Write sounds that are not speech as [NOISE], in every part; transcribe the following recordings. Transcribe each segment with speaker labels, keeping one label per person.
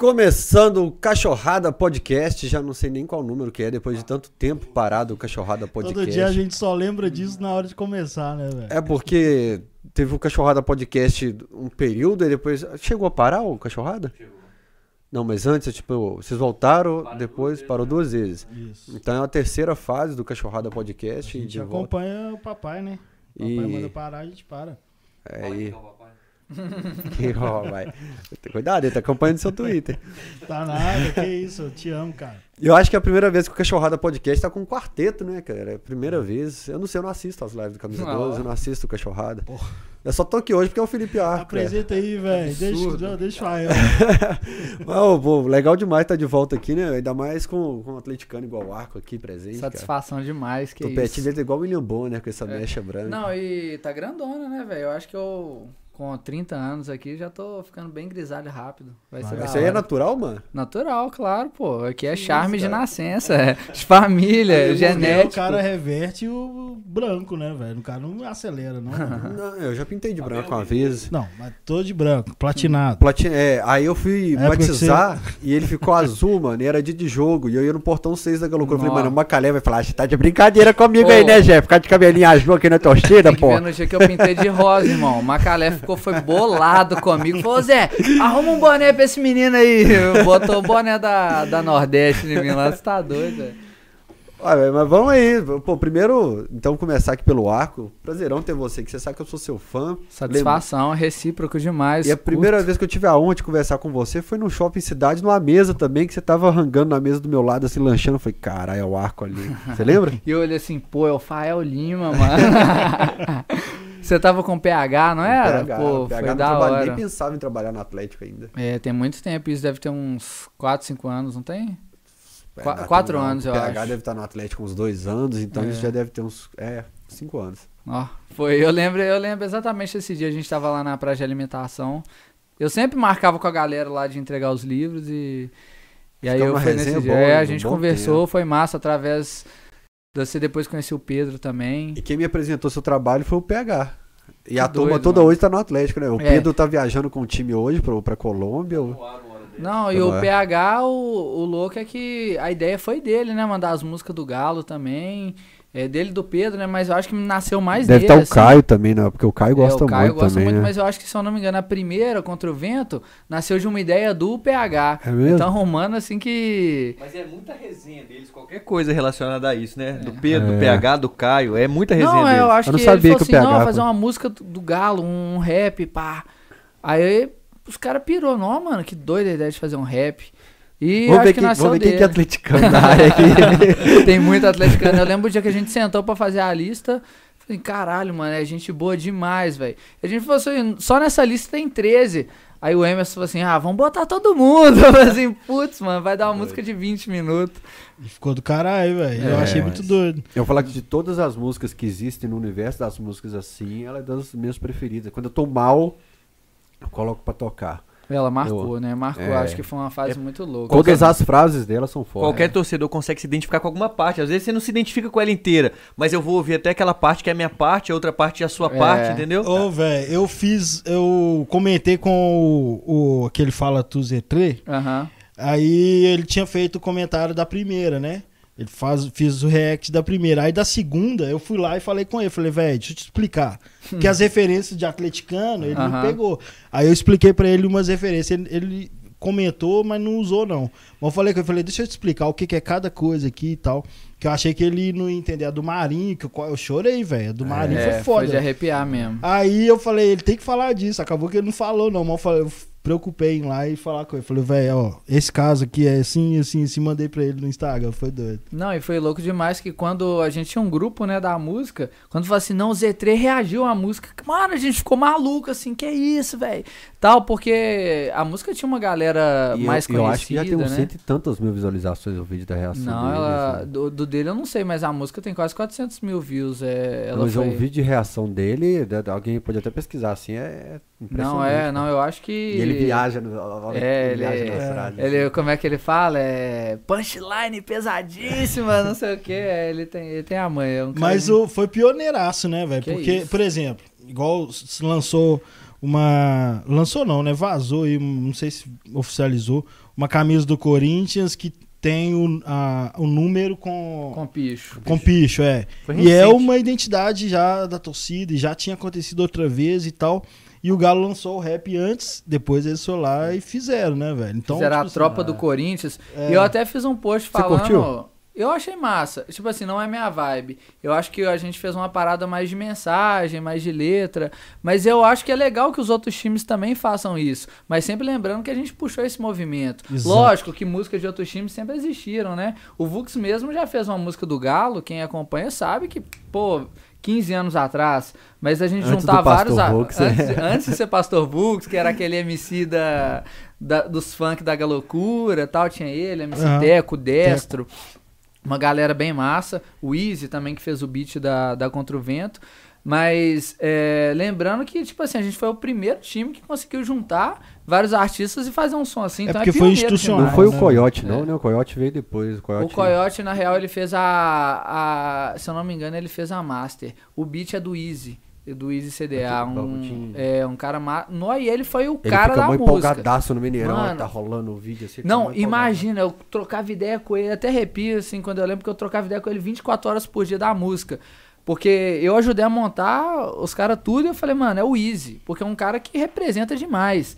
Speaker 1: Começando o Cachorrada Podcast, já não sei nem qual número que é, depois de tanto tempo parado o Cachorrada Podcast.
Speaker 2: Todo dia a gente só lembra disso na hora de começar, né, velho?
Speaker 1: É porque teve o Cachorrada Podcast um período e depois. Chegou a parar o Cachorrada? Não, mas antes, tipo, vocês voltaram, depois parou duas vezes. né?
Speaker 2: Isso.
Speaker 1: Então é a terceira fase do Cachorrada Podcast.
Speaker 2: A gente
Speaker 1: de volta.
Speaker 2: acompanha o papai, né? O papai
Speaker 1: E-
Speaker 2: manda parar, a gente para.
Speaker 1: É aí. [LAUGHS] Que ó, vai. Cuidado, ele tá acompanhando seu Twitter.
Speaker 2: Tá nada, que isso, eu te amo, cara.
Speaker 1: E Eu acho que é a primeira vez que o Cachorrada Podcast tá com um quarteto, né, cara? É a primeira vez. Eu não sei, eu não assisto as lives do Camisa
Speaker 3: Ah,
Speaker 1: 12,
Speaker 3: ó.
Speaker 1: eu não assisto o Cachorrada. Eu só tô aqui hoje porque é o Felipe Arco. cara. É
Speaker 2: Apresenta aí, velho. Deixa,
Speaker 3: Absurdo.
Speaker 2: não, deixa eu
Speaker 1: [LAUGHS] Mas, ô, pô, legal demais estar de volta aqui, né? Ainda mais com, com um atleticano igual o Arco aqui presente. Satisfação.
Speaker 3: Satisfação demais, que
Speaker 1: Cara. Tupetinho
Speaker 3: isso.
Speaker 1: dele tá igual o William Bonner com essa
Speaker 3: É.
Speaker 1: mecha branca.
Speaker 3: Não, e tá grandona, né, velho? Eu acho que eu, com 30 anos aqui, já tô ficando bem grisalho rápido. Vai ser
Speaker 2: Mas
Speaker 3: da
Speaker 1: Isso aí é
Speaker 3: hora.
Speaker 1: natural, mano?
Speaker 3: natural, claro, pô. Aqui é
Speaker 1: Que
Speaker 3: charme
Speaker 1: isso,
Speaker 3: de
Speaker 1: cara.
Speaker 3: nascença, é. de família,
Speaker 2: Aí,
Speaker 3: genético.
Speaker 2: O cara reverte o branco, né, velho? O cara não acelera, não.
Speaker 1: [LAUGHS]
Speaker 3: Ah.
Speaker 1: Não, eu já pintei
Speaker 3: Tá
Speaker 1: de branco uma vez.
Speaker 2: não, mas tô de branco, platinado.
Speaker 1: Platin... É, aí eu fui
Speaker 2: É, porque
Speaker 1: batizar e ele ficou azul, mano, e era dia de jogo. E eu ia no portão 6 da Galocura. Eu falei,
Speaker 3: Nossa.
Speaker 1: mano, o Macalé vai falar, "Ah, você tá de brincadeira comigo aí,
Speaker 3: Ô.
Speaker 1: né, Jeff? Ficar de cabelinho azul aqui na torcida,
Speaker 3: [LAUGHS] Tem que
Speaker 1: pô.
Speaker 3: ver no dia que eu pintei de rosa, irmão. O Macalé ficou, foi bolado comigo. Falou, Zé, arruma um boné pra esse menino aí. Botou o boné da, da Nordeste em mim lá. Você tá doido, velho.
Speaker 1: Ah, velho, mas vamos aí. Pô, primeiro, então, começar aqui pelo arco. Prazerão ter você, que você sabe que eu sou seu fã.
Speaker 3: Satisfação, recíproco demais.
Speaker 1: E a primeira vez que eu tive a honra de conversar com você foi no shopping cidade, numa mesa também, que você tava arrancando na mesa do meu lado, assim, lanchando. Eu falei, caralho, é o arco ali. Você
Speaker 3: [LAUGHS]
Speaker 1: lembra?
Speaker 3: E eu olhei assim, pô, é o Fael Lima,
Speaker 1: [LAUGHS]
Speaker 3: mano. Você tava com PH, não era?
Speaker 1: PH,
Speaker 3: pô,
Speaker 1: PH
Speaker 3: foi
Speaker 1: não
Speaker 3: da
Speaker 1: trabalha-
Speaker 3: hora.
Speaker 1: Nem pensava em trabalhar no Atlético ainda.
Speaker 3: É, tem muito tempo, isso deve ter uns 4, 5 anos, não tem?
Speaker 1: É,
Speaker 3: Qua-
Speaker 1: dá
Speaker 3: quatro
Speaker 1: tempo, não.
Speaker 3: anos,
Speaker 1: O
Speaker 3: eu
Speaker 1: PH
Speaker 3: acho.
Speaker 1: deve estar no Atlético uns dois anos, então
Speaker 3: É.
Speaker 1: isso já deve ter uns. É, cinco anos.
Speaker 3: Ó, foi, eu lembro, eu lembro exatamente esse dia, a gente tava lá na praia de alimentação. Eu sempre marcava com a galera lá de entregar os livros e. E aí
Speaker 1: Ficava
Speaker 3: eu
Speaker 1: uma
Speaker 3: fui
Speaker 1: resenha
Speaker 3: nesse dia.
Speaker 1: boa,
Speaker 3: É, a
Speaker 1: um
Speaker 3: gente
Speaker 1: bom
Speaker 3: conversou, foi massa através. Você depois conheceu o Pedro também.
Speaker 1: E quem me apresentou seu trabalho foi o PH. E a
Speaker 3: Hum. Que
Speaker 1: turma
Speaker 3: doido,
Speaker 1: toda
Speaker 3: mano.
Speaker 1: hoje tá no Atlético, né? O
Speaker 3: É.
Speaker 1: Pedro tá viajando com o time hoje pro, pra Colômbia.
Speaker 3: Não, e
Speaker 1: Tá
Speaker 3: o
Speaker 1: bom, é.
Speaker 3: PH, o, o louco é que a ideia foi dele, né? Mandar as músicas do Galo também. É dele e do Pedro, né? Mas eu acho que nasceu mais
Speaker 1: deve
Speaker 3: dele.
Speaker 1: estar o
Speaker 3: assim.
Speaker 1: Caio também, né? Porque o Caio
Speaker 3: É,
Speaker 1: gosta
Speaker 3: o Caio
Speaker 1: muito
Speaker 3: gosta
Speaker 1: também.
Speaker 3: muito,
Speaker 1: né?
Speaker 3: mas eu acho que, se eu não me engano, a primeira, Contra o Vento, nasceu de uma ideia do PH.
Speaker 1: É mesmo?
Speaker 3: Então, Romano, assim que.
Speaker 4: Mas é muita resenha deles, qualquer É coisa relacionada a isso, né? Do Pedro,
Speaker 1: É.
Speaker 4: do PH, do Caio, é muita resenha
Speaker 3: não,
Speaker 4: deles.
Speaker 3: eu acho
Speaker 1: Eu não
Speaker 3: que
Speaker 1: sabia
Speaker 3: ele falou
Speaker 1: que o
Speaker 3: assim,
Speaker 1: PH
Speaker 3: não,
Speaker 1: foi-
Speaker 3: fazer uma música do, do Galo, um rap, pá. Aí os caras pirou, não, mano, que doida a ideia de fazer um rap. E eu
Speaker 1: Vamos
Speaker 3: acho
Speaker 1: ver,
Speaker 3: que
Speaker 1: quem,
Speaker 3: nasceu
Speaker 1: vamos ver
Speaker 3: dele.
Speaker 1: quem que é atleticano na área
Speaker 3: [LAUGHS]
Speaker 1: aqui.
Speaker 3: Tem muito atleticano. Eu lembro o dia que a gente sentou pra fazer a lista. Falei, caralho, mano, é gente boa demais, velho. A gente falou assim, só nessa lista tem 13. Aí o Emerson falou assim, ah, vamos botar todo mundo. [LAUGHS] Eu falei assim, putz, mano, vai dar uma música de 20 minutos.
Speaker 2: E ficou do caralho, velho. eu
Speaker 1: É,
Speaker 2: achei
Speaker 1: mas-
Speaker 2: muito doido.
Speaker 1: eu vou falar que de todas as músicas que existem no universo das músicas assim, ela é das minhas preferidas. Quando eu tô mal, eu coloco pra tocar.
Speaker 3: Ela marcou, né? Marcou.
Speaker 1: é.
Speaker 3: Acho que foi uma fase muito louca.
Speaker 1: Todas as frases dela são fortes.
Speaker 4: Qualquer torcedor consegue se identificar com alguma parte. Às vezes você não se identifica com ela inteira, mas eu vou ouvir até aquela parte que é a minha parte, a outra parte é a sua
Speaker 3: É.
Speaker 4: parte, entendeu?
Speaker 2: Ô, velho, eu fiz. Eu comentei com o, o aquele Fala Tu Z3.
Speaker 3: Aham.
Speaker 2: Aí ele tinha feito o comentário da primeira, né? Ele faz, fez o react da primeira. Aí da segunda, eu fui lá e falei com ele. Falei, velho, deixa eu te explicar. Porque as referências de atleticano, ele não
Speaker 3: Hum. Aham.
Speaker 2: pegou. Aí eu expliquei pra ele umas referências. Ele, ele comentou, mas não usou, não. Mas eu falei com ele, falei, deixa eu te explicar o que, que é cada coisa aqui e tal. Que eu achei que ele não ia entender. A do Marinho, que eu, eu chorei, velho. A do Marinho Ah, foi
Speaker 3: É,
Speaker 2: foda.
Speaker 3: foi de arrepiar mesmo.
Speaker 2: Aí eu falei, ele tem que falar disso. Acabou que ele não falou, não. Mas eu, falei, eu f- preocupei em ir lá e falar com ele. Falei, velho, ó, esse caso aqui é assim, assim, assim. Mandei pra ele no Instagram. Foi doido.
Speaker 3: Não, e foi louco demais que quando a gente tinha um grupo, né, da música, quando falou assim, não, o Z3 reagiu à música, mano, a gente ficou maluco, assim, que isso, velho? Tal, porque a música tinha uma galera
Speaker 1: E eu-
Speaker 3: mais
Speaker 1: eu,
Speaker 3: conhecida,
Speaker 1: acho que já tem uns
Speaker 3: né?
Speaker 1: cento e tantas mil visualizações o vídeo da reação
Speaker 3: Não,
Speaker 1: deles,
Speaker 3: ela,
Speaker 1: né?
Speaker 3: do, do dele eu não sei, mas a música tem quase 400 mil views, é, ela
Speaker 1: Mas é
Speaker 3: foi...
Speaker 1: um vídeo de reação dele, né, alguém pode até pesquisar, assim, é
Speaker 3: Não,
Speaker 1: impressionante.
Speaker 3: é, não, eu acho que...
Speaker 1: E ele viaja, no, olha, ele
Speaker 3: É, ele-
Speaker 1: viaja assim. nas
Speaker 2: é,
Speaker 1: frases.
Speaker 3: Ele, como é que ele fala? É punchline pesadíssima, não sei o que. ele, tem, ele tem a mãe. É um cara
Speaker 2: Mas
Speaker 3: de-
Speaker 2: o, foi pioneiraço, né, velho?
Speaker 3: Que
Speaker 2: Porque,
Speaker 3: isso.
Speaker 2: por exemplo, igual se lançou uma. Lançou não, né? Vazou e não sei se oficializou. Uma camisa do Corinthians que tem o, a- o número com.
Speaker 3: Com picho.
Speaker 2: Com picho, é.
Speaker 4: Foi
Speaker 2: E é
Speaker 4: recente.
Speaker 2: uma identidade já da torcida, e já tinha acontecido outra vez e tal. E o Galo lançou o rap antes, depois eles foram lá e fizeram, né, velho? Então,
Speaker 3: Fizeram
Speaker 2: tipo
Speaker 3: a
Speaker 2: assim,
Speaker 3: tropa
Speaker 4: ah.
Speaker 3: do Corinthians.
Speaker 2: É.
Speaker 3: E eu até fiz um
Speaker 1: Você
Speaker 3: post falando.
Speaker 1: curtiu?
Speaker 3: Eu achei massa. Tipo assim, não é minha vibe. Eu acho que a gente fez uma parada mais de mensagem, mais de letra. Mas eu acho que é legal que os outros times também façam isso. Mas sempre lembrando que a gente puxou esse movimento.
Speaker 2: Exato.
Speaker 3: Lógico que músicas de outros times sempre existiram, né? O Vux mesmo já fez uma música do Galo. Quem acompanha sabe que, pô, 15 anos atrás. Mas a gente
Speaker 1: Antes
Speaker 3: juntar
Speaker 1: do Pastor
Speaker 3: vários. a-
Speaker 1: Vux, é.
Speaker 3: antes, antes de ser Pastor Vux, que era aquele MC da, da- dos funk da Galocura tal, tinha ele, MC
Speaker 2: Aham.
Speaker 3: Teco, Destro, uma galera bem massa, o Easy também que fez o beat da, da Contra o Vento. Mas é, lembrando que, tipo assim, a gente foi o primeiro time que conseguiu juntar vários artistas e fazer um som assim.
Speaker 2: É
Speaker 3: Então
Speaker 2: porque foi
Speaker 3: pioneiro
Speaker 2: institucional,
Speaker 1: Não
Speaker 3: demais.
Speaker 1: foi
Speaker 2: né?
Speaker 1: o Coyote, não,
Speaker 3: É.
Speaker 1: né? O Coyote veio depois. O Coyote,
Speaker 3: O Coyote, é na real, ele fez a, a- Se eu não me engano, ele fez a Master. O beat é do Easy. Do Easy CDA.
Speaker 1: Aquele
Speaker 3: Um,
Speaker 1: pagodinho.
Speaker 3: é, um cara. Ma... Nó, e ele foi o
Speaker 1: Ele
Speaker 3: cara
Speaker 1: fica
Speaker 3: da
Speaker 1: mó
Speaker 3: música.
Speaker 1: empolgadaço no Mineirão,
Speaker 3: Mano.
Speaker 1: aí tá rolando o vídeo assim. fica mó
Speaker 3: Não,
Speaker 1: empolgado.
Speaker 3: imagina, eu trocava ideia com ele, até arrepio, assim, quando eu lembro que eu trocava ideia com ele 24 horas por dia da música. Porque eu ajudei a montar os caras tudo e eu falei, mano, é o Easy, porque é um cara que representa demais.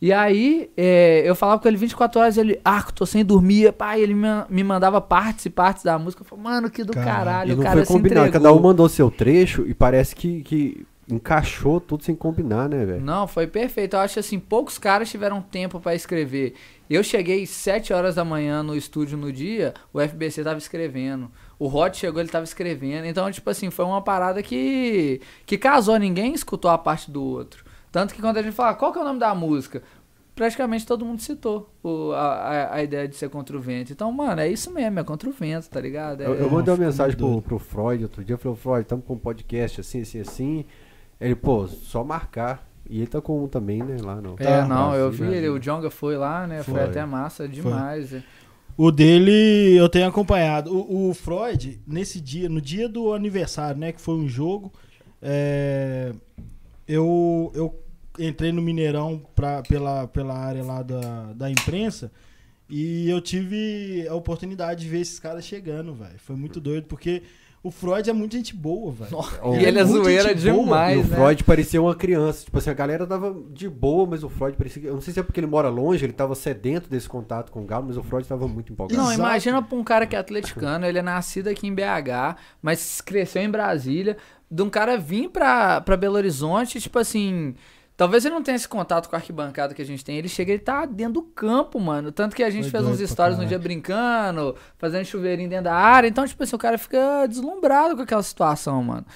Speaker 3: E aí, é, eu falava com ele 24 horas, ele, ah, que tô sem dormir, pai, ele me, me mandava partes e partes da música. Eu falei, mano, que do
Speaker 2: Caralho.
Speaker 3: caralho,
Speaker 1: E
Speaker 3: o
Speaker 1: não
Speaker 3: cara
Speaker 1: foi
Speaker 3: se
Speaker 1: combinado.
Speaker 3: entregou.
Speaker 1: Cada um mandou seu trecho e parece que, que encaixou tudo sem combinar, né, velho?
Speaker 3: Não, foi perfeito. Eu acho assim, poucos caras tiveram tempo pra escrever. Eu cheguei 7 horas da manhã no estúdio no dia, o FBC tava escrevendo. O Hot chegou, ele tava escrevendo. Então, tipo assim, foi uma parada que que casou, ninguém escutou a parte do outro. Tanto que quando a gente fala, qual que é o nome da música? Praticamente todo mundo citou o- a, a- a ideia de ser contra o vento. Então, mano, é isso mesmo, é contra o vento, tá ligado? É-
Speaker 1: Eu, eu mandei uma
Speaker 2: ficou
Speaker 1: mensagem
Speaker 2: muito
Speaker 1: pro, pro Freud outro dia. Eu falei, Freud, estamos com um podcast assim, assim, assim. Ele, pô, só marcar. E ele tá com um também, né, lá no.
Speaker 3: É,
Speaker 2: Tá,
Speaker 3: não, eu vi,
Speaker 1: Brasil.
Speaker 3: ele, o Jonga foi lá, né? Foi,
Speaker 1: Foi.
Speaker 3: até massa demais. é.
Speaker 2: O dele eu tenho acompanhado. O, o Freud, nesse dia, no dia do aniversário, né? Que foi um jogo. é, eu, eu entrei no Mineirão pra, pela, pela área lá da, da imprensa. E eu tive a oportunidade de ver esses caras chegando, velho. Foi muito doido, porque o Freud é muito gente boa, velho.
Speaker 3: E ele é
Speaker 2: muito
Speaker 3: zoeira
Speaker 2: gente boa,
Speaker 1: E
Speaker 3: demais,
Speaker 1: o
Speaker 3: né?
Speaker 1: Freud parecia uma criança. Tipo assim, a galera tava de boa, mas o Freud parecia. que- Eu não sei se é porque ele mora longe, ele tava sedento desse contato com o Galo, mas o Freud tava muito empolgado.
Speaker 3: Não,
Speaker 2: Exato.
Speaker 3: imagina pra um cara que é atleticano, ele é nascido aqui em BH, mas cresceu em Brasília, de um cara vir pra, pra Belo Horizonte, tipo assim. Talvez ele não tenha esse contato com a arquibancada que a gente tem. Ele chega e tá dentro do campo, mano. Tanto que a gente
Speaker 2: Foi
Speaker 3: fez
Speaker 2: doido
Speaker 3: uns
Speaker 2: pra
Speaker 3: stories no
Speaker 2: caralho.
Speaker 3: dia brincando, fazendo chuveirinho dentro da área. Então, tipo assim, o cara fica deslumbrado com aquela situação, mano.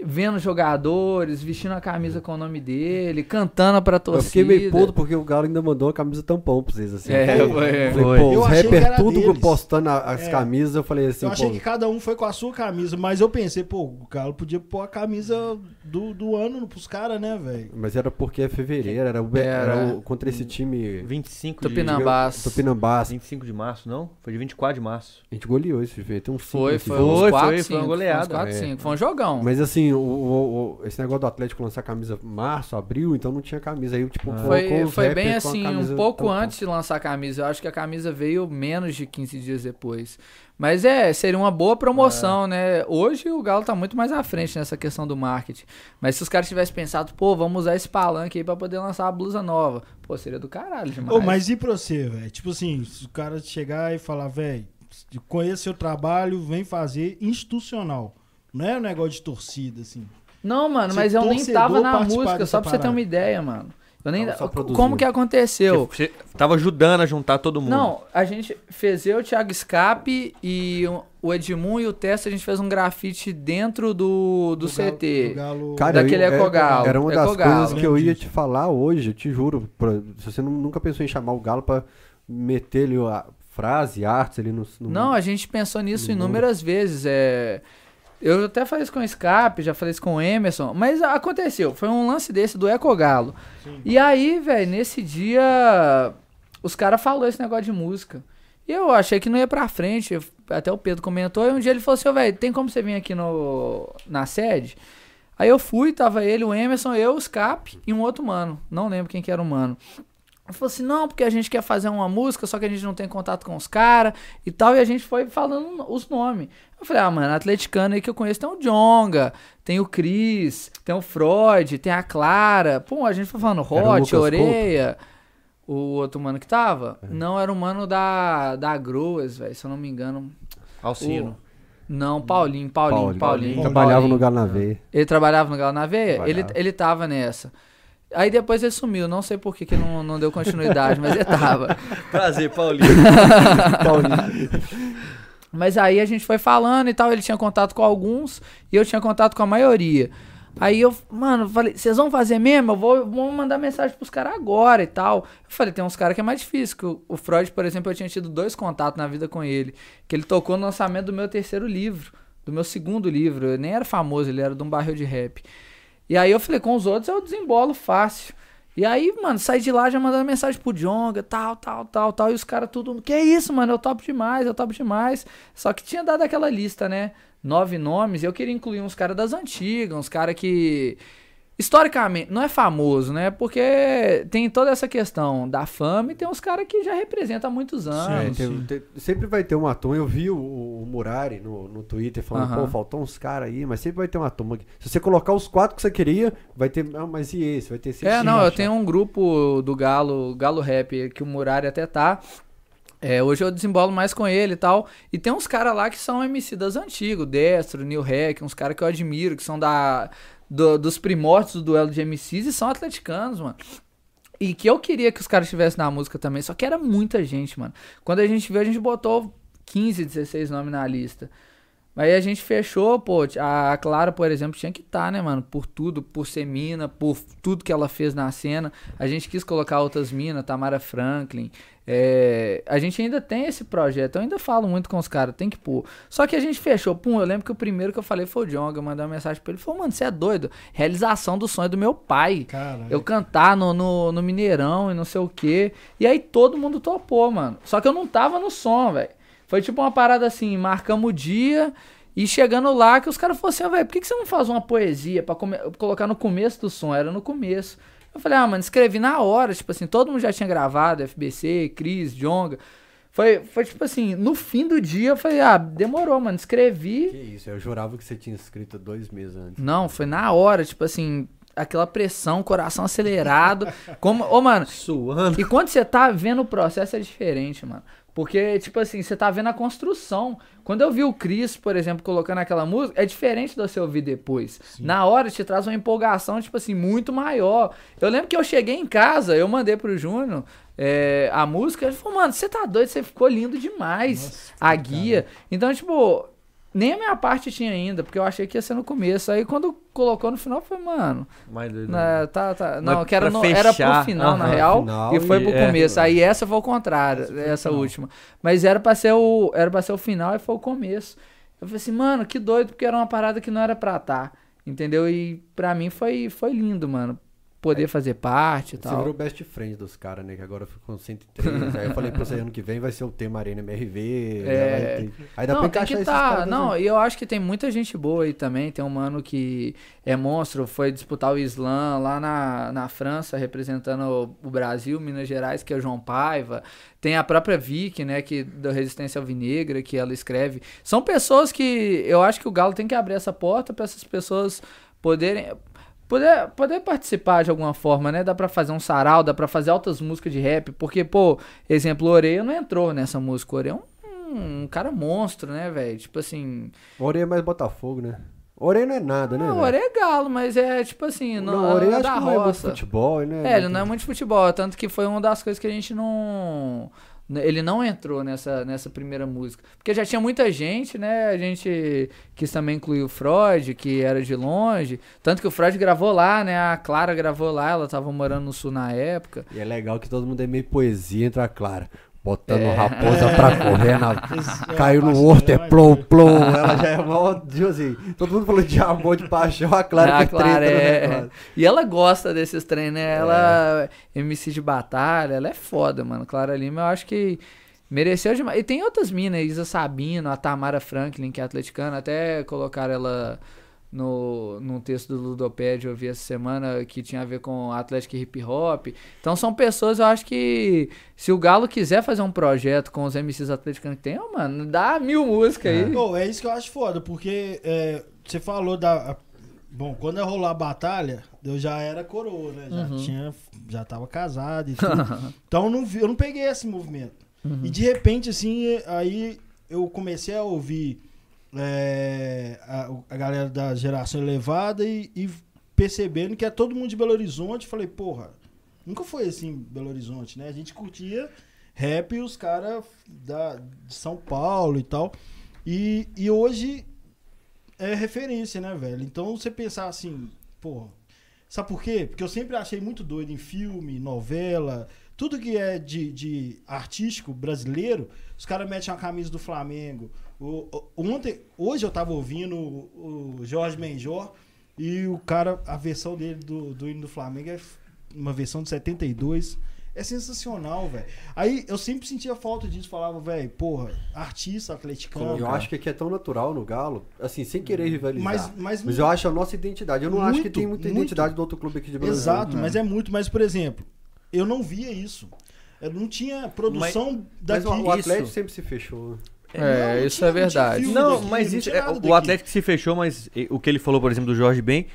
Speaker 3: Vendo jogadores, vestindo a camisa com o nome dele, cantando pra
Speaker 1: Eu
Speaker 3: torcida.
Speaker 1: fiquei meio puto porque o Galo ainda mandou a camisa tampão pra vocês, assim.
Speaker 3: É,
Speaker 1: Eu
Speaker 3: foi,
Speaker 1: falei,
Speaker 3: foi.
Speaker 1: pô,
Speaker 2: Eu
Speaker 1: os
Speaker 2: achei que
Speaker 1: rappers
Speaker 2: era
Speaker 1: tudo
Speaker 2: deles.
Speaker 1: postando a- as
Speaker 2: É.
Speaker 1: camisas, eu falei assim,
Speaker 2: Eu achei
Speaker 1: pô,
Speaker 2: que cada um foi com a sua camisa, mas eu pensei, pô, o Galo podia pôr a camisa do, do ano pros caras, né, velho?
Speaker 1: Mas era porque é fevereiro, era, o,
Speaker 3: Era. um
Speaker 1: era o- contra esse
Speaker 4: É.
Speaker 1: time
Speaker 4: 25
Speaker 3: Tupinambá.
Speaker 4: de...
Speaker 3: Tupinambás.
Speaker 1: Tupinambás.
Speaker 4: 25 de março, não? Foi de 24 de março.
Speaker 1: A gente goleou esse fevereiro, tem um cinco
Speaker 3: Foi,
Speaker 1: nesse
Speaker 3: foi,
Speaker 1: jogo.
Speaker 4: Foi,
Speaker 3: uns
Speaker 4: foi,
Speaker 3: 4,
Speaker 4: foi uma
Speaker 3: 5. Foi,
Speaker 4: goleada.
Speaker 1: É.
Speaker 3: Foi um jogão.
Speaker 1: Mas assim, o, o- o- esse negócio do Atlético lançar camisa março, abril, então não tinha camisa. Aí,
Speaker 3: Ah.
Speaker 1: tipo, colocou
Speaker 3: Foi,
Speaker 1: os
Speaker 3: foi
Speaker 1: rappers
Speaker 3: bem
Speaker 1: com a
Speaker 3: assim,
Speaker 1: camisa
Speaker 3: um pouco
Speaker 1: tampão.
Speaker 3: antes de lançar a camisa. Eu acho que a camisa veio menos de 15 dias depois. Mas é, seria uma boa promoção,
Speaker 1: É.
Speaker 3: né? Hoje o Galo tá muito mais à frente nessa questão do marketing. Mas se os caras tivessem pensado, pô, vamos usar esse palanque aí pra poder lançar a blusa nova. Pô, seria do caralho demais.
Speaker 2: Ô, mas e pra você, velho? Tipo assim, se o cara chegar e falar, velho, conheço seu trabalho, vem fazer institucional. Não é um negócio de torcida, assim.
Speaker 3: Não, mano,
Speaker 2: Se
Speaker 3: mas eu nem
Speaker 2: torcedor
Speaker 3: tava na
Speaker 2: participar
Speaker 3: música,
Speaker 2: dessa
Speaker 3: só pra você ter
Speaker 2: parada.
Speaker 3: uma ideia, mano. Eu nem...
Speaker 1: Tava só
Speaker 3: Como
Speaker 1: produzindo.
Speaker 3: que aconteceu?
Speaker 4: Você tava ajudando a juntar todo mundo.
Speaker 3: Não, a gente fez eu, o Thiago Scape e o- o Edmundo e o Tessa, a gente fez um grafite dentro do, do,
Speaker 2: Galo-
Speaker 3: CT.
Speaker 2: do Galo-
Speaker 1: Cara,
Speaker 3: Daquele
Speaker 1: eu- é-
Speaker 3: Ecogalo,
Speaker 1: Era uma das
Speaker 3: Ecogalo.
Speaker 1: coisas que eu
Speaker 2: Lembro
Speaker 1: ia
Speaker 2: disso.
Speaker 1: te falar hoje, eu te juro. pra- se você nu- nunca pensou em chamar o Galo pra meter ali a frase, artes ali no. no
Speaker 3: Não, é a gente pensou nisso
Speaker 1: no mundo.
Speaker 3: inúmeras vezes. É... Eu até falei isso com o Scape, já falei isso com o Emerson, mas aconteceu. Foi um lance desse do Ecogalo. E aí, velho, nesse dia, os caras falaram esse negócio de música. E eu achei que não ia pra frente. eu- Até o Pedro comentou. E um dia ele falou assim: velho, tem como você vir aqui no, na sede? Aí eu fui, tava ele, o Emerson, eu, o Scap e um outro mano. Não lembro quem que era o mano. Ele falou assim, não, porque a gente quer fazer uma música, só que a gente não tem contato com os caras e tal. E a gente foi falando os nomes. Eu falei, ah, mano, atleticano aí que eu conheço tem o Jonga, tem o Cris, tem o Freud, tem a Clara. Pô, a gente foi falando
Speaker 1: o Lucas
Speaker 3: Hot,
Speaker 1: Couto? É.
Speaker 3: Oreia. O outro mano que tava? Não, era o mano da, da Groas, velho, se eu não me engano.
Speaker 4: Alcino.
Speaker 3: O- Não, Paulinho, Paulinho, Paulinho.
Speaker 1: Trabalhava
Speaker 3: Paulinho.
Speaker 1: no Galo na Veia.
Speaker 3: Ele trabalhava no Galo na Veia? Ele,
Speaker 1: Trabalhava.
Speaker 3: ele tava nessa. Aí depois ele sumiu, não sei por que, que não, não deu continuidade, mas ele tava.
Speaker 4: Prazer, Paulinho. [LAUGHS]
Speaker 3: Mas aí a gente foi falando e tal, ele tinha contato com alguns e eu tinha contato com a maioria. Aí eu, mano, falei, vocês vão fazer mesmo? Eu vou, vou mandar mensagem pros caras agora e tal. Eu falei, tem uns caras que é mais difícil. Que o, o Freud, por exemplo, eu tinha tido dois contatos na vida com ele. Que ele tocou no lançamento do meu terceiro livro, do meu segundo livro. Eu nem era famoso, ele era de um barril de rap. E aí eu falei, com os outros eu desembolo fácil. E aí, mano, saí de lá já mandando mensagem pro Jonga, tal, tal, tal, tal. E os caras tudo, que isso, mano, eu topo demais, eu topo demais. Só que tinha dado aquela lista, né? Nove nomes. e Eu queria incluir uns caras das antigas, uns caras que. Historicamente, não é famoso, né? Porque tem toda essa questão da fama e tem uns caras que já representam há muitos anos.
Speaker 2: sim.
Speaker 1: É, sempre vai ter uma turma. Eu vi o, o Murari no, no Twitter falando,
Speaker 3: Aham.
Speaker 1: pô, faltou uns caras aí, mas sempre vai ter uma turma. que- Se você colocar os quatro que você queria, vai ter. Ah, mas e esse? Vai ter esse.
Speaker 3: É,
Speaker 1: esse,
Speaker 3: não, eu
Speaker 1: esse.
Speaker 3: tenho um grupo do Galo, Galo Rap, que o Murari até tá. É, hoje eu desembolo mais com ele e tal. E tem uns caras lá que são MC das antigas, Destro, New Hack, uns caras que eu admiro, que são da, do- dos primórdios do duelo de MCs e são atleticanos, mano. E que eu queria que os caras estivessem na música também, só que era muita gente, mano. Quando a gente viu, a gente botou 15, 16 nomes na lista. Aí a gente fechou, pô. A Clara, por exemplo, tinha que estar, né, mano? Por tudo, por ser mina, por tudo que ela fez na cena. A gente quis colocar outras minas, Tamara Franklin. É, a gente ainda tem esse projeto. Eu ainda falo muito com os caras, tem que pôr. Só que a gente fechou, pum. Eu lembro que o primeiro que eu falei foi o Jonga. Eu mandei uma mensagem pra ele. Falou, mano, você é doido. Realização do sonho do meu pai.
Speaker 2: Caralho.
Speaker 3: Eu cantar no, no, no Mineirão e não sei o quê. E aí todo mundo topou, mano. Só que eu não tava no som, velho. Foi tipo uma parada assim, marcamos o dia e chegando lá que os caras falaram assim, "Ah, velho, por que, que você não faz uma poesia pra come- colocar no começo do som? Era no começo. Eu falei, ah, mano, escrevi na hora, tipo assim, todo mundo já tinha gravado, FBC, Cris, Jonga. Foi, foi tipo assim, no fim do dia eu falei, ah, demorou, mano, escrevi.
Speaker 1: Que isso, eu jurava que você tinha escrito dois meses antes.
Speaker 3: Não, foi na hora, tipo assim, aquela pressão, coração acelerado. Como, ô, mano,
Speaker 4: Suando.
Speaker 3: e quando você tá vendo o processo é diferente, mano. Porque, tipo assim, você tá vendo a construção. Quando eu vi o Chris, por exemplo, colocando aquela música, é diferente do você ouvir depois. Na hora te traz uma empolgação, tipo assim, muito maior. Eu lembro que eu cheguei em casa, eu mandei pro Júnior é, a música, ele falou, mano, você tá doido, você ficou lindo demais. a guia. Então, tipo, nem a minha parte tinha ainda, porque eu achei que ia ser no começo. Aí quando colocou no final, foi, mano,
Speaker 4: Mais doido.
Speaker 3: na- tá, tá. Não,
Speaker 4: né? Mas
Speaker 3: que era,
Speaker 4: pra
Speaker 3: no,
Speaker 4: fechar,
Speaker 3: era pro final,
Speaker 4: aham,
Speaker 3: na real.
Speaker 1: final
Speaker 3: e foi pro
Speaker 4: e- é.
Speaker 3: começo. Aí essa foi o contrário, essa última. Mas era pra, ser o, era pra ser o final e foi o começo. Eu falei assim, mano, que doido, porque era uma parada que não era pra tá. Entendeu? E pra mim foi, foi lindo, mano. Poder
Speaker 4: É.
Speaker 3: fazer parte e
Speaker 1: Você
Speaker 3: tal.
Speaker 1: virou best friend dos caras, né? Que agora eu fico com 103. aí eu falei pra você, ano que vem vai ser o tema Arena
Speaker 3: [LAUGHS]
Speaker 1: MRV.
Speaker 3: É.
Speaker 1: já né, vai ter- Aí dá
Speaker 3: não,
Speaker 1: pra
Speaker 3: tem
Speaker 1: encaixar
Speaker 3: que
Speaker 1: esses
Speaker 3: tá.
Speaker 1: caras né? assim.
Speaker 3: Não, e eu acho que tem muita gente boa aí também. Tem um mano que é monstro, foi disputar o Islã lá na, na França, representando o- o Brasil, Minas Gerais, que é o João Paiva. Tem a própria Vicky, né, que da Resistência Alvinegra, que ela escreve. São pessoas que eu acho que o Galo tem que abrir essa porta para essas pessoas poderem poder, poder participar de alguma forma, né? Dá pra fazer um sarau, dá pra fazer altas músicas de rap, porque, pô, exemplo, o Oreia não entrou nessa música, o Oreia é um um cara monstro, né, velho? Tipo assim.
Speaker 1: Orei é mais Botafogo, né? Orei não é nada, né?
Speaker 3: Não, o
Speaker 1: velho?
Speaker 3: Oreia é galo, mas é tipo assim, não,
Speaker 1: Não, Orei
Speaker 3: é
Speaker 1: acho
Speaker 3: da
Speaker 1: que não é muito
Speaker 3: roça.
Speaker 1: futebol, né?
Speaker 3: É, ele não é muito de futebol, tanto que foi uma das coisas que a gente não. né, Ele não entrou nessa, nessa primeira música. Porque já tinha muita gente, né? A gente quis também incluir o Freud, que era de longe. Tanto que o Freud gravou lá, né? A Clara gravou lá, ela tava morando no sul na época.
Speaker 1: E é legal que todo mundo é meio poesia, entra a Clara. Botando raposa pra correr, na...
Speaker 2: Esse é
Speaker 1: caiu
Speaker 2: uma
Speaker 1: no
Speaker 2: parceira,
Speaker 1: horto, é
Speaker 2: vai
Speaker 1: plom,
Speaker 2: ver.
Speaker 1: plom. Ela já é mó, tipo assim, todo mundo falou de amor, de paixão, a Clara
Speaker 3: Ah,
Speaker 1: que treta no
Speaker 3: é.
Speaker 1: negócio.
Speaker 3: E ela gosta desses treinos, né? Ela é MC de batalha, ela é foda, mano. Clara Lima, eu acho que mereceu demais. E tem outras minas, Isa Sabino, a Tamara Franklin, que é atleticana, até colocaram ela no, num texto do Ludopédio eu vi essa semana que tinha a ver com Atlético e hip hop. Então são pessoas, eu acho que se o Galo quiser fazer um projeto com os MCs atleticanos que tem, ó, mano, dá mil músicas aí.
Speaker 2: Pô, é isso que eu acho foda, porque é, você falou da. Bom, quando eu rolar a batalha, eu já era coroa, né? Já tinha. Já tava casado e tudo. então eu não, vi, eu não peguei esse movimento. E de repente, assim, aí eu comecei a ouvir é, a, a galera da geração elevada e, e percebendo que é todo mundo de Belo Horizonte. Falei, porra, nunca foi assim em Belo Horizonte, né? A gente curtia rap e os caras de São Paulo e tal. E, e hoje é referência, né, velho? Então você pensar assim, porra. Sabe por quê? Porque eu sempre achei muito doido em filme, novela, tudo que é de, de artístico brasileiro, os caras metem a camisa do Flamengo. O- o- ontem, hoje eu tava ouvindo o, o Jorge Benjor e o cara, a versão dele do, do hino do Flamengo é f- uma versão de 72. É sensacional, velho. Aí eu sempre sentia falta disso, falava, velho, porra, artista, atleticano.
Speaker 1: Eu acho que aqui é tão natural no Galo, assim, sem querer rivalizar.
Speaker 2: Mas-
Speaker 1: Mas,
Speaker 2: mas-
Speaker 1: eu acho a nossa identidade. Eu não acho que
Speaker 2: Muito,
Speaker 1: tem muita
Speaker 2: muito.
Speaker 1: identidade do outro clube aqui de Belo
Speaker 2: Exato,
Speaker 1: Horizonte.
Speaker 2: mas é muito. Mas, por exemplo, eu não via isso. Eu não tinha produção
Speaker 1: Mas
Speaker 2: daqui.
Speaker 1: o, o Atlético
Speaker 4: Isso.
Speaker 1: sempre se fechou.
Speaker 3: É,
Speaker 2: não, não tinha-
Speaker 3: isso é
Speaker 2: não tinha
Speaker 3: verdade.
Speaker 2: filme
Speaker 4: Não,
Speaker 2: daqui,
Speaker 4: mas
Speaker 2: não
Speaker 4: isso,
Speaker 2: tinha
Speaker 4: é,
Speaker 2: nada daqui.
Speaker 4: o Atlético se fechou, mas eh, o que ele falou, por exemplo, do Jorge Ben,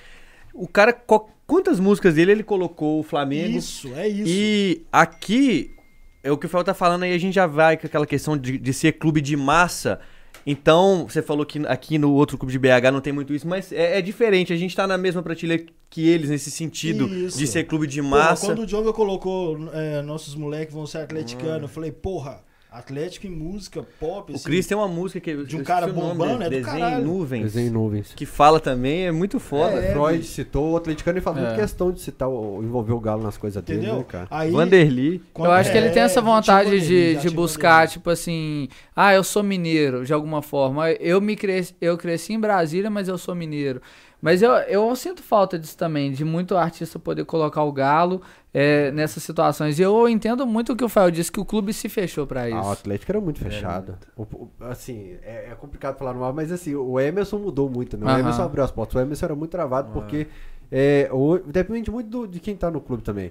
Speaker 4: o cara, qual- quantas músicas dele ele colocou o Flamengo?
Speaker 2: Isso, é isso.
Speaker 4: E aqui, é o que o Fel tá falando aí, a gente já vai com aquela questão de, de ser clube de massa. Então, você falou que aqui no outro clube de BH não tem muito isso, mas é, é diferente. A gente tá na mesma prateleira que eles nesse sentido
Speaker 2: Isso.
Speaker 4: de ser clube de
Speaker 2: Porra,
Speaker 4: massa.
Speaker 2: quando o Djonga colocou é, nossos moleques vão ser atleticano,
Speaker 1: Hum.
Speaker 2: eu falei, porra, Atlético em música, pop,
Speaker 4: O
Speaker 2: assim,
Speaker 4: Chris tem uma música que eu
Speaker 2: De um
Speaker 4: esqueci
Speaker 2: cara
Speaker 4: o nome,
Speaker 2: bombando, é do
Speaker 4: Desenho em
Speaker 2: caralho.
Speaker 4: nuvens.
Speaker 1: Desenho em nuvens.
Speaker 4: Que fala também, é muito foda.
Speaker 2: É,
Speaker 1: Freud
Speaker 2: bicho.
Speaker 1: citou o atleticano e faz muito
Speaker 3: É.
Speaker 1: questão de citar, o- envolver o Galo nas coisas dele, né,
Speaker 2: entendeu?
Speaker 1: cara?
Speaker 2: Aí,
Speaker 4: Vanderly.
Speaker 2: quando-
Speaker 3: eu acho que ele
Speaker 2: é,
Speaker 3: tem essa
Speaker 2: já tinha
Speaker 3: vontade
Speaker 2: Vanderlei,
Speaker 3: de,
Speaker 2: já
Speaker 3: de
Speaker 2: tinha
Speaker 3: buscar,
Speaker 2: Vanderlei.
Speaker 3: tipo assim, ah, eu sou mineiro, de alguma forma. Eu me cresci, eu cresci em Brasília, mas eu sou mineiro. Mas eu, eu sinto falta disso também, de muito artista poder colocar o galo é, nessas situações. E eu entendo muito o que o Fael disse, que o clube se fechou pra
Speaker 1: Ah, o
Speaker 3: isso.
Speaker 1: Atlético era muito fechado. O- o- assim, é, é complicado falar no ar, mas assim, o Emerson mudou muito, né? O
Speaker 3: Aham.
Speaker 1: Emerson abriu as portas. O Emerson era muito travado
Speaker 2: Ah.
Speaker 1: porque é, o- depende muito do- de quem tá no clube também.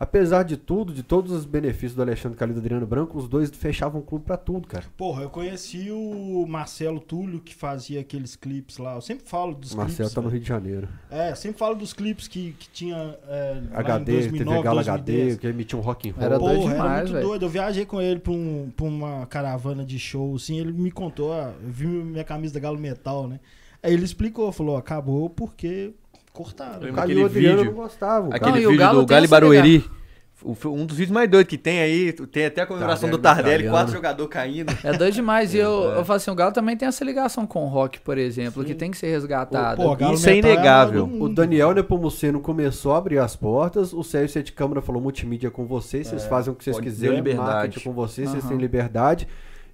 Speaker 1: Apesar de tudo, de todos os benefícios do Alexandre Calil e do Adriano Branco, os dois fechavam o clube pra tudo, cara.
Speaker 3: tipo-
Speaker 2: Porra, eu conheci o Marcelo Túlio, que fazia aqueles clipes lá. Eu sempre falo dos
Speaker 1: O Marcelo
Speaker 2: clipes.
Speaker 1: tá
Speaker 2: né?
Speaker 1: no
Speaker 2: velho.
Speaker 1: Rio de Janeiro.
Speaker 2: É, sempre falo dos clipes que, que tinha é, lá em
Speaker 1: HD,
Speaker 2: 2009,
Speaker 1: TV Galo
Speaker 2: 2010.
Speaker 1: HD, que emitia um rock and roll.
Speaker 3: Era Tá doido
Speaker 2: Porra, era
Speaker 3: demais,
Speaker 2: muito
Speaker 3: velho.
Speaker 2: doido. Eu viajei com ele pra, um- pra uma caravana de show, assim. Ele me contou, ah, eu vi minha camisa da Galo Metal, né? Aí ele explicou, falou, acabou porque cortaram.
Speaker 1: O Calil e
Speaker 4: Lembra aquele
Speaker 1: o Adriano
Speaker 4: vídeo?
Speaker 1: não gostavam. cara.
Speaker 4: Aquele
Speaker 3: Não, e o
Speaker 4: vídeo
Speaker 3: Galo
Speaker 4: do
Speaker 3: tem
Speaker 4: Gali
Speaker 3: essa
Speaker 4: Barueri. O- foi Um dos vídeos mais doidos que tem aí. Tem até a comemoração
Speaker 1: Tardelli,
Speaker 4: do Tardelli,
Speaker 1: italiano.
Speaker 4: quatro jogadores caindo.
Speaker 3: É doido
Speaker 4: [LAUGHS]
Speaker 3: demais. e eu, eu falo assim, o galo também tem essa ligação com o rock, por exemplo, que tem que ser resgatada.
Speaker 2: Pô, Galo
Speaker 4: Isso é
Speaker 2: Metal a
Speaker 4: inegável.
Speaker 2: maior do
Speaker 1: O
Speaker 2: mundo.
Speaker 1: Daniel Nepomuceno começou a abrir as portas, o Sérgio Sete Câmara falou multimídia com vocês,
Speaker 3: É,
Speaker 1: vocês fazem o que vocês
Speaker 4: pode ter
Speaker 1: quiserem,
Speaker 4: liberdade.
Speaker 1: marketing com vocês, vocês
Speaker 3: Aham.
Speaker 1: têm liberdade.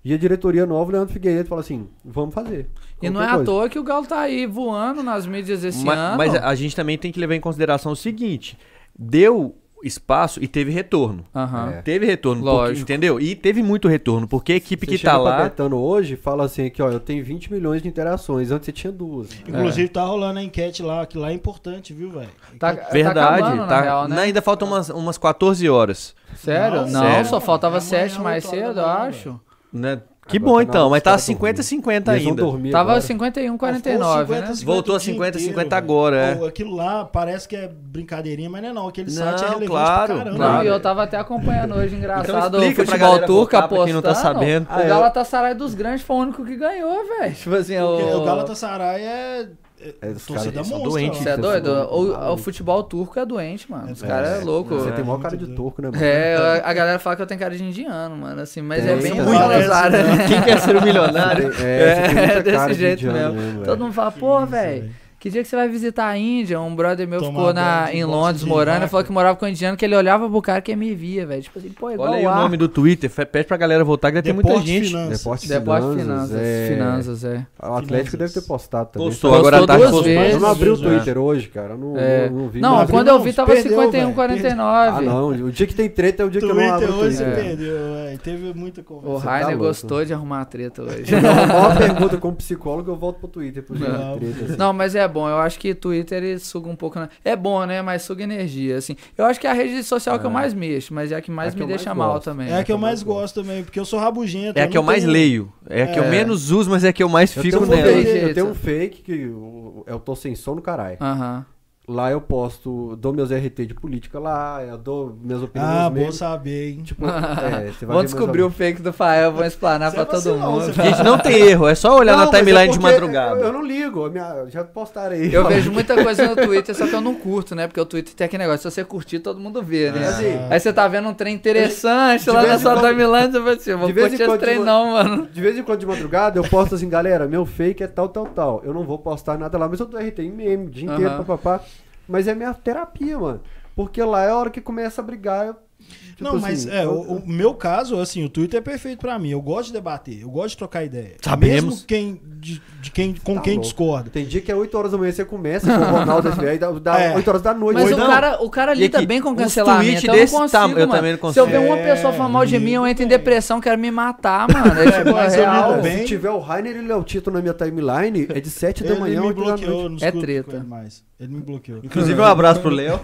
Speaker 1: E a diretoria nova, o Leandro Figueiredo, fala assim, vamos fazer.
Speaker 3: E não é
Speaker 1: Qualquer
Speaker 3: à
Speaker 1: coisa.
Speaker 3: toa que o galo tá aí voando nas mídias esse
Speaker 4: Ma-
Speaker 3: ano.
Speaker 4: Mas, a gente também tem que levar em consideração o seguinte: deu espaço e teve retorno.
Speaker 3: Aham.
Speaker 1: É.
Speaker 4: Teve retorno,
Speaker 3: Lógico.
Speaker 4: porque- entendeu? E teve muito retorno, porque a equipe
Speaker 1: Você
Speaker 4: que tá
Speaker 1: chega pra
Speaker 4: lá.
Speaker 1: Caetano hoje, fala assim aqui, ó, eu tenho 20 milhões de interações, antes você tinha duas.
Speaker 2: Inclusive, tá rolando a enquete lá, que lá é importante, viu, velho?
Speaker 3: Tá-
Speaker 2: Enquete-
Speaker 4: Verdade,
Speaker 3: tá acabando, na
Speaker 4: tá-
Speaker 3: real, né?
Speaker 4: na- ainda faltam umas, umas 14 horas.
Speaker 3: Sério?
Speaker 2: Não,
Speaker 3: Não,
Speaker 4: sério.
Speaker 3: só faltava
Speaker 2: Amanhã
Speaker 3: sete
Speaker 2: oito
Speaker 3: mais
Speaker 2: horas da
Speaker 3: cedo, eu
Speaker 2: manhã,
Speaker 3: acho.
Speaker 4: né? Que
Speaker 1: Agora tá
Speaker 4: bom
Speaker 1: na
Speaker 4: então,
Speaker 1: hora
Speaker 4: mas
Speaker 1: dos
Speaker 4: tá
Speaker 1: caras dormirem.
Speaker 4: 50-50
Speaker 1: Eles vão
Speaker 4: ainda.
Speaker 1: dormir
Speaker 3: Tava assim,
Speaker 1: agora.
Speaker 3: 51,
Speaker 2: Ou
Speaker 3: 49,
Speaker 2: 50,
Speaker 3: né?
Speaker 2: 50
Speaker 4: Voltou a
Speaker 2: o dia
Speaker 4: 50,
Speaker 2: inteiro,
Speaker 4: 50
Speaker 2: velho.
Speaker 4: agora, é.
Speaker 2: Pô, aquilo lá parece que é brincadeirinha, mas não é não. Aquele
Speaker 4: Não,
Speaker 2: site é relevante
Speaker 4: claro,
Speaker 2: pra caramba.
Speaker 4: claro.
Speaker 3: Não,
Speaker 2: velho.
Speaker 3: e eu tava até acompanhando hoje, engraçado, o
Speaker 4: explica pra
Speaker 3: futebol
Speaker 4: galera
Speaker 3: turco
Speaker 4: voltar, pra
Speaker 3: apostando.
Speaker 4: quem não tá sabendo.
Speaker 1: Ah,
Speaker 3: O
Speaker 1: eu-
Speaker 3: Galatasaray dos grandes foi o único que ganhou, velho. Tipo assim,
Speaker 2: Porque
Speaker 3: o...
Speaker 2: o Galatasaray é, é,
Speaker 1: É, os
Speaker 2: torcida
Speaker 1: caras
Speaker 4: são
Speaker 2: monstra.
Speaker 4: doentes,
Speaker 2: ó.
Speaker 3: Você é doido? O,
Speaker 1: Maluco.
Speaker 3: o futebol turco é doente, mano. Os
Speaker 2: É,
Speaker 3: caras é,
Speaker 2: é.
Speaker 3: louco.
Speaker 1: Você
Speaker 3: É.
Speaker 1: tem maior cara de
Speaker 2: Muito
Speaker 1: turco, né, mano? [LAUGHS]
Speaker 3: É, a galera fala que eu tenho cara de indiano, mano, assim, mas
Speaker 1: Tem,
Speaker 3: é bem
Speaker 1: tem.
Speaker 3: Galatasaray. [LAUGHS]
Speaker 4: Quem quer ser o milionário?
Speaker 1: É, você tem muita
Speaker 3: É, desse
Speaker 1: cara de
Speaker 3: jeito
Speaker 1: indiano
Speaker 3: mesmo.
Speaker 1: mesmo, velho.
Speaker 3: Todo mundo fala, pô,
Speaker 2: isso,
Speaker 3: velho,
Speaker 2: velho.
Speaker 3: que dia que você vai visitar a Índia? Um brother meu
Speaker 2: Tomar
Speaker 3: ficou na,
Speaker 2: banho de
Speaker 3: em
Speaker 2: bosta
Speaker 3: Londres
Speaker 2: de
Speaker 3: morando e
Speaker 2: vaca.
Speaker 3: falou que morava com um indiano, que ele olhava pro cara que me via, velho. Tipo assim, pô, é igual
Speaker 4: Olha aí o
Speaker 3: lá.
Speaker 4: nome do Twitter, fe- pede pra galera voltar, que já tem muita
Speaker 2: Deporte
Speaker 4: gente.
Speaker 2: Finanças.
Speaker 1: Deporte
Speaker 3: Depósito de
Speaker 1: Finanças,
Speaker 3: finanças,
Speaker 1: é.
Speaker 3: finanças, é.
Speaker 1: O Atlético
Speaker 2: Finanças.
Speaker 1: deve ter postado também.
Speaker 4: Postou,
Speaker 3: Postou
Speaker 4: agora tá
Speaker 3: duas
Speaker 4: postou.
Speaker 3: vezes.
Speaker 1: Eu não abri o
Speaker 2: Jesus,
Speaker 1: Twitter hoje, cara. Eu não,
Speaker 3: É.
Speaker 1: não, vi.
Speaker 3: Não,
Speaker 1: abri,
Speaker 3: quando
Speaker 2: não,
Speaker 3: eu vi tava
Speaker 2: perdeu, velho,
Speaker 3: 51,
Speaker 1: Ah,
Speaker 3: 49.
Speaker 1: não. O dia que tem treta é o dia que eu não
Speaker 2: Twitter
Speaker 1: abro o
Speaker 2: hoje
Speaker 1: Twitter.
Speaker 2: você
Speaker 3: É.
Speaker 2: perdeu, velho. Teve muita
Speaker 3: O
Speaker 2: conversa.
Speaker 1: tá
Speaker 3: Rainer
Speaker 1: louco.
Speaker 3: gostou de arrumar a treta hoje. [LAUGHS]
Speaker 1: Se eu arrumar uma pergunta como psicólogo, eu volto pro Twitter pro dia
Speaker 2: Não.
Speaker 1: de treta. assim.
Speaker 3: Não, mas é é bom. Eu acho que Twitter ele suga um pouco. na- É bom, né? Mas suga energia, assim. Eu acho que é a rede social que eu mais mexo, mas é a que mais
Speaker 1: É a que
Speaker 3: me
Speaker 1: eu
Speaker 3: deixa
Speaker 1: mais
Speaker 3: mal
Speaker 1: gosto.
Speaker 3: também.
Speaker 2: É a que eu mais gosto também, porque eu sou rabugento.
Speaker 4: É a que eu
Speaker 2: não
Speaker 4: mais
Speaker 2: tenho-
Speaker 4: leio. É a que eu
Speaker 2: É.
Speaker 4: menos uso, mas é a que eu mais
Speaker 1: Eu
Speaker 4: fico
Speaker 1: tenho, um
Speaker 3: nela.
Speaker 1: fake,
Speaker 4: nela.
Speaker 1: eu tenho um fake que eu, eu tô sem som no caralho.
Speaker 3: Aham.
Speaker 1: Lá eu posto, dou meus RT de política lá, eu dou minhas opiniões
Speaker 2: Ah, bom
Speaker 1: mesmo.
Speaker 2: saber, hein?
Speaker 1: Tipo,
Speaker 3: [LAUGHS]
Speaker 1: é, você vai
Speaker 3: Vou
Speaker 1: ver
Speaker 3: descobrir o
Speaker 1: mais
Speaker 3: fake do Fael, vou explanar
Speaker 2: Você
Speaker 3: pra
Speaker 2: é
Speaker 3: todo
Speaker 2: vacilão,
Speaker 3: mundo.
Speaker 2: você-
Speaker 4: Gente, não tem erro, é só olhar
Speaker 1: ou menos. Não,
Speaker 4: na
Speaker 1: mas é
Speaker 4: timeline de
Speaker 1: porque
Speaker 4: madrugada.
Speaker 1: Eu, eu não ligo, a minha- já postarei.
Speaker 3: Eu vejo muita coisa no Twitter, só que eu não curto, né? Porque o Twitter tem aquele negócio, se você curtir, todo mundo vê, né?
Speaker 1: É assim.
Speaker 3: Aí você tá vendo um trem interessante
Speaker 1: De
Speaker 3: lá
Speaker 1: vez
Speaker 3: na
Speaker 1: em
Speaker 3: sua
Speaker 1: quando-
Speaker 3: timeline, você fala assim, eu vou
Speaker 1: de vez em
Speaker 3: curtir esse
Speaker 1: quando
Speaker 3: trem
Speaker 1: eu-
Speaker 3: não, mano.
Speaker 1: De vez em quando de madrugada eu posto assim, galera, meu fake é tal, tal, tal. Eu não vou postar nada lá, mas eu dou RT em meme o dia inteiro,
Speaker 3: Aham.
Speaker 1: papapá. Mas é minha terapia, mano. Porque lá é a hora que começa a brigar. Eu, tipo
Speaker 2: não, mas
Speaker 1: assim,
Speaker 2: é,
Speaker 1: eu-
Speaker 2: o, o meu caso, assim, o Twitter é perfeito pra mim. Eu gosto de debater, eu gosto de trocar ideia.
Speaker 4: Sabemos.
Speaker 2: Mesmo quem, de, de quem, com
Speaker 1: Tá
Speaker 2: quem
Speaker 1: louco.
Speaker 2: discorda.
Speaker 1: Tem dia que é 8 horas da manhã você começa com o Ronaldo SBA e dá, dá
Speaker 2: [LAUGHS] É.
Speaker 1: 8 horas da noite.
Speaker 3: Mas
Speaker 1: Ou
Speaker 3: o
Speaker 1: não,
Speaker 3: cara, o cara
Speaker 4: E
Speaker 3: lida
Speaker 4: aqui,
Speaker 3: bem com
Speaker 4: uns
Speaker 3: cancelamento.
Speaker 4: tweet
Speaker 3: Eu
Speaker 4: desse
Speaker 3: não consigo,
Speaker 4: tamanho, eu
Speaker 3: mano.
Speaker 4: também não
Speaker 3: Se eu ver
Speaker 4: consigo.
Speaker 3: uma pessoa
Speaker 1: É,
Speaker 3: falar mal de mim, eu entro em depressão, quero me matar, mano. É tipo,
Speaker 2: mas eu
Speaker 3: é
Speaker 2: lido
Speaker 3: real.
Speaker 1: Cara,
Speaker 2: bem.
Speaker 1: se tiver o Rainer e o Léo Tito na minha timeline, é de 7 da
Speaker 2: Ele
Speaker 1: manhã.
Speaker 2: me
Speaker 1: oito da noite.
Speaker 2: bloqueou, não
Speaker 3: É
Speaker 2: escuto
Speaker 3: treta.
Speaker 2: com ele mais. Ele me bloqueou.
Speaker 4: Inclusive, um abraço pro Léo.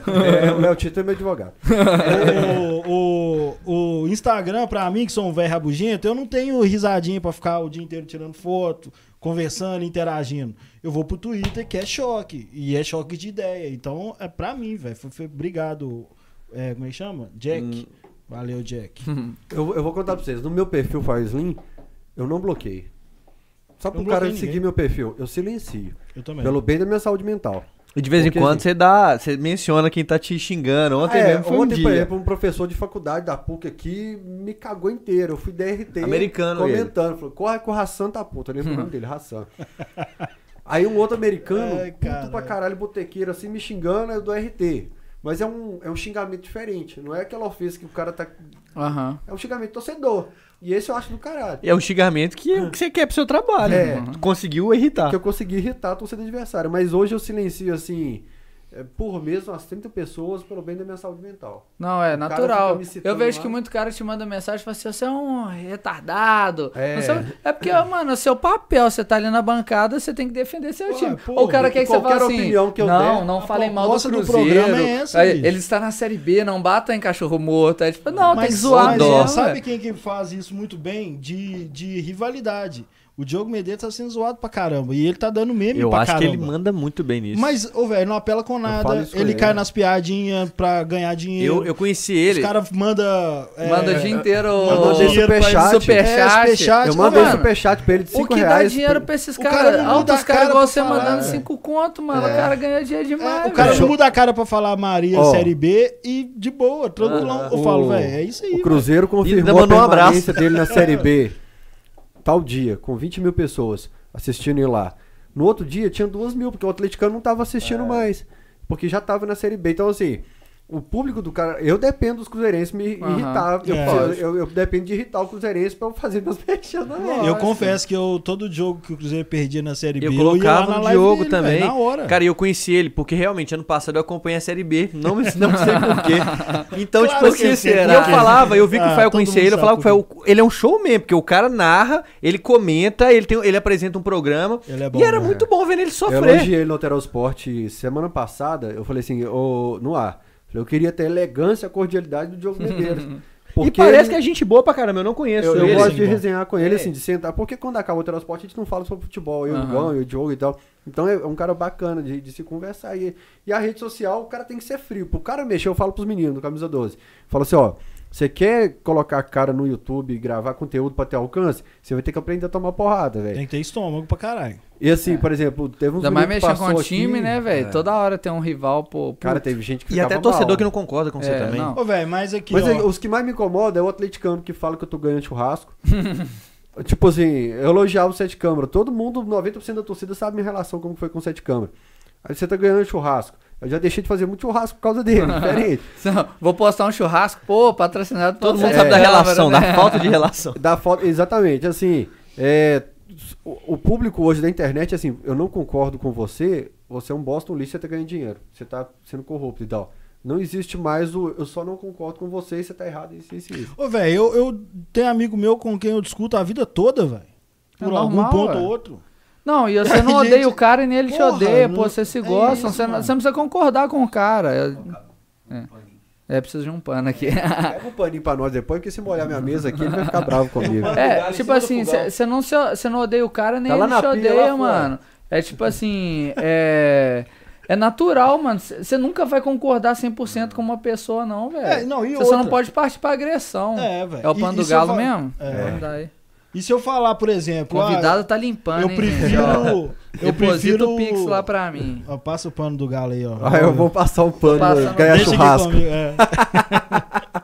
Speaker 1: É, o Léo Tito é meu advogado.
Speaker 2: o, o, o Instagram, pra mim, que sou um velho rabugento, eu não tenho risadinha pra ficar o dia inteiro tirando foto, conversando, interagindo. Eu vou pro Twitter, que é choque. E é choque de ideia. Então, é pra mim, velho. Foi- foi- Obrigado. É, como é que chama? Jack.
Speaker 4: Hum.
Speaker 2: Valeu,
Speaker 4: [LAUGHS]
Speaker 2: Jack.
Speaker 1: Eu, eu vou contar pra vocês. No meu perfil Fire Slim, eu não bloqueei. Só pro
Speaker 2: não
Speaker 1: cara
Speaker 2: bloqueei
Speaker 1: seguir
Speaker 2: ninguém. É.
Speaker 1: meu perfil. Eu silencio.
Speaker 2: Eu também.
Speaker 1: Pelo bem da minha saúde mental.
Speaker 4: E de vez em
Speaker 1: Porque,
Speaker 4: quando
Speaker 1: assim,
Speaker 4: você dá, você menciona quem tá te xingando. Ontem
Speaker 1: É,
Speaker 4: mesmo foi um
Speaker 1: ontem, por
Speaker 4: dia.
Speaker 1: exemplo, um professor de faculdade da PUC aqui me cagou inteiro. Eu fui DRT.
Speaker 4: Americano
Speaker 1: Comentando. Falou, corre com o Hassan tá puta. Eu lembro o nome dele,
Speaker 4: [LAUGHS]
Speaker 1: Hassan. Aí um outro americano,
Speaker 2: Ai,
Speaker 1: puto pra
Speaker 2: caralho.
Speaker 1: caralho, botequeiro, assim, me xingando, eu do RT. Mas é um, é um xingamento diferente. Não é aquela ofensa que o cara tá...
Speaker 3: Aham.
Speaker 1: É um xingamento torcedor. E esse eu acho do caralho.
Speaker 4: É um xingamento que, que você quer pro seu trabalho.
Speaker 1: É.
Speaker 4: Conseguiu irritar.
Speaker 1: que eu consegui irritar a torcida adversária. Mas hoje eu silencio, assim, é, por mês umas 30 pessoas pelo bem da minha saúde mental.
Speaker 3: Não, é
Speaker 1: O cara
Speaker 3: natural.
Speaker 1: fica me citando
Speaker 3: Eu vejo
Speaker 1: lá.
Speaker 3: que muito cara te manda mensagem e fala assim: você é um retardado.
Speaker 1: É.
Speaker 3: É, é porque, ó, mano, é seu papel. Você tá ali na bancada, você tem que defender seu
Speaker 1: Pô,
Speaker 3: time.
Speaker 1: pô,
Speaker 3: Ou o cara quer que você
Speaker 1: qualquer
Speaker 3: fale assim:
Speaker 1: opinião que eu
Speaker 3: não,
Speaker 1: der,
Speaker 3: não
Speaker 2: a
Speaker 3: falem mal do
Speaker 2: proposta do
Speaker 3: Cruzeiro.
Speaker 2: programa é essa,
Speaker 3: Aí,
Speaker 2: bicho.
Speaker 3: ele está na Série B, não bata em cachorro morto. Aí, tipo, não, tem que zoar
Speaker 2: mas,
Speaker 3: mesmo,
Speaker 2: ó, sabe
Speaker 3: ué.
Speaker 2: quem que faz isso muito bem? De, de rivalidade. O Diogo Medeiros tá sendo zoado pra caramba. E ele tá dando meme
Speaker 4: Eu
Speaker 2: pra
Speaker 4: acho que
Speaker 2: caramba.
Speaker 4: ele manda muito bem nisso.
Speaker 2: Mas, ô, velho, não apela com
Speaker 1: falo
Speaker 2: nada.
Speaker 1: isso com
Speaker 2: Ele
Speaker 1: ele,
Speaker 2: cai
Speaker 1: né?
Speaker 2: nas piadinhas pra ganhar dinheiro.
Speaker 4: eu, eu conheci ele.
Speaker 2: Os é, caras mandam.
Speaker 3: É, Manda o dia inteiro.
Speaker 2: mandou
Speaker 1: mandei superchat.
Speaker 3: superchat.
Speaker 2: É, superchat.
Speaker 1: Eu
Speaker 2: Ô,
Speaker 1: mandei
Speaker 3: mano,
Speaker 1: superchat pra ele de 5
Speaker 3: O que
Speaker 1: reais.
Speaker 3: dá dinheiro pra esses
Speaker 2: o cara
Speaker 3: caras?
Speaker 2: não muda
Speaker 3: Altos
Speaker 2: a
Speaker 3: caras
Speaker 2: cara
Speaker 3: igual
Speaker 2: pra
Speaker 3: você
Speaker 2: falar,
Speaker 3: mandando
Speaker 2: é.
Speaker 3: 5 conto, mano.
Speaker 1: É.
Speaker 3: O cara ganha dinheiro demais.
Speaker 2: É, o cara
Speaker 3: velho.
Speaker 2: não muda a cara pra falar Maria
Speaker 1: Ó.
Speaker 2: Série B e de boa, tranquilão. eu falo,
Speaker 1: O-
Speaker 2: velho, é isso aí.
Speaker 1: O Cruzeiro
Speaker 4: ainda
Speaker 1: confirmou a
Speaker 4: mandou um abraço.
Speaker 1: permanência dele na Série [LAUGHS] B. Tal dia, com 20 mil pessoas assistindo ele lá. No outro dia tinha 2 mil, porque o atleticano não tava assistindo mais. Porque já tava na Série B. Então, assim, o público do cara... Eu dependo dos cruzeirenses me
Speaker 3: Aham.
Speaker 1: irritar. Eu,
Speaker 2: É.
Speaker 1: eu, eu- eu dependo de irritar o cruzeirense pra eu fazer meus [LAUGHS] peixes na
Speaker 2: velho. Eu confesso que eu, todo jogo que o Cruzeiro perdia na Série B,
Speaker 4: Eu
Speaker 2: ia lá
Speaker 4: colocava
Speaker 2: na
Speaker 4: no
Speaker 2: live
Speaker 4: Diogo
Speaker 2: dele,
Speaker 4: também.
Speaker 2: velho, na hora.
Speaker 4: Cara, e eu conheci ele, porque realmente ano passado eu acompanhei a Série B. Não, me- não sei
Speaker 2: [LAUGHS]
Speaker 4: porquê. Então,
Speaker 2: Claro
Speaker 4: tipo
Speaker 2: que
Speaker 4: assim,
Speaker 2: será.
Speaker 4: e eu falava, eu vi que
Speaker 2: Ah,
Speaker 4: o Fael
Speaker 2: todo
Speaker 4: conhecia
Speaker 2: mundo
Speaker 4: ele, eu falava que o
Speaker 2: sabe
Speaker 4: Fael, ele é um showman, porque o cara narra, ele comenta, ele, tem, ele apresenta um programa.
Speaker 2: Ele é bom,
Speaker 4: e era
Speaker 2: né?
Speaker 4: muito bom ver
Speaker 1: Eu
Speaker 4: ele sofrer.
Speaker 1: elogiei ele no Alterosport semana passada. Eu falei assim, ô, no ar. Falei, Eu queria ter a elegância e a cordialidade do Diogo Medeiros.
Speaker 4: e parece
Speaker 1: ele-
Speaker 4: que é gente boa pra caramba, eu não conheço
Speaker 1: Eu, eu
Speaker 4: ele.
Speaker 2: ele,
Speaker 1: gosto
Speaker 2: sim,
Speaker 1: de
Speaker 2: bom.
Speaker 1: resenhar com ele, assim, de sentar. Porque quando acaba o Telesport, a gente não fala sobre futebol. Eu, o
Speaker 3: Aham.
Speaker 1: Igão, eu, o Diogo e tal. Então é um cara bacana de, de se conversar. E, e a rede social, o cara tem que ser frio. Pro cara mexer, eu falo pros meninos do Camisa 12. Falo assim, ó... Você quer colocar a cara no YouTube e gravar conteúdo pra ter alcance? Você vai ter que aprender a tomar porrada, velho.
Speaker 2: Tem que ter estômago pra caralho.
Speaker 1: E assim, por exemplo, teve uns
Speaker 3: Ainda mais
Speaker 1: meninos que
Speaker 3: mexer com
Speaker 1: passou
Speaker 3: o
Speaker 1: aqui,
Speaker 3: time, né, velho? Toda hora tem um rival, pô.
Speaker 1: Cara, teve gente que
Speaker 4: E até
Speaker 1: ficava
Speaker 4: torcedor
Speaker 1: mal.
Speaker 4: que não concorda com você
Speaker 3: É,
Speaker 4: também.
Speaker 3: não.
Speaker 2: Ô, velho, mas aqui,
Speaker 1: Mas
Speaker 2: ó,
Speaker 1: é, os que mais me incomodam é o atleticano que fala que eu tô ganhando
Speaker 4: [LAUGHS]
Speaker 1: churrasco. tipo assim, eu elogiava o Sete Câmara. Todo mundo, 90% da torcida, sabe minha relação como foi com o Sete Câmara. Aí você tá ganhando churrasco. Eu já deixei de fazer muito churrasco por causa
Speaker 4: [LAUGHS]
Speaker 1: dele, diferente.
Speaker 3: Não, [LAUGHS] Vou postar um churrasco, pô, patrocinado
Speaker 4: Todo mundo
Speaker 1: É.
Speaker 4: sabe da
Speaker 1: É.
Speaker 3: [LAUGHS]
Speaker 4: relação, da falta de relação.
Speaker 1: Da foto, exatamente, assim, é, o, o público hoje da internet, assim, eu não concordo com você, você é um bosta, um lixo, você tá ganhando dinheiro, você tá sendo corrupto e tal. Não existe mais o eu só não concordo com você e você tá errado, isso, isso, isso.
Speaker 2: Ô, velho, eu, eu tenho amigo meu com quem eu discuto a vida toda, velho.
Speaker 3: É
Speaker 2: Por algum
Speaker 3: normal,
Speaker 2: ponto
Speaker 3: ué.
Speaker 2: ou outro.
Speaker 3: Não, e você não
Speaker 2: Gente,
Speaker 3: odeia o cara e nem ele
Speaker 2: porra,
Speaker 3: te odeia,
Speaker 2: não-
Speaker 3: pô, vocês se
Speaker 2: é
Speaker 3: gostam,
Speaker 2: isso,
Speaker 3: você, não,
Speaker 2: mano.
Speaker 3: você não precisa concordar com o cara. É, é, é preciso de um pano aqui.
Speaker 1: Pega um paninho pra nós depois, porque se molhar minha mesa aqui, ele vai ficar bravo comigo.
Speaker 3: É, tipo assim, você não, se- cê não odeia o cara, nem
Speaker 1: Tá lá
Speaker 3: ele
Speaker 1: na
Speaker 3: te
Speaker 1: pia, lá fora.
Speaker 3: odeia, mano. É tipo assim, é... É natural, mano. Você nunca vai concordar 100% com uma pessoa, não,
Speaker 2: É,
Speaker 3: velho.
Speaker 2: não, e
Speaker 3: Você só não
Speaker 2: outra?
Speaker 3: pode partir pra agressão. É,
Speaker 2: É, velho.
Speaker 3: o
Speaker 2: E-
Speaker 3: pano
Speaker 2: e
Speaker 3: do
Speaker 2: se eu
Speaker 3: galo
Speaker 2: fa-
Speaker 3: mesmo?
Speaker 2: É.
Speaker 3: Manda aí.
Speaker 2: E se eu falar, por exemplo. ah,
Speaker 3: Convidado tá limpando,
Speaker 2: eu
Speaker 3: hein, gente, ó.
Speaker 2: prefiro. Eu
Speaker 3: Deposita
Speaker 2: prefiro.
Speaker 3: o Pix lá pra Ah, mim.
Speaker 2: Ó, passa o pano do galo aí, ó.
Speaker 1: Aí eu vou passar um pano,
Speaker 3: passando-
Speaker 1: ganhar
Speaker 2: Deixa aqui
Speaker 1: churrasco.
Speaker 2: comigo, é. [LAUGHS]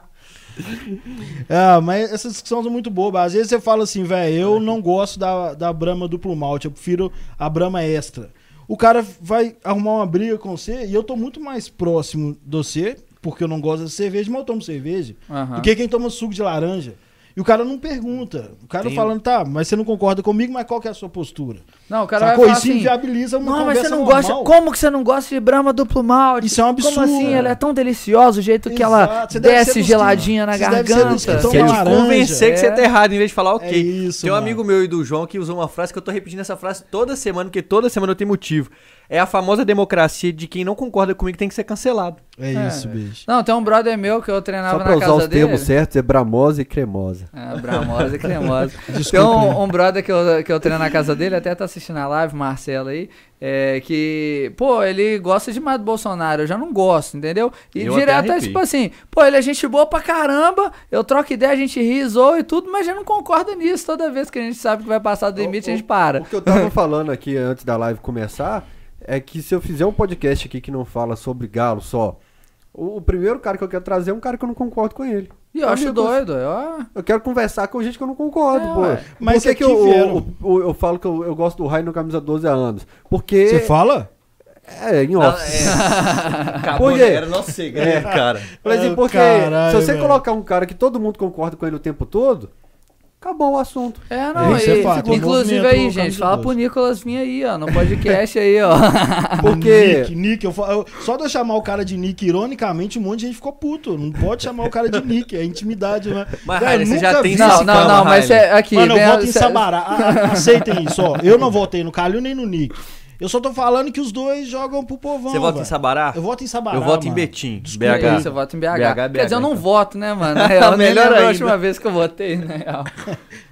Speaker 2: Ah, mas essas discussões são muito bobas. Às vezes você fala assim, velho,
Speaker 3: É.
Speaker 2: eu não gosto da, da Brahma duplo malte, eu prefiro a Brahma extra. O cara vai arrumar uma briga com você e eu tô muito mais próximo de você, porque eu não gosto de cerveja, mas eu tomo cerveja,
Speaker 3: Aham.
Speaker 2: do que quem toma suco de laranja. E o cara não pergunta. O
Speaker 3: um
Speaker 2: cara falando, tá, mas você não concorda comigo, mas qual que é a sua postura?
Speaker 3: Não, o cara
Speaker 2: Sacou?
Speaker 3: vai falar
Speaker 2: Isso
Speaker 3: assim...
Speaker 2: inviabiliza uma
Speaker 3: Não, mas
Speaker 2: conversa
Speaker 3: você não
Speaker 2: normal.
Speaker 3: gosta... Como que você não gosta de Brahma duplo malte?
Speaker 2: Isso é um
Speaker 3: Como
Speaker 2: absurdo,
Speaker 3: assim?
Speaker 2: né?
Speaker 3: Ela é tão deliciosa, o jeito que ela
Speaker 2: Exato, você deve ser
Speaker 3: desce
Speaker 2: dos
Speaker 3: geladinha
Speaker 2: que-
Speaker 3: na
Speaker 2: você deve ser Então dos que tomam
Speaker 3: garganta.
Speaker 4: Quer te
Speaker 2: laranja.
Speaker 4: convencer que você tá
Speaker 3: É.
Speaker 4: errado em vez de falar ok.
Speaker 2: É isso,
Speaker 4: tem um
Speaker 2: mano.
Speaker 4: amigo meu e do João que usou uma frase que eu tô repetindo essa frase toda semana, porque toda semana eu tenho motivo. É a famosa democracia de quem não concorda comigo tem que ser cancelado.
Speaker 2: É,
Speaker 3: É,
Speaker 2: isso,
Speaker 3: velho.
Speaker 2: bicho.
Speaker 3: Não, tem um brother meu que eu
Speaker 1: Só
Speaker 3: treinava
Speaker 1: pra
Speaker 3: na
Speaker 1: usar os
Speaker 3: casa dele.
Speaker 1: termos certos, é bramosa e cremosa.
Speaker 3: Ah, bramosa e cremosa.
Speaker 1: [LAUGHS]
Speaker 3: Tem
Speaker 2: Desculpa aí.
Speaker 3: um, um brother que eu, que eu treino na casa dele, até tá assistindo a live, Marcelo aí, é, que, pô, ele gosta demais do Bolsonaro, eu já não gosto, entendeu? E
Speaker 4: Eu até
Speaker 3: direto é
Speaker 4: arrepio.
Speaker 3: tipo assim, pô, ele é gente boa pra caramba, eu troco ideia, a gente ri, zoa e tudo, mas a gente não concorda nisso, toda vez que a gente sabe que vai passar do limite, a gente para.
Speaker 1: O que eu tava falando aqui antes da live começar é que se eu fizer um podcast aqui que não fala sobre galo só, o, o primeiro cara que eu quero trazer é um cara que eu não concordo com ele.
Speaker 3: E eu acho
Speaker 1: Amigos,
Speaker 3: doido, eu...
Speaker 1: Eu quero conversar com gente que eu não concordo,
Speaker 3: É,
Speaker 1: pô.
Speaker 3: ué.
Speaker 2: Mas
Speaker 1: Por que,
Speaker 2: é
Speaker 1: que
Speaker 2: que
Speaker 1: eu,
Speaker 2: vieram.
Speaker 1: eu- eu- eu falo que eu, eu gosto do Raio no Camisa 12 há anos? Porque.
Speaker 2: Você fala?
Speaker 1: É, em off. [LAUGHS]
Speaker 4: Acabou,
Speaker 1: Por quê?
Speaker 4: né? Era nosso segredo, cara.
Speaker 1: Por exemplo,
Speaker 2: É,
Speaker 1: porque
Speaker 2: caralho,
Speaker 1: se você
Speaker 2: velho.
Speaker 1: colocar um cara que todo mundo concorda com ele o tempo todo, acabou o
Speaker 3: [LAUGHS]
Speaker 1: assunto.
Speaker 3: É, não,
Speaker 2: Isso é
Speaker 3: e-
Speaker 2: fato,
Speaker 3: inclusive
Speaker 2: movimento
Speaker 3: aí,
Speaker 2: no
Speaker 3: gente,
Speaker 2: Camisa
Speaker 3: fala
Speaker 2: doze.
Speaker 3: pro Nicolas vir aí, ó, no podcast aí, ó.
Speaker 2: Ah,
Speaker 1: Porque.
Speaker 2: Nick, Nick, eu, fa- eu- só de eu chamar o cara de Nick, ironicamente, um monte de gente ficou puto. Não pode chamar o cara de Nick, é intimidade,
Speaker 3: [LAUGHS]
Speaker 2: né?
Speaker 4: Mas,
Speaker 2: Velho,
Speaker 4: Rainer, você
Speaker 2: nunca vi
Speaker 4: já tem
Speaker 2: esse
Speaker 3: Não,
Speaker 4: Isso,
Speaker 3: não,
Speaker 4: calma,
Speaker 3: não, mas
Speaker 4: Rainer.
Speaker 3: é aqui.
Speaker 2: Mano, eu
Speaker 3: vem-
Speaker 2: voto em
Speaker 3: cê-
Speaker 2: Sabará. A- a- Aceitem isso, ó. Eu não votei no Calil nem no Nick. Eu só tô falando que os dois jogam pro povão.
Speaker 4: Você vota em
Speaker 2: velho.
Speaker 4: Sabará?
Speaker 2: Eu voto em Sabará.
Speaker 4: Eu voto em
Speaker 2: mano.
Speaker 4: Betim,
Speaker 2: Desculpa
Speaker 4: BH.
Speaker 3: Isso, eu voto em BH.
Speaker 4: BH,
Speaker 3: Quer
Speaker 4: BH,
Speaker 3: dizer, eu não
Speaker 4: então.
Speaker 3: voto, né, mano?
Speaker 4: [LAUGHS]
Speaker 3: Na real, eu nem
Speaker 4: Melhor
Speaker 3: lembro a
Speaker 4: ainda.
Speaker 3: última vez que eu votei,
Speaker 2: [LAUGHS]
Speaker 3: na real.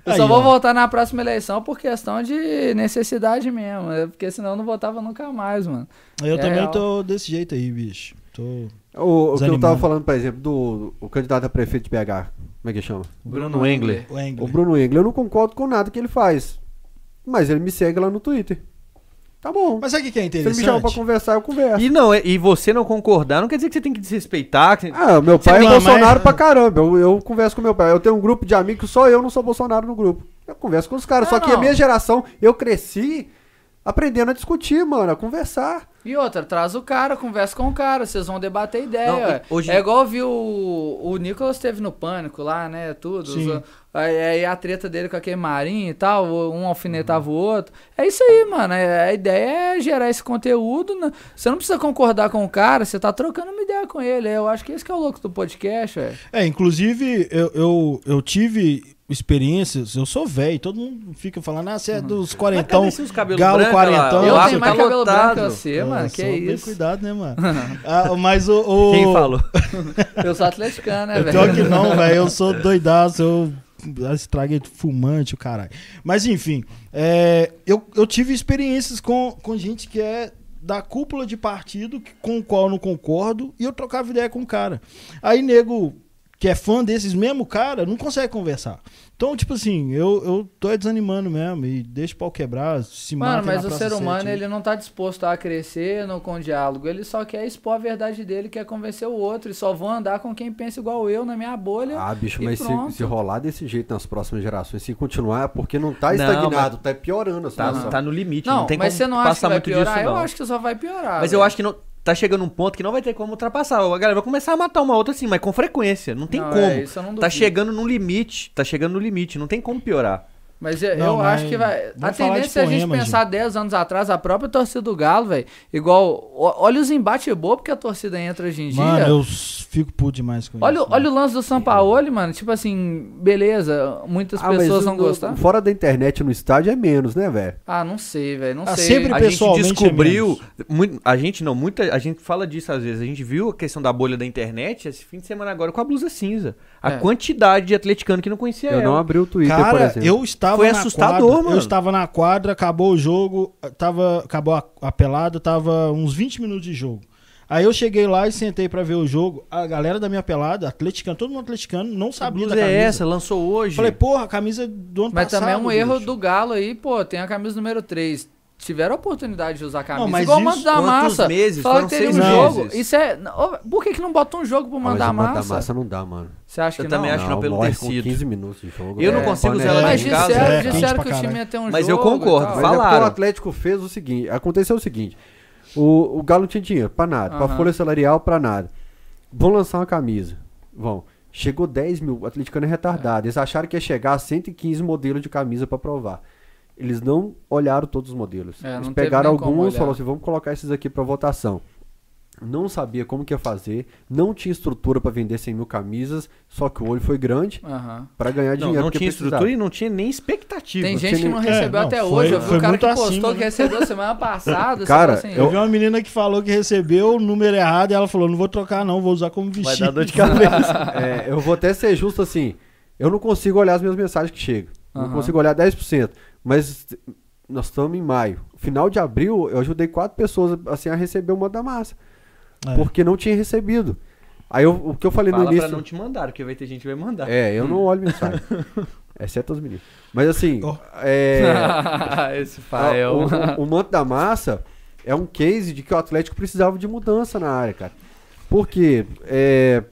Speaker 3: Eu só
Speaker 2: Aí,
Speaker 3: vou
Speaker 2: ó.
Speaker 3: votar na próxima eleição por questão de necessidade mesmo. é Porque senão eu não votava nunca mais, mano.
Speaker 2: Eu
Speaker 3: É
Speaker 2: também
Speaker 3: real.
Speaker 2: tô desse jeito aí, bicho. Tô...
Speaker 1: O, o que eu
Speaker 2: Desanimado.
Speaker 1: tava falando, por exemplo, do o candidato a prefeito de BH, como é que chama?
Speaker 4: É. Bruno Engler.
Speaker 2: O Engler.
Speaker 1: O Bruno Engler, eu não concordo com nada que ele faz. Mas ele me segue lá no Twitter. Tá bom.
Speaker 2: Mas sabe o que que é
Speaker 1: Se ele me chama pra
Speaker 2: interessante?
Speaker 1: conversar, eu converso.
Speaker 4: E, não, e você não concordar não quer dizer que você tem que desrespeitar. que você-
Speaker 1: Ah, meu
Speaker 2: Você
Speaker 1: pai é
Speaker 2: não, mas-
Speaker 1: Bolsonaro pra caramba. Eu, eu converso com meu pai. Eu tenho um grupo de amigos, que só eu não sou Bolsonaro no grupo. Eu converso com os caras.
Speaker 3: Ah,
Speaker 1: só que a
Speaker 3: não.
Speaker 1: minha geração, eu cresci aprendendo a discutir, mano, a conversar.
Speaker 3: E outra, traz o cara, conversa com o cara, vocês vão debater ideia.
Speaker 4: Não,
Speaker 3: ué.
Speaker 4: hoje-
Speaker 3: É igual eu vi o, o Nicolas teve no pânico lá, né? Tudo.
Speaker 2: Sim.
Speaker 3: Os- aí aí a treta dele com aquele marinho e tal, o- um alfinetava o outro. É isso aí, mano. é- A ideia é gerar esse conteúdo. né? Você não precisa concordar com o cara, você tá trocando uma ideia com ele. Eu acho que esse que é o louco do podcast, ué.
Speaker 2: É, inclusive, eu, eu, eu tive experiências, eu sou velho, todo mundo fica falando, ah, você é dos
Speaker 4: Mas
Speaker 2: quarentão,
Speaker 4: cadê seus cabelos
Speaker 2: galo
Speaker 4: brancos,
Speaker 2: quarentão.
Speaker 4: lá?
Speaker 2: Eu
Speaker 3: Eu
Speaker 4: Lago
Speaker 3: tenho mais
Speaker 4: tá
Speaker 3: cabelo branco que
Speaker 4: lotado.
Speaker 3: você,
Speaker 2: Ah,
Speaker 3: mano. Que é
Speaker 2: só bem
Speaker 3: isso.
Speaker 2: cuidado, né, mano? Ah, mas o... o-
Speaker 4: Quem falou?
Speaker 3: Eu sou atleticano, né,
Speaker 2: Pior que
Speaker 3: velho? [LAUGHS]
Speaker 2: não, velho, eu sou doidaço, eu estraguei fumante, o caralho. Mas, enfim, é, eu, eu tive experiências com, com gente que é da cúpula de partido que- com o qual eu não concordo e eu trocava ideia com o cara. Aí, nego que é fã desses mesmo cara, não consegue conversar. Então, tipo assim, eu, eu tô é desanimando mesmo e deixa o pau quebrar, se
Speaker 3: Mano,
Speaker 2: mata na
Speaker 3: mas o
Speaker 2: Praça
Speaker 3: ser
Speaker 2: Sete.
Speaker 3: humano, ele não tá disposto a crescer não com diálogo. Ele só quer expor a verdade dele, quer convencer o outro. E só vou andar com quem pensa igual eu na minha bolha.
Speaker 1: Ah, bicho,
Speaker 3: E
Speaker 1: mas se,
Speaker 3: pronto.
Speaker 1: se rolar desse jeito nas próximas gerações, se continuar, é porque não tá
Speaker 4: Não,
Speaker 1: estagnado, tá piorando a
Speaker 4: Tá,
Speaker 1: situação.
Speaker 4: tá no limite, não,
Speaker 3: não,
Speaker 4: tem
Speaker 3: mas
Speaker 4: como
Speaker 3: você não acha que
Speaker 4: passar
Speaker 3: vai
Speaker 4: muito
Speaker 3: piorar?
Speaker 4: disso, não.
Speaker 3: eu acho que só vai piorar.
Speaker 4: Mas eu acho que não, tá chegando um ponto que não vai ter como ultrapassar. A galera vai começar a matar uma outra assim, mas com frequência. Não tem como.
Speaker 3: isso eu não
Speaker 4: tá
Speaker 3: duvido.
Speaker 4: chegando num limite. Tá chegando no limite. Não tem como piorar.
Speaker 3: Mas eu,
Speaker 2: Não,
Speaker 3: eu
Speaker 2: mas
Speaker 3: acho que vai. A
Speaker 2: vamos falar de
Speaker 3: tendência é a gente
Speaker 2: poema,
Speaker 3: pensar 10 anos atrás, a própria torcida do Galo, velho. Igual. ó- Olha os embates bobos que a torcida entra hoje em dia.
Speaker 2: Mano, eu s- fico puto demais com
Speaker 3: Olha,
Speaker 2: isso.
Speaker 3: o- olha o lance do Sampaoli, mano. Tipo assim, beleza, muitas
Speaker 1: Ah, mas
Speaker 3: pessoas
Speaker 1: o-
Speaker 3: não
Speaker 1: o-
Speaker 3: gostam.
Speaker 1: Fora da internet no estádio é menos, né, velho?
Speaker 3: Ah, não sei, velho. Não
Speaker 2: Ah,
Speaker 3: sei.
Speaker 2: sempre
Speaker 4: A gente
Speaker 2: Pessoalmente é
Speaker 4: descobriu. muito- a gente não, muita. A gente fala disso às vezes. A gente viu a questão da bolha da internet esse fim de semana agora com a blusa cinza. A
Speaker 3: É.
Speaker 4: quantidade de atleticano que não conhecia
Speaker 1: Eu
Speaker 4: ela.
Speaker 1: não abri o Twitter, por
Speaker 2: Cara,
Speaker 1: exemplo.
Speaker 2: eu estava
Speaker 4: Foi
Speaker 2: na
Speaker 4: assustador,
Speaker 2: quadra,
Speaker 4: mano.
Speaker 2: Eu estava na quadra, acabou o jogo, tava, acabou a, a pelada, tava uns 20 minutos de jogo. Aí eu cheguei lá e sentei pra ver o jogo. A galera da minha pelada, atleticano, todo mundo atleticano, não
Speaker 4: A
Speaker 2: sabia da
Speaker 4: blusa
Speaker 2: camisa.
Speaker 4: é essa, lançou hoje.
Speaker 2: Falei, porra, a camisa do ano
Speaker 3: Mas
Speaker 2: passado.
Speaker 3: também é um erro
Speaker 2: bicho.
Speaker 3: do Galo aí, pô. Tem a camisa número 3. Tiveram a oportunidade de usar a camisa.
Speaker 2: mas
Speaker 3: Igual o
Speaker 2: isso-
Speaker 3: Mando da
Speaker 4: quantos
Speaker 3: Massa.
Speaker 4: meses?
Speaker 3: Falaram que
Speaker 4: Foram
Speaker 3: teria um
Speaker 2: seis
Speaker 3: jogo.
Speaker 4: meses.
Speaker 3: Isso é. Ô, Por que, que não bota um jogo pro
Speaker 1: Ah, mas
Speaker 3: Mandar
Speaker 1: o Manda
Speaker 3: Massa?
Speaker 1: massa não dá, mano.
Speaker 3: Você acha que não?
Speaker 4: Eu também acho que não, pelo
Speaker 1: morre com
Speaker 4: tecido.
Speaker 1: 15 minutos de jogo.
Speaker 4: Eu não
Speaker 1: velho.
Speaker 4: consigo
Speaker 1: Panela
Speaker 4: usar ela
Speaker 3: Mas
Speaker 1: em
Speaker 4: de
Speaker 1: casa,
Speaker 3: disseram,
Speaker 4: casa,
Speaker 2: é, quente
Speaker 3: disseram
Speaker 2: pra
Speaker 3: que o
Speaker 2: caralho.
Speaker 3: time ia ter um
Speaker 4: Mas eu
Speaker 3: jogo.
Speaker 1: Mas
Speaker 3: e
Speaker 4: concordo,
Speaker 1: é
Speaker 3: tal.
Speaker 1: porque
Speaker 4: Falaram.
Speaker 1: o Atlético fez o seguinte: aconteceu o seguinte. O, o Galo não tinha dinheiro pra nada, pra
Speaker 3: Aham.
Speaker 1: folha salarial, pra nada. Vão lançar uma camisa. Vão. Chegou 10 mil, o atleticano é retardado. Eles acharam que ia chegar a 115 modelos de camisa pra provar. Eles não olharam todos os modelos.
Speaker 3: É,
Speaker 1: Eles
Speaker 3: não teve
Speaker 1: pegaram
Speaker 3: nem como
Speaker 1: alguns e
Speaker 3: olhar.
Speaker 1: falaram assim: vamos colocar esses aqui pra votação. Não sabia como que ia fazer, não tinha estrutura pra vender 100 mil camisas, só que o olho foi grande
Speaker 3: Aham.
Speaker 1: pra ganhar
Speaker 4: não,
Speaker 1: é dinheiro.
Speaker 4: não
Speaker 1: porque
Speaker 4: tinha
Speaker 1: precisava.
Speaker 4: estrutura e não tinha nem expectativa.
Speaker 3: Tem gente que
Speaker 2: É,
Speaker 3: não recebeu
Speaker 2: não,
Speaker 3: até
Speaker 2: foi-
Speaker 3: hoje. Eu vi
Speaker 2: foi
Speaker 3: o cara
Speaker 2: muito
Speaker 3: que postou
Speaker 2: acima,
Speaker 3: que
Speaker 2: né? [LAUGHS]
Speaker 3: recebeu semana passada.
Speaker 1: Cara,
Speaker 3: você fala assim,
Speaker 2: Eu vi uma menina que falou que recebeu o número errado e ela falou: não vou trocar, não, vou usar como
Speaker 4: Vai
Speaker 2: vestido.
Speaker 4: dar dor de cabeça.
Speaker 1: [LAUGHS] É, eu vou até ser justo assim. Eu não consigo olhar as minhas mensagens que chegam. Não
Speaker 3: Aham.
Speaker 1: consigo olhar 10%. Mas nós estamos em maio. Final de abril, eu ajudei quatro pessoas assim, a receber o Manda da massa.
Speaker 2: [LAUGHS] É.
Speaker 1: Porque não tinha recebido. Aí eu- o que eu falei
Speaker 4: Fala
Speaker 1: no
Speaker 4: pra
Speaker 1: início.
Speaker 4: não te mandar, porque vai ter gente que vai mandar.
Speaker 1: É, eu não olho
Speaker 2: [LAUGHS]
Speaker 1: mensagem. exceto as meninas. Mas assim,
Speaker 2: Oh. [LAUGHS]
Speaker 1: é,
Speaker 3: [LAUGHS] Esse
Speaker 1: a-
Speaker 3: Fael.
Speaker 1: o, o, o manto da massa é um case de que o Atlético precisava de mudança na área, cara. Porque é,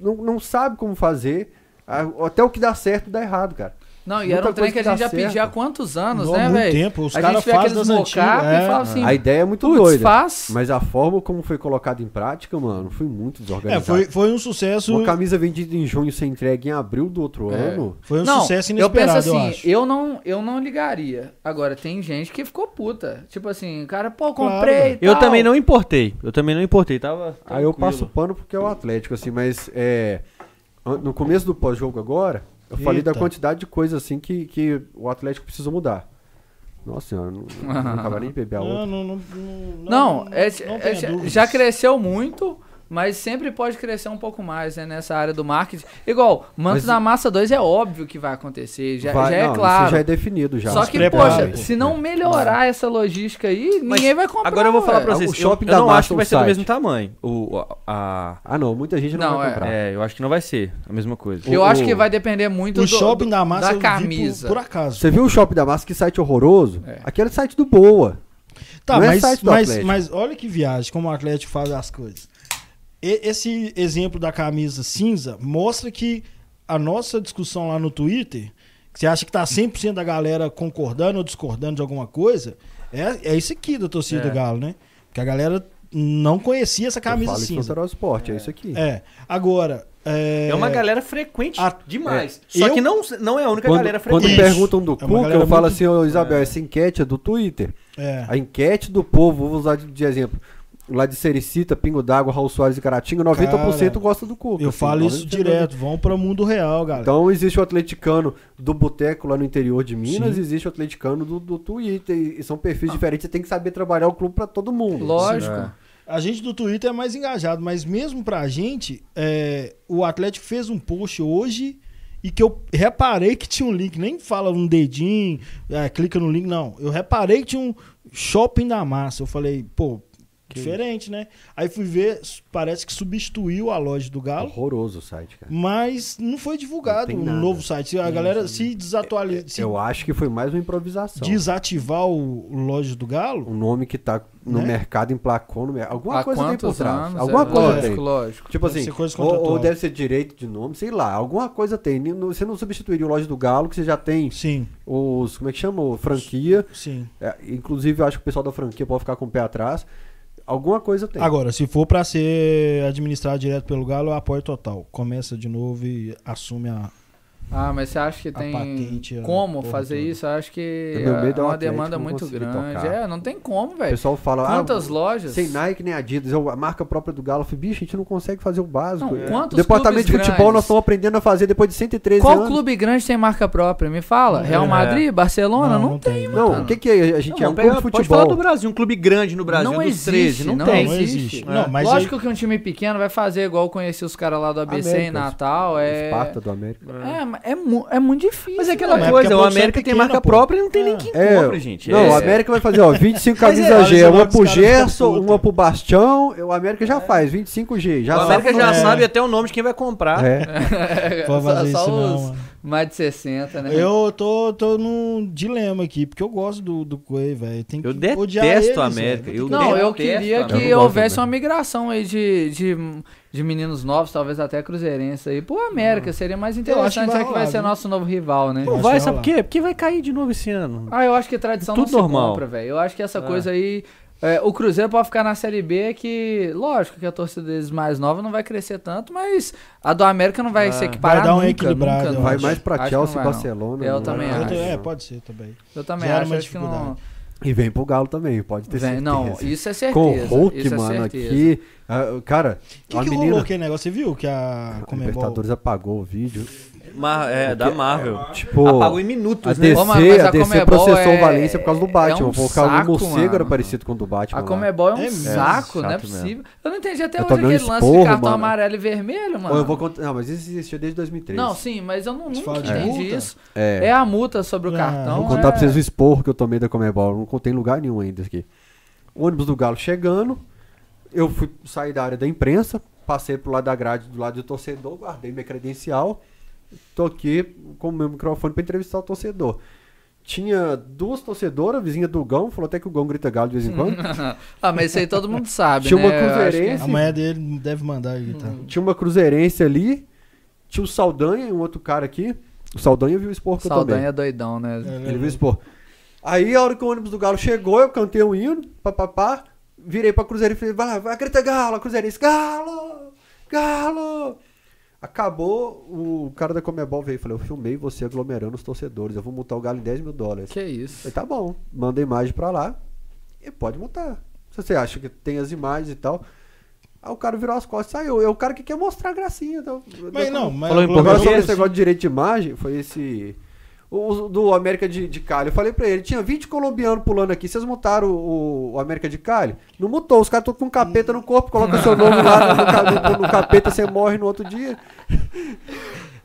Speaker 1: não, não sabe como fazer. a- Até o que dá certo dá errado, cara.
Speaker 3: Não, e
Speaker 1: Muita
Speaker 3: era um
Speaker 1: coisa
Speaker 3: trem que a
Speaker 1: que dá
Speaker 3: gente já
Speaker 1: certo.
Speaker 3: pedia há quantos anos,
Speaker 2: Não, há
Speaker 3: né,
Speaker 2: muito
Speaker 3: velho?
Speaker 2: tempo, os
Speaker 3: a
Speaker 2: caras
Speaker 3: gente vê
Speaker 2: fazem
Speaker 3: aqueles
Speaker 2: das
Speaker 3: mocap
Speaker 2: antigas,
Speaker 3: e
Speaker 2: é.
Speaker 3: fala assim,
Speaker 1: A ideia é muito
Speaker 3: putz,
Speaker 1: doida.
Speaker 3: faz.
Speaker 1: Mas a forma como foi colocada em prática, mano, foi muito
Speaker 2: É,
Speaker 1: desorganizada.
Speaker 2: foi, foi um sucesso.
Speaker 1: Uma camisa vendida em junho ser entregue em abril do outro
Speaker 3: É.
Speaker 1: ano.
Speaker 2: Foi um
Speaker 3: não,
Speaker 2: sucesso inesperado, eu,
Speaker 3: eu penso assim,
Speaker 2: acho.
Speaker 3: não, eu não ligaria. Agora, tem gente que ficou puta. Tipo assim, cara, pô,
Speaker 2: Claro.
Speaker 3: comprei e
Speaker 4: Eu
Speaker 3: tal.
Speaker 4: também não importei. Eu também não importei. Tava.
Speaker 1: Aí eu
Speaker 4: tranquilo.
Speaker 1: passo o pano porque é o Atlético, assim, mas é, an- no começo do pós-jogo agora, eu falei da
Speaker 2: Eita.
Speaker 1: quantidade de coisa assim que, que o Atlético precisa mudar. Nossa senhora,
Speaker 3: [LAUGHS]
Speaker 1: não, não acaba nem de beber a outra.
Speaker 2: Não, não, não, não,
Speaker 3: Não, é- é-
Speaker 2: tenha
Speaker 3: já-
Speaker 2: dúvidas.
Speaker 3: já cresceu muito, mas sempre pode crescer um pouco mais né, nessa área do marketing. Igual, Mantos
Speaker 1: Mas-
Speaker 3: da Massa 2 é óbvio que vai acontecer, já,
Speaker 1: Vai-
Speaker 3: já é
Speaker 1: não,
Speaker 3: claro.
Speaker 1: Isso já é definido já.
Speaker 3: Só que,
Speaker 2: prepara,
Speaker 3: poxa,
Speaker 2: pô.
Speaker 3: se
Speaker 1: É.
Speaker 3: não melhorar essa logística aí,
Speaker 4: Mas
Speaker 3: ninguém vai comprar.
Speaker 4: Agora eu vou falar
Speaker 3: ué.
Speaker 4: pra
Speaker 1: O
Speaker 4: vocês.
Speaker 1: shopping
Speaker 4: eu,
Speaker 1: da
Speaker 4: eu não
Speaker 1: massa,
Speaker 4: acho que
Speaker 1: o
Speaker 4: vai ser do
Speaker 1: site.
Speaker 4: mesmo tamanho. O, a,
Speaker 1: Ah, não, muita gente não,
Speaker 3: Não,
Speaker 1: vai
Speaker 3: é-
Speaker 1: comprar.
Speaker 4: a- é, eu acho que não vai ser a mesma coisa.
Speaker 3: Eu
Speaker 1: Tá. O-
Speaker 3: acho que
Speaker 1: o-
Speaker 3: vai depender muito
Speaker 2: o
Speaker 3: do,
Speaker 2: shopping
Speaker 3: do-
Speaker 2: da massa eu vi por-
Speaker 3: camisa.
Speaker 2: por, acaso.
Speaker 1: Você viu o Shopping da Massa, que site horroroso?
Speaker 3: É.
Speaker 1: Aquele site do Boa.
Speaker 2: Tá,
Speaker 1: Não é
Speaker 2: mas,
Speaker 1: site do
Speaker 2: mas,
Speaker 1: Atlético.
Speaker 2: mas olha que viagem, como o Atlético faz as coisas. E- esse exemplo da camisa cinza mostra que a nossa discussão lá no Twitter, que você acha que tá 100% da galera concordando ou discordando de alguma coisa, é, é isso aqui da torcida
Speaker 3: É.
Speaker 2: do Galo, né? Porque a galera não conhecia essa camisa
Speaker 1: eu falo
Speaker 2: cinza.
Speaker 1: Isso esporte, é. isso aqui.
Speaker 2: É. Agora. É,
Speaker 4: É, uma galera frequente
Speaker 2: A-
Speaker 4: demais.
Speaker 2: é.
Speaker 4: Só
Speaker 2: Eu-
Speaker 4: que não, não é a única
Speaker 1: Ah, Quando,
Speaker 4: galera
Speaker 1: quando
Speaker 4: frequente.
Speaker 2: Isso.
Speaker 1: perguntam do
Speaker 2: É uma
Speaker 1: Cuca,
Speaker 2: galera
Speaker 1: eu falo
Speaker 2: muito-
Speaker 1: assim, ô Isabel, essa enquete é do Twitter.
Speaker 2: É.
Speaker 1: A enquete do povo, vou usar de, de exemplo, lá de Sericita, Pingo d'Água, Raul Soares e Caratinga, 90%
Speaker 2: Cara,
Speaker 1: gosta do Cuca.
Speaker 2: Eu
Speaker 1: assim,
Speaker 2: falo isso
Speaker 1: 90%.
Speaker 2: direto, vão para o mundo real, galera.
Speaker 1: Então existe o atleticano do boteco lá no interior de Minas,
Speaker 2: Sim.
Speaker 1: existe o atleticano do, do Twitter, e, e são perfis diferentes, você tem que saber trabalhar o clube pra todo mundo.
Speaker 3: Lógico.
Speaker 1: É.
Speaker 2: A gente do Twitter é mais engajado, mas mesmo pra gente, é, o Atlético fez um post hoje e que eu reparei que tinha um link. Nem fala um dedinho, é, clica no link, não. Eu reparei que tinha um shopping da massa. Eu falei, pô, diferente, né? Aí fui ver, s- parece que substituiu a loja do Galo.
Speaker 1: É Horroroso o site, cara.
Speaker 2: Mas não foi divulgado
Speaker 1: Não É, tem
Speaker 2: um
Speaker 1: nada.
Speaker 2: novo site. A galera se desatualiza, se
Speaker 1: Eu acho que foi mais uma improvisação.
Speaker 2: desativar o, o loja do Galo.
Speaker 1: O nome que tá no
Speaker 2: Né?
Speaker 1: mercado, emplacou no mercado. Alguma
Speaker 3: Há
Speaker 1: coisa tem por
Speaker 3: quantos
Speaker 1: trás.
Speaker 3: anos?
Speaker 1: Alguma
Speaker 3: É,
Speaker 1: coisa tem.
Speaker 3: Lógico, lógico.
Speaker 1: Tipo
Speaker 2: Deve
Speaker 1: assim,
Speaker 2: ser coisa
Speaker 1: ou, ou
Speaker 2: contratual.
Speaker 1: deve ser direito de nome, sei lá, alguma coisa tem. Ni- no- Você não substituiria o loja do Galo, que você já tem
Speaker 2: Sim,
Speaker 1: os. Como é que chama? O Franquia.
Speaker 2: sim.
Speaker 1: É, inclusive, eu acho que o pessoal da franquia pode ficar com o pé atrás. Alguma coisa tem.
Speaker 2: Agora, se for pra ser administrado direto pelo Galo, eu apoio total. Começa de novo e assume a,
Speaker 3: Ah, mas você acha que
Speaker 2: A
Speaker 3: tem
Speaker 2: patente, a
Speaker 3: como
Speaker 2: porra
Speaker 3: fazer
Speaker 2: toda.
Speaker 3: isso? Eu acho que
Speaker 1: O
Speaker 3: é
Speaker 1: meu medo é o
Speaker 3: uma
Speaker 1: Atlético
Speaker 3: demanda
Speaker 1: não
Speaker 3: muito
Speaker 1: conseguir
Speaker 3: grande.
Speaker 1: tocar.
Speaker 3: É, não tem como,
Speaker 1: O
Speaker 3: velho.
Speaker 1: pessoal fala,
Speaker 3: Quantas
Speaker 1: ah,
Speaker 3: lojas?
Speaker 1: sem Nike nem Adidas, eu- a marca própria do Galo. Eu falei, Bicho, a gente não consegue fazer o básico.
Speaker 3: Não,
Speaker 1: É.
Speaker 3: quantos
Speaker 1: Departamento de
Speaker 3: clubes
Speaker 1: futebol
Speaker 3: grandes?
Speaker 1: nós estamos aprendendo a fazer depois de 113
Speaker 3: Qual
Speaker 1: anos.
Speaker 3: clube grande tem marca própria? Me fala.
Speaker 2: É.
Speaker 3: Real Madrid, Barcelona? Não, tem.
Speaker 2: né?
Speaker 1: Não,
Speaker 3: mano.
Speaker 1: o que, que é? A gente
Speaker 4: Não,
Speaker 1: é um
Speaker 4: pega-
Speaker 1: clube de
Speaker 4: Pode falar do
Speaker 1: futebol.
Speaker 4: Brasil, um clube grande no Brasil, um
Speaker 3: Não
Speaker 4: dos
Speaker 3: existe,
Speaker 4: 13, não,
Speaker 3: não
Speaker 4: tem.
Speaker 2: Não existe.
Speaker 3: existe.
Speaker 2: Não, mas
Speaker 3: Lógico que um time pequeno vai fazer igual eu conheci os caras lá do ABC em
Speaker 1: América,
Speaker 3: Natal. É...
Speaker 1: Esparta né? do América.
Speaker 3: É, mas é, mu- é muito difícil.
Speaker 4: Mas é
Speaker 2: Não,
Speaker 4: aquela
Speaker 2: é porque
Speaker 4: coisa,
Speaker 2: a
Speaker 4: o
Speaker 2: produção é
Speaker 4: América tem
Speaker 2: pequena,
Speaker 4: marca
Speaker 2: pô.
Speaker 4: própria e não tem nem quem
Speaker 1: É,
Speaker 4: compra, gente.
Speaker 1: Não,
Speaker 4: é,
Speaker 1: o América vai fazer, ó, 25
Speaker 3: [LAUGHS]
Speaker 4: Mas é,
Speaker 1: camisas
Speaker 2: olha,
Speaker 1: G,
Speaker 2: os
Speaker 1: uma
Speaker 2: jogos
Speaker 1: pro
Speaker 2: dos caras ficam
Speaker 1: Gerson,
Speaker 2: putos.
Speaker 1: uma pro Bastião, o América já faz, 25G, já
Speaker 4: o América
Speaker 1: sabe.
Speaker 4: já
Speaker 2: É.
Speaker 4: sabe até o nome de quem vai comprar.
Speaker 1: É.
Speaker 2: Pode
Speaker 3: só,
Speaker 2: fazer
Speaker 3: só
Speaker 2: isso não,
Speaker 3: os
Speaker 2: mano.
Speaker 3: mais de 60, né?
Speaker 2: Eu tô, tô num dilema aqui, porque eu gosto do, do Coelho, velho. Tem que
Speaker 4: Eu detesto
Speaker 2: odiar
Speaker 4: a
Speaker 2: eles,
Speaker 4: América.
Speaker 2: velho.
Speaker 4: Eu
Speaker 2: Tem
Speaker 3: Não, eu
Speaker 4: detesto,
Speaker 3: queria
Speaker 4: mano.
Speaker 1: Eu não
Speaker 3: que
Speaker 1: gosto
Speaker 3: houvesse
Speaker 1: também.
Speaker 3: uma migração aí de, de, de meninos novos, talvez até cruzeirense aí. Pô, América, seria mais
Speaker 2: que vai
Speaker 3: interessante, já que vai
Speaker 2: rolar,
Speaker 3: ser
Speaker 2: viu?
Speaker 3: nosso novo rival, né?
Speaker 2: Pô,
Speaker 4: Não
Speaker 2: Acho
Speaker 4: vai,
Speaker 2: que
Speaker 4: sabe
Speaker 2: vai
Speaker 4: por quê? Porque vai cair de novo esse ano.
Speaker 3: Ah, eu acho que tradição não
Speaker 4: Tudo
Speaker 3: se
Speaker 4: normal.
Speaker 3: compra, velho. Eu acho que essa
Speaker 4: É.
Speaker 3: coisa aí. é, o Cruzeiro pode ficar na Série B, que lógico que a torcida deles mais nova não vai crescer tanto, mas a do América não vai
Speaker 4: Ah.
Speaker 3: se equiparar.
Speaker 2: Vai dar um
Speaker 3: nunca,
Speaker 2: equilibrado,
Speaker 3: nunca,
Speaker 2: eu
Speaker 3: nunca.
Speaker 1: Vai mais
Speaker 3: Acho
Speaker 1: pra
Speaker 3: que
Speaker 1: Chelsea
Speaker 3: não
Speaker 1: e
Speaker 3: vai, não.
Speaker 1: Barcelona.
Speaker 3: Eu
Speaker 1: não
Speaker 3: também
Speaker 1: vai
Speaker 2: Eu
Speaker 1: mais,
Speaker 2: tô- é,
Speaker 1: não.
Speaker 2: pode ser também.
Speaker 3: Eu também
Speaker 2: Gera
Speaker 3: acho,
Speaker 2: uma
Speaker 3: acho que não.
Speaker 2: dificuldade.
Speaker 1: E vem pro Galo também, pode ter
Speaker 3: Vem,
Speaker 1: certeza.
Speaker 3: não, isso é certeza.
Speaker 1: Com o Hulk,
Speaker 3: isso é
Speaker 1: mano,
Speaker 3: certeza.
Speaker 1: aqui. ah, cara,
Speaker 2: O que,
Speaker 1: a
Speaker 2: que
Speaker 1: menina.
Speaker 2: rolou aquele negócio? Você viu que a
Speaker 1: a
Speaker 2: Comembol...
Speaker 1: Libertadores apagou o vídeo.
Speaker 4: Mar- é, da Marvel.
Speaker 1: Tipo,
Speaker 4: Apagou em
Speaker 1: a
Speaker 4: minutos, né?
Speaker 1: DC,
Speaker 3: Ô, mano, mas a
Speaker 1: a DC
Speaker 3: Comebol
Speaker 1: processou
Speaker 3: é-
Speaker 1: o Valência por causa do
Speaker 3: é
Speaker 1: Batman.
Speaker 3: um
Speaker 1: por causa
Speaker 3: saco,
Speaker 1: do morcego era
Speaker 3: mano.
Speaker 1: parecido com o do Batman.
Speaker 3: A
Speaker 1: lá.
Speaker 3: Comebol é um
Speaker 2: É mesmo,
Speaker 3: saco,
Speaker 4: chato
Speaker 3: não é
Speaker 4: mesmo.
Speaker 3: possível. Eu não entendi até
Speaker 1: né? Eu
Speaker 3: hoje
Speaker 1: tomei um
Speaker 3: aquele lance de
Speaker 1: esporro,
Speaker 3: cartão
Speaker 1: mano.
Speaker 3: amarelo e vermelho, mano.
Speaker 1: Ou eu vou contar. Não, mas isso existia desde 2003.
Speaker 3: Não, sim, mas eu não,
Speaker 2: Te
Speaker 3: nunca
Speaker 2: fala de
Speaker 3: entendi
Speaker 2: multa?
Speaker 3: isso.
Speaker 1: é.
Speaker 3: É. a multa sobre o
Speaker 2: Ah,
Speaker 3: cartão.
Speaker 1: Vou contar
Speaker 3: é...
Speaker 1: pra vocês o esporro que eu tomei da Comebol. Não contei em lugar nenhum ainda aqui. O ônibus do Galo chegando. Eu fui sair da área da imprensa. Passei pro lado da grade, do lado do torcedor. Guardei minha credencial. Tô aqui com o meu microfone pra entrevistar o torcedor. Tinha duas torcedoras, vizinha do Gão. Falou até que o Gão grita galo de vez em quando.
Speaker 3: [LAUGHS] ah, mas isso aí
Speaker 1: [LAUGHS]
Speaker 3: todo mundo sabe,
Speaker 1: Tinha
Speaker 3: né?
Speaker 1: uma
Speaker 3: Eu acho que-
Speaker 4: é
Speaker 1: conferência.
Speaker 2: Amanhã dele deve mandar aí, tá?
Speaker 3: Hum.
Speaker 1: Tinha uma cruzeirense ali. Tinha o Saldanha e um outro cara aqui. O Saldanha viu o esporro que eu tomei.
Speaker 3: Saldanha é doidão, né?
Speaker 1: Ele veio expor. Aí a hora que o ônibus do Galo chegou, eu cantei um hino, papapá, virei pra Cruzeiro e falei, vai lá, vai, grita Galo, Cruzeirense, Galo, Galo. Acabou, o cara da Comebol veio e falou, eu filmei você aglomerando os torcedores, eu vou multar o Galo em 10 mil dólares.
Speaker 3: Que
Speaker 1: Eu
Speaker 3: isso.
Speaker 1: Falei, tá bom, manda a imagem pra lá e pode multar. Se você acha que tem as imagens e tal. Aí o cara virou as costas e saiu. É o cara que quer mostrar a gracinha. Então,
Speaker 2: Mas não, mas... é
Speaker 4: Falou em
Speaker 1: Agora sobre
Speaker 4: Português?
Speaker 1: esse negócio de direito de imagem, foi esse. O, o do América de, de Cali. Eu falei pra ele, tinha 20 colombianos pulando aqui, vocês multaram o, o América de Cali? Não multou, os caras todos com um capeta no corpo, coloca seu nome lá no, ca- no- no capeta, você morre no outro dia.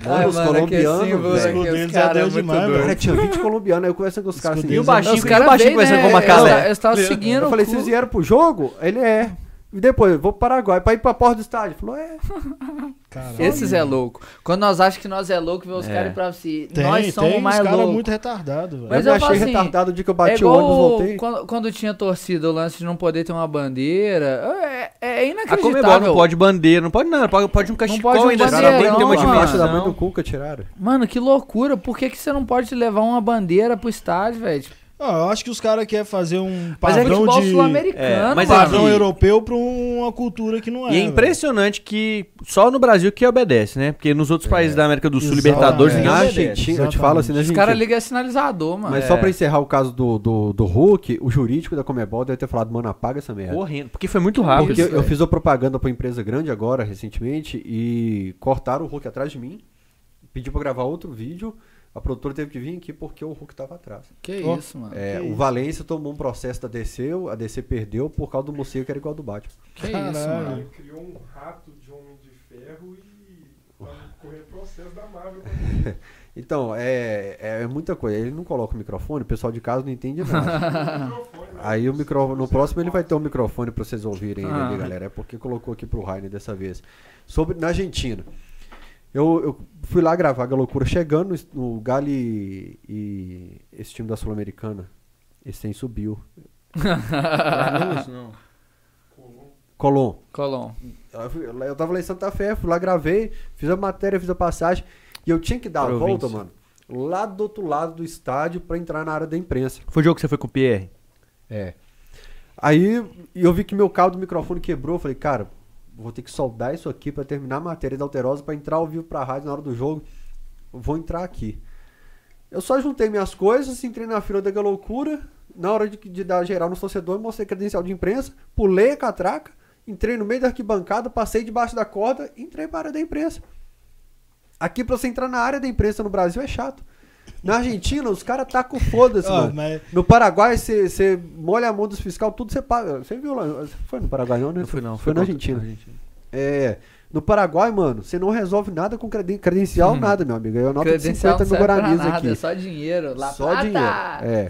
Speaker 3: Ah,
Speaker 1: Mano, os
Speaker 3: é assim,
Speaker 1: é colombianos,
Speaker 2: símbolo,
Speaker 1: velho.
Speaker 2: né?
Speaker 1: Cara, tinha 20 colombianos, aí eu conversando com os caras assim.
Speaker 2: Escudinho
Speaker 1: eles-
Speaker 4: baixinho,
Speaker 3: Os
Speaker 4: E o
Speaker 3: caras
Speaker 4: baixinho
Speaker 3: veem,
Speaker 4: conversando com
Speaker 3: né?
Speaker 4: uma cara, né?
Speaker 3: Eles estavam seguindo
Speaker 1: Eu
Speaker 3: o
Speaker 1: falei,
Speaker 3: cu.
Speaker 1: vocês vieram pro jogo? Ele é. E depois, vou pro Paraguai, pra ir pra porta do estádio. Falou, é.
Speaker 2: Caralho.
Speaker 3: Esses
Speaker 1: né?
Speaker 3: é louco. Quando nós achamos que nós é louco, vê os
Speaker 4: É.
Speaker 3: caras ir pra você.
Speaker 2: Tem,
Speaker 3: nós somos
Speaker 2: tem uns
Speaker 1: é
Speaker 3: mais
Speaker 2: caras
Speaker 3: loucos.
Speaker 2: muito retardados, velho.
Speaker 3: Mas
Speaker 1: eu
Speaker 3: eu
Speaker 1: me achei
Speaker 3: falo assim,
Speaker 1: retardado o dia que eu
Speaker 3: é
Speaker 1: bati o
Speaker 3: igual
Speaker 1: ônibus, voltei.
Speaker 3: quando, quando tinha torcida o lance de não poder ter uma bandeira. É, é
Speaker 4: A
Speaker 3: inacreditável.
Speaker 4: Comebol não pode bandeira, não pode nada. Pode, pode um cachecol
Speaker 3: pode um
Speaker 4: ainda assim,
Speaker 1: Tiraram a
Speaker 3: bandeirão,
Speaker 4: tem que ter uma
Speaker 1: mãe- debaixo da
Speaker 4: dimensão.
Speaker 1: mãe do Cuca, tiraram.
Speaker 3: Mano, que loucura. Por que, que você não pode levar uma bandeira pro estádio, velho? Tipo,
Speaker 2: Ah, eu acho que os caras querem fazer um
Speaker 3: Mas é
Speaker 2: padrão
Speaker 3: futebol
Speaker 2: de...
Speaker 3: sul-americano,
Speaker 4: É, mas
Speaker 3: mano.
Speaker 4: aqui-
Speaker 2: Padrão europeu pra uma cultura que não é.
Speaker 4: E é
Speaker 2: velho.
Speaker 4: impressionante que só no Brasil que obedece, né? Porque nos outros países da América do Sul,
Speaker 2: Exatamente.
Speaker 4: Libertadores,
Speaker 2: É.
Speaker 4: ninguém
Speaker 1: na
Speaker 4: obedece.
Speaker 1: Argentina, eu te falo assim, na
Speaker 3: Os
Speaker 1: Argentina.
Speaker 3: caras ligam sinalizador, mano.
Speaker 1: Mas
Speaker 4: É.
Speaker 1: só pra encerrar o caso do, do, do Hulk, o jurídico da Comebol deve ter falado, mano, apaga essa merda.
Speaker 4: Correndo, porque foi muito rápido.
Speaker 1: Porque eu, eu
Speaker 3: velho.
Speaker 1: fiz uma propaganda pra uma empresa grande agora, recentemente, e cortaram o Hulk atrás de mim, pediu pra gravar outro vídeo, a produtora teve que vir aqui porque o Hulk tava atrás.
Speaker 3: Ah, Que
Speaker 2: Ó.
Speaker 3: isso, mano.
Speaker 1: É,
Speaker 2: que
Speaker 1: o
Speaker 2: isso.
Speaker 1: Valência tomou um processo da DC, a DC perdeu por causa do morcego que era igual ao do Batman.
Speaker 3: Que isso,
Speaker 2: Caralho.
Speaker 3: mano.
Speaker 5: Ele criou um rato de homem de ferro e pra correr processo da
Speaker 6: [LAUGHS]
Speaker 5: Marvel. contra ele.
Speaker 1: Então, é, é, é muita coisa. Ele não coloca o microfone, o pessoal de casa não entende nada.
Speaker 5: O microfone, né?
Speaker 1: Aí o microfone, no próximo ele vai ter um microfone pra vocês ouvirem
Speaker 3: Ah.
Speaker 1: ele, galera. É porque colocou aqui pro Rainer dessa vez. Sobre na Argentina. Eu, eu fui lá gravar a loucura chegando no es- no Galo e, e esse time da Sul-Americana. Esse tem subiu. Colom.
Speaker 3: Colom.
Speaker 1: Eu fui- Eu tava lá em Santa Fé, fui lá, gravei, fiz a matéria, fiz a passagem. E eu tinha que dar a
Speaker 4: Província.
Speaker 1: volta, mano, lá do outro lado do estádio pra entrar na área da imprensa.
Speaker 4: Foi o jogo que você foi com o Pierre?
Speaker 1: É. Aí eu vi que meu cabo do microfone quebrou. eu Falei, cara, vou ter que soldar isso aqui pra terminar a matéria da Alterosa pra entrar ao vivo pra rádio na hora do jogo. vou entrar aqui. Eu só juntei minhas coisas, entrei na fila da loucura, na hora de, de dar geral no torcedor, mostrei credencial de imprensa, pulei a catraca, entrei no meio da arquibancada, passei debaixo da corda, entrei para a área da imprensa. Aqui pra você entrar na área da imprensa no Brasil é chato. Na Argentina, os caras tacam foda-se,
Speaker 2: Ó,
Speaker 1: mano.
Speaker 2: mas-
Speaker 1: No Paraguai, você- você molha a mão dos fiscal, tudo você paga. Você viu lá? Você Foi no Paraguai, não, né?
Speaker 4: Não fui, não.
Speaker 1: Foi na
Speaker 4: contra-
Speaker 1: Argentina.
Speaker 4: Argentina.
Speaker 1: É. No Paraguai, mano, você não resolve nada com creden- credencial,
Speaker 3: Hum.
Speaker 1: nada, meu amigo. Eu anoto de 50
Speaker 3: Credencial não
Speaker 1: mil
Speaker 3: serve pra
Speaker 1: guaranis
Speaker 3: nada, é
Speaker 1: aqui.
Speaker 3: só dinheiro. La
Speaker 1: Só
Speaker 3: plata.
Speaker 1: dinheiro, é.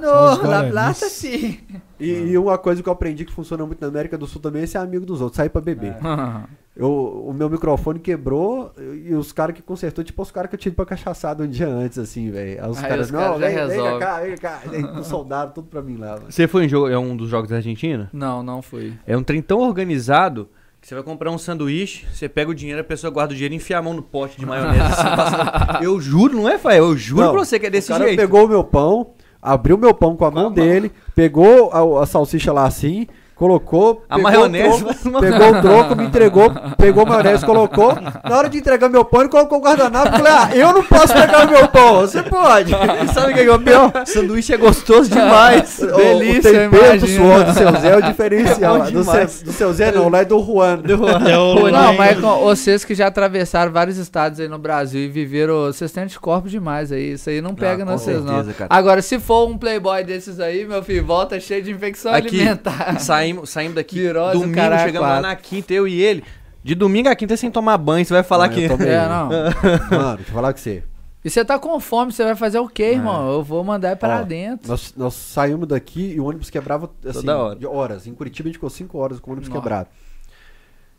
Speaker 2: São os
Speaker 3: não, La
Speaker 2: guaranis.
Speaker 3: Plata
Speaker 4: [LAUGHS]
Speaker 3: sim. [LAUGHS]
Speaker 1: E,
Speaker 3: Uhum.
Speaker 1: e uma coisa que eu aprendi que funciona muito na América do Sul também é ser amigo dos outros, sair pra beber.
Speaker 3: É.
Speaker 1: Eu, o meu microfone quebrou e os caras que consertou, tipo os caras que eu tive pra cachaçada um dia antes, assim, velho. Aí Os
Speaker 3: Aí
Speaker 1: caras,
Speaker 3: os
Speaker 1: não,
Speaker 3: caras já
Speaker 1: vem, vem
Speaker 3: resolve.
Speaker 1: cá, vem cá. Aí um soldado, tudo pra mim lá, mano.
Speaker 4: Você foi em jogo, é um dos jogos da Argentina?
Speaker 3: Não, não fui.
Speaker 4: É um trem tão organizado que você vai comprar um sanduíche, você pega o dinheiro, a pessoa guarda o dinheiro e enfia a mão no pote de maionese. assim,
Speaker 1: [LAUGHS]
Speaker 4: passando. Eu juro, não é, Fael? Eu juro
Speaker 1: Não,
Speaker 4: pra você que é
Speaker 1: O
Speaker 4: desse
Speaker 1: cara
Speaker 4: jeito.
Speaker 1: pegou o meu pão, abriu meu pão com a mão dele, pegou a, a salsicha lá assim, colocou.
Speaker 4: A
Speaker 1: pegou
Speaker 4: maionese,
Speaker 1: o
Speaker 4: mas [LAUGHS]
Speaker 1: troco,
Speaker 4: uma-
Speaker 1: Pegou o troco, me entregou, pegou a maionese, colocou. Na hora de entregar meu pão, ele colocou o guardanapo e falei: ah, eu não posso pegar o meu pão, você pode.
Speaker 4: [LAUGHS] Sabe o que é o pior? Sanduíche é gostoso demais.
Speaker 1: [LAUGHS] O-
Speaker 3: Delícia,
Speaker 1: o tempero do
Speaker 3: imagina.
Speaker 1: suor do seu Zé
Speaker 4: [LAUGHS]
Speaker 1: é o diferencial.
Speaker 4: É bom
Speaker 1: do,
Speaker 4: demais.
Speaker 1: seu, do seu Zé não, lá é do Juan.
Speaker 2: É o
Speaker 3: Não,
Speaker 2: Lane.
Speaker 3: mas com- vocês que já atravessaram vários estados aí no Brasil e viveram, vocês têm anticorpo demais aí. Isso aí
Speaker 1: Ah,
Speaker 3: não pega
Speaker 4: com
Speaker 3: não, vocês, não.
Speaker 4: certeza, cara.
Speaker 3: Agora, se for um playboy desses aí, meu filho, volta cheio de infecção
Speaker 4: Aqui,
Speaker 3: alimentar.
Speaker 4: saímos, saímos daqui
Speaker 3: Virose,
Speaker 4: domingo,
Speaker 3: caralho,
Speaker 4: chegamos lá
Speaker 3: quatro.
Speaker 4: na quinta, eu e ele. De domingo a quinta sem tomar banho, você vai falar
Speaker 1: Não,
Speaker 4: que...
Speaker 1: eu
Speaker 4: [LAUGHS]
Speaker 1: tomei.
Speaker 3: É, não.
Speaker 1: [LAUGHS] Mano, deixa eu falar com você.
Speaker 3: E você tá com fome, você vai fazer o quê, irmão? Eu vou mandar pra
Speaker 1: Ó,
Speaker 3: dentro.
Speaker 1: Nós, nós saímos daqui e o ônibus quebrava assim,
Speaker 4: Toda hora.
Speaker 1: de horas. Em Curitiba a gente ficou 5 horas com o ônibus
Speaker 3: Nossa.
Speaker 1: quebrado.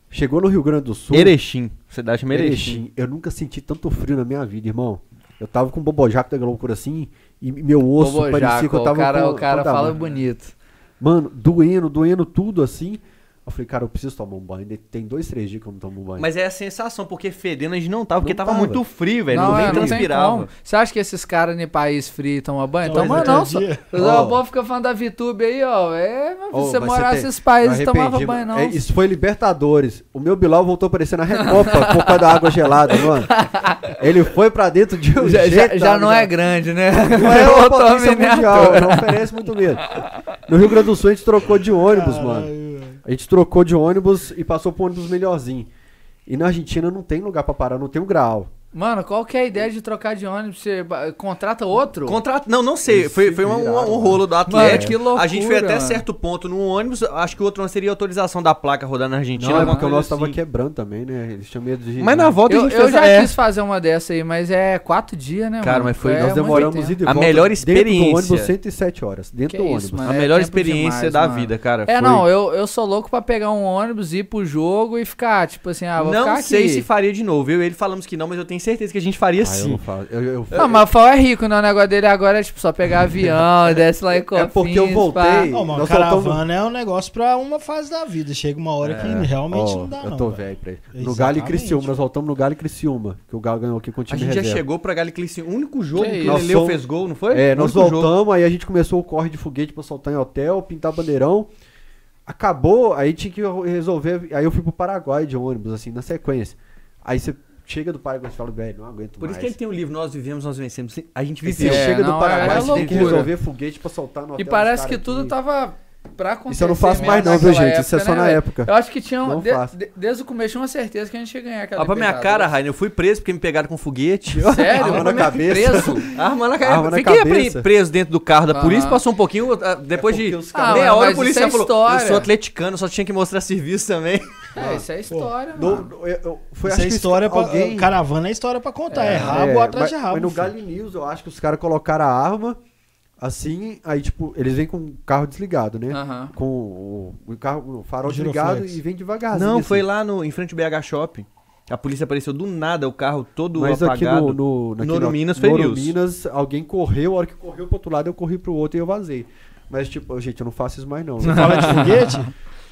Speaker 1: Chegou no Rio Grande do Sul.
Speaker 4: Erechim, cidade chama Erechim.
Speaker 1: Erechim. Eu nunca senti tanto frio na minha vida, irmão. Eu tava com o bobojaco da loucura assim e meu osso
Speaker 3: Bobojaco,
Speaker 1: parecia que eu tava
Speaker 3: o cara,
Speaker 1: com
Speaker 3: o cara
Speaker 1: com
Speaker 3: fala
Speaker 1: tamanho.
Speaker 3: bonito.
Speaker 1: Mano, doendo, doendo tudo assim. Eu falei, cara, eu preciso tomar um banho. Tem dois, três dias que eu não tomo um banho.
Speaker 4: Mas é a sensação, porque fedendo a gente não tava, porque
Speaker 1: Não
Speaker 4: tava,
Speaker 1: tava.
Speaker 4: muito frio, velho. Não,
Speaker 3: é,
Speaker 4: nem
Speaker 3: tem
Speaker 4: transpirava.
Speaker 3: como. Você acha que esses caras em país frio tomam banho?
Speaker 2: Não,
Speaker 3: Toma
Speaker 2: mas
Speaker 3: não,
Speaker 2: é
Speaker 3: só.
Speaker 2: dia.
Speaker 1: Ó.
Speaker 3: O povo fica falando da VTube aí, ó. É, mas
Speaker 1: Ô,
Speaker 3: você
Speaker 1: mas
Speaker 3: morar
Speaker 1: você tem-
Speaker 3: nesses países e
Speaker 1: Eu
Speaker 3: tomava
Speaker 1: arrependi,
Speaker 3: banho,
Speaker 1: mano.
Speaker 3: não.
Speaker 1: É, isso foi Libertadores. O meu Bilal voltou a aparecer na Recopa [LAUGHS] por causa da água gelada, mano. Ele foi pra dentro de um
Speaker 3: já, já-
Speaker 1: jeito,
Speaker 3: já
Speaker 1: mano,
Speaker 3: não é grande, né?
Speaker 1: Não [LAUGHS]
Speaker 3: [LAUGHS]
Speaker 1: é uma
Speaker 3: Botou a
Speaker 1: potência
Speaker 3: miniatura.
Speaker 1: mundial, não oferece muito medo. No Rio Grande do Sul a gente trocou de ônibus, mano.
Speaker 2: Caralho, velho.
Speaker 1: A gente trocou de ônibus e passou por um ônibus melhorzinho. E na Argentina não tem lugar pra parar, não tem um grau.
Speaker 3: Mano, qual que é a ideia de trocar de ônibus? Você ba- contrata outro?
Speaker 4: Contrato, não, não sei. Foi, foi um, um- um rolo do
Speaker 3: Mano,
Speaker 4: Atlético.
Speaker 3: que loucura,
Speaker 4: a gente foi até
Speaker 3: mano.
Speaker 4: certo ponto num ônibus. Acho que o outro seria autorização da placa rodar na Argentina.
Speaker 1: Não, é
Speaker 4: alguma
Speaker 1: porque o nosso
Speaker 4: coisa
Speaker 1: tava
Speaker 4: assim.
Speaker 1: quebrando também, né? Eles tinham medo de.
Speaker 4: Mas na volta a
Speaker 3: eu
Speaker 4: gente
Speaker 3: eu
Speaker 4: fez
Speaker 3: já
Speaker 4: é.
Speaker 3: quis fazer uma dessa aí, mas é quatro dias, né,
Speaker 4: Cara,
Speaker 3: mano?
Speaker 4: mas foi-
Speaker 3: É
Speaker 1: Nós
Speaker 3: muito
Speaker 1: demoramos
Speaker 3: tempo.
Speaker 1: ida e
Speaker 4: A
Speaker 1: volta
Speaker 4: melhor
Speaker 1: Dentro do ônibus,
Speaker 4: experiência.
Speaker 1: 107 horas. Dentro
Speaker 3: Que
Speaker 1: do
Speaker 3: isso,
Speaker 1: ônibus.
Speaker 3: mano.
Speaker 4: A
Speaker 3: É
Speaker 4: melhor
Speaker 3: tempo
Speaker 4: experiência
Speaker 3: demais,
Speaker 4: da
Speaker 3: mano.
Speaker 4: vida, cara.
Speaker 3: É,
Speaker 4: foi-
Speaker 3: não, eu, eu sou louco pra pegar um ônibus, ir pro jogo e ficar, tipo assim, ah, vou
Speaker 4: não
Speaker 3: ficar
Speaker 4: sei
Speaker 3: aqui.
Speaker 4: se faria de novo. Eu e ele falamos que não, mas eu tenho certeza que a gente faria
Speaker 1: Ah, eu
Speaker 4: sim.
Speaker 1: não falo. Eu, eu-
Speaker 3: Não, mas o Fal é rico, né? O negócio dele agora é, tipo, só pegar avião, [LAUGHS] desce lá e
Speaker 1: É porque eu
Speaker 3: Cofins,
Speaker 1: voltei-
Speaker 3: pá.
Speaker 2: Não, mano,
Speaker 1: Nós
Speaker 2: caravana
Speaker 1: soltamos- É,
Speaker 2: é um negócio pra uma fase da vida. Chega uma hora que realmente
Speaker 1: Ó,
Speaker 2: não dá,
Speaker 1: eu
Speaker 2: não.
Speaker 1: tô velho
Speaker 2: velho.
Speaker 1: pra ele. No
Speaker 2: Exatamente.
Speaker 1: Galo e Criciúma, nós voltamos no Galo e Criciúma, que o Galo ganhou aqui com o
Speaker 4: A
Speaker 1: time
Speaker 4: gente já
Speaker 1: reserva.
Speaker 4: chegou pra Galiclice. O único jogo
Speaker 3: Que
Speaker 4: que,
Speaker 3: isso.
Speaker 4: o
Speaker 1: Nós
Speaker 4: Leleu
Speaker 1: somos-
Speaker 4: fez gol, não foi?
Speaker 1: É,
Speaker 4: O
Speaker 1: nós
Speaker 4: único jogo.
Speaker 1: voltamos, aí a gente começou o corre de foguete pra soltar em hotel, pintar bandeirão. Acabou, aí tinha que resolver. Aí eu fui pro Paraguai de ônibus, assim, na sequência. Aí você chega do Paraguai e fala, velho, não aguento
Speaker 4: Por
Speaker 1: mais.
Speaker 4: isso que ele tem o livro Nós Vivemos, Nós Vencemos. A gente
Speaker 1: Você
Speaker 4: viveu.
Speaker 3: É,
Speaker 1: chega
Speaker 3: não,
Speaker 1: do
Speaker 3: é
Speaker 1: Paraguai, você tem que
Speaker 3: loucura.
Speaker 1: resolver foguete pra soltar no hotel.
Speaker 3: E
Speaker 1: dos
Speaker 3: parece que
Speaker 1: caras
Speaker 3: tudo
Speaker 1: aqui.
Speaker 3: tava pra acontecer.
Speaker 1: Isso eu não faço
Speaker 3: mesmo
Speaker 1: mais não, viu,
Speaker 3: naquela
Speaker 1: gente? Isso é
Speaker 3: época,
Speaker 1: só
Speaker 3: né,
Speaker 1: na
Speaker 3: velho?
Speaker 1: época.
Speaker 3: Eu acho que tinha, um
Speaker 1: Não
Speaker 3: de-
Speaker 1: faço.
Speaker 3: de- desde o começo tinha uma certeza que a gente ia ganhar aquela
Speaker 4: Olha Ah, pra minha
Speaker 3: Libertadores.
Speaker 4: cara, Rainer, eu fui preso porque me pegaram com
Speaker 3: [LAUGHS]
Speaker 4: foguete.
Speaker 3: Sério?
Speaker 1: [LAUGHS] Arma na
Speaker 3: Como é que
Speaker 1: cabeça.
Speaker 3: Preso?
Speaker 4: [LAUGHS] Arma na
Speaker 1: Arma
Speaker 4: cabeça.
Speaker 1: na
Speaker 4: Fiquei pre-
Speaker 1: cabeça.
Speaker 4: preso dentro do carro da polícia,
Speaker 3: Aham.
Speaker 4: passou um pouquinho. ah, Depois de
Speaker 1: porque os
Speaker 3: caras-
Speaker 4: meia
Speaker 3: Ah,
Speaker 4: hora, a
Speaker 3: mas isso
Speaker 4: polícia
Speaker 3: é
Speaker 4: falou:
Speaker 3: história."
Speaker 4: Eu sou atleticano, só tinha que mostrar [LAUGHS] serviço também.
Speaker 1: Ah.
Speaker 3: É, isso é história,
Speaker 1: No-
Speaker 3: mano.
Speaker 1: no- eu- eu- foi,
Speaker 2: Isso
Speaker 1: acho
Speaker 2: é
Speaker 1: que
Speaker 2: história pra,
Speaker 1: alguém-
Speaker 2: Caravana é história pra contar. É,
Speaker 3: É,
Speaker 2: rabo
Speaker 1: É,
Speaker 2: atrás
Speaker 1: mas,
Speaker 2: de rabo.
Speaker 1: Mas no
Speaker 2: filho.
Speaker 1: Gali News, eu acho que os caras colocaram a arma assim, aí tipo, eles vêm com o carro desligado, né?
Speaker 3: Aham.
Speaker 1: Com o, o carro, o farol
Speaker 2: O
Speaker 1: desligado
Speaker 2: giroflex.
Speaker 1: e vem devagarzinho.
Speaker 4: Não,
Speaker 1: assim.
Speaker 4: foi lá no, em frente ao BH Shopping. A polícia apareceu do nada, o carro todo
Speaker 1: Mas aqui
Speaker 4: apagado.
Speaker 1: no, no naquele-
Speaker 4: Noro Minas foi
Speaker 1: Noro
Speaker 4: news.
Speaker 1: Minas, alguém correu, a hora que [LAUGHS]
Speaker 2: [LAUGHS]
Speaker 1: correu pro outro lado, eu corri pro outro e eu vazei. Mas tipo, gente, eu não faço isso mais não.
Speaker 2: Fala de foguete?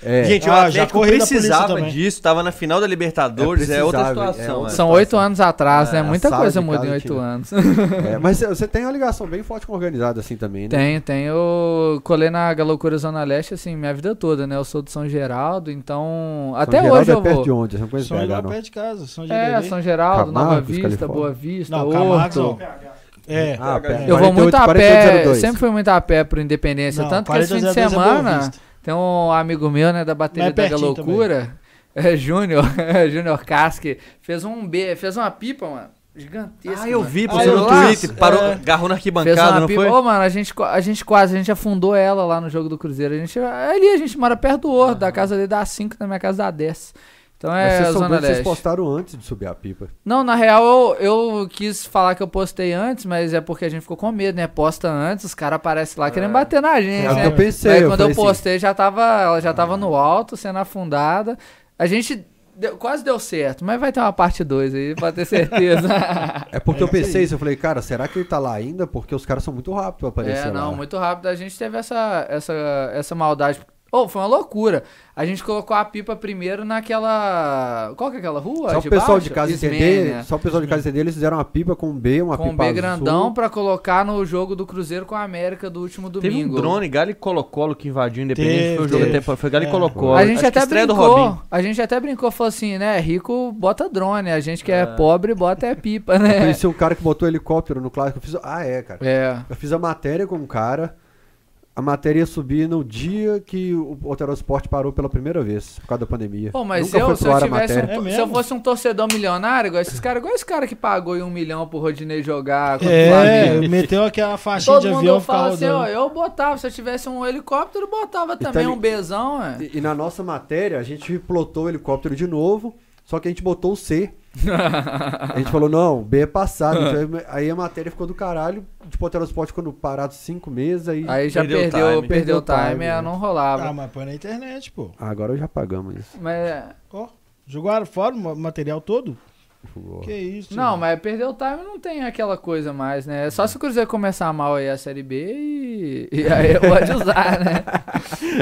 Speaker 1: É.
Speaker 4: Gente, o
Speaker 2: Ah, já
Speaker 4: Atlético
Speaker 2: corri da polícia
Speaker 4: precisava
Speaker 2: também.
Speaker 4: disso, tava na final da Libertadores, é,
Speaker 1: É,
Speaker 4: outra
Speaker 1: precisava,
Speaker 4: situação.
Speaker 1: é outra
Speaker 4: né?
Speaker 3: São oito anos atrás, né?
Speaker 1: É,
Speaker 3: Muita
Speaker 1: sala
Speaker 3: coisa
Speaker 1: de
Speaker 3: muda
Speaker 1: casa
Speaker 3: em
Speaker 1: que
Speaker 3: oito
Speaker 1: tinha.
Speaker 3: anos. [LAUGHS]
Speaker 1: É, mas você tem uma ligação bem forte com organizado assim também, né?
Speaker 3: Tenho, tenho. Eu colei na Galocura Zona Leste, assim, minha vida toda, né? Eu sou de São Geraldo, então.
Speaker 1: São
Speaker 3: até
Speaker 1: Geraldo
Speaker 3: hoje
Speaker 1: é
Speaker 3: eu
Speaker 1: perto de
Speaker 3: vou.
Speaker 1: onde? Você não conhece
Speaker 2: São
Speaker 1: BH,
Speaker 2: Geraldo
Speaker 1: não?
Speaker 2: perto de casa, São
Speaker 3: É,
Speaker 2: Geraldo.
Speaker 3: São Geraldo, Nova
Speaker 1: Camargos,
Speaker 3: Vista,
Speaker 1: Califórnia.
Speaker 3: Boa Vista,
Speaker 2: Não, Camargos
Speaker 3: Horto.
Speaker 2: não. É.
Speaker 1: Ah, perto.
Speaker 3: Eu vou muito a
Speaker 1: 48,
Speaker 3: pé,
Speaker 1: 4802.
Speaker 3: sempre fui muito a pé pro Independência,
Speaker 2: Não,
Speaker 3: tanto que esse fim de
Speaker 2: 42 é Boa
Speaker 3: semana
Speaker 2: Vista.
Speaker 3: tem um amigo meu, né, da bateria
Speaker 2: Mas é
Speaker 3: da
Speaker 2: pertinho
Speaker 3: Loucura, [LAUGHS] é, Júnior, [LAUGHS] Júnior Casque, fez um B, fez uma pipa, mano, gigantesca.
Speaker 4: Ah, eu
Speaker 3: mano.
Speaker 4: vi,
Speaker 2: Ah,
Speaker 4: postou
Speaker 2: eu
Speaker 4: no
Speaker 2: vi.
Speaker 4: Twitter, parou, agarrou na
Speaker 3: Fez
Speaker 4: arquibancada,
Speaker 3: uma
Speaker 4: não
Speaker 3: pipa.
Speaker 4: foi?
Speaker 3: Ô, mano, a gente, co- a gente quase, a gente afundou ela lá no jogo do Cruzeiro. A gente, ali a gente mora perto do Horto, da casa dele dá 5, da minha casa dá 10. Então
Speaker 1: Ah. Mas
Speaker 3: é
Speaker 1: vocês são
Speaker 3: Zona
Speaker 1: doidos, vocês
Speaker 3: Leste.
Speaker 1: postaram antes de subir a pipa.
Speaker 3: Não, na real, eu, eu quis falar que eu postei antes, mas é porque a gente ficou com medo, né? Posta antes, os caras aparecem lá querendo bater na gente,
Speaker 1: É o que
Speaker 3: né?
Speaker 1: eu pensei.
Speaker 3: Aí quando eu
Speaker 1: falei assim, "Ah,
Speaker 3: postei, já tava, ela já tava no alto, sendo afundada. A gente deu- quase deu certo, mas vai ter uma parte 2 aí, pra ter certeza.
Speaker 1: [LAUGHS] É porque
Speaker 2: É
Speaker 1: eu
Speaker 2: isso
Speaker 3: assim
Speaker 2: aí.
Speaker 1: pensei isso, eu falei, cara, será que ele tá lá ainda? Porque os caras são muito rápidos pra aparecer
Speaker 3: É, não,
Speaker 1: lá. né?"
Speaker 3: muito rápido. A gente teve essa, essa, essa maldade. Ô, foi uma loucura. A gente colocou a pipa primeiro naquela. Qual que é aquela rua?
Speaker 1: Só o pessoal
Speaker 3: baixo?
Speaker 1: de casa
Speaker 3: Ismênia.
Speaker 1: entender, só o pessoal de casa entender, eles fizeram uma pipa com B, uma
Speaker 3: né? Com
Speaker 1: pipa
Speaker 3: um B
Speaker 1: azul.
Speaker 3: grandão pra colocar no jogo do Cruzeiro com a América do último
Speaker 4: Teve um
Speaker 3: domingo.
Speaker 4: drone, Galo e Colo-Colo que invadiu o Independente,
Speaker 2: Teve,
Speaker 4: foi o jogo
Speaker 2: teve.
Speaker 4: até, foi Galo e
Speaker 2: É.
Speaker 4: Colo-Colo.
Speaker 3: A gente
Speaker 4: Acho que
Speaker 3: até
Speaker 4: estreia do Robinho.
Speaker 3: brincou, a gente até brincou, falou assim, né, rico bota drone, a gente que é, pobre bota é pipa,
Speaker 1: Eu
Speaker 4: [LAUGHS]
Speaker 3: né?
Speaker 1: conheci um cara que botou helicóptero no clássico. Eu fiz, ah, é, cara.
Speaker 3: É.
Speaker 1: Eu fiz a matéria com um cara. A matéria ia subir no dia que o Otero Sport parou pela primeira vez, por causa da pandemia.
Speaker 3: Pô, mas
Speaker 1: Nunca
Speaker 3: eu,
Speaker 1: foi
Speaker 3: se
Speaker 1: pro
Speaker 3: eu,
Speaker 1: ar a
Speaker 3: tivesse
Speaker 1: matéria.
Speaker 3: um-
Speaker 2: É
Speaker 3: se
Speaker 2: mesmo?
Speaker 3: eu fosse um torcedor milionário, igual esses caras, igual esse cara que pagou em um milhão pro Rodinei jogar contra o
Speaker 2: É,
Speaker 3: Flamengo.
Speaker 2: meteu aquela faixinha
Speaker 3: Todo
Speaker 2: de
Speaker 3: mundo
Speaker 2: avião e ficava
Speaker 3: fala assim, ó,
Speaker 2: rodando.
Speaker 3: eu botava, se eu tivesse um helicóptero, eu botava
Speaker 4: tá
Speaker 1: Então
Speaker 3: também
Speaker 1: ele-
Speaker 3: um Bezão, ué.
Speaker 1: E, e na nossa matéria, a gente plotou o helicóptero de novo, só que a gente botou o C. a gente falou, não, B é passado. Então, aí a matéria ficou do caralho. Tipo, o Otero Sport ficou parado cinco meses, aí...
Speaker 3: Aí já
Speaker 4: Perdeu o
Speaker 3: perdeu,
Speaker 4: time.
Speaker 3: perdeu o
Speaker 1: Perdeu o
Speaker 3: time,
Speaker 1: time,
Speaker 3: é,
Speaker 1: né?
Speaker 3: não rolava.
Speaker 2: Ah, mas põe na internet, pô.
Speaker 1: Ah, agora já pagamos isso.
Speaker 3: Mas,
Speaker 2: Ó, jogaram fora o ma- material todo?
Speaker 1: Pô.
Speaker 2: Que isso?
Speaker 3: não,
Speaker 2: mano.
Speaker 3: mas perder o time não tem aquela coisa mais, né? É Só se o Cruzeiro começar mal aí a Série B e, e aí pode usar, né?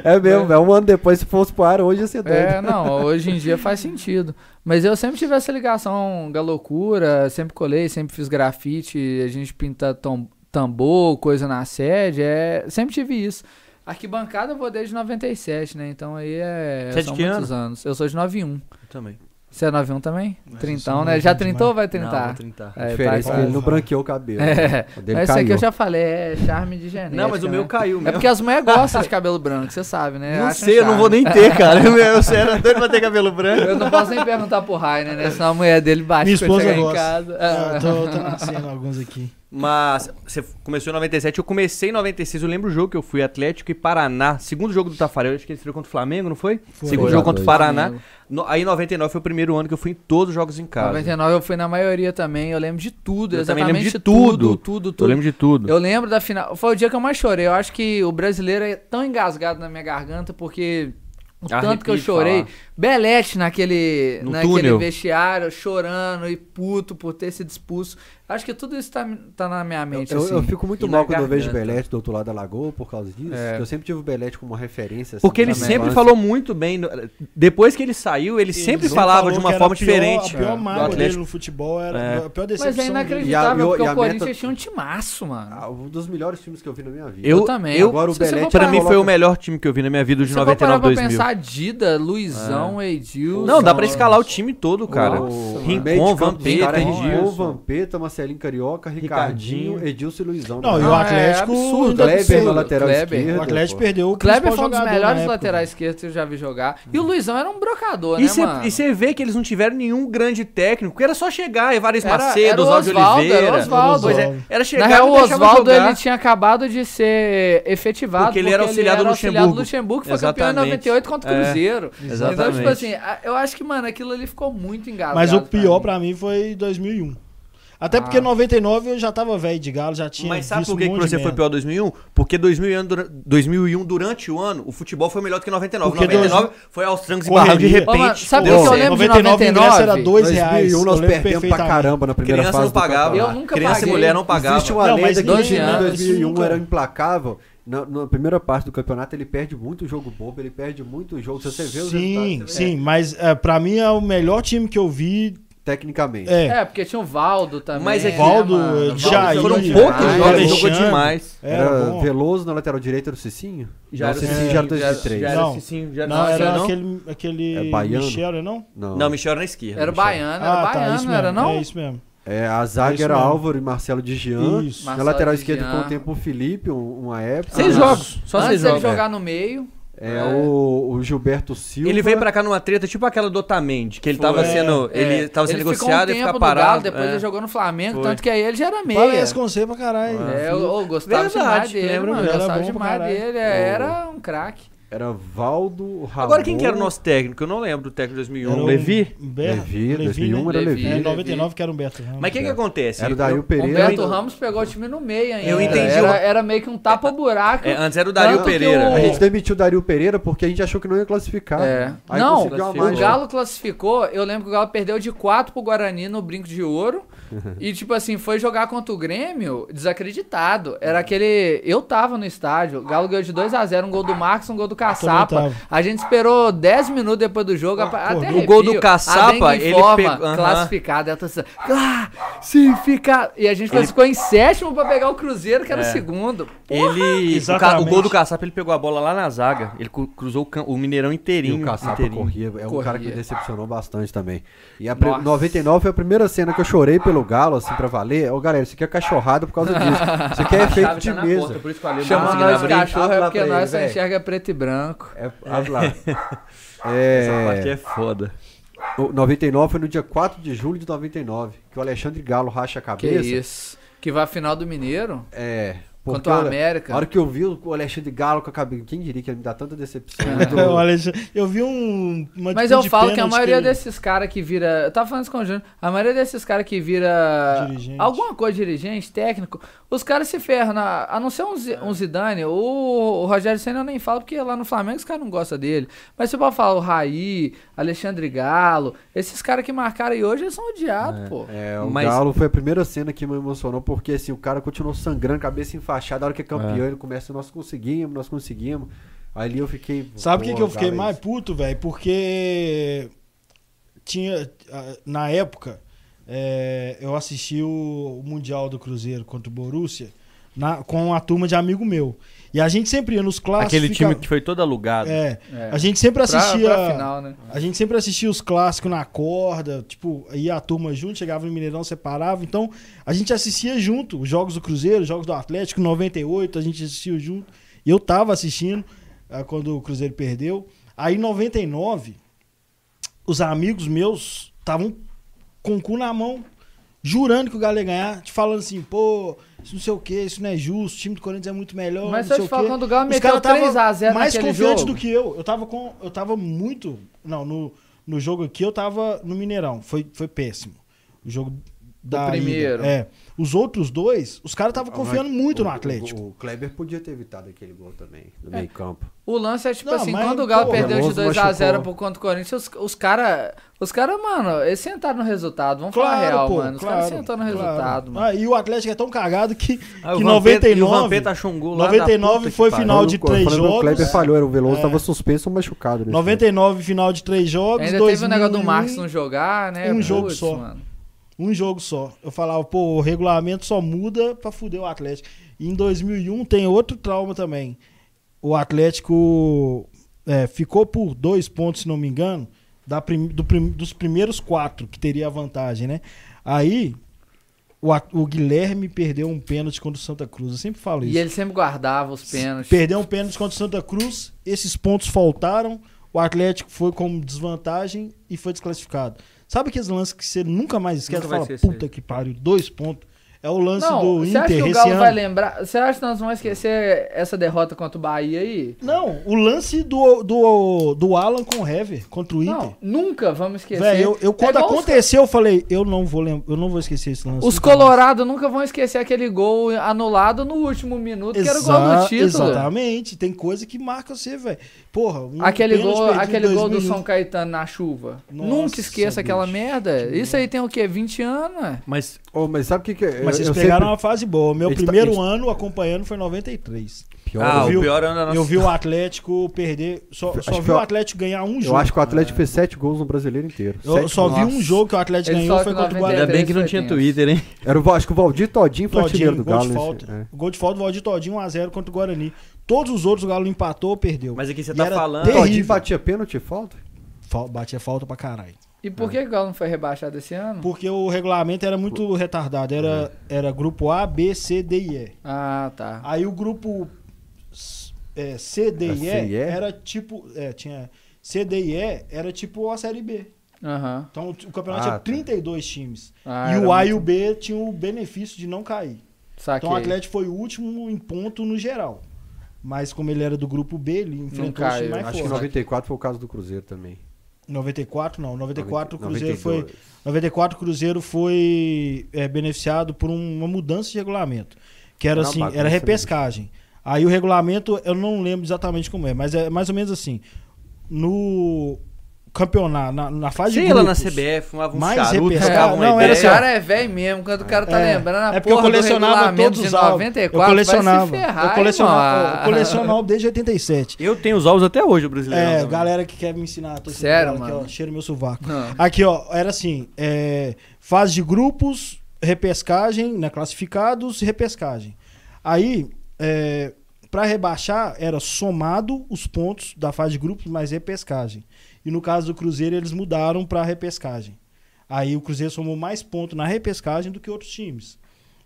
Speaker 1: É mesmo, é um ano depois, se fosse pro ar, hoje ia ser doido.
Speaker 3: É, não, hoje em dia faz sentido. Mas eu sempre tive essa ligação da loucura, sempre colei, sempre fiz grafite, a gente pinta tom- tambor, coisa na sede, é, sempre tive isso. Arquibancada eu vou desde 97, né? Então aí é.
Speaker 4: Você é de
Speaker 3: são
Speaker 4: que
Speaker 3: muitos anos. Eu sou de 91.
Speaker 4: Eu também.
Speaker 3: Você é 91 também?
Speaker 2: Mas eu
Speaker 3: Trintão,
Speaker 2: sou
Speaker 3: né?
Speaker 2: novo
Speaker 3: Já
Speaker 2: demais.
Speaker 3: trintou ou vai
Speaker 4: Não, vou
Speaker 3: trintar?
Speaker 4: trintar.
Speaker 1: A
Speaker 3: É,
Speaker 1: diferença é
Speaker 3: tá-
Speaker 1: que ele não
Speaker 2: tá-
Speaker 1: branqueou o cabelo.
Speaker 3: É,
Speaker 1: O dele
Speaker 3: mas isso aqui
Speaker 1: caiu.
Speaker 3: eu já falei, é charme de genética.
Speaker 4: Não, mas o meu
Speaker 3: né?
Speaker 4: caiu
Speaker 3: É
Speaker 4: mesmo.
Speaker 3: porque as mulheres gostam de cabelo branco, você sabe, né?
Speaker 4: Não
Speaker 3: Acham
Speaker 4: sei, eu não vou
Speaker 3: charme.
Speaker 4: nem ter, cara. Eu, eu sei, era doido pra ter cabelo branco.
Speaker 3: Eu não posso nem perguntar pro Rainer, né? Senão a mulher dele bate
Speaker 2: Minha
Speaker 3: quando
Speaker 2: esposa
Speaker 3: chegar em
Speaker 2: gosta.
Speaker 3: casa.
Speaker 2: Ah,
Speaker 3: Ah.
Speaker 2: eu tô, tô nascendo alguns
Speaker 3: [LAUGHS]
Speaker 2: aqui.
Speaker 4: Mas você começou em 97, eu comecei em 96, eu lembro o jogo que eu fui, Atlético e Paraná, segundo jogo do Tafarel, acho que ele estreou contra o Flamengo, não foi?
Speaker 2: Foi.
Speaker 4: Segundo
Speaker 1: Foi,
Speaker 4: jogo
Speaker 1: foi.
Speaker 4: contra o Paraná. No- aí em 99 foi o primeiro ano que eu fui em todos os jogos em casa.
Speaker 3: 99 eu fui na maioria também, eu lembro de tudo,
Speaker 4: Eu também
Speaker 3: exatamente
Speaker 4: lembro de tudo.
Speaker 3: tudo, tudo,
Speaker 4: Eu
Speaker 3: tudo.
Speaker 4: lembro de tudo.
Speaker 3: Eu lembro da final. Foi o dia que eu mais chorei. Eu acho que o brasileiro é tão engasgado na minha garganta porque o
Speaker 4: Arrepio
Speaker 3: tanto que eu
Speaker 4: de
Speaker 3: chorei.
Speaker 4: falar.
Speaker 3: Belete naquele,
Speaker 4: No
Speaker 3: naquele
Speaker 4: túnel.
Speaker 3: vestiário, chorando e puto por ter sido expulso. Acho que tudo isso tá, tá na minha mente.
Speaker 1: Eu,
Speaker 3: assim.
Speaker 1: eu fico muito
Speaker 4: E
Speaker 1: mal
Speaker 4: na
Speaker 1: quando eu vejo o
Speaker 4: garganta.
Speaker 1: Belete do outro lado da lagoa por causa disso.
Speaker 3: É.
Speaker 1: que Eu sempre tive o Belete como uma referência. assim,
Speaker 4: Porque ele
Speaker 1: na minha
Speaker 4: sempre
Speaker 1: infância.
Speaker 4: falou muito bem. no- Depois que ele saiu, ele, sempre
Speaker 2: Ele
Speaker 4: falava
Speaker 2: falou
Speaker 4: de
Speaker 2: que
Speaker 4: uma
Speaker 2: era
Speaker 4: forma
Speaker 2: a pior-
Speaker 4: diferente
Speaker 2: A pior
Speaker 4: do
Speaker 2: mágoa dele
Speaker 4: Atlético.
Speaker 2: no futebol era
Speaker 4: É.
Speaker 2: a pior decepção.
Speaker 3: Mas é
Speaker 2: dele.
Speaker 3: inacreditável
Speaker 1: E a-
Speaker 3: porque
Speaker 1: e a
Speaker 3: o Corinthians
Speaker 1: meta-
Speaker 3: tinha um timaço, mano.
Speaker 1: Ah, um dos melhores filmes que eu vi na minha vida.
Speaker 4: Eu-
Speaker 3: também.
Speaker 4: eu-
Speaker 1: agora o
Speaker 3: Se você for
Speaker 1: Belete,
Speaker 4: Pra
Speaker 3: parar-
Speaker 4: mim foi o melhor time que eu vi na minha vida, o de
Speaker 3: Se for parar
Speaker 4: 99
Speaker 3: pra
Speaker 4: 2000.
Speaker 3: pensar Dida, Luizão,
Speaker 1: É.
Speaker 3: Edilson.
Speaker 4: Não, dá pra escalar o time todo, cara.
Speaker 1: O-
Speaker 3: Nossa,
Speaker 1: o meio
Speaker 4: Rincon,
Speaker 1: de campo dos
Speaker 4: Vampeta,
Speaker 1: caras é
Speaker 3: Edilson.
Speaker 1: Rincon, Vampeta, Marcelinho Carioca, Ricardinho,
Speaker 4: Ricardinho.
Speaker 1: Edilson e Luizão.
Speaker 2: Não, e
Speaker 3: Não,
Speaker 2: o
Speaker 3: é
Speaker 2: Atlético.
Speaker 3: absurdo,
Speaker 2: ainda
Speaker 1: Kleber na
Speaker 2: perdeu.
Speaker 1: lateral
Speaker 3: Kleber.
Speaker 1: esquerda.
Speaker 2: O Atlético perdeu o
Speaker 3: Kleber
Speaker 2: principal
Speaker 3: foi um dos
Speaker 2: jogador na
Speaker 3: melhores
Speaker 2: época.
Speaker 3: laterais esquerdos que eu já vi jogar. E o Luizão era um brocador,
Speaker 4: Hum. E
Speaker 3: né, mano?
Speaker 4: você vê que eles não tiveram nenhum grande técnico, que era só chegar, Evaristo
Speaker 3: Era- era
Speaker 4: Macedo,
Speaker 3: o
Speaker 4: Oswaldo de
Speaker 3: Oswaldo,
Speaker 4: Oliveira.
Speaker 3: era o Oswaldo.
Speaker 4: Pois é,
Speaker 2: Oswaldo.
Speaker 4: era
Speaker 3: Na
Speaker 4: chegar
Speaker 3: real,
Speaker 4: e
Speaker 3: o
Speaker 4: deixava
Speaker 3: Oswaldo
Speaker 4: jogar.
Speaker 3: ele tinha acabado de ser efetivado.
Speaker 4: Porque ele era auxiliar do Luxemburgo.
Speaker 3: do Luxemburgo, foi campeão em
Speaker 4: Exatamente.
Speaker 3: 98 contra o
Speaker 4: É,
Speaker 3: Cruzeiro. Então,
Speaker 4: exatamente.
Speaker 3: tipo assim, a- eu acho que, mano, aquilo ali ficou muito engasgado.
Speaker 2: Mas o pior
Speaker 3: pra
Speaker 2: pra
Speaker 3: mim.
Speaker 2: mim foi 2001. Até
Speaker 3: Ah.
Speaker 2: porque em 99 eu já tava velho de galo, já tinha.
Speaker 4: Mas sabe
Speaker 2: visto
Speaker 4: por que,
Speaker 2: um
Speaker 4: que
Speaker 2: monte de
Speaker 4: você foi
Speaker 2: merda.
Speaker 4: pior 2001? Porque 2001, dura- 2001, durante o ano, o futebol foi melhor do que 99.
Speaker 2: Porque
Speaker 4: 99 foi aos trancos e
Speaker 2: Correria.
Speaker 4: barrancos de
Speaker 3: Ô, mano,
Speaker 4: repente.
Speaker 3: sabe o
Speaker 4: entendeu?
Speaker 3: que eu lembro de
Speaker 2: 99 o ingresso era
Speaker 3: 99?
Speaker 2: 2 reais.
Speaker 1: 2001 nós
Speaker 2: eu lembro
Speaker 1: perdemos pra
Speaker 2: perfeitamente.
Speaker 1: caramba na primeira
Speaker 4: Criança
Speaker 1: fase
Speaker 4: não
Speaker 1: do
Speaker 4: pagava.
Speaker 1: campeonato.
Speaker 3: Eu nunca
Speaker 4: Criança
Speaker 3: paguei.
Speaker 4: e mulher não pagava.
Speaker 1: Existe uma
Speaker 2: Não, mas
Speaker 1: lenda que
Speaker 3: doze
Speaker 1: em
Speaker 3: anos,
Speaker 1: 2001
Speaker 2: isso nunca-
Speaker 1: era um implacável. na, na primeira parte do campeonato ele perde muito jogo bobo, ele perde muito jogo. Se você vê os
Speaker 2: sim,
Speaker 1: resultados, você vê,
Speaker 2: sim, mas é, pra mim é o melhor time que eu vi.
Speaker 1: tecnicamente.
Speaker 2: É,
Speaker 3: É, porque tinha o Valdo também. né,
Speaker 4: Mas é que-
Speaker 2: Valdo, eh,
Speaker 3: mano,
Speaker 2: Jair,
Speaker 3: jogou
Speaker 4: Foram
Speaker 2: Aí,
Speaker 3: demais.
Speaker 4: poucos jogos,
Speaker 2: Alexandre.
Speaker 4: jogou demais.
Speaker 2: era
Speaker 1: Era
Speaker 2: é, bom.
Speaker 1: Veloso na lateral direita era o Cicinho? não, o Cicinho
Speaker 2: é,
Speaker 1: já era 2
Speaker 4: já-
Speaker 1: de 3.
Speaker 4: já era
Speaker 2: Não.
Speaker 4: Cicinho, já era
Speaker 2: Não,
Speaker 4: Cicinho,
Speaker 2: era
Speaker 4: não?
Speaker 2: aquele. aquele
Speaker 1: É baiano?
Speaker 2: Michel, não? Ah,
Speaker 1: Não,
Speaker 4: Não, Michel era na esquerda.
Speaker 3: Era o
Speaker 4: Michel.
Speaker 3: baiano, era baiano,
Speaker 2: isso
Speaker 3: Ah, não era
Speaker 2: mesmo,
Speaker 3: não?
Speaker 2: É isso mesmo.
Speaker 1: É, a zaga
Speaker 2: isso
Speaker 1: era
Speaker 2: mesmo.
Speaker 1: Álvaro e Marcelo de Jean.
Speaker 2: Isso.
Speaker 1: Na
Speaker 3: Marcelo
Speaker 1: lateral
Speaker 3: de
Speaker 1: esquerda
Speaker 3: Jean.
Speaker 1: ficou um tempo o Felipe, um, uma época.
Speaker 2: Ah,
Speaker 4: Seis
Speaker 3: Aham.
Speaker 4: jogos, só seis
Speaker 3: Antes dele
Speaker 4: jogos.
Speaker 3: jogar no meio.
Speaker 1: É,
Speaker 3: É.
Speaker 1: O, o Gilberto Silva.
Speaker 4: Ele veio pra cá numa treta tipo aquela do Otamendi, que ele
Speaker 3: Foi.
Speaker 4: tava sendo,
Speaker 3: é,
Speaker 4: ele tava sendo
Speaker 3: ficou um
Speaker 4: negociado e
Speaker 3: tempo
Speaker 4: ficava
Speaker 3: no Galo,
Speaker 4: parado.
Speaker 3: depois
Speaker 4: é.
Speaker 3: ele jogou no Flamengo,
Speaker 4: Foi.
Speaker 3: tanto que aí ele já era meia.
Speaker 2: Parece com você pra caralho.
Speaker 3: É, eu, eu gostava demais
Speaker 4: Verdade,
Speaker 3: dele,
Speaker 4: lembro,
Speaker 3: mano.
Speaker 2: era
Speaker 3: gostava
Speaker 2: bom pra
Speaker 3: demais
Speaker 2: caralho.
Speaker 3: dele. é, Era um craque.
Speaker 1: Era Valdo, Ramon.
Speaker 4: Agora quem que era o nosso técnico? Eu não lembro do técnico de
Speaker 2: Era
Speaker 4: 2001.
Speaker 2: o
Speaker 4: Levi?
Speaker 2: um Humberto-
Speaker 1: Levi,
Speaker 2: né?
Speaker 1: 2001 era
Speaker 3: Levi.
Speaker 1: Levi.
Speaker 2: É,
Speaker 3: Levi.
Speaker 2: 99 que era Humberto. né? Ramos.
Speaker 4: Mas o que que acontece?
Speaker 1: Era o Dario Pereira.
Speaker 3: Humberto Ramos pegou o time no meio ainda.
Speaker 4: Eu entendi.
Speaker 3: Era, era meio que um tapa-buraco.
Speaker 4: É, antes era o Dario
Speaker 3: Tanto que
Speaker 4: Pereira.
Speaker 3: o-
Speaker 1: A gente demitiu o Dario Pereira porque a gente achou que não ia classificar.
Speaker 3: É.
Speaker 1: Aí
Speaker 3: Não,
Speaker 1: conseguiu uma
Speaker 4: o
Speaker 3: O
Speaker 1: margem.
Speaker 3: Galo classificou, eu lembro que o Galo perdeu de 4 pro Guarani no brinco de
Speaker 4: [LAUGHS]
Speaker 3: ouro. e, tipo assim, foi jogar contra o Grêmio desacreditado. Era aquele. Eu tava no estádio, o Galo ganhou de 2x0, um gol do Marcos, um gol do Caçapa.
Speaker 2: tava.
Speaker 3: A gente esperou 10 minutos depois do jogo. apa- até
Speaker 4: no gol do
Speaker 3: arrepio.
Speaker 4: Caçapa,
Speaker 3: A dengue
Speaker 4: ele
Speaker 3: informa,
Speaker 4: pegou- aham.
Speaker 3: classificado. é a torcida, Ah, se ficar. E a gente classificou em sétimo pra pegar o Cruzeiro, que era
Speaker 4: É.
Speaker 3: o segundo.
Speaker 4: Ele, o, ca- o
Speaker 2: Exatamente.
Speaker 4: gol do Caçapa, ele pegou a bola lá na zaga. Ele cu- cruzou o, cam- o Mineirão
Speaker 1: E
Speaker 4: inteirinho.
Speaker 1: o Caçapa
Speaker 4: inteirinho.
Speaker 1: corria. É um
Speaker 3: Corria.
Speaker 1: cara que me decepcionou bastante também. E a pri-
Speaker 3: Nossa.
Speaker 1: 99 foi a primeira cena que eu chorei pelo Galo, assim, pra valer. Ô, galera, isso aqui é cachorrada por causa disso. Isso
Speaker 3: [LAUGHS]
Speaker 1: aqui é
Speaker 4: A chave
Speaker 1: efeito de
Speaker 4: tá na
Speaker 1: mesa.
Speaker 4: porta, por isso que eu falei, eu não
Speaker 3: Chamando
Speaker 4: consegui
Speaker 3: nós de
Speaker 4: abrir.
Speaker 3: cachorro é
Speaker 1: Habla
Speaker 3: porque
Speaker 1: pra ele,
Speaker 3: nós só
Speaker 1: véi.
Speaker 3: enxerga preto e branco.
Speaker 1: É, abre
Speaker 3: [LAUGHS]
Speaker 1: lá.
Speaker 4: Essa parte
Speaker 1: É,
Speaker 4: é foda.
Speaker 1: o 99 foi no dia 4 de julho de 99, que o Alexandre Galo racha a
Speaker 3: Que
Speaker 1: cabeça.
Speaker 3: isso. Que vai à final do Mineiro?
Speaker 1: É.
Speaker 3: Quanto
Speaker 1: porque
Speaker 3: ao
Speaker 1: eu-
Speaker 3: América.
Speaker 1: A hora que eu vi o Alexandre Galo com a cabeça, quem diria que ia me dar tanta decepção?
Speaker 3: É.
Speaker 1: né, do-
Speaker 2: [LAUGHS] [LAUGHS] Olha, eu vi um. uma
Speaker 3: Mas
Speaker 2: disputa
Speaker 3: eu
Speaker 2: de
Speaker 3: falo que a
Speaker 2: pênalti
Speaker 3: maioria
Speaker 2: ele-
Speaker 3: desses caras que vira. Eu tava falando isso com o Júnior. A maioria desses caras que vira.
Speaker 2: Dirigente.
Speaker 3: Alguma coisa, dirigente, técnico. Os caras se ferram. Na, a não ser um, Zi-
Speaker 2: É.
Speaker 3: um Zidane. O, o Rogério Senna eu nem falo, porque lá no Flamengo os caras não gostam dele. Mas você pode falar o Raí, Alexandre Galo. Esses caras que marcaram aí hoje, eles são odiados, pô.
Speaker 1: É, o
Speaker 4: Mas-
Speaker 1: Galo foi a primeira cena que me emocionou, porque assim, o cara continuou sangrando, cabeça enfaixada, a hora que é campeão, ele começa, nós conseguimos, nós conseguimos. Ali eu fiquei.
Speaker 2: Sabe o que,
Speaker 1: pô,
Speaker 2: que eu fiquei
Speaker 1: Galo,
Speaker 2: mais
Speaker 1: isso.
Speaker 2: puto, velho? Porque tinha. ah, Na época, é, eu assisti o o Mundial do Cruzeiro contra o Borussia na- com a turma de amigo meu. E a gente sempre ia nos clássicos.
Speaker 4: Aquele
Speaker 2: fica-
Speaker 4: time que foi todo alugado.
Speaker 2: É,
Speaker 3: É.
Speaker 2: A gente sempre
Speaker 3: Pra-
Speaker 2: assistia.
Speaker 3: pra final, né?
Speaker 2: A gente sempre assistia os clássicos na corda, tipo, ia a turma junto, chegava no Mineirão, separava. Então, a gente assistia junto os jogos do Cruzeiro, os jogos do Atlético, 98, a gente assistia junto. Eu tava assistindo ah, quando o Cruzeiro perdeu. Aí, em 99, os amigos meus estavam com o cu na mão, jurando que o Galo ia ganhar, te falando assim, pô, isso não sei o que, isso não é justo, o time do Corinthians é muito melhor.
Speaker 3: Mas se
Speaker 2: não
Speaker 3: eu
Speaker 2: sei
Speaker 3: te
Speaker 2: o
Speaker 3: falar,
Speaker 2: quê."
Speaker 3: quando o Galo
Speaker 2: Os
Speaker 3: meteu
Speaker 2: caras tavam
Speaker 3: 3 a
Speaker 4: é,
Speaker 3: 0
Speaker 2: mais
Speaker 3: naquele
Speaker 2: confiante
Speaker 3: jogo.
Speaker 2: do que eu. Eu tava com. Eu tava muito. Não, no, no jogo aqui eu tava no Mineirão. Foi, foi péssimo. O jogo da. ida.
Speaker 3: primeiro. Ah,
Speaker 2: É. Os outros dois, os caras estavam confiando muito no
Speaker 1: O- o-
Speaker 2: Atlético.
Speaker 1: O, Kleber podia ter evitado aquele gol também, no meio-campo.
Speaker 3: O lance é tipo
Speaker 2: Não,
Speaker 3: assim,
Speaker 2: mas,
Speaker 3: quando o Galo
Speaker 2: pô,
Speaker 3: perdeu de
Speaker 1: Veloso
Speaker 3: 2x0
Speaker 1: machucou.
Speaker 3: pro contra o Corinthians, os, os caras. Os caras, mano, eles sentaram no resultado. Vamos falar a real, mano. Os caras sentaram no
Speaker 2: claro.
Speaker 3: resultado, mano.
Speaker 2: Ah, e o Atlético é tão cagado que,
Speaker 4: Ah,
Speaker 2: que
Speaker 4: o Vampeta- e o
Speaker 2: 99.
Speaker 4: Vampeta achou um gol lá da
Speaker 2: 99
Speaker 4: puta que
Speaker 2: foi
Speaker 4: pariu.
Speaker 2: final de
Speaker 1: Falando-
Speaker 2: três
Speaker 1: falando que
Speaker 2: jogos.
Speaker 1: O Kleber falhou, era o Veloso,
Speaker 2: É.
Speaker 1: estava tava suspenso ou machucado. nesse
Speaker 2: 99, final de três jogos.
Speaker 3: Ainda teve o
Speaker 2: 2000
Speaker 3: negócio do Marcos
Speaker 2: e-
Speaker 3: não jogar, né?
Speaker 2: um jogo
Speaker 3: Putz,
Speaker 2: só.
Speaker 3: Mano.
Speaker 2: Um jogo só. Eu falava, pô, o regulamento só muda pra fuder o Atlético. E em 2001 tem outro trauma também. O Atlético é, ficou por dois pontos, se não me engano, da prim- do prim- dos primeiros quatro que teria a vantagem, né? Aí o, At- o Guilherme perdeu um pênalti contra o Santa Cruz. Eu sempre falo isso.
Speaker 3: E ele sempre guardava os pênaltis.
Speaker 2: Perdeu um pênalti contra o Santa Cruz, esses pontos faltaram, o Atlético foi com desvantagem e foi desclassificado. Sabe aqueles lances que você nunca mais esquece?
Speaker 4: Nunca vai
Speaker 2: Fala,
Speaker 4: esquecer.
Speaker 2: puta que pariu, dois pontos. É o lance
Speaker 3: Não,
Speaker 2: do
Speaker 3: você acha
Speaker 2: Inter
Speaker 3: que o
Speaker 2: esse
Speaker 3: Galo
Speaker 2: ano.
Speaker 3: vai lembrar? Você acha que nós vamos esquecer essa derrota contra o Bahia aí?
Speaker 2: Não, o lance do, do, do Alan com o Hever contra o Inter.
Speaker 3: Não, nunca vamos esquecer.
Speaker 2: Velho, eu, eu,
Speaker 3: É
Speaker 2: quando
Speaker 3: igual os-
Speaker 2: aconteceu, eu falei, eu não vou lembrar, eu não vou esquecer esse lance.
Speaker 3: Os
Speaker 2: nunca mais.
Speaker 3: Colorado nunca vão esquecer aquele gol anulado no último minuto, que era o gol do
Speaker 2: Exa-
Speaker 3: título.
Speaker 2: Exatamente, tem coisa que marca você, velho. Porra, um
Speaker 3: Aquele
Speaker 2: pênalti
Speaker 3: gol,
Speaker 2: perdido em
Speaker 3: aquele gol do
Speaker 2: 2001.
Speaker 3: São Caetano na chuva.
Speaker 2: Nossa,
Speaker 3: Nunca esqueça aquela
Speaker 2: bicho.
Speaker 3: merda. Isso aí tem o quê? 20 anos, ué?
Speaker 4: Mas
Speaker 1: Ô, mas sabe o que, que é?
Speaker 2: Mas
Speaker 1: Eu-
Speaker 2: vocês
Speaker 1: eu
Speaker 2: pegaram
Speaker 1: sempre-
Speaker 2: uma fase boa. O meu
Speaker 1: Eles tá-
Speaker 2: primeiro
Speaker 1: eles-
Speaker 2: ano acompanhando foi 93.
Speaker 1: Pior,
Speaker 4: Ah,
Speaker 1: eu,
Speaker 2: vi
Speaker 4: o
Speaker 2: o-
Speaker 4: pior ano da nossa.
Speaker 2: Eu vi o Atlético perder. Só,
Speaker 1: Acho
Speaker 2: só
Speaker 1: que
Speaker 2: vi o
Speaker 1: eu-
Speaker 2: Atlético ganhar um jogo.
Speaker 1: eu acho que o Atlético fez sete gols no brasileiro inteiro.
Speaker 2: Eu
Speaker 1: Sete
Speaker 2: só
Speaker 1: gols.
Speaker 2: vi
Speaker 3: Nossa.
Speaker 2: um jogo que o Atlético
Speaker 3: Ele
Speaker 2: ganhou
Speaker 3: só
Speaker 2: foi
Speaker 3: que
Speaker 2: contra o
Speaker 3: 93
Speaker 1: é
Speaker 4: Ainda
Speaker 2: Guarani.
Speaker 4: bem que não tinha
Speaker 3: foi tenso.
Speaker 4: Twitter, hein?
Speaker 1: Era, o- acho que o Valdir Todinho foi artilheiro
Speaker 2: Todinho,
Speaker 1: do
Speaker 2: gol
Speaker 1: Galo.
Speaker 2: de
Speaker 1: nesse-
Speaker 2: falta.
Speaker 1: é.
Speaker 2: Gol de falta, Valdir Todinho 1x0 contra o Guarani. Todos os outros o Galo empatou ou perdeu.
Speaker 3: é
Speaker 4: Mas aqui você
Speaker 2: E
Speaker 4: tá
Speaker 2: era
Speaker 4: falando.
Speaker 2: Ah, terrível.
Speaker 1: Todinho batia pênalti e falta?
Speaker 2: Fal- Batia falta pra caralho.
Speaker 3: E
Speaker 2: É.
Speaker 3: por que o Galo não foi rebaixado esse ano?
Speaker 2: Porque o regulamento era muito retardado. Era, era grupo A, B, C, D e E.
Speaker 3: Ah, tá.
Speaker 2: Aí o grupo s- é, C, D
Speaker 1: Era
Speaker 2: e
Speaker 1: C e
Speaker 2: E
Speaker 1: E?
Speaker 2: era tipo. É, tinha. C, D e E era tipo a Série B.
Speaker 3: Aham.
Speaker 2: Então o
Speaker 1: Ah,
Speaker 2: campeonato tinha
Speaker 1: tá.
Speaker 2: 32 times.
Speaker 3: Ah,
Speaker 2: e
Speaker 3: era
Speaker 2: o A e o
Speaker 3: muito-
Speaker 2: B tinham o benefício de não cair.
Speaker 3: Saquei.
Speaker 2: Então o Atlético foi o último em ponto no geral. Mas como ele era do grupo B, ele enfrentou o time
Speaker 3: caiu.
Speaker 2: mais
Speaker 1: Acho
Speaker 2: é forte.
Speaker 1: que 94 foi o caso do Cruzeiro também.
Speaker 2: 94 não, 94 o Cruzeiro
Speaker 1: 92.
Speaker 2: foi 94 o Cruzeiro foi é, beneficiado por um- uma mudança de regulamento, que
Speaker 1: Era
Speaker 2: era
Speaker 1: uma
Speaker 2: assim,
Speaker 1: bagunça
Speaker 2: era repescagem. Aí o regulamento eu não lembro exatamente como é, mas é mais ou menos assim. No campeonato, na, na fase
Speaker 4: Sei
Speaker 2: de
Speaker 4: lá
Speaker 2: grupos,
Speaker 4: na CBF, fumava um
Speaker 2: Mais
Speaker 4: charuto,
Speaker 2: repescado.
Speaker 4: trocava uma
Speaker 2: Não,
Speaker 3: É, Era
Speaker 2: era
Speaker 4: ideia.
Speaker 3: o cara é velho mesmo, quando o cara tá
Speaker 2: É.
Speaker 3: lembrando a
Speaker 2: É porque eu
Speaker 3: porra
Speaker 2: colecionava
Speaker 3: do regulamento
Speaker 2: todos os
Speaker 3: de
Speaker 2: álbuns.
Speaker 3: 94,
Speaker 2: eu colecionava,
Speaker 3: vai se ferrar,
Speaker 2: eu colecionava,
Speaker 3: irmão. Ah.
Speaker 2: eu colecionava desde 87.
Speaker 4: Eu tenho os ovos até hoje, o brasileiro. né?
Speaker 2: É, galera que quer me ensinar, tô
Speaker 3: Sério,
Speaker 2: ensinando aqui,
Speaker 3: mano?
Speaker 2: ó, é cheiro meu sovaco.
Speaker 3: [LAUGHS] Não.
Speaker 2: Aqui, ó, era assim: é, fase de grupos, repescagem, né? Classificados, repescagem. Aí, é, para rebaixar, era somado os pontos da fase de grupos mais repescagem. E no caso do Cruzeiro, eles mudaram para repescagem. Aí o Cruzeiro somou mais pontos na repescagem do que outros times.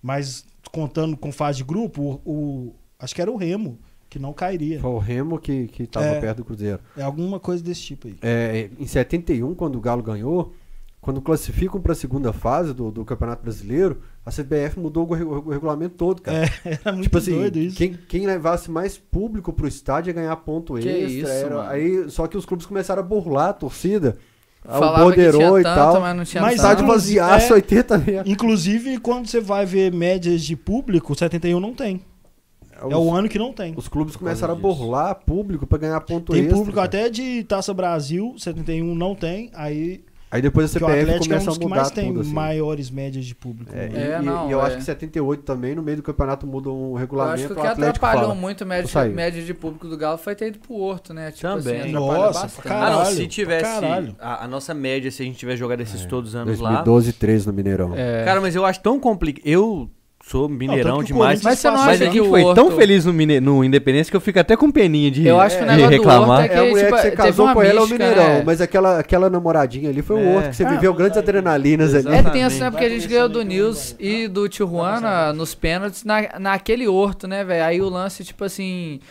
Speaker 2: Mas contando com fase de grupo, o, o- acho que era o Remo que não cairia.
Speaker 1: Foi o Remo que, que tava
Speaker 2: É.
Speaker 1: perto do Cruzeiro.
Speaker 2: É alguma coisa desse tipo aí.
Speaker 1: É, em 71, quando o Galo ganhou, quando classificam para a segunda fase do, do Campeonato Brasileiro, a CBF mudou o, re- o regulamento todo, cara.
Speaker 2: [LAUGHS] Era muito
Speaker 1: tipo assim,
Speaker 2: doido isso.
Speaker 1: Quem, quem levasse mais público pro estádio ia ganhar ponto
Speaker 3: Que
Speaker 1: extra.
Speaker 3: isso,
Speaker 1: era-
Speaker 3: mano.
Speaker 1: aí, só que os clubes começaram a burlar a torcida. Ah,
Speaker 3: Falava
Speaker 1: o
Speaker 3: que tinha
Speaker 1: Borderou e
Speaker 3: tanto,
Speaker 1: tal.
Speaker 3: mas não tinha
Speaker 2: Mas um-
Speaker 3: tanto.
Speaker 1: estádio vaziaço,
Speaker 2: É.
Speaker 1: 80 mil.
Speaker 2: Inclusive, quando você vai ver médias de público, 71 não tem. É o ano que não tem.
Speaker 1: Os clubes começaram a
Speaker 4: disso.
Speaker 1: burlar público para ganhar ponto
Speaker 2: Tem
Speaker 1: extra.
Speaker 2: público
Speaker 1: cara.
Speaker 2: até de Taça Brasil, 71 não tem. Aí
Speaker 1: Aí depois a
Speaker 2: que o
Speaker 1: CBF
Speaker 2: Atlético é um
Speaker 1: começa
Speaker 2: dos
Speaker 1: a
Speaker 2: que
Speaker 1: mudar
Speaker 2: mais tem
Speaker 1: tudo, assim.
Speaker 2: maiores médias de público.
Speaker 1: É,
Speaker 2: né?
Speaker 1: e-
Speaker 3: É,
Speaker 1: e,
Speaker 3: não,
Speaker 1: e eu
Speaker 3: é.
Speaker 1: acho que 78 também, no meio do campeonato mudou um
Speaker 3: Eu
Speaker 1: regulamento.
Speaker 3: acho que o
Speaker 1: o
Speaker 3: que
Speaker 1: Atlético
Speaker 3: atrapalhou
Speaker 1: fala.
Speaker 3: muito a média,
Speaker 1: Saiu.
Speaker 3: média de público do Galo foi ter ido pro Horto, né? Tipo
Speaker 4: Também.
Speaker 3: assim, atrapalha
Speaker 2: Nossa,
Speaker 3: bastante.
Speaker 4: Ah, não,
Speaker 2: Caralho,
Speaker 4: se
Speaker 2: pra
Speaker 4: tivesse.
Speaker 2: caralho.
Speaker 4: A, a nossa média, se a gente tivesse jogado esses todos os anos lá.
Speaker 1: 2012 e 13 no Mineirão.
Speaker 3: É.
Speaker 4: Cara, mas eu acho tão complicado. Eu sou
Speaker 2: Não,
Speaker 4: mineirão
Speaker 2: tanto que o
Speaker 4: demais.
Speaker 2: Corinthians
Speaker 3: Mas você não
Speaker 2: passou-
Speaker 4: Mas
Speaker 3: acha
Speaker 4: a
Speaker 3: que
Speaker 4: gente
Speaker 3: o
Speaker 4: foi
Speaker 3: Horto-
Speaker 4: tão feliz no, Mine... no Independência que eu fico até com peninha de,
Speaker 3: Eu acho que o negócio
Speaker 4: de
Speaker 3: do
Speaker 4: reclamar.
Speaker 3: Horto
Speaker 1: É, a
Speaker 3: que,
Speaker 1: mulher
Speaker 3: tipo,
Speaker 1: que você
Speaker 3: teve
Speaker 1: casou
Speaker 3: uma
Speaker 1: com ela é o
Speaker 3: mística,
Speaker 1: Mineirão,
Speaker 3: é.
Speaker 1: mas aquela, aquela namoradinha ali foi
Speaker 4: É.
Speaker 1: o outro, que você
Speaker 2: Ah,
Speaker 1: viveu grandes adrenalinas ali.
Speaker 3: É
Speaker 4: Exatamente.
Speaker 3: tenso, né? Porque a gente
Speaker 2: Vai
Speaker 3: ganhou
Speaker 2: começando
Speaker 3: do
Speaker 2: aí que
Speaker 3: News
Speaker 2: não vai.
Speaker 3: e do Tijuana nos pênaltis na, naquele horto, né, velho? Aí o lance, tipo assim.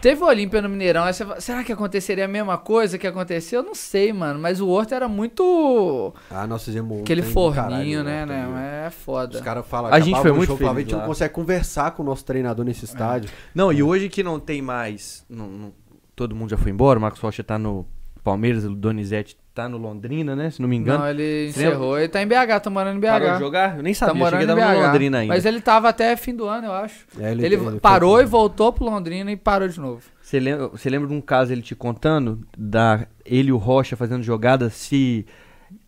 Speaker 3: Teve o Olímpia no Mineirão, aí você fala, será que aconteceria a mesma coisa que aconteceu? Eu não sei, mano. Mas o Horto era muito.
Speaker 1: Ah, nós fizemos um
Speaker 3: Aquele
Speaker 1: trem do
Speaker 3: forninho,
Speaker 1: caralho,
Speaker 3: né, né?
Speaker 1: Outro dia.
Speaker 3: Mas É
Speaker 1: Os
Speaker 3: foda.
Speaker 1: caras falam,
Speaker 4: A gente
Speaker 1: acabava
Speaker 4: foi
Speaker 1: o
Speaker 4: muito
Speaker 1: jogo, falava, A
Speaker 4: feliz
Speaker 1: gente não
Speaker 4: lá."
Speaker 1: consegue conversar com o nosso treinador
Speaker 3: É.
Speaker 1: nesse estádio.
Speaker 4: Não, e hoje que não tem mais. não- não- todo mundo já foi embora. O Marcos Rocha tá no Palmeiras, o Donizete tá no Londrina, né? Se não me engano.
Speaker 3: Não, é ele
Speaker 4: Você lembra?
Speaker 3: encerrou. Ele tá em BH, tá morando em
Speaker 4: Parou de
Speaker 3: BH.
Speaker 4: jogar? Eu nem
Speaker 3: Tá
Speaker 4: sabia, achei que
Speaker 3: morando em
Speaker 4: tava no
Speaker 3: BH.
Speaker 4: Londrina ainda.
Speaker 3: Mas é ele tava até fim do ano, eu acho.
Speaker 1: É,
Speaker 3: Ele, parou e voltou pro Londrina e parou de novo.
Speaker 4: Você lembra, você lembra de um caso ele te contando? Da ele e o Rocha fazendo jogada se,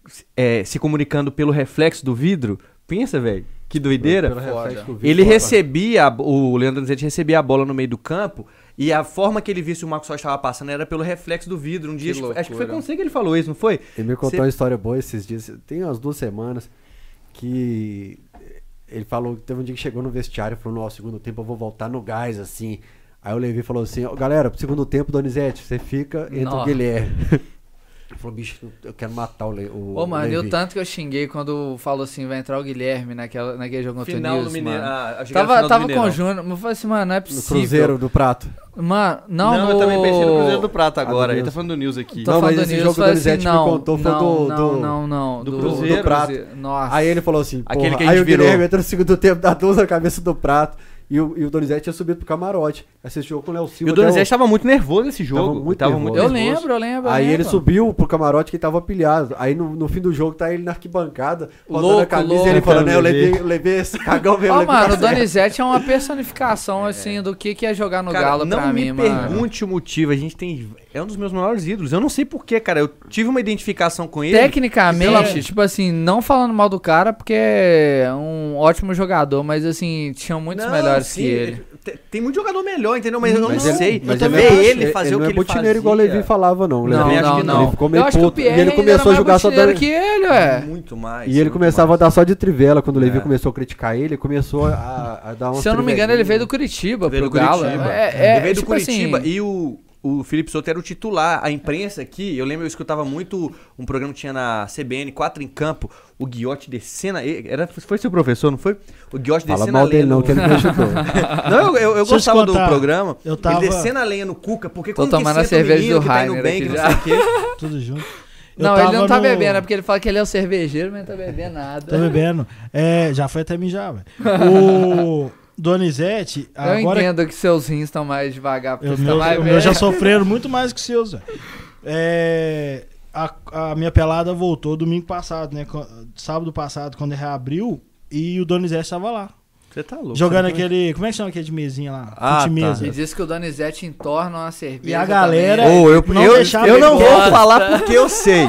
Speaker 4: se- é, se comunicando pelo reflexo do vidro? Pensa, velho. Que doideira. Ele recebia, a bo- o Leandro Donizete recebia a bola no meio do campo e a forma que ele visse o Marcos Rocha estava passando era pelo reflexo do vidro. Um dia, acho, que- acho que foi
Speaker 3: loucura.
Speaker 4: com você que ele falou isso, não foi?
Speaker 1: Ele me contou
Speaker 4: Cê-
Speaker 1: uma história boa esses dias, tem umas duas semanas, que ele falou que teve um dia que chegou no vestiário e falou, nossa, segundo tempo eu vou voltar no gás, assim. Aí o Levi falou assim, "Ó, galera, pro segundo tempo, Donizete, você fica entre
Speaker 3: Nó.
Speaker 1: o
Speaker 4: [LAUGHS]
Speaker 1: Guilherme. Ele falou, bicho, eu quero matar o, Le o
Speaker 3: Ô, mano, e o
Speaker 1: Levi."
Speaker 3: tanto que eu xinguei quando falou assim, vai entrar o Guilherme naquela, naquele jogo contra o
Speaker 4: Final do
Speaker 3: News,
Speaker 4: Mineiro.
Speaker 3: mano.
Speaker 4: ah, a chegada
Speaker 3: Tava,
Speaker 4: final do
Speaker 3: tava com
Speaker 4: Mineirão.
Speaker 3: o Júnior, mas eu falei assim, mano, não é
Speaker 1: No
Speaker 3: possível.
Speaker 1: Cruzeiro, do Prato.
Speaker 3: Mano, não,
Speaker 4: Não,
Speaker 3: no...
Speaker 4: eu também pensei no Cruzeiro do Prato agora.
Speaker 1: do
Speaker 4: Ele tá
Speaker 1: Nilson.
Speaker 4: falando do News aqui.
Speaker 3: Tô
Speaker 1: Não,
Speaker 3: falando
Speaker 1: mas esse
Speaker 3: do News,
Speaker 1: jogo do
Speaker 3: falei assim,
Speaker 1: Donizete me
Speaker 3: não,
Speaker 1: contou foi
Speaker 3: não,
Speaker 1: do-
Speaker 3: não,
Speaker 1: do-
Speaker 3: não, não,
Speaker 4: do
Speaker 3: do,
Speaker 4: Cruzeiro.
Speaker 3: do Cruzeiro. Nossa.
Speaker 1: Aí ele falou assim,
Speaker 4: Aquele
Speaker 1: porra,
Speaker 4: que a gente
Speaker 1: aí o
Speaker 4: virou.
Speaker 1: Guilherme entra no segundo tempo, dá duas na cabeça do Prato. E o, e o Donizete tinha subido pro camarote. Assistiu com o Léo
Speaker 4: E
Speaker 1: Silva.
Speaker 4: o Donizete
Speaker 1: até
Speaker 4: tava muito nervoso nesse jogo.
Speaker 1: Tava muito
Speaker 4: tava
Speaker 1: nervoso.
Speaker 4: muito
Speaker 3: Eu
Speaker 1: nervoso.
Speaker 3: lembro, eu lembro. eu
Speaker 1: Aí ele
Speaker 3: lembro.
Speaker 1: subiu pro camarote que tava pilhado. Aí no, no fim do jogo tá ele na arquibancada, rodando a
Speaker 3: Louco,
Speaker 1: camisa
Speaker 3: louco.
Speaker 1: e ele falando, né, eu
Speaker 4: Tentando
Speaker 1: levei, eu levei esse cagão mesmo. eu
Speaker 3: Ó,
Speaker 1: levei
Speaker 3: mano, o
Speaker 1: cacete."
Speaker 3: Donizete é uma personificação, assim, do que, que é jogar no
Speaker 4: Cara,
Speaker 3: Galo
Speaker 4: não
Speaker 3: pra mim,
Speaker 4: me
Speaker 3: mano.
Speaker 4: pergunte o motivo. A gente tem. É um dos meus maiores ídolos. Eu não sei porquê, cara. Eu tive uma identificação com ele.
Speaker 3: Tecnicamente,
Speaker 4: Ele-
Speaker 3: tipo assim, não falando mal do cara, porque é um ótimo jogador, mas assim, tinham muitos
Speaker 4: Não,
Speaker 3: melhores
Speaker 4: sim,
Speaker 3: que ele.
Speaker 4: te- Tem muito jogador melhor, entendeu? Mas eu não
Speaker 1: Mas ele-
Speaker 4: sei.
Speaker 1: mas
Speaker 4: eu
Speaker 1: ele
Speaker 4: ver
Speaker 1: não é-
Speaker 4: ele fazer o que
Speaker 1: não é
Speaker 4: ele
Speaker 1: botineiro
Speaker 4: fazia.
Speaker 1: igual o Levi falava, não. O
Speaker 4: Não,
Speaker 1: Levi-
Speaker 4: não, não.
Speaker 1: Ele ficou meio
Speaker 3: eu acho que o
Speaker 1: puto. E
Speaker 3: Pierre
Speaker 1: ele
Speaker 3: ainda
Speaker 1: começou a
Speaker 3: era
Speaker 1: jogar
Speaker 3: mais
Speaker 1: só
Speaker 3: botineiro
Speaker 1: dando...
Speaker 3: que ele, ué.
Speaker 4: Muito mais.
Speaker 1: E ele
Speaker 4: muito
Speaker 1: começava
Speaker 4: mais.
Speaker 1: a dar só de trivela. Quando o Levi
Speaker 4: É.
Speaker 1: começou a criticar ele, ele começou a, a dar uma.
Speaker 3: Se eu não me engano, ele veio do Curitiba
Speaker 4: Veio do
Speaker 3: pro Galo.
Speaker 4: Curitiba.
Speaker 3: É, é,
Speaker 4: ele veio do
Speaker 3: tipo
Speaker 4: Curitiba
Speaker 3: assim,
Speaker 4: e o, o Felipe Souto era o titular. A imprensa aqui, eu lembro, eu escutava muito um programa que tinha na CBN, 4 em Campo, o Guiote descendo. a- Era, foi seu professor, não foi? O Guiote
Speaker 1: Fala
Speaker 4: descendo a
Speaker 1: mal
Speaker 4: lenha.
Speaker 1: dele, não,
Speaker 4: no-
Speaker 1: que ele me ajudou.
Speaker 2: [LAUGHS]
Speaker 4: Não, eu, eu, eu
Speaker 2: Deixa eu te
Speaker 4: gostava do
Speaker 2: contar.
Speaker 4: programa.
Speaker 2: Eu tava-
Speaker 4: Ele descendo a lenha no Cuca, porque
Speaker 3: Tô
Speaker 4: como que
Speaker 3: tomando
Speaker 4: senta
Speaker 3: a
Speaker 4: o
Speaker 3: cerveja
Speaker 4: menino
Speaker 3: do
Speaker 4: que tá
Speaker 3: Rainer
Speaker 4: no Nubank,
Speaker 3: aqui
Speaker 4: não
Speaker 3: já.
Speaker 4: sei o quê?
Speaker 2: [LAUGHS] Tudo junto. Eu
Speaker 3: Não, ele
Speaker 2: tava
Speaker 3: não tá
Speaker 2: no-
Speaker 3: bebendo, é porque ele fala que ele é um cervejeiro, mas não tá bebendo nada.
Speaker 2: Tá bebendo. É, já foi até mijar,
Speaker 3: [LAUGHS]
Speaker 2: velho. O Donizete,
Speaker 3: Eu
Speaker 2: agora
Speaker 3: entendo que seus rins estão mais devagar, porque
Speaker 2: Eu,
Speaker 3: você tá
Speaker 2: meu,
Speaker 3: mais
Speaker 2: o meu
Speaker 3: velho.
Speaker 2: já sofreram muito mais que os seus, velho. É, a, a minha pelada voltou domingo passado, né? co- Sábado passado, quando reabriu, e o Donizete estava lá.
Speaker 4: Você tá louco.
Speaker 2: jogando aquele. Como é que chama aquele de mesinha lá?
Speaker 4: Ah,
Speaker 2: Fute-mesa.
Speaker 3: E diz que o Donizete entorna uma cerveja.
Speaker 2: E a galera-
Speaker 3: também.
Speaker 4: Ô, eu,
Speaker 2: É, Não
Speaker 4: eu,
Speaker 2: deixava
Speaker 4: eu
Speaker 2: ele
Speaker 4: não vou
Speaker 2: embora.
Speaker 4: falar porque eu sei,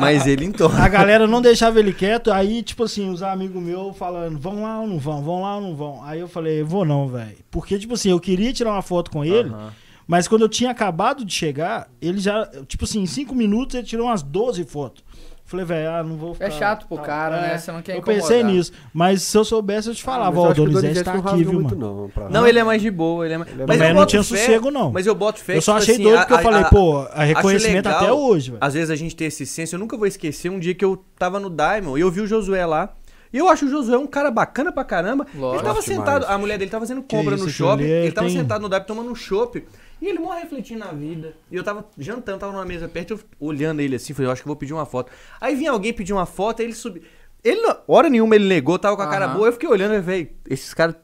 Speaker 4: mas
Speaker 2: [LAUGHS]
Speaker 4: ele entorna.
Speaker 2: A galera não deixava ele quieto, aí, tipo assim, os amigos meus falando, vão lá ou não vão, vão lá ou não vão. Aí eu falei, vou não, velho. Porque, tipo assim, eu queria tirar uma foto com ele, mas quando eu tinha acabado de chegar, ele já, tipo assim, em cinco minutos ele tirou umas 12 fotos. Falei, velho, ah, não vou ficar.
Speaker 3: É chato pro
Speaker 2: tal.
Speaker 3: cara,
Speaker 2: É,
Speaker 3: né? Você não quer
Speaker 2: Eu
Speaker 3: incomodar.
Speaker 2: pensei nisso, mas se eu soubesse, eu te falava,
Speaker 1: Mas eu
Speaker 2: ó, o
Speaker 1: acho que
Speaker 2: Donizete tá
Speaker 1: não
Speaker 2: aqui, viu,
Speaker 1: rasga
Speaker 2: mano?
Speaker 1: não. pra-
Speaker 4: Não, ele é mais de boa, ele é mais.
Speaker 1: Ele é
Speaker 2: Mas,
Speaker 1: mais-
Speaker 4: eu
Speaker 2: não
Speaker 4: boto
Speaker 2: tinha
Speaker 4: fé-
Speaker 2: sossego, não.
Speaker 4: Mas eu boto fé.
Speaker 2: eu só
Speaker 4: tipo
Speaker 2: achei
Speaker 4: assim,
Speaker 2: doido
Speaker 4: a-
Speaker 2: porque eu
Speaker 4: a-
Speaker 2: falei,
Speaker 4: a-
Speaker 2: pô, a reconhecimento
Speaker 4: legal,
Speaker 2: até hoje, velho.
Speaker 4: Às vezes a gente tem esse senso. Eu nunca vou esquecer um dia que eu tava no Diamond e eu vi o Josué lá. E eu acho o Josué um cara bacana pra caramba.
Speaker 3: Lógico.
Speaker 4: Ele tava
Speaker 1: Gosto
Speaker 4: sentado,
Speaker 1: demais.
Speaker 4: a mulher dele tava fazendo compra
Speaker 2: isso, aquilo
Speaker 4: no shopping.
Speaker 2: ali,
Speaker 4: Ele
Speaker 2: eu
Speaker 4: tava
Speaker 2: tenho-
Speaker 4: sentado no Diamond tomando um shopping. E ele morre refletindo na vida. E eu tava jantando, tava numa mesa perto, eu olhando ele assim, falei, eu acho que eu vou pedir uma foto. Aí vinha alguém pedir uma foto, aí ele subiu. Ele, não- hora nenhuma, ele negou, tava com a cara
Speaker 3: Aham.
Speaker 4: boa. Eu fiquei olhando, velho, esses caras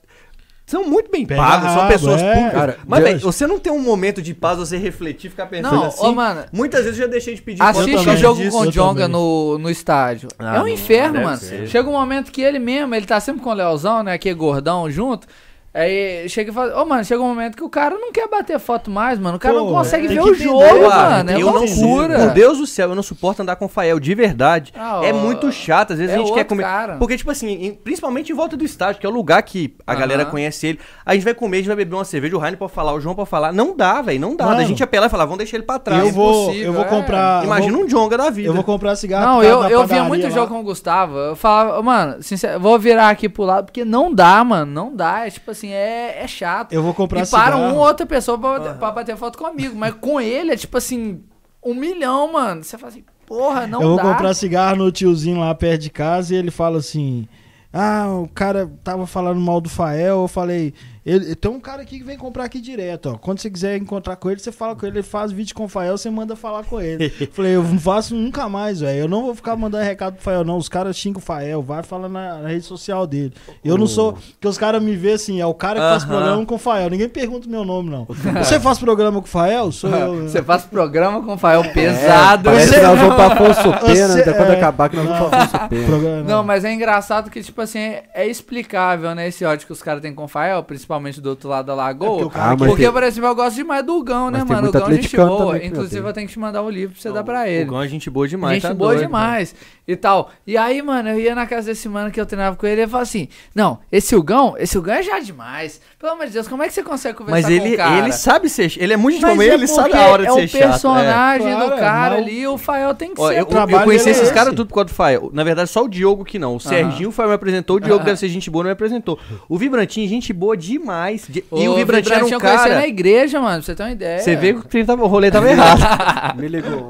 Speaker 4: são muito bem
Speaker 2: Pega
Speaker 4: pagos, são
Speaker 2: rabo,
Speaker 4: pessoas
Speaker 2: é.
Speaker 4: públicas.
Speaker 1: Cara,
Speaker 4: Mas,
Speaker 2: Deus.
Speaker 4: velho, você não tem um momento de paz, você refletir, ficar pensando
Speaker 3: Não,
Speaker 4: assim.
Speaker 3: ô, mano.
Speaker 4: Muitas vezes eu já deixei de pedir
Speaker 2: Eu
Speaker 3: Assiste o
Speaker 2: também
Speaker 3: jogo
Speaker 2: disse,
Speaker 3: com o
Speaker 2: eu
Speaker 3: Jonga
Speaker 2: também.
Speaker 3: no, no estádio.
Speaker 4: Ah,
Speaker 3: é um
Speaker 4: não,
Speaker 3: inferno,
Speaker 4: deve
Speaker 3: mano.
Speaker 4: ser.
Speaker 3: Chega um momento que ele mesmo, ele tá sempre com o Leozão, né? Que é gordão junto. Aí chega e fala, ô mano, chega um momento que o cara não quer bater foto mais, mano. O cara
Speaker 2: Pô,
Speaker 3: não consegue
Speaker 2: tem
Speaker 3: ver
Speaker 2: que
Speaker 3: o
Speaker 2: entender,
Speaker 3: jogo,
Speaker 2: cara,
Speaker 3: mano. É
Speaker 2: tem que
Speaker 4: eu não
Speaker 2: entender.
Speaker 3: loucura.
Speaker 4: Por Deus do céu, eu não suporto andar com o Fael, de verdade.
Speaker 3: Ah,
Speaker 4: é
Speaker 3: ó,
Speaker 4: muito chato, às vezes
Speaker 3: é
Speaker 4: a gente quer
Speaker 3: outro
Speaker 4: comer.
Speaker 3: cara.
Speaker 4: Porque, tipo assim, em- principalmente em volta do estádio, que é o lugar que a
Speaker 3: Aham.
Speaker 4: galera conhece ele. A gente vai comer, a gente vai beber uma cerveja, o Rainer pode falar, o João pode falar. Não dá, velho, não dá.
Speaker 2: Mano.
Speaker 4: a gente apelar e falar, vamos deixar ele pra trás.
Speaker 2: Eu vou,
Speaker 3: impossível,
Speaker 2: eu vou
Speaker 3: é.
Speaker 2: comprar.
Speaker 4: Imagina um Jonga da vida.
Speaker 2: Eu vou comprar
Speaker 4: tá
Speaker 2: cigarro.
Speaker 3: Não,
Speaker 2: por causa
Speaker 3: eu,
Speaker 2: da
Speaker 3: eu via
Speaker 2: padaria
Speaker 3: muito
Speaker 2: lá.
Speaker 3: jogo com o Gustavo. Eu falava, mano, sincero, vou virar aqui pro lado, porque não dá, mano. Não dá. É tipo assim, é, é chato.
Speaker 2: Eu vou comprar
Speaker 3: e para um
Speaker 2: cigarro.
Speaker 3: uma ou outra pessoa pra, bater- pra bater foto comigo. Mas com ele é tipo assim, um milhão, mano. Você fala assim, porra, não
Speaker 2: eu vou
Speaker 3: dá.
Speaker 2: comprar cigarro no tiozinho lá perto de casa e ele fala assim: Ah, o cara tava falando mal do Fael. Eu falei: ele, Tem um cara aqui que vem comprar aqui direto, ó. Quando você quiser encontrar com ele, você fala com ele, ele faz vídeo com o Fael, você manda falar com
Speaker 3: [LAUGHS]
Speaker 2: ele. Eu falei: Eu não faço nunca mais, velho. Eu não vou ficar mandando recado pro Fael, não. Os caras xingam o Fael, vai falar na, na rede social dele. Eu não
Speaker 3: Oh.
Speaker 2: sou. Porque os caras me veem assim: é o cara que faz
Speaker 4: Aham.
Speaker 2: programa com o Fael. Ninguém pergunta o meu nome,
Speaker 3: [LAUGHS]
Speaker 2: não. Você faz programa com o Fael? Sou
Speaker 1: né?
Speaker 2: eu. né?
Speaker 3: Você faz programa com o Fael pesado.
Speaker 1: Parece
Speaker 2: Você-
Speaker 1: que nós vamos pra Afonso Pena,
Speaker 2: Você-
Speaker 1: até quando
Speaker 2: é.
Speaker 1: acabar que nós vamos pra Afonso Pena.
Speaker 2: Programa-
Speaker 3: Não, mas é engraçado que, tipo assim, é é explicável, né? Esse ódio que os caras têm com o Fael, principalmente do outro lado da
Speaker 2: É porque
Speaker 3: lagoa.
Speaker 2: o cara
Speaker 1: Ah,
Speaker 2: que-
Speaker 1: mas
Speaker 3: porque,
Speaker 1: tem-
Speaker 3: por exemplo, eu gosto demais do Gão,
Speaker 1: Mas
Speaker 3: né,
Speaker 1: tem né?
Speaker 3: mano? O
Speaker 1: muito
Speaker 3: Gão é gente
Speaker 1: atleticano
Speaker 3: boa.
Speaker 1: também que eu
Speaker 3: Inclusive,
Speaker 1: tenho.
Speaker 3: eu tenho que te mandar o livro pra você dar pra ele.
Speaker 4: O Gão é gente boa demais,
Speaker 3: gente
Speaker 4: tá
Speaker 3: boa
Speaker 4: doido, cara.
Speaker 3: demais e tal. E aí, mano, eu ia na casa desse mano que eu treinava com ele e ele falava assim: Não, esse Hugão, esse Hugão é já demais. Pelo amor de Deus, como é que você consegue conversar
Speaker 4: Mas
Speaker 3: com o
Speaker 4: ele,
Speaker 3: cara?
Speaker 4: ele sabe ser. Ele é muito de
Speaker 3: Mas
Speaker 4: comer,
Speaker 3: é
Speaker 4: ele sabe
Speaker 3: porque
Speaker 4: a hora de
Speaker 3: é
Speaker 4: ser
Speaker 3: o
Speaker 4: chato. é.
Speaker 3: personagem do
Speaker 2: Claro,
Speaker 3: cara
Speaker 2: mas-
Speaker 3: ali, o Fael tem que
Speaker 4: Ó,
Speaker 3: ser.
Speaker 4: eu, eu- eu
Speaker 2: trabalho
Speaker 4: conheci
Speaker 2: dele é
Speaker 4: esses caras
Speaker 2: esse.
Speaker 4: tudo por causa do Fael. Na verdade, só o Diogo que não. O Serginho, o Fael me apresentou, o Diogo
Speaker 3: [LAUGHS]
Speaker 4: deve ser gente boa, não me apresentou. O Vibrantinho, gente boa demais. De-
Speaker 3: Ô,
Speaker 4: e o Vibrantinho era um
Speaker 3: eu conheci na
Speaker 4: cara...
Speaker 3: igreja, mano, pra você ter uma ideia.
Speaker 4: Você vê que o trem tava- tá o rolê tava errado.
Speaker 2: [LAUGHS]
Speaker 1: Me ligou.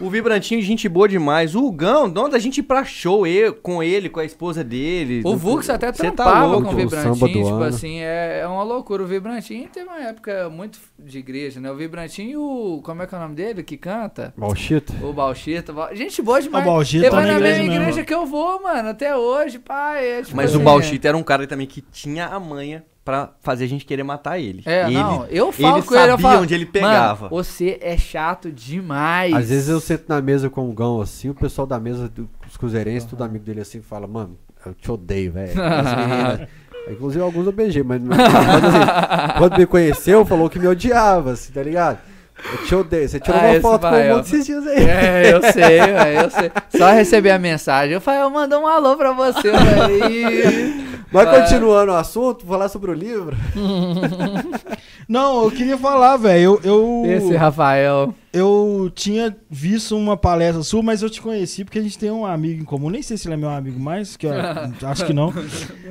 Speaker 4: o Vibrantinho, gente boa demais. O Hugão, dono da gente ir pra show eu, com ele, com a esposa dele.
Speaker 3: O Vux até
Speaker 4: Cê tá
Speaker 3: trampava
Speaker 4: louco.
Speaker 3: com o
Speaker 1: O samba do
Speaker 3: Vibrantinho, tipo
Speaker 1: ano.
Speaker 3: assim, é, é uma loucura. O Vibrantinho teve uma época muito de igreja, né? O Vibrantinho e o. Como é que é o nome dele? Que canta?
Speaker 1: Malchito.
Speaker 3: O Bauchita, Bau- gente boa demais.
Speaker 2: O Bauchita
Speaker 3: Ele vai
Speaker 2: tá
Speaker 3: na
Speaker 2: na
Speaker 3: mesma
Speaker 2: igreja
Speaker 3: igreja
Speaker 2: mesmo.
Speaker 3: que eu vou, mano, até hoje, pai. é tipo
Speaker 4: Mas
Speaker 3: assim,
Speaker 4: o Bauchita era um cara também que tinha a manha pra fazer a gente querer matar ele.
Speaker 3: É,
Speaker 4: ele,
Speaker 3: não, eu falo com ele,
Speaker 4: sabia
Speaker 3: eu falo.
Speaker 4: onde ele
Speaker 3: "Mano,
Speaker 4: pegava.
Speaker 3: você é chato
Speaker 4: É
Speaker 3: demais.
Speaker 1: Às vezes eu sento na mesa com o Gão assim, o pessoal da mesa, do- os cruzeirenses, tudo amigo dele assim, fala, mano, eu te odeio, velho.
Speaker 4: [LAUGHS]
Speaker 1: As meninas. Inclusive alguns eu beijei, mas não. mas, assim, quando me conheceu, falou que me odiava, assim, tá ligado? Eu te odeio. Você tirou
Speaker 3: Ah,
Speaker 1: uma
Speaker 3: esse
Speaker 1: foto com
Speaker 3: vai,
Speaker 1: o
Speaker 3: ó.
Speaker 1: mundo esses dias aí.
Speaker 3: É, eu sei, velho, eu sei. Só receber a mensagem. Eu falei, eu mando um alô pra você, velho. Ih.
Speaker 1: [LAUGHS] Mas
Speaker 3: vai.
Speaker 1: continuando o assunto, falar sobre o livro.
Speaker 2: Não, eu queria falar, velho. [LAUGHS] Eu, eu,
Speaker 3: Esse Rafael.
Speaker 2: eu tinha visto uma palestra sua, mas eu te conheci porque a gente tem um amigo em comum. Nem sei se ele é meu amigo mais,
Speaker 3: [LAUGHS]
Speaker 2: que eu acho que não.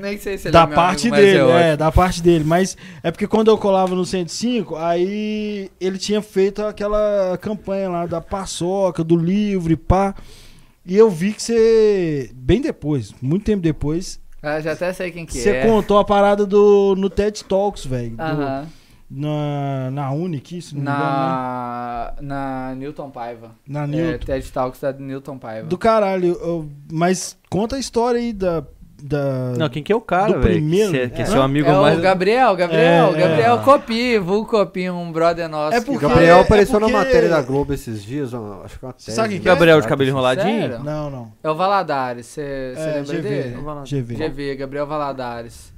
Speaker 3: Nem sei se ele
Speaker 2: da
Speaker 3: é meu
Speaker 2: parte
Speaker 3: amigo, mas
Speaker 2: dele,
Speaker 3: eu
Speaker 2: é,
Speaker 3: acho.
Speaker 2: da parte dele. Mas é porque quando eu colava no 105, aí ele tinha feito aquela campanha lá da paçoca, do livro e pá. E eu vi que você, bem depois, muito tempo depois,
Speaker 3: Ah, já até sei quem que
Speaker 2: você
Speaker 3: é.
Speaker 2: contou a parada do, no TED Talks, velho. do-
Speaker 3: Aham.
Speaker 2: Na, na Uni, que isso, não me engano, né?
Speaker 3: Na, na Newton Paiva.
Speaker 2: Na
Speaker 3: É,
Speaker 2: Newton.
Speaker 3: TED Talks da Newton Paiva.
Speaker 2: Do caralho. eu- mas conta a história aí da... da
Speaker 4: Não, quem que é o cara,
Speaker 2: Do
Speaker 4: velho?
Speaker 2: primeiro?
Speaker 4: Que, cê- que é
Speaker 2: É.
Speaker 4: seu amigo
Speaker 3: é
Speaker 4: mais.
Speaker 3: o Gabriel, Gabriel,
Speaker 2: É, é.
Speaker 3: Gabriel Copi, vulgo Copi, um brother nosso.
Speaker 2: É
Speaker 3: que
Speaker 1: O
Speaker 2: porque-
Speaker 1: Gabriel
Speaker 2: é
Speaker 1: apareceu na
Speaker 2: porque-
Speaker 1: matéria da Globo esses dias, uma- acho que uma tese,
Speaker 2: sabe quem
Speaker 1: né?
Speaker 2: que é?
Speaker 4: Gabriel de cabelo enroladinho?
Speaker 3: Sério?
Speaker 2: Não, não.
Speaker 3: É o Valadares, você
Speaker 2: É,
Speaker 3: lembra
Speaker 2: GV,
Speaker 3: dele?
Speaker 2: né? GV.
Speaker 3: GV, Gabriel Valadares.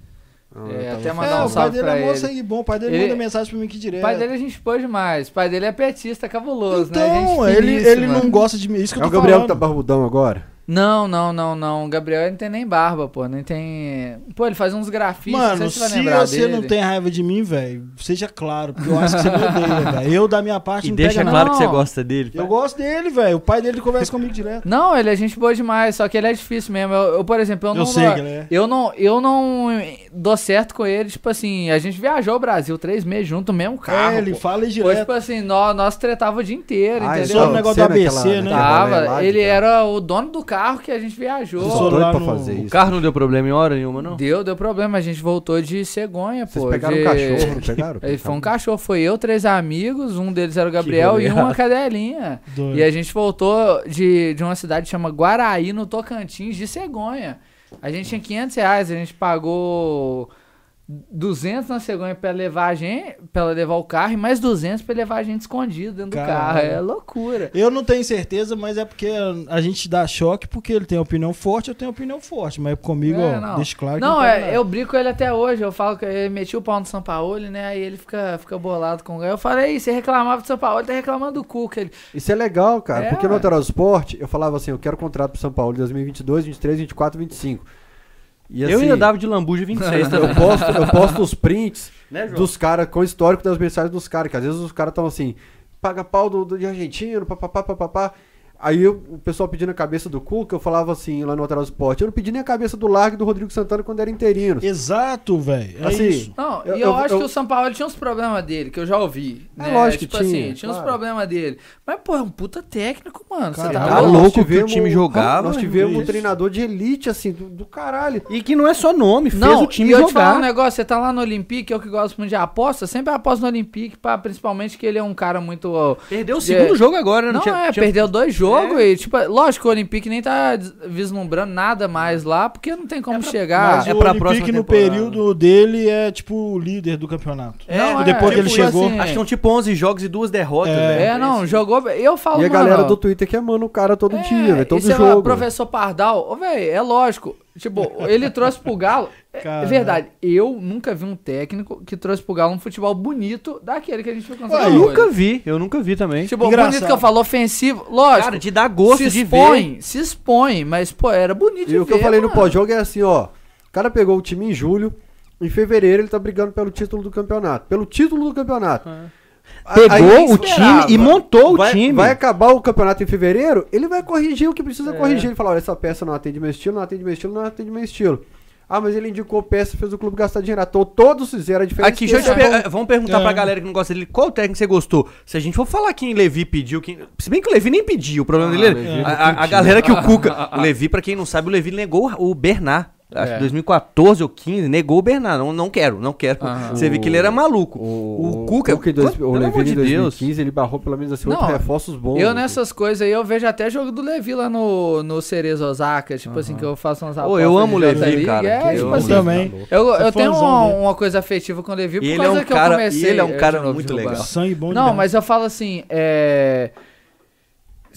Speaker 1: Ah,
Speaker 3: É,
Speaker 1: eu tava
Speaker 3: até
Speaker 1: falando.
Speaker 3: mandar
Speaker 2: é,
Speaker 3: um
Speaker 2: o pai
Speaker 3: salve
Speaker 2: dele
Speaker 3: pra
Speaker 2: é mó
Speaker 3: ele.
Speaker 2: sangue bom. O pai dele
Speaker 3: Ele-
Speaker 2: manda mensagem pra mim que direto.
Speaker 3: O pai dele a gente pôs demais. O pai dele é petista cabuloso, né?
Speaker 2: Então,
Speaker 3: Gente
Speaker 2: ele, ele
Speaker 3: finíssima.
Speaker 2: não gosta de mim. Isso que
Speaker 1: É
Speaker 2: eu
Speaker 1: o
Speaker 2: tô
Speaker 1: Gabriel que tá
Speaker 2: falando.
Speaker 1: barbudão agora?
Speaker 3: Não, não, não, não. O Gabriel ele não tem nem barba, pô. Não tem. Pô, ele faz uns grafites.
Speaker 2: Mano,
Speaker 3: não sei se
Speaker 2: se
Speaker 3: vai lembrar
Speaker 2: você
Speaker 3: dele.
Speaker 2: não tem raiva de mim, velho, seja claro, porque eu acho que você me
Speaker 3: [LAUGHS]
Speaker 2: odeia, velho. Eu, da minha parte,
Speaker 4: E
Speaker 2: não
Speaker 4: deixa
Speaker 2: pega
Speaker 4: claro que você
Speaker 3: Não.
Speaker 4: gosta dele. tá?
Speaker 2: nada. Eu gosto dele, velho. O pai dele conversa comigo direto.
Speaker 3: Não, ele é gente boa demais, só que ele é difícil mesmo. Eu, eu, por exemplo, eu,
Speaker 2: Eu
Speaker 3: não.
Speaker 2: sei que ele é.
Speaker 3: Eu não, eu não dou certo com ele, tipo assim, a gente viajou o Brasil três meses junto, no mesmo carro.
Speaker 2: é, ele
Speaker 3: pô.
Speaker 2: fala
Speaker 3: Foi
Speaker 2: direto.
Speaker 3: tipo assim, nós, nós tretava o dia inteiro,
Speaker 1: Ah,
Speaker 3: entendeu?
Speaker 2: só o
Speaker 1: então,
Speaker 2: negócio
Speaker 1: você
Speaker 2: da
Speaker 1: naquela-
Speaker 2: ABC, né?
Speaker 1: naquele rolê
Speaker 3: Tava,
Speaker 1: lá de é
Speaker 3: ele
Speaker 1: tal.
Speaker 3: era o dono do carro que a gente
Speaker 1: Eu
Speaker 3: viajou.
Speaker 1: sou
Speaker 2: lá
Speaker 1: doido pra
Speaker 2: no-
Speaker 1: fazer
Speaker 4: O
Speaker 1: isso.
Speaker 4: carro não deu problema em hora nenhuma, não?
Speaker 3: Deu, deu problema, a gente voltou de cegonha,
Speaker 1: Vocês
Speaker 3: pô.
Speaker 1: pegaram
Speaker 3: de...
Speaker 1: um cachorro, tá não pegaram?
Speaker 3: Ele foi um cachorro, foi eu, três amigos, um deles era o Gabriel e
Speaker 4: rolê.
Speaker 3: uma cadelinha.
Speaker 2: Doido.
Speaker 3: E a gente voltou de, de uma cidade que chama Guaraí, no Tocantins, de cegonha. A gente tinha 500 reais, a gente pagou 200 na cegonha pra levar a gente, pra levar o carro, e mais 200 pra levar a gente escondido dentro do
Speaker 2: Caralho.
Speaker 3: carro. É loucura.
Speaker 2: Eu não tenho certeza, mas é porque a gente dá choque porque ele tem opinião forte, eu tenho opinião forte. Mas comigo,
Speaker 3: É,
Speaker 2: ó,
Speaker 3: não.
Speaker 2: deixa claro que
Speaker 3: não,
Speaker 2: pega
Speaker 3: é,
Speaker 2: nada.
Speaker 3: eu brinco com ele até hoje. Eu falo que ele metia o pau no São Paulo, né? Aí ele fica, fica bolado com o Eu falei, você reclamava do São Paulo, tá reclamando do Cuca. Ele,
Speaker 1: Isso é legal, cara,
Speaker 3: É,
Speaker 1: porque no
Speaker 3: ué.
Speaker 1: Alterado Esporte eu falava assim, eu quero contrato pro São Paulo de 2022, 23, 24, 25. E assim,
Speaker 4: eu ainda dava de lambuja [LAUGHS] 26
Speaker 1: [LAUGHS]
Speaker 4: também.
Speaker 1: eu posto, eu
Speaker 3: [LAUGHS]
Speaker 1: posto os prints
Speaker 4: Né, João?
Speaker 1: dos caras com o histórico das mensagens dos caras, que às vezes os caras estão assim, paga pau do, do de argentino, papapá, papapá. Aí eu- o pessoal pedindo a cabeça do Cuca, eu falava assim lá no Alterado Esporte, eu não pedi nem a cabeça do Largue e do Rodrigo Santana quando era interino.
Speaker 2: Exato, velho. É
Speaker 1: Assim,
Speaker 2: isso.
Speaker 3: Não,
Speaker 1: Eu-
Speaker 3: e eu,
Speaker 1: eu-
Speaker 3: acho
Speaker 1: eu-
Speaker 3: que o São Paulo tinha uns problemas dele, que eu já ouvi.
Speaker 1: É
Speaker 3: né?
Speaker 1: lógico que
Speaker 3: tipo
Speaker 1: tinha,
Speaker 3: Assim, tinha uns
Speaker 1: claro.
Speaker 3: problemas dele. Mas, pô, é um puta técnico, mano. Você
Speaker 2: Cara,
Speaker 3: tá
Speaker 2: tá
Speaker 1: Nós
Speaker 3: louco.
Speaker 4: louco que o
Speaker 1: tivemos-
Speaker 4: time jogava,
Speaker 1: Nós
Speaker 4: hein?
Speaker 1: tivemos um
Speaker 2: Isso.
Speaker 1: treinador de elite, assim, do, do caralho.
Speaker 4: E que não é só nome, fez
Speaker 3: Não,
Speaker 4: o time
Speaker 3: e eu te falar um
Speaker 4: jogar.
Speaker 3: negócio, você tá lá no Olympique, eu que gosto muito de aposta, sempre aposto no Olympique, pra, principalmente que ele é um cara muito... ó,
Speaker 4: Perdeu o
Speaker 3: É.
Speaker 4: segundo jogo agora, né?
Speaker 3: Não,
Speaker 4: tinha-
Speaker 3: é,
Speaker 4: tinha-
Speaker 3: perdeu dois jogos e, tipo, lógico que o Olympique nem tá des- vislumbrando nada mais lá, porque não tem como chegar.
Speaker 2: Mas
Speaker 4: é
Speaker 2: o
Speaker 4: pra
Speaker 2: Olympique
Speaker 4: próxima
Speaker 2: no
Speaker 4: temporada.
Speaker 2: período dele é tipo o líder do campeonato.
Speaker 4: É,
Speaker 3: Não, assim,
Speaker 2: depois que ele
Speaker 4: tipo
Speaker 2: chegou-
Speaker 4: Acho que são tipo 11 jogos e duas derrotas, né?
Speaker 2: É.
Speaker 4: velho.
Speaker 3: É, não, jogou. bem. Eu falo,
Speaker 1: e a
Speaker 3: mano,
Speaker 1: galera do Twitter que amando o cara todo
Speaker 3: é,
Speaker 1: Um dia, velho, todo
Speaker 3: esse é o
Speaker 1: jogo.
Speaker 3: professor Pardal, ô, velho, é lógico. Tipo, ele trouxe pro Galo. É
Speaker 2: Cara.
Speaker 3: verdade, eu nunca vi um técnico que trouxe pro Galo um futebol bonito daquele que a gente viu contra
Speaker 2: Ué,
Speaker 3: o
Speaker 4: Eu
Speaker 3: Galo
Speaker 4: nunca
Speaker 3: hoje.
Speaker 4: vi, eu nunca vi também.
Speaker 3: Tipo,
Speaker 2: Engraçado.
Speaker 3: bonito que eu falo, ofensivo. Lógico.
Speaker 4: Cara, de dar gosto
Speaker 3: se
Speaker 4: de ver.
Speaker 3: expõe, se expõe, mas, pô, era bonito
Speaker 1: E
Speaker 3: de
Speaker 1: o que eu
Speaker 3: ver,
Speaker 1: falei no
Speaker 3: mano.
Speaker 1: pós-jogo é assim, ó. O cara pegou o time em julho, em fevereiro ele tá brigando pelo título do campeonato. Pelo título do campeonato.
Speaker 3: É.
Speaker 1: A- aí
Speaker 4: Pegou
Speaker 1: ninguém
Speaker 4: o time
Speaker 1: esperava.
Speaker 4: e montou o
Speaker 1: Vai-
Speaker 4: time.
Speaker 1: Vai acabar o campeonato em fevereiro, ele vai corrigir o que precisa
Speaker 3: É.
Speaker 1: corrigir. Ele fala, olha, essa peça não atende meu estilo, não atende meu estilo, não atende meu estilo. Ah, mas ele indicou peça, fez o clube gastar dinheiro. à toa. Todos fizeram a diferença.
Speaker 4: Aqui, deixa eu
Speaker 1: Esse
Speaker 4: te
Speaker 1: é
Speaker 4: per-
Speaker 1: bom.
Speaker 4: eh, Vamos perguntar
Speaker 2: É.
Speaker 4: pra galera que não gosta dele qual técnico você gostou. Se a gente for falar quem Levi pediu, quem... se bem que o Levi nem pediu, o problema dele é. A, a- a galera que o Cuca. O Levi, pra quem não sabe, o Levi negou o Bernard. Acho
Speaker 2: É.
Speaker 4: que 2014 ou 15, negou o Bernard. Não, não quero, não quero.
Speaker 3: Aham.
Speaker 4: Você vê que ele era maluco. O, Cuca,
Speaker 1: em dois-
Speaker 4: quanto-
Speaker 1: o
Speaker 4: pelo
Speaker 1: Levine
Speaker 4: amor
Speaker 1: em
Speaker 4: de Deus.
Speaker 1: 2015, ele barrou pelo menos assim,
Speaker 3: Não,
Speaker 1: oito reforços bons.
Speaker 3: Eu nessas coisas aí, eu vejo até jogo do Levi lá no, no Cerezo Osaka, tipo assim, que eu faço umas
Speaker 4: Pô, eu
Speaker 3: apostas
Speaker 4: amo
Speaker 3: de
Speaker 4: o Levi,
Speaker 3: J-League,
Speaker 4: cara,
Speaker 3: É,
Speaker 4: que
Speaker 3: tipo
Speaker 4: eu
Speaker 2: Eu
Speaker 4: amo
Speaker 3: assim,
Speaker 4: ele.
Speaker 2: também.
Speaker 3: eu, eu
Speaker 2: Sou
Speaker 3: tenho
Speaker 2: é fãzão
Speaker 3: um-
Speaker 2: dele.
Speaker 3: uma coisa afetiva com o Levi por
Speaker 4: E ele
Speaker 3: causa
Speaker 4: é um
Speaker 3: que
Speaker 4: cara-
Speaker 3: eu comecei.
Speaker 4: e ele é um
Speaker 3: eu de
Speaker 4: cara
Speaker 3: novo
Speaker 4: muito
Speaker 3: derrubar.
Speaker 4: legal.
Speaker 2: Sangue bom
Speaker 3: Não,
Speaker 2: demais.
Speaker 3: mas eu falo assim, é...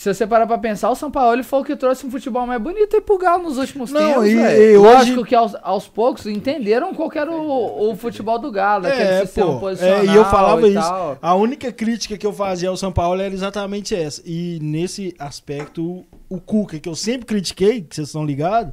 Speaker 3: Se você parar pra pensar, o São Paulo foi o que trouxe um futebol mais bonito e pro Galo nos últimos
Speaker 2: Não,
Speaker 3: tempos,
Speaker 2: e-
Speaker 3: velho.
Speaker 2: e
Speaker 3: Lógico
Speaker 2: hoje-
Speaker 3: que aos, aos poucos entenderam qual que era o, o futebol do Galo,
Speaker 2: É,
Speaker 3: aquele sistema
Speaker 2: pô.
Speaker 3: posicional
Speaker 2: É, e eu falava
Speaker 3: e
Speaker 2: isso.
Speaker 3: tal.
Speaker 2: A única crítica que eu fazia ao São Paulo era exatamente essa. E nesse aspecto, o Cuca, que eu sempre critiquei, que vocês estão ligados,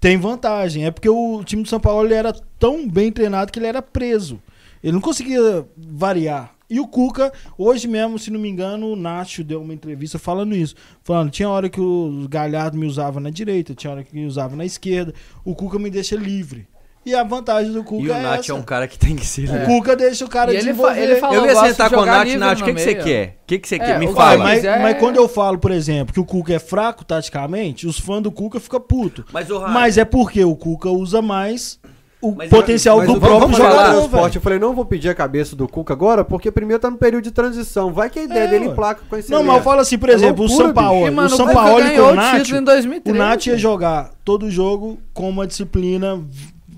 Speaker 2: tem vantagem. É porque o time do São Paulo ele era tão bem treinado que ele era preso. Ele não conseguia variar. E o Cuca, hoje mesmo, se não me engano, o Nacho deu uma entrevista falando isso. Falando, tinha hora que o Galhardo me usava na direita, tinha hora que me usava na esquerda. O Cuca me deixa livre. E a vantagem do Cuca
Speaker 4: E o
Speaker 2: é
Speaker 4: Nath
Speaker 2: essa.
Speaker 4: é um cara que tem que ser.
Speaker 2: O Cuca deixa o cara
Speaker 3: É. E ele fa-
Speaker 2: desenvolver.
Speaker 3: ele fala-
Speaker 4: Eu ia
Speaker 3: gosto de
Speaker 4: sentar com o
Speaker 3: jogar
Speaker 4: Nath,
Speaker 3: livre
Speaker 4: Nath, o
Speaker 3: no
Speaker 4: que, que você
Speaker 3: meio.
Speaker 4: quer? O que, que você
Speaker 3: É,
Speaker 4: quer? Me
Speaker 3: o
Speaker 2: Uai,
Speaker 4: fala.
Speaker 3: Mas
Speaker 2: mas,
Speaker 3: é-
Speaker 2: mas quando eu falo, por exemplo, que o Cuca é fraco taticamente, os fãs do Cuca ficam putos.
Speaker 4: Mas o Rafa-
Speaker 2: Mas é porque o Cuca usa mais o
Speaker 4: Mas eu-
Speaker 2: potencial
Speaker 1: Mas
Speaker 2: do
Speaker 1: vamos-
Speaker 2: próprio
Speaker 1: vamos falar do
Speaker 2: jogador,
Speaker 1: esporte.
Speaker 2: velho.
Speaker 1: Eu falei, não vou pedir a cabeça do Cuca agora, porque primeiro tá no período de transição. Vai que a ideia
Speaker 2: É,
Speaker 1: dele
Speaker 2: ué.
Speaker 1: emplaca com esse
Speaker 2: Não, mas eu falo assim, por
Speaker 1: É
Speaker 2: exemplo, o
Speaker 1: loucura,
Speaker 2: São Paulo.
Speaker 3: E, mano,
Speaker 2: o São
Speaker 3: Cuca
Speaker 2: Paulo com
Speaker 3: ganhou
Speaker 2: o
Speaker 3: o
Speaker 2: Nath,
Speaker 3: título em 2013.
Speaker 2: o Nath é ia jogar todo jogo com uma disciplina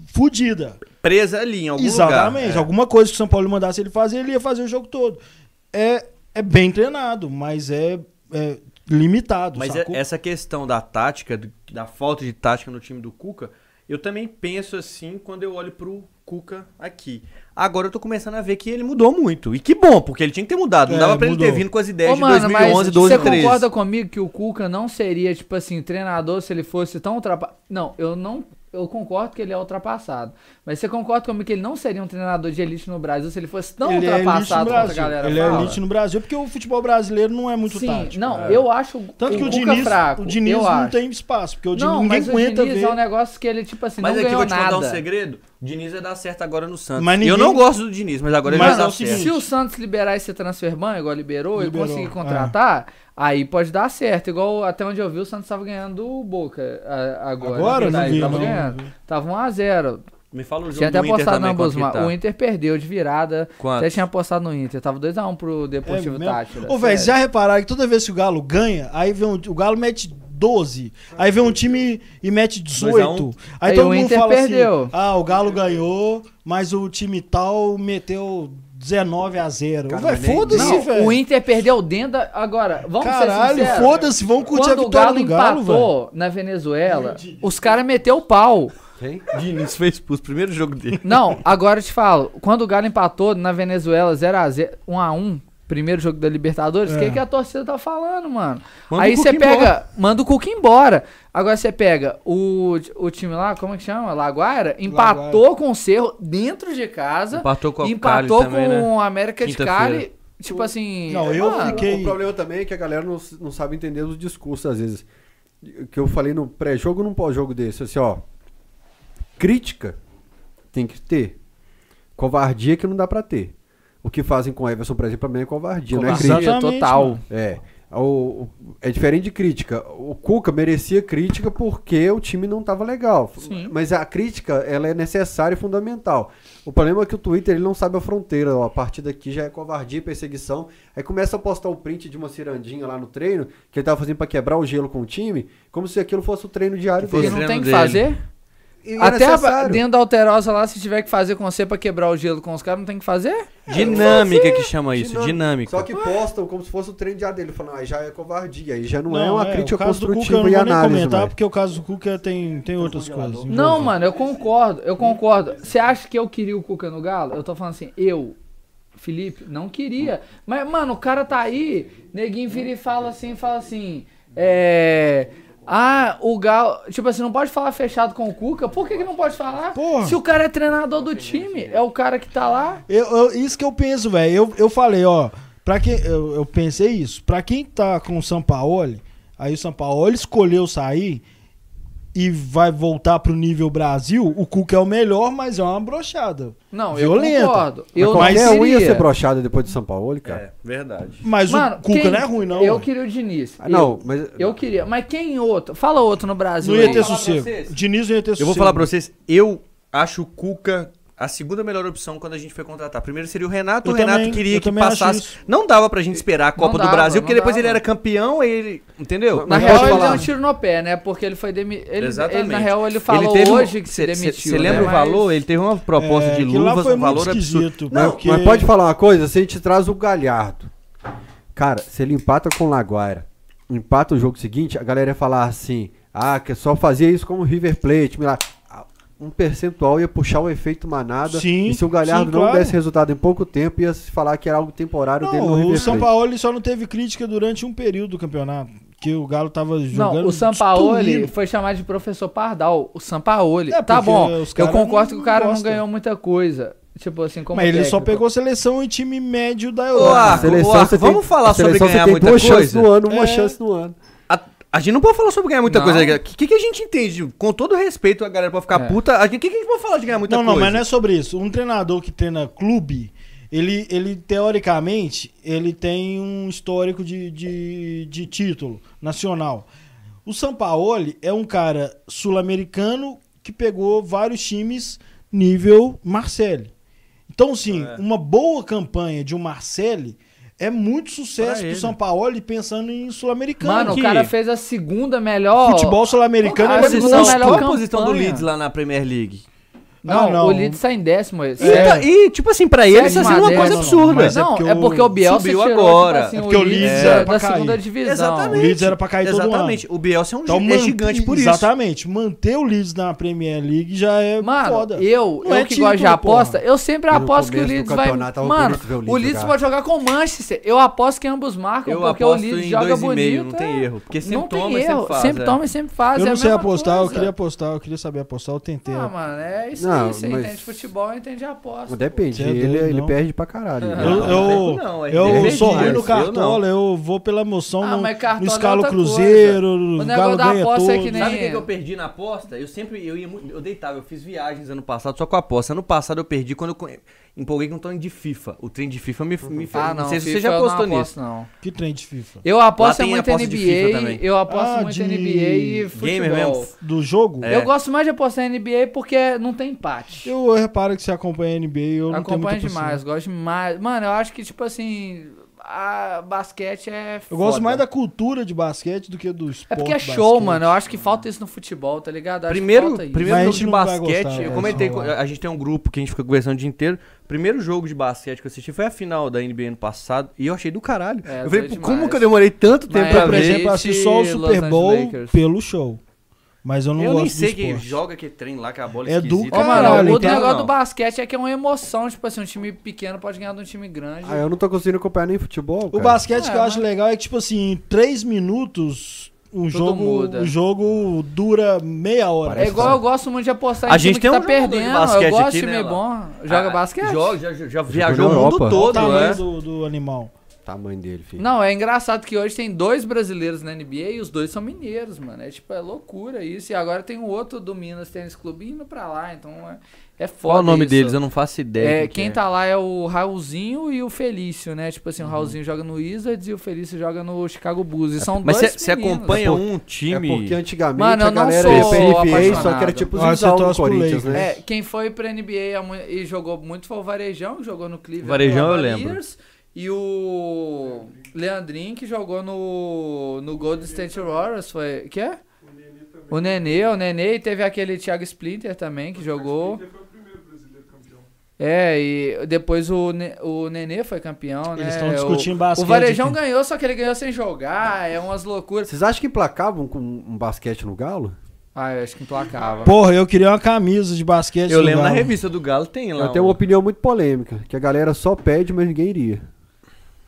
Speaker 2: fudida.
Speaker 4: Presa ali, em algum
Speaker 2: Exatamente.
Speaker 4: lugar. É.
Speaker 2: Alguma coisa que o São Paulo mandasse ele fazer, ele ia fazer o jogo todo. É, é bem treinado, mas é, é limitado.
Speaker 4: Mas é-
Speaker 2: sacou?
Speaker 4: essa questão da tática, do- da falta de tática no time do Cuca, eu também penso assim quando eu olho pro Cuca aqui. Agora eu tô começando a ver que ele mudou muito. E que bom, porque ele tinha que ter mudado. Não
Speaker 2: É,
Speaker 4: dava pra ele ter
Speaker 2: mudou.
Speaker 4: vindo com as ideias
Speaker 3: Ô,
Speaker 4: de
Speaker 3: mano,
Speaker 4: 2011,
Speaker 3: mas
Speaker 4: 12,
Speaker 3: você
Speaker 4: 13.
Speaker 3: concorda comigo que o Cuca não seria, tipo assim, treinador se ele fosse tão ultrapassado? Não, eu não. Eu concordo que ele é ultrapassado. Mas você concorda comigo que ele não seria um treinador de elite no Brasil se ele fosse tão
Speaker 2: ele é elite no
Speaker 3: ultrapassado quanto a
Speaker 2: Brasil.
Speaker 3: galera
Speaker 2: Ele
Speaker 3: fala?
Speaker 2: é elite no Brasil porque o futebol brasileiro não é muito
Speaker 3: Sim,
Speaker 2: tático.
Speaker 3: não, eu acho
Speaker 2: Tanto
Speaker 3: o
Speaker 2: que o
Speaker 3: Cuca é
Speaker 2: Diniz,
Speaker 3: fraco.
Speaker 2: o Diniz
Speaker 3: eu
Speaker 2: não
Speaker 3: acho.
Speaker 2: tem espaço, porque o Diniz,
Speaker 3: não,
Speaker 2: ninguém
Speaker 3: mas
Speaker 2: aguenta
Speaker 3: o Diniz
Speaker 2: ver.
Speaker 3: é um negócio que ele, tipo assim,
Speaker 4: Mas
Speaker 3: não
Speaker 4: aqui eu
Speaker 3: ganhou
Speaker 4: vou te
Speaker 3: nada.
Speaker 4: contar um segredo. O Diniz vai dar certo agora no Santos.
Speaker 2: Mas ninguém-
Speaker 4: Eu não gosto do Diniz, mas agora
Speaker 2: Mas
Speaker 4: ele vai
Speaker 2: é
Speaker 4: dar
Speaker 2: o
Speaker 4: certo.
Speaker 2: seguinte,
Speaker 3: Se o Santos liberar esse transfer ban, igual liberou,
Speaker 2: Liberou,
Speaker 3: e conseguir
Speaker 2: é.
Speaker 3: contratar, aí pode dar certo. Igual até onde eu vi, o Santos tava ganhando o Boca a- agora.
Speaker 2: Agora?
Speaker 3: né?
Speaker 2: Não
Speaker 3: Aí
Speaker 2: vi,
Speaker 3: tava
Speaker 2: não,
Speaker 3: ganhando.
Speaker 2: não vi.
Speaker 3: Tava 1x0.
Speaker 4: Me fala o jogo
Speaker 3: Tinha até
Speaker 4: do Inter
Speaker 3: apostado na
Speaker 4: também, quanto que
Speaker 3: Bosma.
Speaker 4: tá.
Speaker 3: O Inter perdeu de virada.
Speaker 4: Quanto?
Speaker 3: Até tinha apostado no Inter. Tava 2x1 pro
Speaker 2: É
Speaker 3: Deportivo
Speaker 2: mesmo?
Speaker 3: Tátira.
Speaker 2: Ô, velho, já repararam que toda vez que o Galo ganha, aí vem um, o Galo mete 12, aí vem um time e mete 18. Aí,
Speaker 3: Aí
Speaker 2: todo
Speaker 3: o
Speaker 2: mundo
Speaker 3: Inter
Speaker 2: fala
Speaker 3: perdeu.
Speaker 2: assim: "Ah, o Galo ganhou, mas o time tal meteu 19 a 0".
Speaker 1: Cara,
Speaker 2: Véi,
Speaker 1: mas nem-
Speaker 2: foda-se,
Speaker 3: Não,
Speaker 2: velho.
Speaker 3: o Inter perdeu dentro da... Agora, vamos ser
Speaker 2: Caralho,
Speaker 3: sinceros.
Speaker 2: foda-se, vamos curtir
Speaker 3: Quando
Speaker 2: a
Speaker 3: o
Speaker 2: é vitória
Speaker 3: Galo
Speaker 2: do Galo, velho.
Speaker 3: empatou na Venezuela, os caras meteu o pau.
Speaker 1: Quem?
Speaker 4: Diniz foi expulso, primeiro jogo dele.
Speaker 3: Não, agora eu te falo. Quando o Galo empatou na Venezuela 0x0, 1x1, primeiro jogo da Libertadores, o
Speaker 2: É.
Speaker 3: que, que a torcida tá falando, mano?
Speaker 4: Manda
Speaker 3: Aí
Speaker 4: o
Speaker 3: você
Speaker 4: Cuca
Speaker 3: pega.
Speaker 4: embora.
Speaker 3: Manda o Cuca embora. Agora você pega o, o time lá, como é que chama? Laguaira? Empatou com o Cerro dentro de casa.
Speaker 4: Empatou com o
Speaker 3: empatou
Speaker 4: Cali também, né?
Speaker 3: com o América de
Speaker 4: Quinta-feira.
Speaker 3: Cali. Tipo assim.
Speaker 2: Não, eu
Speaker 3: mano,
Speaker 2: fiquei-
Speaker 1: O problema também é que a galera não, não sabe entender os discursos, às vezes. Que eu falei no pré-jogo, num pós-jogo desse, assim, ó. Crítica tem que ter. Covardia que não dá pra ter. O que fazem com o Everson, por exemplo, também é covardia,
Speaker 4: né?
Speaker 1: não é
Speaker 3: covardia
Speaker 1: crítica.
Speaker 2: Exatamente,
Speaker 3: total.
Speaker 2: mano.
Speaker 1: É. O- o- é diferente de crítica. O Cuca merecia crítica porque o time não estava legal.
Speaker 3: Sim.
Speaker 1: Mas a crítica, ela é necessária e fundamental. O problema é que o Twitter, ele não sabe a fronteira. ó, a partir daqui já é covardia e perseguição. Aí começa a postar o print de uma cirandinha lá no treino, que ele tava fazendo para quebrar o gelo com o time, como se aquilo fosse o treino diário
Speaker 4: Que fosse
Speaker 3: Porque
Speaker 1: dele.
Speaker 3: não
Speaker 4: treino
Speaker 3: tem o que
Speaker 4: dele.
Speaker 3: fazer?
Speaker 1: E é
Speaker 3: Até a-
Speaker 1: necessário.
Speaker 3: dentro da Alterosa lá, se tiver que fazer com você pra quebrar o gelo com os caras, não tem o que fazer?
Speaker 4: Dinâmica que chama isso, dinâmica.
Speaker 1: Só que postam como se fosse o treino diário dele. Falando, ah, já é covardia. Aí já não,
Speaker 2: Não,
Speaker 1: é uma
Speaker 2: o
Speaker 1: crítica
Speaker 2: caso do Cuca
Speaker 1: construtiva
Speaker 2: eu não
Speaker 1: e
Speaker 2: vou nem
Speaker 1: análise.
Speaker 2: comentar,
Speaker 1: velho.
Speaker 2: porque o caso do Cuca tem, tem outras
Speaker 3: Tá
Speaker 2: coisas.
Speaker 3: Não, mano, eu concordo, eu concordo. Você acha que eu queria o Cuca no Galo? Eu tô falando assim, eu, Felipe, não queria. Mas, mano, o cara tá aí, neguinho vira e fala assim, fala assim, é... Ah, o Galo... Tipo assim, não pode falar fechado com o Cuca? Por que, que não pode falar?
Speaker 2: Porra.
Speaker 3: Se o cara é treinador do time, é o cara que tá lá...
Speaker 2: Eu, eu- isso que eu penso, velho. Eu, eu falei, ó, pra quem, eu, eu pensei isso. Pra quem tá com o Sampaoli, aí o Sampaoli escolheu sair, e vai voltar pro nível Brasil, o Cuca é o melhor, mas é uma brochada.
Speaker 3: Não,
Speaker 2: Violenta.
Speaker 3: eu concordo.
Speaker 1: Mas
Speaker 3: Eu
Speaker 2: é
Speaker 1: qualquer
Speaker 3: não
Speaker 1: um ia
Speaker 3: queria.
Speaker 1: ser brochado depois de São Paulo, cara.
Speaker 4: É, verdade.
Speaker 2: Mas o
Speaker 3: Mano,
Speaker 2: Cuca
Speaker 3: quem-
Speaker 2: não é ruim, não.
Speaker 3: Eu
Speaker 2: ué.
Speaker 3: queria o Diniz.
Speaker 1: Ah, não, mas.
Speaker 3: Eu, eu queria. Mas quem outro? Fala outro no Brasil.
Speaker 2: Não ia
Speaker 3: aí.
Speaker 2: ter
Speaker 4: falar pra
Speaker 2: sossego.
Speaker 4: vocês.
Speaker 2: Diniz não ia ter
Speaker 4: Eu
Speaker 2: sossego.
Speaker 4: vou falar pra vocês, eu acho o Cuca a segunda melhor opção quando a gente foi contratar. Primeiro seria o Renato,
Speaker 2: Eu
Speaker 4: o Renato
Speaker 2: também,
Speaker 4: queria
Speaker 2: eu
Speaker 4: que
Speaker 2: também acho
Speaker 4: passasse.
Speaker 2: isso.
Speaker 4: Não dava pra gente esperar a Copa do
Speaker 3: dava,
Speaker 4: Brasil, porque
Speaker 3: não
Speaker 4: depois
Speaker 3: dava.
Speaker 4: ele era campeão e ele. Entendeu?
Speaker 3: Na
Speaker 1: Mas
Speaker 3: real,
Speaker 1: posso
Speaker 3: ele
Speaker 1: falar?
Speaker 3: deu um tiro no pé, né? Porque ele foi demitido. Ele,
Speaker 4: Exatamente.
Speaker 3: ele, na real, ele falou
Speaker 4: teve um-
Speaker 3: hoje que se
Speaker 4: cê-
Speaker 3: demitiu.
Speaker 4: Você lembra
Speaker 3: né?
Speaker 4: o valor? Ele teve uma proposta
Speaker 2: É,
Speaker 4: de
Speaker 2: aquilo lá
Speaker 4: luvas,
Speaker 2: foi
Speaker 4: um valor
Speaker 2: muito
Speaker 4: absurdo.
Speaker 2: esquisito,
Speaker 1: Mas,
Speaker 2: porque-
Speaker 1: mas pode falar uma coisa? Se a gente traz o Galhardo. Cara, se ele empata com o Laguaira, empata o jogo seguinte, a galera ia falar assim: ah, que só fazia isso como River Plate. milagre." Ah, Um percentual ia puxar o efeito manada.
Speaker 2: Sim,
Speaker 1: e se o Galhardo
Speaker 2: sim,
Speaker 1: não
Speaker 2: claro.
Speaker 1: desse resultado em pouco tempo, ia se falar que era algo temporário dele no
Speaker 2: Não,
Speaker 1: River
Speaker 2: o São
Speaker 1: Plate.
Speaker 2: Paulo ele só não teve crítica durante um período do campeonato. Que o Galo tava jogando.
Speaker 3: Não, o Sampaoli
Speaker 2: destruindo.
Speaker 3: foi chamado de professor Pardal. O Sampaoli.
Speaker 2: É,
Speaker 3: tá
Speaker 2: porque
Speaker 3: bom.
Speaker 2: os
Speaker 3: Eu
Speaker 2: caras
Speaker 3: concordo
Speaker 2: não
Speaker 3: que o cara não
Speaker 2: gostam.
Speaker 3: ganhou muita coisa. Tipo assim, como
Speaker 2: Mas ele só
Speaker 3: técnico.
Speaker 2: pegou seleção e time médio da
Speaker 4: Ô,
Speaker 1: A
Speaker 2: Europa.
Speaker 4: Arco, ô, Arco,
Speaker 1: você
Speaker 4: vamos falar
Speaker 1: a
Speaker 4: sobre
Speaker 1: seleção você
Speaker 4: ganhar
Speaker 1: tem
Speaker 4: muita
Speaker 1: duas chances
Speaker 4: coisa?
Speaker 1: no ano, uma
Speaker 2: É.
Speaker 1: chance no ano.
Speaker 4: A, a gente não pode falar sobre ganhar muita
Speaker 3: Não.
Speaker 4: coisa. O que, que a gente entende? Com todo respeito, a galera pode ficar
Speaker 3: É.
Speaker 4: puta. O que, que a gente pode falar de ganhar muita
Speaker 2: não, não,
Speaker 4: coisa?
Speaker 2: mas não é sobre isso. Um treinador que treina clube, ele, ele teoricamente, ele tem um histórico de, de, de título nacional. O Sampaoli é um cara sul-americano que pegou vários times nível Marcelli. Então, sim,
Speaker 4: É.
Speaker 2: uma boa campanha de um Marcelli é muito sucesso
Speaker 4: Pra
Speaker 2: pro
Speaker 4: ele.
Speaker 2: Sampaoli pensando em sul-americano.
Speaker 3: Mano,
Speaker 2: que
Speaker 3: o cara fez a segunda melhor.
Speaker 2: futebol sul-americano
Speaker 3: Ah,
Speaker 2: ele
Speaker 4: a
Speaker 2: é
Speaker 3: posição
Speaker 2: monstro.
Speaker 3: melhor
Speaker 4: posição, qual a posição do
Speaker 3: campanha.
Speaker 4: Leeds lá na Premier League?
Speaker 3: Não,
Speaker 2: Ah, não.
Speaker 3: o Leeds tá em décimo. esse.
Speaker 4: E,
Speaker 2: É.
Speaker 4: tá- e, tipo assim, pra ele isso tá
Speaker 3: Sétima,
Speaker 4: sendo uma coisa
Speaker 3: décima.
Speaker 4: absurda.
Speaker 2: Mas é
Speaker 3: não,
Speaker 2: porque
Speaker 3: é
Speaker 2: o-
Speaker 3: porque o Bielsa
Speaker 4: subiu
Speaker 3: tirou,
Speaker 4: agora.
Speaker 3: Tipo assim,
Speaker 2: É porque o Leeds
Speaker 3: Leeds
Speaker 2: era pra
Speaker 3: da
Speaker 2: cair.
Speaker 3: segunda divisão.
Speaker 4: Exatamente.
Speaker 2: O Leeds era pra cair todo ano.
Speaker 4: Exatamente. O Bielsa é um gi- é
Speaker 2: man-
Speaker 4: gigante por isso.
Speaker 2: Então Exatamente. Manter o Leeds na Premier League já é
Speaker 3: Mano,
Speaker 2: foda.
Speaker 3: eu,
Speaker 2: Não
Speaker 3: eu
Speaker 2: é
Speaker 3: que
Speaker 2: título,
Speaker 3: gosto de aposta,
Speaker 2: porra.
Speaker 3: eu
Speaker 1: E
Speaker 3: sempre
Speaker 1: no
Speaker 3: aposto que o
Speaker 1: começo do
Speaker 3: Leeds vai.
Speaker 1: campeonato tava
Speaker 3: Mano,
Speaker 1: bonito ver o
Speaker 3: o
Speaker 1: Leeds
Speaker 3: Leeds
Speaker 1: jogar.
Speaker 3: pode jogar com o Manchester. Eu aposto que ambos marcam,
Speaker 4: Eu
Speaker 3: porque o
Speaker 4: aposto
Speaker 3: Leeds
Speaker 4: em
Speaker 3: joga
Speaker 4: dois e
Speaker 3: bonito.
Speaker 4: meio, não tem
Speaker 3: é.
Speaker 4: erro. Porque sempre
Speaker 3: não tem
Speaker 4: toma e
Speaker 3: erro.
Speaker 4: sempre faz, é.
Speaker 3: toma e sempre faz.
Speaker 2: Eu
Speaker 3: é a
Speaker 2: não sei
Speaker 3: mesma
Speaker 2: apostar, eu
Speaker 3: coisa.
Speaker 2: queria apostar, eu queria saber apostar, eu tentei.
Speaker 3: Ah, mano, é
Speaker 1: Não,
Speaker 3: isso aí. Você
Speaker 1: mas-
Speaker 3: entende futebol, entende aposta.
Speaker 1: Depende,
Speaker 2: Você é
Speaker 1: ele,
Speaker 2: doido,
Speaker 1: ele
Speaker 2: não.
Speaker 1: perde pra caralho.
Speaker 3: Eu-
Speaker 1: né?
Speaker 2: eu
Speaker 4: não tem
Speaker 2: eu,
Speaker 4: como não, é
Speaker 2: eu
Speaker 4: verdade
Speaker 2: sou ruim
Speaker 4: isso,
Speaker 2: no
Speaker 4: eu
Speaker 2: cartola, eu, vou pela emoção,
Speaker 3: Ah,
Speaker 2: no,
Speaker 3: mas cartola
Speaker 2: no
Speaker 3: é
Speaker 2: escalo
Speaker 3: outra coisa.
Speaker 2: cruzeiro, o
Speaker 3: O negócio
Speaker 2: galo
Speaker 3: da
Speaker 2: ganha todo.
Speaker 3: aposta é que nem-
Speaker 4: Sabe o que, que eu perdi na aposta? Eu sempre, eu ia muito, eu deitava, eu fiz viagens ano passado só com aposta. Ano passado eu perdi quando eu co- empolguei com um trem de FIFA. O trem de FIFA me, me fez,
Speaker 3: Ah, não.
Speaker 4: não sei se você
Speaker 3: FIFA
Speaker 4: já
Speaker 3: eu não
Speaker 4: apostou nisso.
Speaker 3: aposto, Não.
Speaker 2: Que trem de FIFA?
Speaker 3: Eu aposto
Speaker 4: Lá
Speaker 3: é
Speaker 4: tem
Speaker 3: muito
Speaker 4: aposta de FIFA
Speaker 3: NBA.
Speaker 4: também.
Speaker 3: Eu aposto
Speaker 2: Ah,
Speaker 3: muito
Speaker 2: de-
Speaker 3: NBA e
Speaker 4: Gamer
Speaker 3: futebol.
Speaker 4: mesmo?
Speaker 2: Do jogo?
Speaker 4: É.
Speaker 3: Eu gosto mais de apostar em NBA porque não tem empate.
Speaker 2: Eu reparo que você acompanha a NBA, eu não tenho muita
Speaker 3: Acompanho demais,
Speaker 2: paciência.
Speaker 3: gosto demais. Mano, eu acho que, tipo assim, a basquete é.
Speaker 2: Eu gosto
Speaker 3: foda.
Speaker 2: mais da cultura de basquete do que do esporte.
Speaker 3: É porque é show,
Speaker 2: basquete.
Speaker 3: mano. Eu acho que falta isso no futebol, tá ligado? Acho que
Speaker 4: Primeiro,
Speaker 3: falta isso.
Speaker 2: Mas a
Speaker 4: primeiro jogo
Speaker 2: gente
Speaker 4: de
Speaker 2: não vai
Speaker 4: basquete,
Speaker 2: gostar, é
Speaker 4: eu
Speaker 2: vai
Speaker 4: comentei, com-
Speaker 2: rolar.
Speaker 4: a gente tem um grupo que a gente fica conversando o dia inteiro. Primeiro jogo de basquete que eu assisti foi a final da NBA ano passado e eu achei do caralho.
Speaker 3: É,
Speaker 4: eu falei,
Speaker 3: doido
Speaker 4: "Pô, como
Speaker 3: demais."
Speaker 4: que eu demorei tanto
Speaker 3: Mas,
Speaker 4: tempo
Speaker 3: é
Speaker 2: Eu,
Speaker 4: pra
Speaker 2: por
Speaker 3: Miami
Speaker 4: ver?
Speaker 2: exemplo, assisto só o
Speaker 3: Heat,
Speaker 2: Super
Speaker 3: Los
Speaker 2: Bowl
Speaker 3: Lakers.
Speaker 2: pelo show. Mas eu não
Speaker 4: Eu
Speaker 2: gosto
Speaker 4: nem
Speaker 2: do
Speaker 4: sei quem
Speaker 2: esporte.
Speaker 4: joga que trem lá que a bola
Speaker 2: É do
Speaker 4: esquisita.
Speaker 3: Ô, mano,
Speaker 2: Caralho,
Speaker 3: o
Speaker 2: então-
Speaker 3: negócio do
Speaker 4: Não.
Speaker 3: basquete é que é uma emoção. Tipo assim, um time pequeno pode ganhar de um time grande.
Speaker 1: Ah, eu não tô conseguindo acompanhar nem futebol.
Speaker 2: O
Speaker 1: cara.
Speaker 2: basquete que eu
Speaker 3: É,
Speaker 2: acho
Speaker 3: mas-
Speaker 2: legal é que, tipo assim, em três minutos, um jogo,
Speaker 3: muda.
Speaker 2: o jogo dura meia hora.
Speaker 3: É igual eu gosto muito de apostar em
Speaker 4: A
Speaker 3: time
Speaker 4: gente
Speaker 3: que
Speaker 4: tem
Speaker 3: tá
Speaker 4: um jogador de
Speaker 3: perdendo.
Speaker 4: basquete
Speaker 3: Eu gosto
Speaker 4: aqui,
Speaker 3: de time é
Speaker 4: né,
Speaker 3: bom. Joga
Speaker 4: Ah,
Speaker 3: basquete?
Speaker 4: Joga, já, já- já viajou o
Speaker 1: na
Speaker 4: mundo
Speaker 1: Europa.
Speaker 2: o
Speaker 4: todo,
Speaker 2: tamanho
Speaker 3: né?
Speaker 4: é.
Speaker 2: do, do animal.
Speaker 1: O tamanho dele, filho.
Speaker 3: Não, é engraçado que hoje tem dois brasileiros na NBA e os dois são mineiros, mano. É tipo, é loucura isso. E agora tem o outro do Minas Tênis Clube indo pra lá, então é, é foda.
Speaker 4: Qual o nome
Speaker 3: isso.
Speaker 4: deles? Eu não faço ideia.
Speaker 3: É, quem tá lá é o Raulzinho e o Felício, né? Tipo assim, o Raulzinho joga no Wizards e o Felício joga no Chicago Bulls. E são
Speaker 4: Uhum. Mas
Speaker 3: dois
Speaker 4: você
Speaker 3: meninos.
Speaker 4: acompanha
Speaker 1: É por-
Speaker 4: um time.
Speaker 1: É porque antigamente
Speaker 3: Mano, eu
Speaker 1: a
Speaker 3: não
Speaker 1: galera
Speaker 3: sou
Speaker 1: ia pra NBA, só que era
Speaker 3: apaixonado.
Speaker 1: tipo
Speaker 2: Ah,
Speaker 1: os
Speaker 2: você
Speaker 1: Zizal no
Speaker 2: torce pro
Speaker 1: Corinthians,
Speaker 2: Lakers.
Speaker 1: né?
Speaker 3: É, quem foi pra NBA há mu- e jogou muito foi o Varejão, que jogou no Cleveland
Speaker 4: Varejão eu
Speaker 3: Cavaliers,
Speaker 4: lembro.
Speaker 3: E o Leandrinho, que jogou no, no Golden State Warriors, foi... Que é? O Nenê, o Nenê, e teve aquele Thiago Splinter também, que jogou.
Speaker 5: Ele foi o primeiro brasileiro campeão.
Speaker 3: É, e depois o, Ne- o Nenê foi campeão, né?
Speaker 2: Eles estão
Speaker 3: O-
Speaker 2: discutindo
Speaker 3: O
Speaker 2: basquete.
Speaker 3: Varejão
Speaker 2: aqui.
Speaker 3: ganhou, só que ele ganhou sem jogar, é umas loucuras.
Speaker 1: Vocês acham que emplacavam com um basquete no Galo?
Speaker 3: Ah, eu acho que emplacava.
Speaker 2: Porra, eu queria uma camisa de basquete.
Speaker 4: Eu
Speaker 2: do
Speaker 4: lembro na
Speaker 2: Galo.
Speaker 4: revista do Galo tem lá.
Speaker 1: Eu tenho
Speaker 4: um-
Speaker 1: uma opinião muito polêmica, que a galera só pede, mas ninguém iria.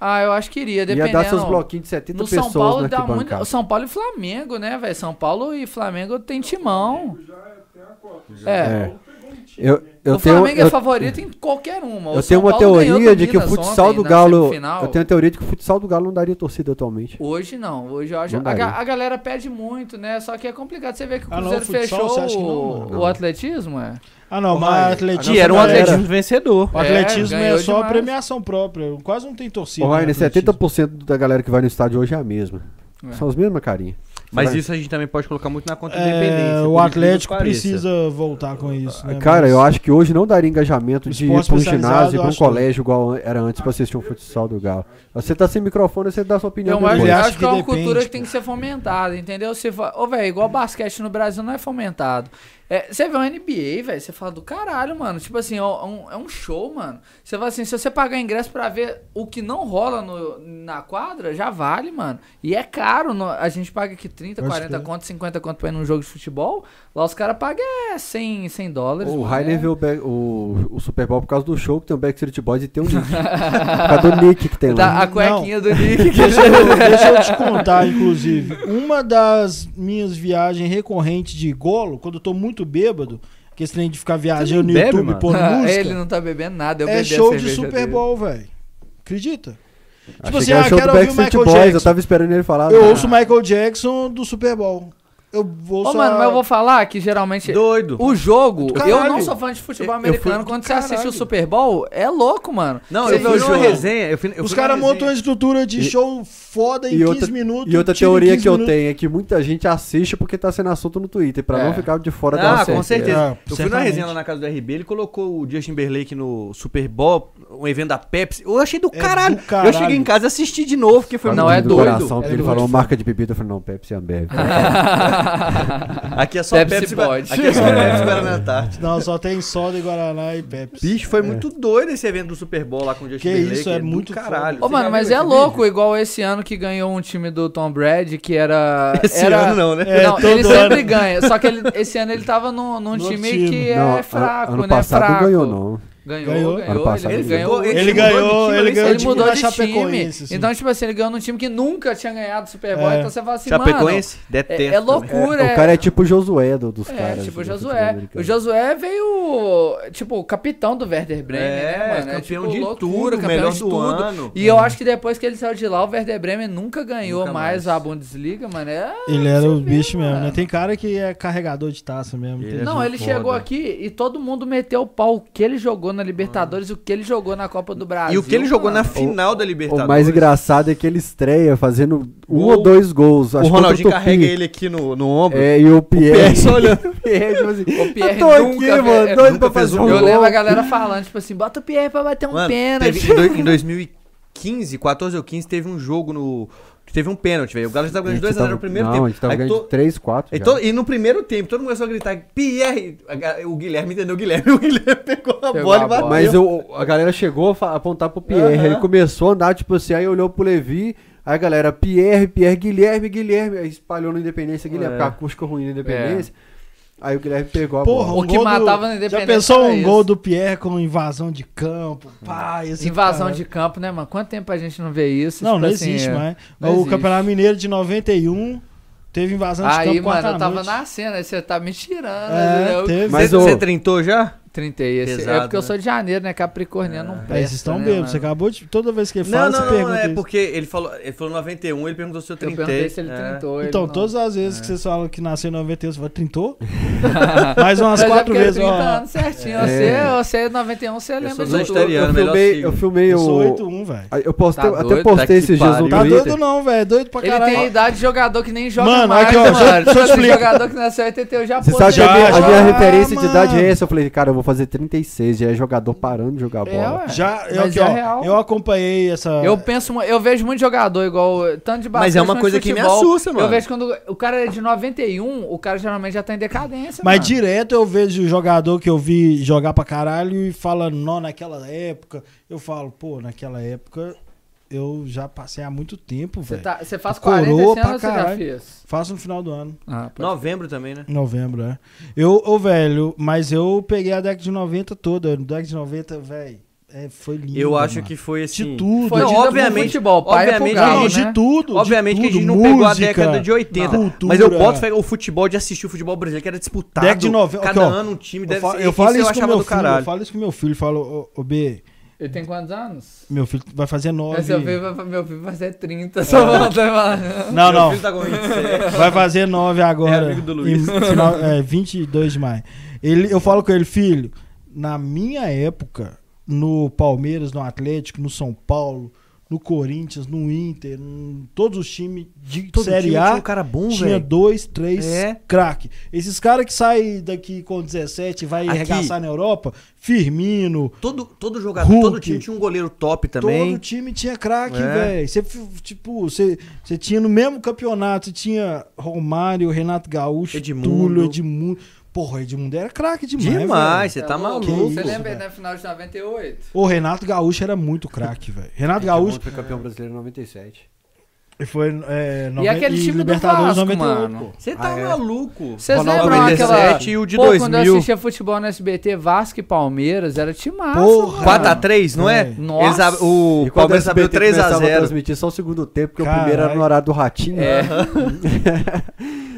Speaker 3: Ah, eu acho que iria, dependendo.
Speaker 1: Ia dar seus bloquinhos de 70
Speaker 3: No
Speaker 1: pessoas
Speaker 3: São Paulo
Speaker 1: na
Speaker 3: dá muito.
Speaker 1: arquibancada.
Speaker 3: o São Paulo e Flamengo, né, velho? São Paulo e Flamengo tem timão.
Speaker 5: Já tem é a Copa.
Speaker 3: É.
Speaker 5: Pegou um time.
Speaker 1: Eu,
Speaker 5: né?
Speaker 1: eu
Speaker 3: o
Speaker 1: tenho,
Speaker 3: Flamengo
Speaker 1: eu,
Speaker 3: é favorito em qualquer uma. O
Speaker 1: eu
Speaker 3: São
Speaker 1: tenho uma
Speaker 3: Paulo ganhou
Speaker 1: teoria
Speaker 3: do
Speaker 1: de que o
Speaker 3: Minas
Speaker 1: futsal
Speaker 3: ontem
Speaker 1: do
Speaker 3: na
Speaker 1: Galo.
Speaker 3: semifinal.
Speaker 1: Eu tenho a teoria de que o futsal do Galo não daria torcida atualmente.
Speaker 3: Hoje não, hoje eu acho.
Speaker 1: Não
Speaker 3: A, ga-
Speaker 1: daria.
Speaker 3: a galera pede muito, né? Só que é complicado. Você vê que o
Speaker 2: Ah, não,
Speaker 3: Cruzeiro
Speaker 2: futsal,
Speaker 3: fechou
Speaker 2: você acha que não,
Speaker 3: o,
Speaker 2: mano?
Speaker 3: o atletismo, é?
Speaker 2: Ah, não, mas o atletismo.
Speaker 4: Que era um
Speaker 2: galera,
Speaker 4: atletismo vencedor.
Speaker 2: O
Speaker 3: É,
Speaker 2: atletismo é,
Speaker 3: ganhou
Speaker 2: só
Speaker 3: demais.
Speaker 2: premiação própria. Quase não tem torcida.
Speaker 1: Ô,
Speaker 2: no
Speaker 4: é
Speaker 1: Rainer,
Speaker 2: atletismo.
Speaker 1: 70% da galera que vai no estádio hoje é a mesma.
Speaker 3: É.
Speaker 1: São as mesmas carinhas.
Speaker 4: Mas
Speaker 1: Vai.
Speaker 4: isso a gente também pode colocar muito na conta da
Speaker 2: É,
Speaker 4: independência.
Speaker 2: o
Speaker 4: por
Speaker 2: Atlético
Speaker 4: incrível que pareça.
Speaker 2: precisa voltar com isso. Né?
Speaker 1: Cara, eu
Speaker 2: Mas-
Speaker 1: acho que hoje não daria engajamento de ir
Speaker 2: Esporte
Speaker 1: pra um
Speaker 2: especializado,
Speaker 1: ginásio, pra
Speaker 2: eu
Speaker 1: um
Speaker 2: acho
Speaker 1: colégio igual era antes pra assistir um futsal do Galo. Você tá sem microfone, você dá sua opinião
Speaker 3: Eu acho,
Speaker 1: depois.
Speaker 3: eu
Speaker 2: acho
Speaker 3: acho que é
Speaker 2: que
Speaker 3: uma
Speaker 2: depende,
Speaker 3: cultura que
Speaker 2: pô.
Speaker 3: tem que ser fomentada, entendeu? Você fa... Ô, velho, igual basquete no Brasil não é fomentado. É, você vê o NBA, velho, você fala do caralho, mano. Tipo assim, ó, é um, é um show, mano. Você fala assim, se você pagar ingresso pra ver o que não rola no- na quadra, já vale, mano. E é caro, no- a gente paga aqui 30,
Speaker 2: Pode
Speaker 3: 40
Speaker 2: crer.
Speaker 3: conto, 50 conto pra ir num jogo de futebol. Lá os caras pagam é, 100, 100 dólares.
Speaker 1: O
Speaker 3: mano,
Speaker 1: Rainer
Speaker 3: é.
Speaker 1: vê o, Back- o- o Super Bowl por causa do show que tem o Backstreet Boys e tem o Nick. por causa do Nick que tem
Speaker 3: Tá,
Speaker 1: lá.
Speaker 3: a cuequinha do Nick.
Speaker 1: [LAUGHS]
Speaker 2: Deixa
Speaker 3: [LAUGHS]
Speaker 2: eu, deixa eu te contar, inclusive. Uma das minhas viagens recorrentes de golo, quando eu tô muito bêbado, que esse trem de ficar viajando no
Speaker 4: bebe,
Speaker 2: YouTube
Speaker 4: mano?
Speaker 2: pôr
Speaker 3: Ah,
Speaker 2: música,
Speaker 3: Ele não tá bebendo nada, eu
Speaker 2: é
Speaker 3: bebi a
Speaker 2: show de
Speaker 3: cerveja
Speaker 2: Super
Speaker 3: dele.
Speaker 2: Bowl, velho. Acredita?
Speaker 1: Tipo
Speaker 2: assim,
Speaker 1: é
Speaker 2: ah,
Speaker 1: o show
Speaker 2: quero
Speaker 1: do
Speaker 2: ouvir o
Speaker 1: Backstreet
Speaker 2: Michael
Speaker 1: Boys, eu
Speaker 2: Jackson.
Speaker 1: tava esperando ele falar.
Speaker 2: Eu
Speaker 1: né?
Speaker 2: ouço Michael Jackson do Super Bowl. Eu vou
Speaker 3: Ô,
Speaker 2: só-
Speaker 3: mano, mas eu vou falar que geralmente
Speaker 4: Doido.
Speaker 3: o jogo,
Speaker 2: Caralho.
Speaker 3: eu não sou fã de futebol
Speaker 4: Eu- eu
Speaker 3: americano.
Speaker 4: fui-
Speaker 3: Quando você
Speaker 4: Caralho.
Speaker 3: assiste o Super Bowl, é louco, mano.
Speaker 4: Não,
Speaker 3: Você
Speaker 4: eu
Speaker 3: vê
Speaker 4: fiz
Speaker 3: o
Speaker 4: uma
Speaker 3: jogo.
Speaker 4: resenha. eu fui- eu
Speaker 2: Os
Speaker 4: fui numa
Speaker 2: caras montam uma
Speaker 4: resenha.
Speaker 2: estrutura de
Speaker 1: E-
Speaker 2: show foda em
Speaker 1: e
Speaker 2: 15
Speaker 1: outra-
Speaker 2: minutos.
Speaker 1: E outra
Speaker 2: tira em
Speaker 1: teoria
Speaker 2: 15
Speaker 1: que eu
Speaker 2: minutos.
Speaker 1: tenho é que muita gente assiste porque tá sendo assunto no Twitter, pra
Speaker 3: É.
Speaker 1: não ficar de fora da
Speaker 4: Ah, com certeza.
Speaker 2: É,
Speaker 4: eu fui na
Speaker 2: certamente.
Speaker 4: resenha lá na casa do RB, ele colocou o Justin Timberlake no Super Bowl, um evento da Pepsi. Eu achei do,
Speaker 2: É
Speaker 4: caralho.
Speaker 2: do caralho.
Speaker 4: Eu cheguei em casa e assisti de novo, porque foi
Speaker 3: Não,
Speaker 4: muito
Speaker 3: é
Speaker 1: do
Speaker 3: doido.
Speaker 1: coração,
Speaker 3: É
Speaker 1: que ele
Speaker 3: doido. Ah,
Speaker 1: falou marca de bebida, eu falei, não, Pepsi e Ambev.
Speaker 4: Aqui é só
Speaker 3: Pepsi
Speaker 4: Pepsi,
Speaker 3: pode.
Speaker 4: Aqui é só Pepsi Guaraná Antártica.
Speaker 2: Não, só tem soda e Guaraná e Pepsi.
Speaker 4: Bicho, foi muito doido esse evento do Super Bowl lá com o Justin
Speaker 2: Que
Speaker 4: Timberlake.
Speaker 2: isso, é
Speaker 4: do
Speaker 2: muito
Speaker 4: caralho.
Speaker 3: Ô,
Speaker 4: Você já
Speaker 3: mano, mas
Speaker 4: viu
Speaker 3: é
Speaker 4: esse
Speaker 3: louco,
Speaker 4: vídeo?
Speaker 3: igual esse ano que ganhou um time do Tom Brady, que era.
Speaker 4: Esse
Speaker 3: era-
Speaker 4: ano não, né?
Speaker 2: É,
Speaker 3: não,
Speaker 2: todo
Speaker 3: ele sempre
Speaker 2: ano.
Speaker 3: ganha. Só que ele- esse ano ele tava num, num
Speaker 2: No
Speaker 3: time,
Speaker 2: time.
Speaker 3: que
Speaker 1: Não,
Speaker 3: é
Speaker 1: a-
Speaker 3: fraco,
Speaker 1: ano
Speaker 3: né?
Speaker 1: passado
Speaker 3: fraco.
Speaker 1: não ganhou, não.
Speaker 3: Ganhou,
Speaker 2: Ganhou.
Speaker 3: ganhou.
Speaker 1: Ano passado
Speaker 3: ele
Speaker 1: ele
Speaker 3: ganhou.
Speaker 4: ganhou.
Speaker 3: Ele,
Speaker 2: Ele,
Speaker 4: Ele mudou de
Speaker 2: ganhou,
Speaker 4: time,
Speaker 2: ele ganhou
Speaker 4: ele saiu-
Speaker 2: o
Speaker 3: ele
Speaker 2: time
Speaker 3: mudou
Speaker 2: da
Speaker 3: de time.
Speaker 2: Chapecoense. assim.
Speaker 3: Então, tipo assim, ele ganhou num time que nunca tinha ganhado Super Bowl.
Speaker 2: É.
Speaker 3: Então você fala assim, mano.
Speaker 4: Chapecoense, detesto.
Speaker 3: É, é loucura.
Speaker 1: o cara é tipo o Josué do- dos caras.
Speaker 3: tipo o
Speaker 1: do futebol
Speaker 3: Josué.
Speaker 1: americano.
Speaker 3: O Josué veio, tipo, o capitão do Werder Bremen,
Speaker 4: É,
Speaker 3: né, mano?
Speaker 4: campeão
Speaker 3: tipo,
Speaker 4: de tudo,
Speaker 3: campeão
Speaker 4: melhor
Speaker 3: de
Speaker 4: do
Speaker 3: tudo.
Speaker 4: ano.
Speaker 3: E eu acho que depois que ele saiu de lá, o Werder Bremen nunca ganhou
Speaker 4: Nunca
Speaker 3: mais.
Speaker 4: mais.
Speaker 3: a Bundesliga, mano. É-
Speaker 2: Ele era o
Speaker 3: vê,
Speaker 2: bicho mesmo,
Speaker 3: mano.
Speaker 2: né? Tem cara que é carregador de taça mesmo.
Speaker 4: Ele
Speaker 2: tem-
Speaker 4: é
Speaker 3: Não, ele
Speaker 4: foda.
Speaker 3: chegou aqui e todo mundo meteu o pau o que ele jogou na Libertadores, o que ele jogou na Copa do Brasil.
Speaker 4: E o que ele jogou na
Speaker 3: mano.
Speaker 4: final da
Speaker 1: O
Speaker 4: Libertadores.
Speaker 1: mais engraçado é que ele estreia fazendo um
Speaker 4: Gol.
Speaker 1: ou dois gols.
Speaker 4: O
Speaker 1: acho que contra
Speaker 4: Ronaldinho
Speaker 1: Tupi.
Speaker 4: carrega ele aqui no, no ombro.
Speaker 1: É,
Speaker 4: [LAUGHS]
Speaker 1: e [LAUGHS] o Pierre.
Speaker 4: Pierre só olhando.
Speaker 1: O Pierre, tipo assim,
Speaker 3: O Pierre
Speaker 1: eu tô aqui,
Speaker 3: nunca fez-
Speaker 1: mano, doido
Speaker 4: nunca
Speaker 1: pra
Speaker 4: fez
Speaker 1: fazer
Speaker 4: um
Speaker 1: um
Speaker 3: Eu
Speaker 1: gol.
Speaker 3: lembro a galera falando, tipo assim, bota o Pierre pra bater um
Speaker 4: Mano,
Speaker 3: pênalti.
Speaker 4: teve- em doi- em 2015, 14 ou 15, teve um jogo no. que Teve um pênalti, velho. O Galo já tava
Speaker 1: A gente
Speaker 4: ganhando 2x0
Speaker 1: tava-
Speaker 4: no primeiro
Speaker 1: tá não,
Speaker 4: tempo.
Speaker 1: a gente tava
Speaker 4: Aí
Speaker 1: ganhando
Speaker 4: to-
Speaker 1: de 3, 4
Speaker 2: Tá
Speaker 4: e, to- Então, e no primeiro tempo, todo mundo começou a gritar, Pierre! A ga- O Guilherme entendeu o Guilherme. [LAUGHS] O Guilherme pegou a
Speaker 3: Pegou
Speaker 4: bola
Speaker 3: a
Speaker 4: e bateu.
Speaker 3: bola.
Speaker 1: Mas eu, a galera chegou a fa- apontar pro Pierre.
Speaker 4: Aham.
Speaker 1: Ele começou a andar, tipo assim, aí olhou pro Levi. Aí a galera, Pierre, Pierre, Guilherme, Guilherme. Aí espalhou na Independência, Guilherme,
Speaker 4: É.
Speaker 1: porque a acústica ruim na Independência. Aí o Guilherme pegou a
Speaker 2: Porra,
Speaker 1: bola.
Speaker 3: [LAUGHS] O que
Speaker 2: Um gol
Speaker 3: matava na
Speaker 2: do... Já
Speaker 3: Independência
Speaker 2: pensou
Speaker 3: era
Speaker 2: um
Speaker 3: isso.
Speaker 2: gol do Pierre com invasão de campo? Pá, esse
Speaker 3: Invasão
Speaker 2: cara-
Speaker 3: de campo, né, mano? Quanto tempo a gente não vê isso?
Speaker 2: Não,
Speaker 3: Tipo
Speaker 2: não
Speaker 3: assim,
Speaker 2: existe
Speaker 3: é-
Speaker 2: mais.
Speaker 3: não
Speaker 2: o
Speaker 3: existe.
Speaker 2: Campeonato Mineiro de 91 teve invasão de
Speaker 3: Aí,
Speaker 2: campo
Speaker 3: mano,
Speaker 2: quarta
Speaker 3: eu tava
Speaker 2: noite.
Speaker 3: na cena, aí você tá me tirando. né?
Speaker 2: É,
Speaker 3: eu
Speaker 2: teve.
Speaker 1: Mas
Speaker 4: Você-
Speaker 1: o-
Speaker 4: Você trintou já?
Speaker 3: 30 e esse. é
Speaker 4: Pesado,
Speaker 3: porque eu
Speaker 4: né? É.
Speaker 3: sou de janeiro, né? Capricorniano não presta.
Speaker 2: Aí vocês estão
Speaker 3: né,
Speaker 2: bêbados. Você
Speaker 3: mano?
Speaker 2: acabou de. Toda vez que ele
Speaker 4: Não,
Speaker 2: fala, você
Speaker 4: não, não.
Speaker 2: pergunta.
Speaker 4: É
Speaker 2: isso.
Speaker 4: porque ele falou, ele falou 91, ele perguntou se eu
Speaker 3: Eu
Speaker 4: trintei.
Speaker 3: perguntei se ele
Speaker 4: É.
Speaker 3: trintou. ele
Speaker 2: Então,
Speaker 3: não. [LAUGHS]
Speaker 2: todas as vezes que vocês falam que nasceu em 91, você fala,
Speaker 4: [LAUGHS]
Speaker 2: trintou? Mais umas
Speaker 3: Mas é
Speaker 2: quatro
Speaker 3: porque eu
Speaker 2: vezes.
Speaker 3: tenho
Speaker 2: ó.
Speaker 3: 30 anos certinho.
Speaker 1: É.
Speaker 3: Você, você é 91, você lembra
Speaker 4: sou
Speaker 3: de
Speaker 1: eu,
Speaker 3: tudo.
Speaker 4: vegetariano.
Speaker 1: eu
Speaker 4: melhor
Speaker 1: filmei,
Speaker 4: signo.
Speaker 1: eu filmei
Speaker 2: Eu sou
Speaker 1: o.
Speaker 2: 8-1, velho.
Speaker 1: Aí Eu postei,
Speaker 3: Tá
Speaker 1: eu
Speaker 4: doido,
Speaker 1: até
Speaker 4: tá
Speaker 1: postei
Speaker 4: que
Speaker 1: esses dias um
Speaker 4: pariu.
Speaker 1: no
Speaker 2: Tá
Speaker 1: Twitter.
Speaker 2: doido não, velho. Doido pra
Speaker 3: Ele tem a
Speaker 2: caralho.
Speaker 3: idade de jogador que nem joga
Speaker 2: Mano,
Speaker 3: mais,
Speaker 2: aqui, ó, deixa-
Speaker 3: mano.
Speaker 2: deixa eu
Speaker 3: Tipo,
Speaker 2: explicar.
Speaker 3: jogador que nasceu em 81 já
Speaker 1: Você sabe que
Speaker 2: Já,
Speaker 1: a minha, a
Speaker 2: já,
Speaker 1: minha
Speaker 4: Ah,
Speaker 1: referência
Speaker 2: mano.
Speaker 1: de idade é essa? Eu falei, cara, eu vou fazer 36, já é jogador parando de jogar
Speaker 3: É,
Speaker 1: bola.
Speaker 3: ué.
Speaker 2: Já, eu,
Speaker 3: Mas
Speaker 2: aqui,
Speaker 3: é
Speaker 2: ó,
Speaker 3: real.
Speaker 2: eu acompanhei essa.
Speaker 3: Eu penso, mu- eu vejo muito jogador igual, tanto de basquete,
Speaker 4: Mas é uma
Speaker 3: quanto de
Speaker 4: coisa que me
Speaker 3: futebol.
Speaker 4: assusta,
Speaker 3: Eu
Speaker 4: mano.
Speaker 3: vejo quando o cara é de 91, o cara geralmente já tá em decadência,
Speaker 2: Mas
Speaker 3: mano.
Speaker 2: direto eu vejo jogador que eu vi jogar pra caralho e fala, não, naquela época. Eu falo, pô, naquela época eu já passei há muito tempo,
Speaker 3: Você
Speaker 2: velho.
Speaker 3: tá, você faz
Speaker 2: Coroa
Speaker 3: 40 esse
Speaker 2: pra
Speaker 3: ano ou você já
Speaker 2: caralho.
Speaker 3: fez?
Speaker 2: Faço no final do ano.
Speaker 3: Ah, pode-
Speaker 4: Novembro também, né?
Speaker 2: Novembro, é. Eu, ô, velho, mas eu peguei a década de 90 toda. Década de 90, velho. é, foi lindo.
Speaker 4: Eu acho
Speaker 2: mano.
Speaker 4: que foi assim.
Speaker 2: De tudo.
Speaker 3: Foi
Speaker 4: Não,
Speaker 3: dita pro
Speaker 4: obviamente-
Speaker 3: futebol, pai é pro
Speaker 4: obviamente
Speaker 3: galo,
Speaker 2: Não,
Speaker 3: né?
Speaker 2: de tudo.
Speaker 4: Obviamente
Speaker 2: de
Speaker 4: que a
Speaker 2: tudo,
Speaker 4: gente não pegou a
Speaker 2: música,
Speaker 4: década de 80.
Speaker 2: cultura.
Speaker 4: Mas eu boto fé, o futebol de assistir o futebol brasileiro que era disputado.
Speaker 2: Década de 90,
Speaker 4: Cada
Speaker 2: aqui, ó.
Speaker 4: ano um time
Speaker 2: Eu
Speaker 4: deve
Speaker 2: falo,
Speaker 4: ser.
Speaker 2: eu falo
Speaker 4: eu
Speaker 2: isso com
Speaker 4: achava
Speaker 2: meu
Speaker 4: do
Speaker 2: filho, eu
Speaker 4: caralho.
Speaker 2: falo isso com meu filho, falo, ô, ô, B,
Speaker 3: Ele tem quantos anos?
Speaker 2: meu filho vai fazer nove.
Speaker 3: Esse meu, filho, vai- meu filho vai ser
Speaker 4: É.
Speaker 3: 30, só volta lá.
Speaker 2: Não,
Speaker 4: Meu
Speaker 2: não,
Speaker 4: filho tá com 27.
Speaker 2: vai fazer nove agora.
Speaker 4: É amigo do Luiz.
Speaker 2: Em final- é, 22 de maio. Ele, eu falo com ele, filho, na minha época, no Palmeiras, no Atlético, no São Paulo, no Corinthians, no Inter, em todos os times de
Speaker 4: Todo
Speaker 2: Série
Speaker 4: time
Speaker 2: A,
Speaker 4: tinha um cara bom,
Speaker 2: tinha
Speaker 4: velho.
Speaker 2: dois, três
Speaker 4: É.
Speaker 2: craque. Esses caras que saem daqui com 17 e vai
Speaker 4: Aqui.
Speaker 2: arregaçar na Europa, Firmino,
Speaker 4: Todo, todo jogador,
Speaker 2: Hulk.
Speaker 4: todo time tinha um goleiro top também.
Speaker 2: Todo time tinha craque,
Speaker 4: É.
Speaker 2: velho. Você, tipo, você, você tinha no mesmo campeonato, você tinha Romário, Renato Gaúcho,
Speaker 4: Edmundo.
Speaker 2: Túlio, Edmundo. Porra, Edmundo era craque demais,
Speaker 4: Demais,
Speaker 2: velho.
Speaker 4: você tá maluco.
Speaker 2: Que
Speaker 3: É Você
Speaker 2: isso,
Speaker 3: lembra
Speaker 2: velho.
Speaker 3: na final de 98?
Speaker 2: O Renato Gaúcho era muito craque, velho. Renato Gaúcho
Speaker 1: Foi campeão brasileiro em 97.
Speaker 2: foi é,
Speaker 3: E aquele time do
Speaker 2: Libertadores
Speaker 3: Vasco,
Speaker 2: 98,
Speaker 3: mano.
Speaker 2: pô.
Speaker 4: Você tá
Speaker 1: Ah, é.
Speaker 4: maluco.
Speaker 3: Vocês
Speaker 1: Ronaldo
Speaker 3: lembram aquela...
Speaker 4: 97 e o é de
Speaker 3: Pô, quando eu
Speaker 4: 2000.
Speaker 3: assistia futebol no SBT, Vasco e Palmeiras, era timaço,
Speaker 2: Porra.
Speaker 3: mano.
Speaker 4: 4x3, não é?
Speaker 2: É.
Speaker 3: Nossa.
Speaker 4: Eles ab- o
Speaker 1: E quando
Speaker 4: Palmeiras
Speaker 1: o
Speaker 4: abriu
Speaker 1: SBT começava a
Speaker 4: 3x0.
Speaker 1: transmitir só o segundo tempo, porque
Speaker 2: Caralho.
Speaker 1: o primeiro era no horário do ratinho. né?
Speaker 3: É.
Speaker 1: [LAUGHS]
Speaker 4: É.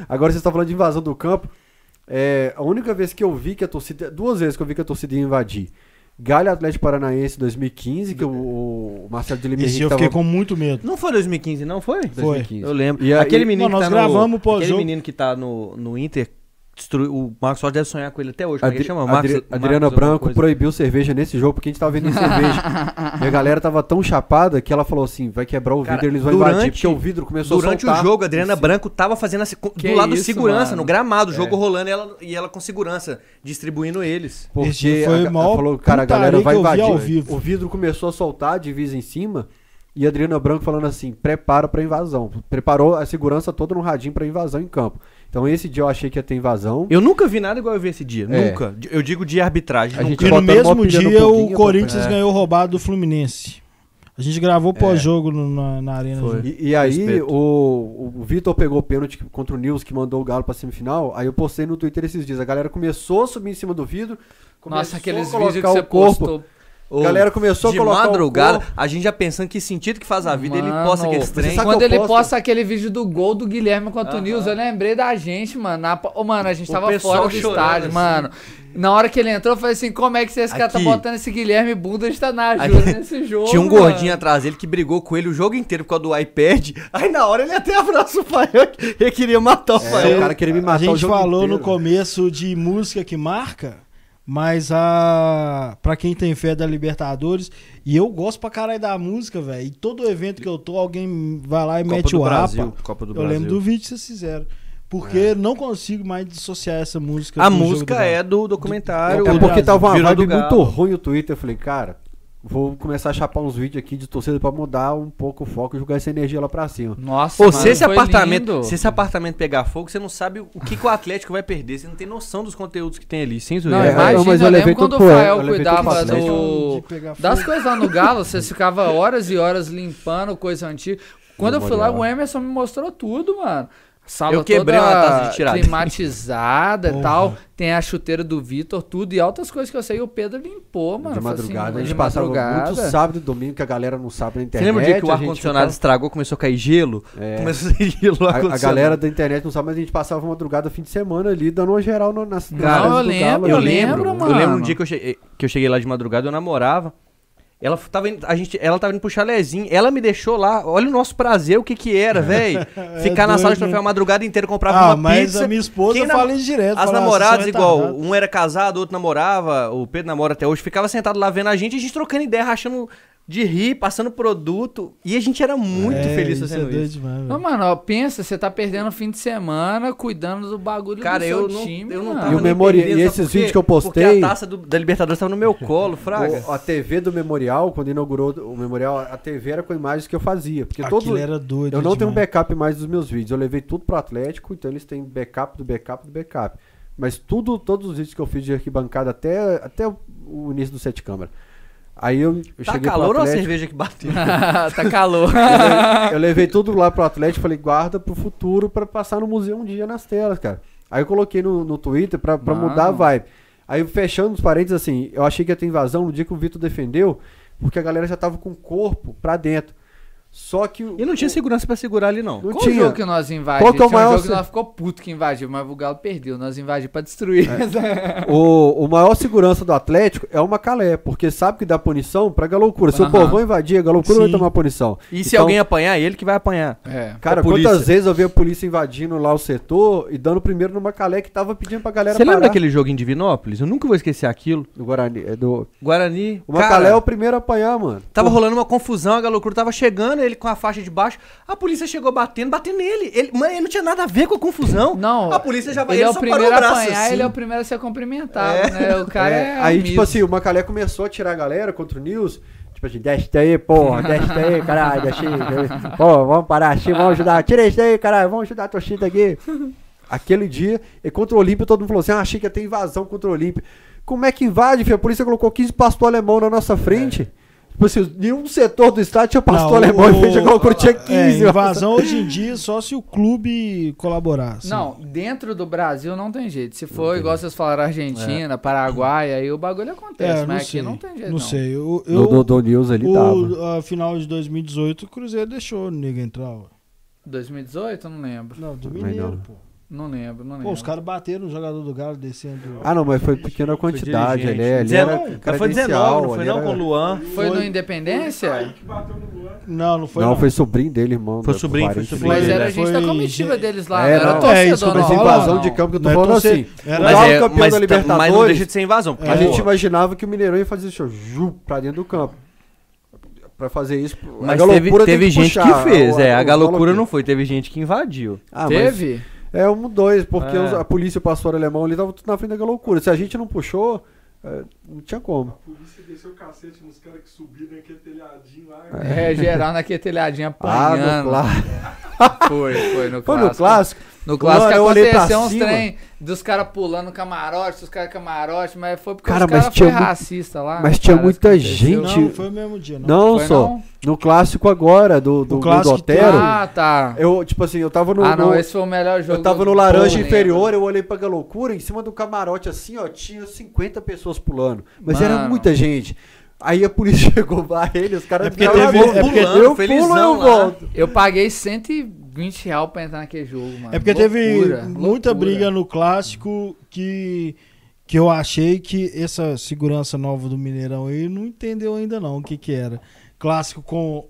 Speaker 1: Agora vocês estão falando de invasão do campo. É, a única vez que eu vi que a torcida. Duas vezes que eu vi que a torcida ia invadir. Galho Atlético Paranaense 2015, que o, o Marcelo de Lima
Speaker 2: Esse dia eu
Speaker 1: Henrique
Speaker 2: fiquei
Speaker 1: tava...
Speaker 2: com muito medo.
Speaker 4: Não foi 2015, não foi?
Speaker 2: Foi.
Speaker 1: 2015.
Speaker 4: Eu lembro.
Speaker 1: E aí-
Speaker 4: aquele menino
Speaker 2: Não,
Speaker 4: que
Speaker 2: nós
Speaker 4: tá
Speaker 2: gravamos o
Speaker 4: no,
Speaker 2: pós-jogo.
Speaker 4: Aquele menino que tá no, no Inter, destruiu, o Marcos Rocha deve sonhar com ele até hoje. Como é que
Speaker 1: Adri
Speaker 4: ele chama?
Speaker 1: Adri-
Speaker 4: Marcos-
Speaker 1: Adriana
Speaker 4: Marcos alguma
Speaker 1: Branco
Speaker 4: coisa.
Speaker 1: proibiu cerveja nesse jogo porque a gente tava vendendo
Speaker 4: [LAUGHS]
Speaker 1: cerveja. E a galera tava tão chapada que ela falou assim: vai quebrar o
Speaker 4: Cara,
Speaker 1: vidro, eles vão
Speaker 4: durante-
Speaker 1: invadir. Porque o vidro começou a
Speaker 4: Durante
Speaker 1: soltar.
Speaker 4: o jogo, a Adriana Branco tava fazendo a, se-
Speaker 3: Que
Speaker 4: do lado
Speaker 3: isso,
Speaker 4: segurança,
Speaker 3: mano.
Speaker 4: no gramado, o jogo rolando e ela, e ela com segurança, distribuindo eles.
Speaker 2: Esse
Speaker 1: Porque
Speaker 2: dia foi
Speaker 1: a,
Speaker 2: a
Speaker 1: ela
Speaker 2: maior
Speaker 1: falou, cara, a galera
Speaker 2: putaria
Speaker 1: vai
Speaker 2: que eu vi
Speaker 1: invadir.
Speaker 2: ao vivo.
Speaker 1: O vidro começou a soltar, a divisa em cima, e a Adriana Branco falando assim: prepara pra invasão. Preparou a segurança toda no radinho pra invasão em campo. Então esse dia eu achei que ia ter invasão.
Speaker 4: Eu nunca vi nada igual eu vi esse dia.
Speaker 1: É.
Speaker 4: Nunca. De- Eu digo de arbitragem.
Speaker 1: A
Speaker 4: nunca.
Speaker 1: gente
Speaker 2: E no
Speaker 1: botando uma
Speaker 2: mesmo
Speaker 1: pilha no
Speaker 2: dia o
Speaker 1: pouquinho,
Speaker 2: Corinthians
Speaker 1: é.
Speaker 2: ganhou roubado do Fluminense. A gente gravou
Speaker 3: É.
Speaker 2: pós-jogo no- na, na arena.
Speaker 4: Foi.
Speaker 2: junto.
Speaker 1: E, e aí
Speaker 4: Respeito.
Speaker 1: o, o Vitor pegou o pênalti contra o Nils, que mandou o Galo pra semifinal. Aí eu postei no Twitter esses dias. A galera começou a subir em cima do vidro. começou
Speaker 3: Nossa, aqueles
Speaker 1: a
Speaker 3: vídeos
Speaker 1: colocar
Speaker 3: que você
Speaker 1: o corpo.
Speaker 3: postou.
Speaker 4: Ô,
Speaker 1: galera começou a
Speaker 4: de
Speaker 1: colocar o
Speaker 4: madrugada,
Speaker 1: corpo.
Speaker 4: a gente já pensando que sentido que é faz a vida, ele
Speaker 3: Mano,
Speaker 4: posta aquele
Speaker 1: você
Speaker 4: trem.
Speaker 1: sabe-
Speaker 3: Quando
Speaker 1: que eu
Speaker 3: ele
Speaker 1: posto?
Speaker 3: posta aquele vídeo do gol do Guilherme contra o
Speaker 4: Aham.
Speaker 3: Nils, eu lembrei da gente, mano. Na... Ô, mano, a gente
Speaker 4: O
Speaker 3: tava
Speaker 4: pessoal
Speaker 3: fora do
Speaker 4: chorando,
Speaker 3: estádio,
Speaker 4: assim.
Speaker 3: mano. Na hora que ele entrou, eu falei assim: como é que esse cara tá
Speaker 4: Aqui.
Speaker 3: botando esse Guilherme bunda de tá na ajuda
Speaker 4: Aqui.
Speaker 3: nesse jogo?
Speaker 4: Tinha um
Speaker 3: mano?"
Speaker 4: gordinho atrás dele que brigou com ele o jogo inteiro por causa do iPad. Aí na hora ele até abraça o pai. Ele queria matar o pai.
Speaker 1: É, o cara queria me
Speaker 2: A
Speaker 1: matar o
Speaker 2: gente
Speaker 1: jogo
Speaker 2: falou
Speaker 1: inteiro.
Speaker 2: no começo de música que marca, mas a para quem tem fé é da Libertadores, e eu gosto pra caralho da música, velho. E todo evento que eu tô, alguém vai lá e
Speaker 4: Copa
Speaker 2: mete
Speaker 4: do
Speaker 2: o
Speaker 4: Brasil,
Speaker 2: rapa.
Speaker 4: Copa do
Speaker 2: Eu
Speaker 4: Brasil.
Speaker 2: lembro do vídeo que vocês fizeram. Porque
Speaker 1: É.
Speaker 2: não consigo mais dissociar essa música.
Speaker 4: A
Speaker 2: do jogo do
Speaker 4: música
Speaker 2: Galo.
Speaker 4: é do documentário.
Speaker 2: Do-
Speaker 1: É
Speaker 2: do
Speaker 1: porque
Speaker 2: Brasil.
Speaker 1: tava uma
Speaker 4: Virou
Speaker 1: vibe
Speaker 4: do Galo.
Speaker 1: muito ruim o Twitter. Eu falei, cara, vou começar a chapar uns vídeos aqui de torcida pra mudar um pouco o foco e jogar essa energia lá pra cima.
Speaker 3: Nossa,
Speaker 4: Pô,
Speaker 3: mano,
Speaker 4: se esse,
Speaker 3: foi
Speaker 4: apartamento,
Speaker 3: lindo.
Speaker 4: se esse apartamento pegar fogo, você não sabe o que, que o Atlético vai perder. Você não tem noção dos conteúdos que tem ali, sem
Speaker 3: Não,
Speaker 1: É,
Speaker 4: zoeira.
Speaker 3: imagina,
Speaker 1: não, mas eu
Speaker 3: eu,
Speaker 1: levei
Speaker 3: lembro quando
Speaker 1: tudo
Speaker 3: o
Speaker 1: pro-
Speaker 3: Fael
Speaker 1: eu levei tudo pro
Speaker 3: cuidava
Speaker 1: Atlético.
Speaker 3: do,
Speaker 2: Tipo, De pegar fogo.
Speaker 3: das coisas lá no Galo, vocês ficavam horas e horas limpando coisa antiga. Quando eu fui lá, o Emerson me mostrou tudo, mano. Sala
Speaker 4: Eu quebrei
Speaker 3: toda
Speaker 4: uma taça de tiradentes.
Speaker 3: climatizada
Speaker 2: Porra.
Speaker 3: e tal. Tem a chuteira do Vitor, tudo. E altas coisas que eu sei, o Pedro limpou, mano.
Speaker 1: de
Speaker 3: Eu falei assim,
Speaker 1: madrugada.
Speaker 3: mano,
Speaker 1: a gente
Speaker 3: de
Speaker 1: passava
Speaker 3: madrugada.
Speaker 1: muito sábado e domingo que a galera não sabe na
Speaker 4: Você
Speaker 1: internet.
Speaker 4: lembra o dia que o
Speaker 1: a gente
Speaker 4: ar-condicionado
Speaker 1: ficava-
Speaker 4: estragou, começou a cair gelo?
Speaker 1: É.
Speaker 4: Começou a sair [LAUGHS] gelo no
Speaker 1: A- A,
Speaker 4: ar-condicionado.
Speaker 1: galera da internet não sabe, mas a gente passava a madrugada, fim de semana ali, dando uma geral no, nas
Speaker 3: Não,
Speaker 1: nas
Speaker 3: eu
Speaker 1: casas do
Speaker 3: lembro,
Speaker 1: Galo,
Speaker 3: eu
Speaker 1: ali.
Speaker 3: lembro, mano.
Speaker 4: Eu lembro um dia que eu cheguei, que eu cheguei lá de madrugada, eu namorava. Ela f- tava indo, a gente, ela tava indo pro chalézinho, ela me deixou lá. Olha o nosso prazer, o que que [LAUGHS] era, velho? Ficar na
Speaker 2: doido,
Speaker 4: sala de
Speaker 2: né?
Speaker 4: troféu a madrugada inteira, comprava
Speaker 2: Ah,
Speaker 4: uma
Speaker 2: mas
Speaker 4: pizza.
Speaker 2: a minha esposa
Speaker 4: Quem
Speaker 2: eu
Speaker 4: nam-
Speaker 2: falo isso direto.
Speaker 4: As
Speaker 2: falo, "Ah, vocês
Speaker 4: namoradas,
Speaker 2: são
Speaker 4: igual,
Speaker 2: retardados."
Speaker 4: um era casado, o outro namorava, o Pedro namora até hoje, ficava sentado lá vendo a gente, a gente trocando ideia, rachando de rir, passando produto. E a gente era muito
Speaker 2: É,
Speaker 4: feliz
Speaker 2: isso é
Speaker 4: fazendo
Speaker 2: doido
Speaker 4: isso.
Speaker 2: demais, velho.
Speaker 3: Não, mano, ó, pensa, você tá perdendo o fim de semana cuidando do bagulho
Speaker 4: Cara,
Speaker 3: do
Speaker 4: eu
Speaker 3: seu
Speaker 4: não,
Speaker 3: time,
Speaker 4: eu não
Speaker 3: mano.
Speaker 4: tava
Speaker 1: E o
Speaker 4: nem
Speaker 1: memori-
Speaker 4: entendendo,
Speaker 1: e
Speaker 4: sabe
Speaker 1: esses
Speaker 4: por quê?
Speaker 1: vídeos que eu postei-
Speaker 4: Porque a taça do- da Libertadores tava no meu colo, Fraga.
Speaker 1: O- a TV do Memorial, quando inaugurou o Memorial, a TV era com imagens que eu fazia. Porque
Speaker 2: Aquilo
Speaker 1: todo,
Speaker 2: era doido
Speaker 1: Eu não tenho um
Speaker 2: demais.
Speaker 1: backup mais dos meus vídeos. Eu levei tudo pro Atlético, então eles têm backup do backup do backup. Mas tudo, todos os vídeos que eu fiz de arquibancada até, até o- o início do sete câmara. Aí eu, eu
Speaker 4: Tá
Speaker 1: cheguei
Speaker 4: calor
Speaker 1: pro
Speaker 4: ou a
Speaker 1: Atlético.
Speaker 4: cerveja que bateu?
Speaker 3: [LAUGHS] tá calor.
Speaker 1: Eu, eu levei tudo lá pro Atlético, falei, guarda pro futuro pra passar no museu um dia nas telas, cara. Aí eu coloquei no, no Twitter pra, pra
Speaker 3: Mano.
Speaker 1: mudar a vibe. Aí, fechando os parênteses, assim, eu achei que ia ter invasão no dia que o Vitor defendeu, porque a galera já tava com o corpo pra dentro. Só que o.
Speaker 4: E não tinha
Speaker 1: o-
Speaker 4: segurança pra segurar ali, não.
Speaker 1: Não
Speaker 3: Qual
Speaker 1: tinha.
Speaker 3: jogo que nós invadimos?
Speaker 1: Qual que é o
Speaker 3: Tinha um
Speaker 1: maior
Speaker 3: jogo que
Speaker 1: se-
Speaker 3: nós ficou puto que invadiu, mas o Galo perdeu. Nós invadimos pra destruir.
Speaker 1: É. O, o maior segurança do Atlético é o Macalé, porque sabe que dá punição pra Galoucura. Se o
Speaker 3: Aham.
Speaker 1: povo invadir, a Galoucura vai
Speaker 2: Sim.
Speaker 1: tomar punição.
Speaker 4: E se
Speaker 1: Então,
Speaker 4: alguém apanhar, ele que vai apanhar.
Speaker 3: [LAUGHS] É.
Speaker 1: Cara,
Speaker 4: a polícia-
Speaker 1: quantas vezes eu vi a polícia invadindo lá o setor e dando primeiro no Macalé que tava pedindo pra galera
Speaker 4: Você lembra
Speaker 1: parar.
Speaker 4: daquele jogo em Divinópolis? Eu nunca vou esquecer aquilo.
Speaker 1: Do Guarani, é do...
Speaker 4: Guarani.
Speaker 1: O Macalé é
Speaker 4: cara,
Speaker 1: o primeiro a apanhar, mano.
Speaker 4: Tava rolando uma confusão, a Galocura tava chegando, ele com a faixa de baixo. A polícia chegou batendo, batendo nele. Ele, mano, ele não tinha nada a ver com a confusão.
Speaker 3: Não,
Speaker 4: A polícia já
Speaker 3: ele é o
Speaker 4: só
Speaker 3: primeiro
Speaker 4: parou
Speaker 3: a
Speaker 4: o braço,
Speaker 3: apanhar,
Speaker 4: assim.
Speaker 3: ele é o primeiro a ser cumprimentado, né? O cara é.
Speaker 1: É, aí, tipo
Speaker 3: amigo.
Speaker 1: assim, o Macalé começou a tirar a galera contra o News. Tipo assim, desce daí, porra, desce
Speaker 4: [LAUGHS]
Speaker 1: daí, caralho, desce daí. Pô, vamos parar aqui, vamos ajudar. Tira isso daí, caralho, vamos ajudar a torcida aqui. Aquele dia, e contra o Olímpio, todo mundo falou assim, ah, achei que ia ter invasão contra o Olímpio. Como é que invade, filho? A polícia colocou 15 pastor alemão na nossa frente. Tipo assim, nenhum setor do estádio tinha pastor
Speaker 2: Não,
Speaker 1: alemão em
Speaker 2: o-
Speaker 1: frente, colocou, tinha 15.
Speaker 2: É,
Speaker 1: ó.
Speaker 2: invasão hoje em dia só se o clube colaborar. assim.
Speaker 3: Não, dentro do Brasil não tem jeito. Se for, igual vocês falaram, Argentina, Paraguai, aí o bagulho acontece.
Speaker 2: É, não
Speaker 3: mas aqui
Speaker 2: sei.
Speaker 3: não tem jeito.
Speaker 2: Não sei. Eu,
Speaker 1: No
Speaker 2: eu,
Speaker 1: do, do News ali tava.
Speaker 2: o, a final de 2018, o Cruzeiro deixou o nego entrar. Ó.
Speaker 3: 2018? Não lembro.
Speaker 2: Não, do
Speaker 1: Também
Speaker 2: Mineiro,
Speaker 1: não.
Speaker 2: pô.
Speaker 3: Não lembro, não lembro.
Speaker 2: Pô, os caras bateram no jogador do Galo descendo.
Speaker 1: Ah, não, mas foi pequena quantidade, ele, é- ele
Speaker 4: Dezen-
Speaker 1: era
Speaker 4: Mas Foi 19, não foi
Speaker 1: credencial,
Speaker 4: não
Speaker 1: ele
Speaker 4: com o
Speaker 1: era-
Speaker 4: Luan.
Speaker 3: Foi no
Speaker 2: Foi-
Speaker 5: Aí
Speaker 3: Independência?
Speaker 5: que bateu no Luan.
Speaker 2: Não, não foi.
Speaker 1: não, foi sobrinho dele, irmão.
Speaker 4: Foi
Speaker 1: do- do
Speaker 4: sobrinho, foi
Speaker 1: parente
Speaker 4: sobrinho
Speaker 1: dele.
Speaker 3: Mas
Speaker 2: né?
Speaker 3: era a gente da
Speaker 2: Foi
Speaker 3: comitiva
Speaker 2: gente-
Speaker 3: deles lá,
Speaker 1: É,
Speaker 3: não era
Speaker 1: não.
Speaker 2: É,
Speaker 3: torcedor
Speaker 2: isso, mas
Speaker 1: Mas
Speaker 3: normal,
Speaker 1: invasão
Speaker 3: não.
Speaker 1: de campo que eu tô
Speaker 2: Não é
Speaker 1: falando
Speaker 2: torcer-
Speaker 1: assim.
Speaker 2: Era-
Speaker 1: O
Speaker 2: Mas
Speaker 1: Galo
Speaker 4: é-
Speaker 1: campeão da
Speaker 4: tá- mas não deixa
Speaker 1: Libertadores,
Speaker 4: de ser invasão. porque,
Speaker 2: É.
Speaker 1: a
Speaker 4: pô,
Speaker 1: gente imaginava que o Mineirão ia fazer isso, ju, pra dentro do campo. Pra fazer isso, a
Speaker 4: Mas
Speaker 1: galocura
Speaker 4: teve,
Speaker 1: tem
Speaker 4: teve gente
Speaker 1: puxar
Speaker 4: que fez,
Speaker 1: o-
Speaker 4: é.
Speaker 1: o-
Speaker 4: A
Speaker 1: o
Speaker 4: galocura
Speaker 1: Galo-
Speaker 4: não foi, teve gente que invadiu.
Speaker 1: Ah, mas
Speaker 3: Teve?
Speaker 1: É um, dois, porque
Speaker 4: É.
Speaker 1: os- a polícia e o pastor alemão ali tava tudo na frente da galocura. Se a gente não puxou, é, não tinha
Speaker 5: A
Speaker 1: como.
Speaker 5: polícia desceu o cacete nos caras que subiram naquele telhadinho lá.
Speaker 3: É, geral naquele telhadinho
Speaker 1: Ah,
Speaker 3: apanhando.
Speaker 1: no clássico.
Speaker 3: Foi, foi no
Speaker 1: Foi no
Speaker 3: clássico.
Speaker 1: clássico.
Speaker 3: No clássico
Speaker 1: Mano, eu olhei pra
Speaker 3: aconteceu uns
Speaker 1: cima.
Speaker 3: trem dos caras pulando camarote, os caras camarote, mas foi porque
Speaker 1: Cara,
Speaker 3: os
Speaker 1: mas
Speaker 3: caras
Speaker 1: tinha
Speaker 3: foi
Speaker 1: mu-
Speaker 3: racista lá.
Speaker 1: mas
Speaker 3: né,
Speaker 1: tinha
Speaker 3: cara,
Speaker 1: muita
Speaker 3: que aconteceu.
Speaker 1: gente.
Speaker 2: Não, foi o mesmo dia. Não.
Speaker 1: Não,
Speaker 3: Foi
Speaker 1: só.
Speaker 3: não?
Speaker 1: No clássico agora, do, do, do
Speaker 2: clássico tem-
Speaker 1: Otero.
Speaker 3: Ah, tá.
Speaker 1: Eu, tipo assim, eu tava no.
Speaker 3: ah, não,
Speaker 1: no-
Speaker 3: esse foi o melhor jogo. é né?
Speaker 1: Eu tava
Speaker 3: do-
Speaker 1: no laranja
Speaker 3: Pô,
Speaker 1: inferior, eu olhei pra loucura, em cima do camarote assim, ó, tinha 50 pessoas pulando. Mas era
Speaker 3: Mano.
Speaker 1: muita gente. Aí a polícia [LAUGHS] chegou lá, ele, os caras
Speaker 2: É porque
Speaker 1: ficaram,
Speaker 2: teve-
Speaker 1: "Ah, vou
Speaker 2: é porque-
Speaker 1: eu pulo, eu
Speaker 4: felizão lá.
Speaker 1: volto.
Speaker 3: Eu paguei 120 reais pra entrar naquele jogo, mano.
Speaker 2: É porque
Speaker 3: Loucura,
Speaker 2: teve muita
Speaker 3: loucura.
Speaker 2: briga no clássico que, que eu achei que essa segurança nova do Mineirão aí não entendeu ainda não o que que era. Clássico com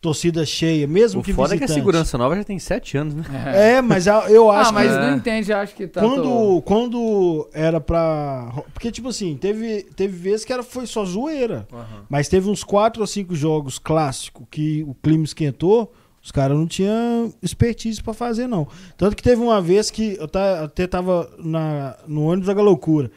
Speaker 2: torcida cheia, mesmo
Speaker 4: O
Speaker 2: que
Speaker 4: foda é que a
Speaker 2: visitante.
Speaker 4: segurança nova já tem 7 anos, né?
Speaker 3: É.
Speaker 2: É, mas a- eu acho
Speaker 3: [LAUGHS] Ah, mas tá
Speaker 2: que
Speaker 4: É.
Speaker 3: não entende, eu acho que tanto...
Speaker 2: quando, quando era pra... ro- Porque, tipo assim, teve, teve vezes que era, foi só zoeira. Mas teve uns quatro ou cinco jogos clássicos que o clima esquentou, os caras não tinham expertise pra fazer, não. Tanto que teve uma vez que eu ta- até tava na, no ônibus da loucura.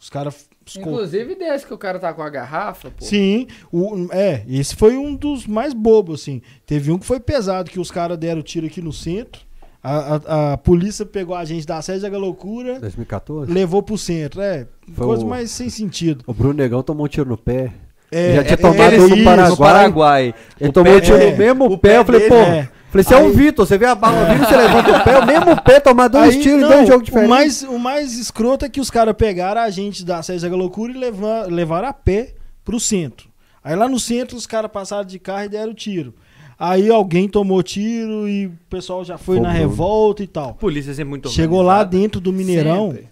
Speaker 2: Os caras.
Speaker 3: Inclusive desse que o cara tá com a garrafa, pô.
Speaker 2: Sim, o- é, esse foi um dos mais bobos, assim. Teve um que foi pesado, que os caras deram tiro aqui no centro. A, a- a polícia pegou a gente da sede da loucura,
Speaker 1: 2014?
Speaker 2: levou pro centro. É,
Speaker 1: Foi
Speaker 2: coisa
Speaker 1: o-
Speaker 2: mais sem sentido.
Speaker 1: O Bruno Negão tomou um tiro no pé.
Speaker 2: É,
Speaker 1: Já tinha
Speaker 2: é-
Speaker 1: tomado um no
Speaker 2: é isso.
Speaker 1: Paraguai.
Speaker 4: No Paraguai.
Speaker 1: Ele
Speaker 4: O
Speaker 1: tomou
Speaker 4: pé-
Speaker 1: um tiro
Speaker 2: é,
Speaker 1: no mesmo
Speaker 4: o
Speaker 1: pé,
Speaker 4: pé
Speaker 1: eu falei,
Speaker 4: dele,
Speaker 1: pô.
Speaker 2: é.
Speaker 1: Falei, você é o
Speaker 2: Aí-
Speaker 1: Vitor, você vê a bala vindo, você levanta o pé, o mesmo pé, tomar dois
Speaker 2: Aí,
Speaker 1: tiros em
Speaker 2: não,
Speaker 1: dois jogos diferentes.
Speaker 2: O mais, o mais escroto é que os caras pegaram a gente da Sérgio da Loucura e leva- levaram a pé pro centro. Aí lá no centro os caras passaram de carro e deram tiro. Aí alguém tomou tiro e o pessoal já foi
Speaker 1: Foi
Speaker 2: na
Speaker 1: Bruno.
Speaker 2: revolta e tal.
Speaker 4: Polícia sempre muito
Speaker 2: Chegou lá dentro do Mineirão,
Speaker 3: Sempre.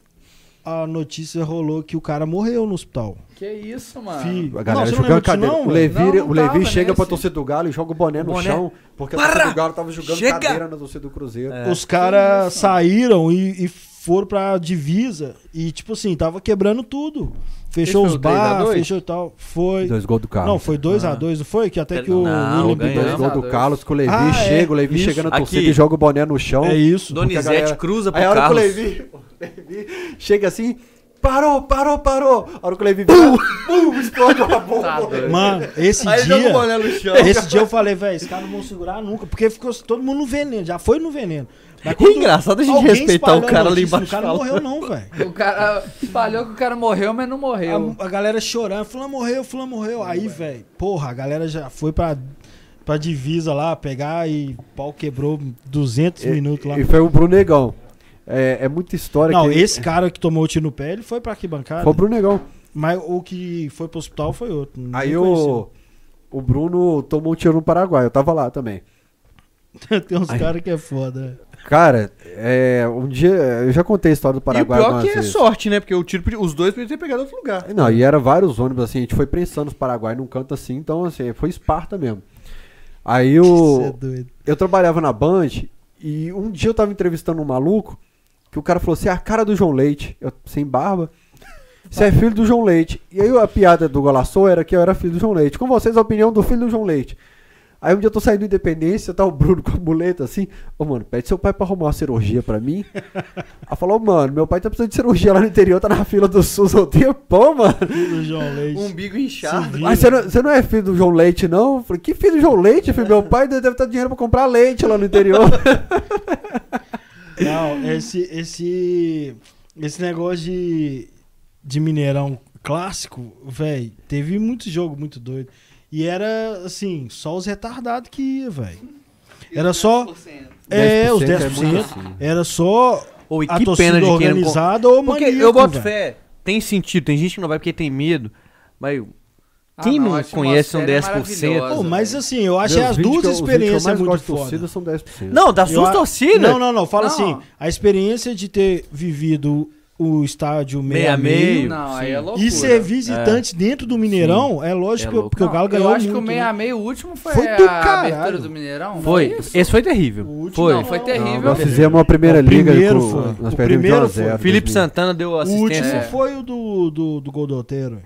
Speaker 2: a notícia rolou que o cara morreu no hospital.
Speaker 3: Que isso, mano.
Speaker 2: Fi-
Speaker 1: Ah, A galera
Speaker 2: não,
Speaker 1: jogando
Speaker 2: você não lembra disso
Speaker 1: cadeira.
Speaker 2: não,
Speaker 1: o
Speaker 2: velho?
Speaker 1: Levi,
Speaker 3: Não, não
Speaker 1: o Levi
Speaker 3: tava
Speaker 1: chega pra
Speaker 3: nesse.
Speaker 1: torcida do Galo e joga o boné no
Speaker 4: Boné.
Speaker 1: chão, porque a
Speaker 4: Para!
Speaker 1: torcida do Galo tava jogando
Speaker 4: Chega!
Speaker 1: cadeira na torcida do Cruzeiro.
Speaker 4: É.
Speaker 2: Os caras
Speaker 3: isso?
Speaker 2: saíram e, e foram pra divisa e, tipo assim, tava quebrando tudo. Fechou
Speaker 4: Esse
Speaker 2: os
Speaker 4: foi o três a
Speaker 2: bar,
Speaker 4: dois?
Speaker 2: fechou tal. Foi.
Speaker 1: Dois gols do Carlos.
Speaker 2: Não, foi 2x2,
Speaker 4: Ah.
Speaker 2: não foi? Que até que o
Speaker 4: Não,
Speaker 2: William
Speaker 4: ganhou.
Speaker 1: um Dois
Speaker 2: Bidon-
Speaker 1: gols
Speaker 3: Dois a
Speaker 1: do
Speaker 3: dois.
Speaker 1: Carlos que o Levi
Speaker 2: Ah, é.
Speaker 1: chega, o Levi
Speaker 2: Isso.
Speaker 1: chega na torcida
Speaker 4: Aqui.
Speaker 1: e joga o boné no chão.
Speaker 2: É isso.
Speaker 4: Donizete
Speaker 1: Porque a galera-
Speaker 4: cruza pro
Speaker 1: Aí a hora que o
Speaker 4: Carlos.
Speaker 1: Levi, [LAUGHS] o Levi chega assim, parou, parou, parou. A hora que o Levi vira, pum, explode uma
Speaker 3: Tá
Speaker 1: bomba.
Speaker 3: doido.
Speaker 2: Mano, esse
Speaker 4: Aí joga o
Speaker 2: dia.
Speaker 4: boné no chão.
Speaker 2: Esse dia eu falei, velho, esse cara não vão segurar nunca. Porque ficou todo mundo no veneno, já foi no veneno. Mas
Speaker 4: É engraçado a gente
Speaker 2: alguém
Speaker 4: respeitar o
Speaker 2: espalhou a
Speaker 4: cara ali
Speaker 2: notícia,
Speaker 4: embaixo
Speaker 2: O cara não
Speaker 4: falando.
Speaker 2: morreu, não, velho.
Speaker 3: O cara falhou que o cara morreu, mas não morreu.
Speaker 2: A, a galera chorando, fulano morreu, fulano morreu. Aí, velho, porra, a galera já foi pra, pra divisa lá pegar e o pau quebrou 200 minutos lá.
Speaker 1: E foi o Brunegão. É, é muita história.
Speaker 2: Não,
Speaker 1: que...
Speaker 2: esse cara que tomou o tiro no pé, ele foi pra arquibancada.
Speaker 1: Foi o Bruno Negão.
Speaker 2: Mas o que foi pro hospital foi outro. ninguém
Speaker 1: Aí
Speaker 2: conheceu. [LAUGHS]
Speaker 1: o, o Bruno tomou um tiro no Paraguai, eu tava lá também.
Speaker 2: Tem uns
Speaker 1: Aí-
Speaker 2: caras que é foda.
Speaker 1: Cara, é, um dia. Eu já contei a história do Paraguai.
Speaker 4: e o pior
Speaker 1: algumas
Speaker 4: que é
Speaker 1: vezes.
Speaker 4: sorte, né? Porque o tiro, podia- os dois podiam ter pegado outro lugar.
Speaker 1: Não, e era vários ônibus, assim, a gente foi prensando os Paraguai num canto assim, então assim, foi Esparta mesmo. Aí
Speaker 2: Isso é
Speaker 1: o.
Speaker 2: doido.
Speaker 1: Eu trabalhava na Band e um dia eu tava entrevistando um maluco que o cara falou assim: a cara do João Leite, eu sem barba. Você é filho do João Leite. E aí a piada do Golaçou era que eu era filho do João Leite. Com vocês, a opinião do filho do João Leite. Aí um dia eu tô saindo do Independência, tá o Bruno com a muleta assim. Ô, mano, pede seu pai pra arrumar uma cirurgia pra mim. Aí falou, mano, meu pai tá precisando de cirurgia lá no interior, tá na fila do SUS há um tempão, mano.
Speaker 2: Do João Leite.
Speaker 4: Umbigo inchado.
Speaker 1: Um Mas você não, você não é filho do João Leite, não? Eu falei, que filho do João Leite, filho? Meu pai deve ter dinheiro pra comprar leite lá no interior.
Speaker 2: Não, esse, esse, esse negócio de, de Mineirão clássico, velho, teve muito jogo muito doido. E era, assim, só os retardados que ia, velho. Era só. É, os
Speaker 1: 10% é muito
Speaker 2: 10%.
Speaker 1: assim.
Speaker 2: Era só
Speaker 4: Ou
Speaker 2: a torcida organizada ou
Speaker 4: Porque
Speaker 2: maníaco,
Speaker 4: eu boto
Speaker 2: velho.
Speaker 4: fé, tem sentido. Tem gente que não vai porque tem medo. Mas Quem não
Speaker 3: a
Speaker 4: conhece um
Speaker 3: atmosfera é
Speaker 4: 10%?
Speaker 2: Pô,
Speaker 3: maravilhosa,
Speaker 2: mas
Speaker 3: velho.
Speaker 2: assim, eu achei
Speaker 1: Os
Speaker 2: as
Speaker 1: vídeos
Speaker 2: duas
Speaker 1: que eu- os vídeos que eu
Speaker 2: experiências é
Speaker 1: mais
Speaker 2: muito
Speaker 1: gosto de
Speaker 2: foda.
Speaker 1: torcida são 10%.
Speaker 4: Não, da
Speaker 2: Eu
Speaker 4: sua
Speaker 2: a-
Speaker 4: torcida.
Speaker 2: Não, não, não. Fala
Speaker 3: Não.
Speaker 2: assim, a experiência de ter vivido o estádio
Speaker 4: Meia
Speaker 2: meia-meio.
Speaker 4: meio.
Speaker 3: Não,
Speaker 4: Sim.
Speaker 3: aí é loucura. É.
Speaker 2: E ser visitante dentro do Mineirão, é lógico,
Speaker 4: É
Speaker 2: que eu-
Speaker 4: louco.
Speaker 2: porque o Galo
Speaker 3: Não,
Speaker 2: ganhou
Speaker 3: Eu acho que o
Speaker 2: muito, né?
Speaker 3: meia meia o último foi,
Speaker 2: Foi do
Speaker 3: a
Speaker 2: caralho.
Speaker 3: abertura do Mineirão.
Speaker 4: Foi.
Speaker 3: isso?
Speaker 4: Esse foi terrível.
Speaker 2: O último
Speaker 4: foi.
Speaker 3: Não, foi terrível.
Speaker 1: Não, nós fizemos a primeira
Speaker 2: é. O
Speaker 1: liga.
Speaker 2: primeiro
Speaker 1: com-
Speaker 2: foi.
Speaker 1: Nós perdemos
Speaker 2: O
Speaker 1: de 1
Speaker 2: primeiro
Speaker 1: a 0.
Speaker 2: foi.
Speaker 4: Felipe
Speaker 1: 2000.
Speaker 4: Santana deu
Speaker 2: O último
Speaker 4: assistência.
Speaker 3: É.
Speaker 2: foi o do, do, do Gol do Alteiro, ué.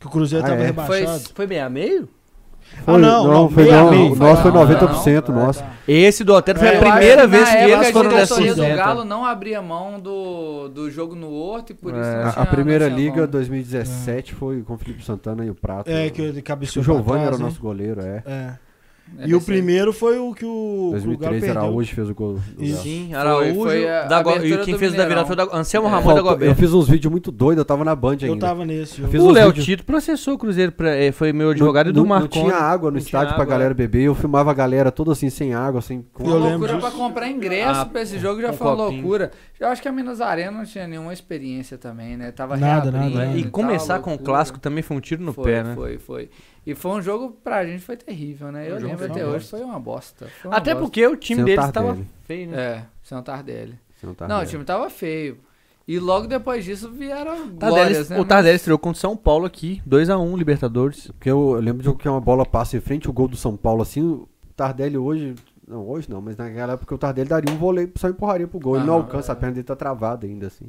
Speaker 2: que o Cruzeiro
Speaker 1: Ah,
Speaker 2: tava
Speaker 1: é?
Speaker 2: rebaixado.
Speaker 4: foi meio a meio?
Speaker 1: Foi,
Speaker 2: Ah,
Speaker 1: não,
Speaker 2: não, não,
Speaker 1: foi
Speaker 2: meia
Speaker 1: não.
Speaker 2: meia.
Speaker 1: O nosso foi
Speaker 3: Não,
Speaker 1: 90%,
Speaker 3: não.
Speaker 1: nosso.
Speaker 4: Esse do Otero foi
Speaker 2: É,
Speaker 4: a
Speaker 2: eu
Speaker 4: primeira
Speaker 3: acho que
Speaker 4: vez
Speaker 3: na
Speaker 4: que
Speaker 3: época,
Speaker 4: eles foram
Speaker 3: a
Speaker 4: dessa
Speaker 3: diretoria do
Speaker 4: seta.
Speaker 3: Galo não abria mão do, do jogo no Horto e por isso
Speaker 1: É,
Speaker 3: não
Speaker 1: a
Speaker 3: tinha-
Speaker 1: primeira
Speaker 3: não tinha
Speaker 1: liga
Speaker 3: mão.
Speaker 1: 2017 foi com o Felipe Santana e o Prato.
Speaker 2: É, que ele
Speaker 1: Acho que
Speaker 2: cabeceou
Speaker 1: o Giovanni
Speaker 2: pra
Speaker 1: era
Speaker 2: trás,
Speaker 1: o nosso goleiro, é.
Speaker 2: né?
Speaker 3: É,
Speaker 2: É. E o
Speaker 3: desse-
Speaker 2: primeiro foi o que o, que o Galo
Speaker 1: 2003
Speaker 2: perdeu.
Speaker 1: Araújo fez o gol. do
Speaker 2: Isso.
Speaker 1: Galo.
Speaker 4: Sim,
Speaker 3: Foi-
Speaker 4: Araújo.
Speaker 3: foi a
Speaker 4: da Go-
Speaker 3: abertura
Speaker 4: E quem
Speaker 3: do
Speaker 4: fez da virada
Speaker 3: Mineirão.
Speaker 4: foi o da... Anselmo
Speaker 3: É.
Speaker 4: Ramon da
Speaker 1: Faltou- eu
Speaker 4: Goberto.
Speaker 1: fiz uns vídeos muito doidos, eu tava na Band ainda.
Speaker 2: Eu tava nesse jogo.
Speaker 1: né? fiz
Speaker 4: O
Speaker 1: uns
Speaker 4: Léo
Speaker 1: vídeos-
Speaker 4: Tito processou o Cruzeiro, pra- eh, foi meu advogado e
Speaker 1: não,
Speaker 4: do né?
Speaker 1: não-
Speaker 4: Marcon.
Speaker 1: Não tinha água no
Speaker 4: Não tinha
Speaker 1: estádio pra
Speaker 4: água,
Speaker 1: galera beber, eu filmava a galera toda assim, sem água, sem...
Speaker 3: Uma
Speaker 2: Eu lembro
Speaker 3: loucura
Speaker 2: disso.
Speaker 3: pra comprar ingresso
Speaker 4: Ah,
Speaker 3: pra esse jogo já
Speaker 4: um
Speaker 3: foi uma
Speaker 4: copinho.
Speaker 3: loucura. Eu acho que a Minas Arena não tinha nenhuma experiência também, né? Tava
Speaker 2: Nada,
Speaker 3: reabrindo
Speaker 2: nada, nada.
Speaker 4: E
Speaker 3: tal,
Speaker 4: começar com o
Speaker 3: loucura.
Speaker 4: clássico também foi um tiro no
Speaker 3: foi,
Speaker 4: pé, né?
Speaker 3: Foi, foi. E foi um jogo pra gente foi terrível, né? Eu
Speaker 1: um
Speaker 2: jogo
Speaker 3: lembro
Speaker 2: foi
Speaker 3: até
Speaker 2: uma
Speaker 3: hoje,
Speaker 2: bosta.
Speaker 3: foi uma bosta. Foi uma
Speaker 4: Até
Speaker 3: bosta.
Speaker 4: porque o time
Speaker 1: Sem o
Speaker 4: deles
Speaker 1: Tardelli.
Speaker 4: tava feio, né?
Speaker 3: É, sem o Tardelli.
Speaker 1: Não, tá,
Speaker 3: não,
Speaker 1: né?
Speaker 3: o time tava feio. E logo depois disso vieram
Speaker 4: Tardelli-
Speaker 3: glórias, né?
Speaker 4: o Tardelli estreou contra o São Paulo aqui, 2x1, Libertadores.
Speaker 1: Porque eu, eu lembro de um que uma bola passa em frente, o gol do São Paulo, assim, o Tardelli hoje. Não, hoje não, mas naquela época o Tardelli daria um vôlei, só empurraria pro gol. ele não
Speaker 3: Aham.
Speaker 1: alcança, a perna dele tá travada ainda, assim.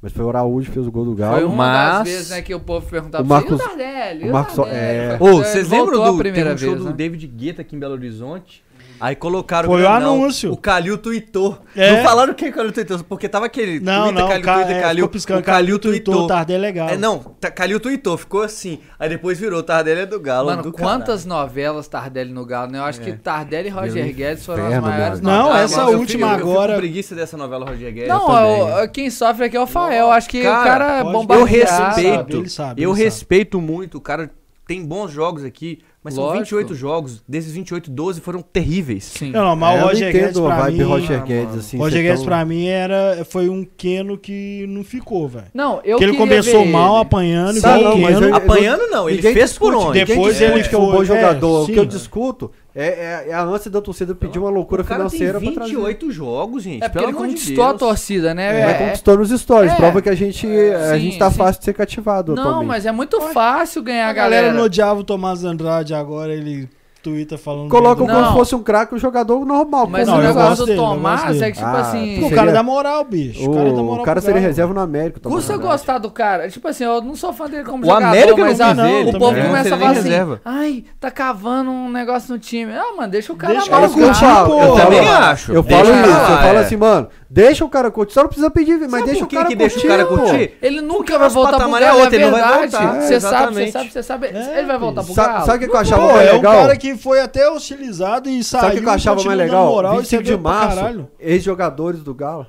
Speaker 1: Mas foi o Araújo que fez o gol do Galo.
Speaker 3: Foi uma das
Speaker 4: mas-
Speaker 3: vezes né, que o povo perguntava
Speaker 1: O
Speaker 3: pra você,
Speaker 1: Marcos-
Speaker 3: e o Tardelli?
Speaker 1: o
Speaker 3: E
Speaker 1: Marcos-
Speaker 3: Tardelli?
Speaker 1: é.
Speaker 3: Foi-
Speaker 4: Ô,
Speaker 3: ele
Speaker 4: vocês
Speaker 3: voltou
Speaker 4: lembram
Speaker 3: a
Speaker 4: do teve
Speaker 3: primeira
Speaker 4: um show
Speaker 3: vez,
Speaker 4: do
Speaker 3: né?
Speaker 4: David Guetta aqui em Belo Horizonte? Aí colocaram
Speaker 2: Foi o
Speaker 4: Brandão,
Speaker 2: anúncio.
Speaker 4: O Calil tweetou.
Speaker 2: É.
Speaker 4: Não falaram quem Calil tweetou, porque tava aquele.
Speaker 2: Não,
Speaker 4: Twitter,
Speaker 2: não,
Speaker 4: Calil,
Speaker 2: o cara
Speaker 4: Twitter,
Speaker 2: é,
Speaker 4: Calil,
Speaker 2: ficou piscando.
Speaker 4: o Calil
Speaker 2: tweetou,
Speaker 4: tweetou.
Speaker 2: o Tardelli é legal.
Speaker 4: É, não, tá- Calil tweetou, ficou assim. Aí depois virou, Tardelli é do Galo.
Speaker 3: Mano,
Speaker 4: do É.
Speaker 3: quantas novelas Tardelli no Galo, né? Eu acho que Tardelli e Roger
Speaker 1: Meu
Speaker 3: Guedes foram
Speaker 1: inferno,
Speaker 3: as maiores
Speaker 1: meu.
Speaker 2: Não,
Speaker 3: novelas.
Speaker 2: essa
Speaker 3: Mas eu
Speaker 2: última
Speaker 3: fico-
Speaker 4: agora. Ah, Eu fico
Speaker 2: agora-
Speaker 4: com preguiça dessa novela Roger Guedes.
Speaker 3: Não, é eu- eu- quem sofre aqui é o Fael. Acho que o cara é
Speaker 2: pode-
Speaker 3: bombardeado.
Speaker 4: Eu
Speaker 2: Ele sabe,
Speaker 4: respeito.
Speaker 2: ele sabe,
Speaker 4: eu
Speaker 2: ele sabe.
Speaker 4: respeito muito. O cara tem bons jogos aqui, mas são
Speaker 3: Lógico.
Speaker 4: 28 jogos. Desses 28, 12 foram terríveis.
Speaker 3: Sim.
Speaker 2: Não, não, mas
Speaker 1: É,
Speaker 2: o
Speaker 1: eu
Speaker 2: um Roger
Speaker 1: não
Speaker 2: Guedes
Speaker 1: entendo a
Speaker 2: pra
Speaker 1: vibe
Speaker 2: mim...
Speaker 1: Roger
Speaker 4: Ah,
Speaker 1: Guedes,
Speaker 4: mano.
Speaker 1: assim.
Speaker 2: Roger
Speaker 1: ser
Speaker 2: Guedes
Speaker 1: tão-
Speaker 2: pra mim era, foi um Keno que não ficou, velho.
Speaker 3: Não, eu
Speaker 2: Porque ele
Speaker 3: queria
Speaker 2: começou
Speaker 3: ver
Speaker 2: mal,
Speaker 3: ele.
Speaker 2: apanhando,
Speaker 1: Sabe,
Speaker 2: igual o
Speaker 1: não, mas
Speaker 2: Keno.
Speaker 1: eu-
Speaker 4: Apanhando não, ele
Speaker 1: Ninguém
Speaker 4: fez por
Speaker 1: discute,
Speaker 4: onde?
Speaker 1: ninguém
Speaker 2: Depois
Speaker 1: discute
Speaker 2: ele
Speaker 1: que é um
Speaker 2: foi-
Speaker 1: bom
Speaker 2: é,
Speaker 1: jogador. o
Speaker 2: sim.
Speaker 1: que eu discuto é, é- é a ânsia da torcida pedir uma loucura
Speaker 4: o cara
Speaker 1: financeira
Speaker 4: tem
Speaker 1: pra trazer.
Speaker 4: 28 jogos, gente.
Speaker 3: É porque
Speaker 4: pelo
Speaker 3: ele
Speaker 4: amor de
Speaker 3: conquistou a
Speaker 4: Deus.
Speaker 3: torcida, né?
Speaker 1: Mas
Speaker 3: É,
Speaker 1: conquistou nos stories,
Speaker 3: É.
Speaker 1: prova que a gente, a
Speaker 3: Sim,
Speaker 1: gente tá
Speaker 3: sim.
Speaker 1: fácil de ser cativado
Speaker 3: Não,
Speaker 1: atualmente.
Speaker 3: mas é muito fácil ganhar
Speaker 2: A
Speaker 3: a
Speaker 2: galera
Speaker 3: galera.
Speaker 2: não odiava o Tomás Andrade agora, ele twitta falando...
Speaker 1: Colocam
Speaker 2: bem do-
Speaker 1: como
Speaker 3: Não.
Speaker 1: se fosse um craque, um jogador normal.
Speaker 3: Mas
Speaker 1: como um
Speaker 2: Não,
Speaker 3: o
Speaker 2: eu
Speaker 1: jogador.
Speaker 2: gosto
Speaker 3: negócio do
Speaker 2: dele, eu gosto
Speaker 3: Tomás
Speaker 2: dele.
Speaker 3: é que, tipo
Speaker 1: Ah,
Speaker 3: assim.
Speaker 2: Pô, O
Speaker 1: Seria-
Speaker 2: cara dá moral, bicho.
Speaker 1: O,
Speaker 2: O cara dá moral
Speaker 1: o cara
Speaker 2: pro
Speaker 1: seria
Speaker 2: Galo.
Speaker 1: reserva no América. Tomás
Speaker 3: Custa
Speaker 1: Andrade.
Speaker 3: gostar do cara. Tipo assim, eu não sou fã dele como
Speaker 4: né? O
Speaker 3: jogador,
Speaker 4: América não
Speaker 3: mas
Speaker 4: quis
Speaker 3: a-
Speaker 4: ele,
Speaker 3: o povo
Speaker 2: também.
Speaker 3: começa
Speaker 4: Não
Speaker 3: a
Speaker 4: seria
Speaker 3: falar
Speaker 4: nem
Speaker 3: assim,
Speaker 4: reserva.
Speaker 3: ai, tá cavando um negócio no time. Ah, mano, deixa o cara
Speaker 2: Deixa
Speaker 1: É
Speaker 3: mal,
Speaker 2: o
Speaker 1: isso que eu
Speaker 2: cara
Speaker 1: falo.
Speaker 2: curtir,
Speaker 1: eu
Speaker 2: pô. é um
Speaker 1: falo-
Speaker 4: Também acho.
Speaker 1: Eu falo
Speaker 4: Deixa
Speaker 1: isso,
Speaker 4: lá,
Speaker 1: eu falo
Speaker 4: é.
Speaker 1: assim, mano, deixa o cara curtir. Só não precisa pedir, mas
Speaker 4: Sabe
Speaker 1: deixa
Speaker 4: por
Speaker 1: o
Speaker 4: que
Speaker 1: cara
Speaker 4: que
Speaker 1: curtir.
Speaker 4: deixa o cara
Speaker 1: pô.
Speaker 4: curtir?
Speaker 3: Ele nunca
Speaker 4: Porque
Speaker 3: vai
Speaker 4: o
Speaker 3: voltar pro
Speaker 4: patamar é
Speaker 3: Galo, é
Speaker 4: outro, ele não vai
Speaker 3: verdade.
Speaker 4: voltar.
Speaker 3: Você sabe, você
Speaker 4: Exatamente.
Speaker 3: sabe, você sabe.
Speaker 2: É,
Speaker 3: ele vai voltar pro
Speaker 1: Sabe-
Speaker 3: Galo.
Speaker 1: sabe o que que eu
Speaker 3: Não
Speaker 1: achava
Speaker 3: vai.
Speaker 2: Pô, é um
Speaker 1: legal?
Speaker 2: cara que foi até hostilizado e saiu.
Speaker 1: Sabe o que eu achava
Speaker 2: continua
Speaker 1: mais
Speaker 2: dando
Speaker 1: legal?
Speaker 2: Moral, isso é
Speaker 1: 25 de
Speaker 2: doido pra
Speaker 1: março,
Speaker 2: caralho.
Speaker 1: ex-jogadores do Galo.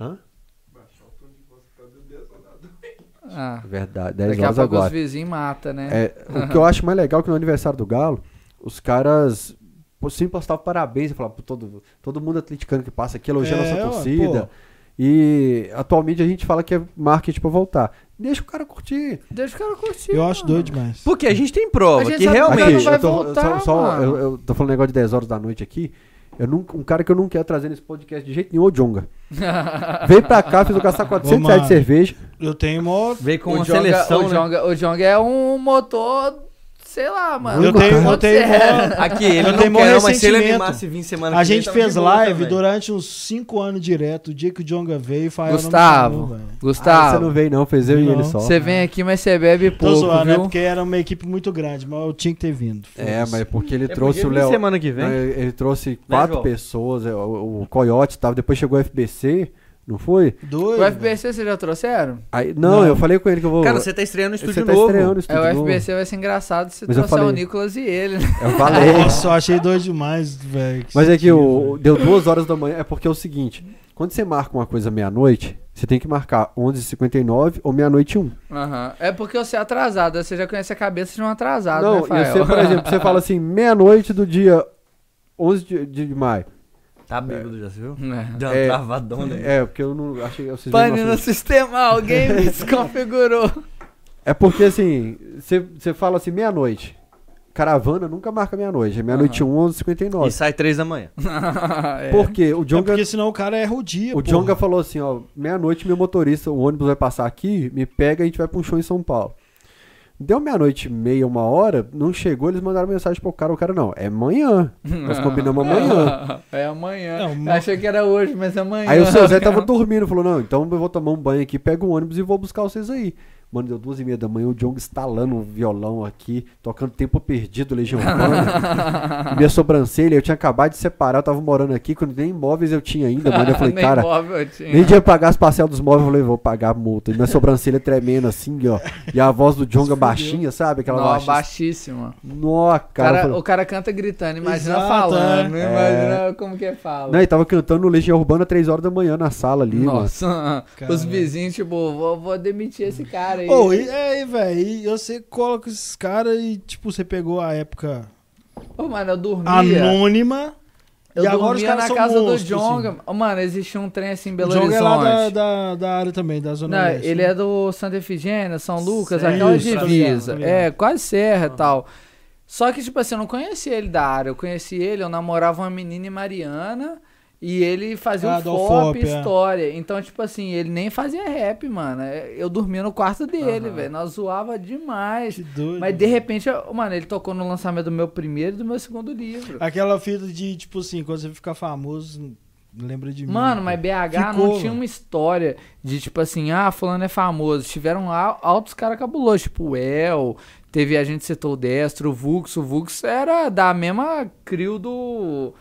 Speaker 1: Hã?
Speaker 5: Baixar o tom de voz pra deu 10 rodadas.
Speaker 3: Ah,
Speaker 1: É Verdade, 10
Speaker 3: daqui a
Speaker 1: horas
Speaker 3: pouco os
Speaker 1: agora.
Speaker 3: vizinhos matam, né?
Speaker 1: É, o que eu acho mais legal é que no aniversário do Galo, os caras pô, sempre postavam parabéns e falavam, pô, todo, todo mundo atleticano que passa aqui elogiando a
Speaker 2: É,
Speaker 1: nossa
Speaker 2: ué,
Speaker 1: torcida. E atualmente a gente fala que é marketing pra voltar. Deixa o cara curtir.
Speaker 3: Deixa o cara curtir.
Speaker 2: Eu acho
Speaker 3: mano.
Speaker 2: doido demais.
Speaker 4: Porque a gente tem
Speaker 3: A
Speaker 4: prova
Speaker 3: gente
Speaker 4: que
Speaker 3: sabe-
Speaker 1: Aqui,
Speaker 3: Mas não
Speaker 4: realmente.
Speaker 3: vai
Speaker 1: eu tô, eu
Speaker 3: voltar,
Speaker 1: só, só-
Speaker 3: mano.
Speaker 1: eu, eu tô falando um negócio de 10 horas da noite aqui. Eu nunca, um cara que eu não quero trazer nesse podcast de jeito nenhum é o Jonga. Veio pra cá, fez eu gastar 400 reais de
Speaker 2: mano.
Speaker 1: cerveja.
Speaker 2: Eu tenho mó.
Speaker 4: Veio com
Speaker 3: o
Speaker 4: uma
Speaker 3: Jonga,
Speaker 4: seleção.
Speaker 3: o,
Speaker 4: né?
Speaker 3: Jonga, o Jonga é um motor, sei lá, mano.
Speaker 2: Eu
Speaker 3: Um
Speaker 2: tenho,
Speaker 3: motor
Speaker 2: eu tenho
Speaker 3: serra.
Speaker 2: mó.
Speaker 3: [LAUGHS]
Speaker 4: Aqui, ele
Speaker 2: Eu
Speaker 4: não
Speaker 2: tenho maior
Speaker 4: quer, não, mas se ele
Speaker 2: ressentimento.
Speaker 4: animasse e vir semana
Speaker 2: A
Speaker 4: que vem,
Speaker 2: gente
Speaker 4: tava
Speaker 2: fez
Speaker 4: de boa
Speaker 2: live
Speaker 4: também.
Speaker 2: durante uns 5 anos direto, o dia que o Jonga veio e Fael não me
Speaker 3: Gustavo,
Speaker 2: chamou, velho.
Speaker 1: Ah, você não
Speaker 3: Gustavo,
Speaker 1: veio não, fez eu e
Speaker 2: Tá. Não.
Speaker 1: ele só.
Speaker 3: você vem aqui, mas você bebe
Speaker 2: Tô
Speaker 3: pouco,
Speaker 2: zoando, é
Speaker 3: viu?
Speaker 2: porque era uma equipe muito grande, mas eu tinha que ter vindo.
Speaker 1: É,
Speaker 2: foda-se.
Speaker 1: mas é porque ele
Speaker 4: É,
Speaker 1: trouxe
Speaker 4: podia
Speaker 1: o
Speaker 4: vir
Speaker 1: Léo.
Speaker 4: Semana que
Speaker 1: Não,
Speaker 4: vem.
Speaker 1: Ele, ele trouxe quatro
Speaker 4: João?
Speaker 1: pessoas, é, o, o Coyote tava, depois chegou o FBC, não foi?
Speaker 2: Doido.
Speaker 3: O
Speaker 1: né?
Speaker 3: FBC vocês já trouxeram?
Speaker 1: Aí, não,
Speaker 2: Não.
Speaker 1: eu falei com ele que eu vou.
Speaker 4: Cara, você tá estreando no estúdio
Speaker 1: tá
Speaker 4: novo.
Speaker 1: estreando o estúdio
Speaker 3: É, o
Speaker 1: novo. É
Speaker 3: FBC vai ser engraçado se
Speaker 1: Mas eu
Speaker 3: trouxer o
Speaker 1: falei.
Speaker 3: Nicolas e ele. né?
Speaker 1: Eu
Speaker 2: velho.
Speaker 1: falei.
Speaker 2: [LAUGHS] Nossa, eu achei doido demais, velho.
Speaker 1: Mas é que
Speaker 2: sentido,
Speaker 1: o,
Speaker 2: velho.
Speaker 1: deu duas horas da manhã. É porque é o seguinte: quando você marca uma coisa meia-noite, você tem que marcar 11h59 ou meia-noite e 1.
Speaker 3: Aham. É porque você é atrasado, você já conhece a cabeça de um atrasado,
Speaker 1: não,
Speaker 3: né,
Speaker 1: e
Speaker 3: Fael?
Speaker 1: você, por exemplo, você fala assim: meia-noite do dia 11 de, de maio.
Speaker 4: Tá bêbado já, você viu?
Speaker 3: [LAUGHS] É.
Speaker 4: Deu uma
Speaker 1: É.
Speaker 4: travadona. aí.
Speaker 1: É, porque eu não achei. Vocês viram
Speaker 3: Pane
Speaker 1: no
Speaker 3: no
Speaker 1: assunto.
Speaker 3: sistema,
Speaker 1: [LAUGHS]
Speaker 3: alguém me desconfigurou.
Speaker 1: É porque assim, você- você fala assim: meia-noite. Caravana nunca marca meia-noite, é meia-noite e 1, 11h59.
Speaker 4: E sai três da manhã.
Speaker 3: [LAUGHS] É.
Speaker 1: Porque o
Speaker 2: É
Speaker 1: Jonga,
Speaker 2: porque senão o cara erra o dia.
Speaker 1: o
Speaker 2: porra.
Speaker 1: Jonga falou assim, ó, meia-noite meu motorista, o ônibus vai passar aqui, me pega e a gente vai pra um show em São Paulo. Deu meia-noite e meia, uma hora, não chegou, eles mandaram mensagem pro cara, o cara, não, é amanhã, nós combinamos amanhã.
Speaker 3: É amanhã.
Speaker 2: É, uma-
Speaker 3: Achei que era hoje, mas é amanhã.
Speaker 1: Aí o
Speaker 3: [LAUGHS]
Speaker 1: seu Zé tava dormindo, falou, não, então eu vou tomar um banho aqui, pego o ônibus e vou buscar vocês aí. Mano, deu duas e meia da manhã, o Jonga estalando um violão aqui, tocando Tempo Perdido, Legião Urbana. Minha sobrancelha, eu tinha acabado de separar, eu tava morando aqui, quando nem imóveis eu tinha ainda, mano, eu falei,
Speaker 3: Nem
Speaker 1: cara...
Speaker 3: móvel eu tinha.
Speaker 1: Nem dinheiro pra pagar as parcelas dos móveis, eu falei, vou pagar a multa. E minha sobrancelha tremendo assim, ó. E a voz do Jonga baixinha, sabe? Aquela
Speaker 3: Nó,
Speaker 1: voz baixinha.
Speaker 3: baixíssima.
Speaker 1: Nó,
Speaker 3: O cara,
Speaker 1: cara. eu falei-
Speaker 3: o cara canta gritando, imagina
Speaker 2: Exato,
Speaker 3: falando,
Speaker 2: é.
Speaker 3: imagina como que é fala.
Speaker 1: Não, e tava cantando no Legião Urbana 3 horas da manhã na sala
Speaker 3: é
Speaker 1: ali, mano.
Speaker 3: Nossa,
Speaker 2: Caralho.
Speaker 3: [LAUGHS] os vizinhos, tipo, vou, vou demitir esse cara aí.
Speaker 2: Ô, e aí, velho, e você coloca esses caras e, tipo, você pegou a época
Speaker 3: Ô, mano, eu dormia.
Speaker 2: anônima.
Speaker 3: Eu
Speaker 2: e agora os
Speaker 3: dormia
Speaker 2: caras
Speaker 3: na
Speaker 2: são
Speaker 3: casa do
Speaker 2: monstros,
Speaker 3: Jonga.
Speaker 2: assim.
Speaker 3: Ô, Mano, existia um trem assim em
Speaker 2: O
Speaker 3: Belo
Speaker 2: Jonga é lá da,
Speaker 3: Horizonte.
Speaker 2: da, da área também, da Zona
Speaker 3: Não,
Speaker 2: Leste.
Speaker 3: ele
Speaker 2: né?
Speaker 3: é do Santa Efigênia, São Lucas,
Speaker 2: Isso,
Speaker 3: aquela
Speaker 2: tá ligado,
Speaker 3: divisa.
Speaker 2: tá ligado.
Speaker 3: É, quase serra e tal. Só que, tipo assim, eu não conhecia ele da área. Eu conheci ele, eu namorava uma menina em Mariana e ele fazia
Speaker 2: Ah,
Speaker 3: o
Speaker 2: do
Speaker 3: FOP
Speaker 2: Fop, é.
Speaker 3: história. Então, tipo assim, ele nem fazia rap, mano. É, Eu dormia no quarto dele, velho. Nós zoava demais.
Speaker 2: Que doido.
Speaker 3: Mas de repente, eu- mano, ele tocou no lançamento do meu primeiro e do meu segundo livro.
Speaker 2: Aquela fita de, tipo assim, quando você ficar famoso, lembra de mim.
Speaker 3: Mano, mas BH não
Speaker 2: Ficou,
Speaker 3: tinha
Speaker 2: mano.
Speaker 3: uma história de tipo assim, ah, fulano é famoso. Tiveram lá altos caras cabulosos, tipo o El, teve a gente citou o Destro, o Vux, o Vux era da mesma crew do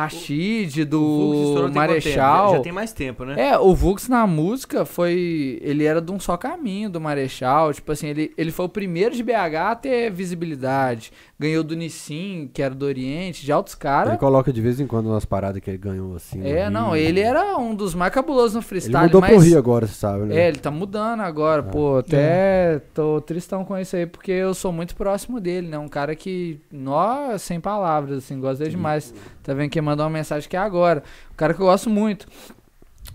Speaker 3: Rashid, do Marechal.
Speaker 4: Já tem mais tempo, né?
Speaker 3: É, o Vux na música foi. Ele era de um só caminho do Marechal. Tipo assim, ele, ele foi o primeiro de BH a ter visibilidade. Ganhou do Nissin, que era do Oriente, de altos caras.
Speaker 1: Ele coloca de vez em quando umas paradas que ele ganhou assim. no
Speaker 3: É,
Speaker 1: Rio.
Speaker 3: não, ele era um dos mais cabulosos no
Speaker 1: Ele
Speaker 3: freestyle,
Speaker 1: mudou
Speaker 3: mas...
Speaker 1: pro Rio agora, você sabe, né? É.
Speaker 3: É, ele tá mudando agora, pô, até tô tristão com isso aí, porque eu sou muito próximo dele, né, um cara que, nó, sem palavras, assim, gosto dele demais, tá vendo quem mandou uma mensagem que é agora, um cara que eu gosto muito,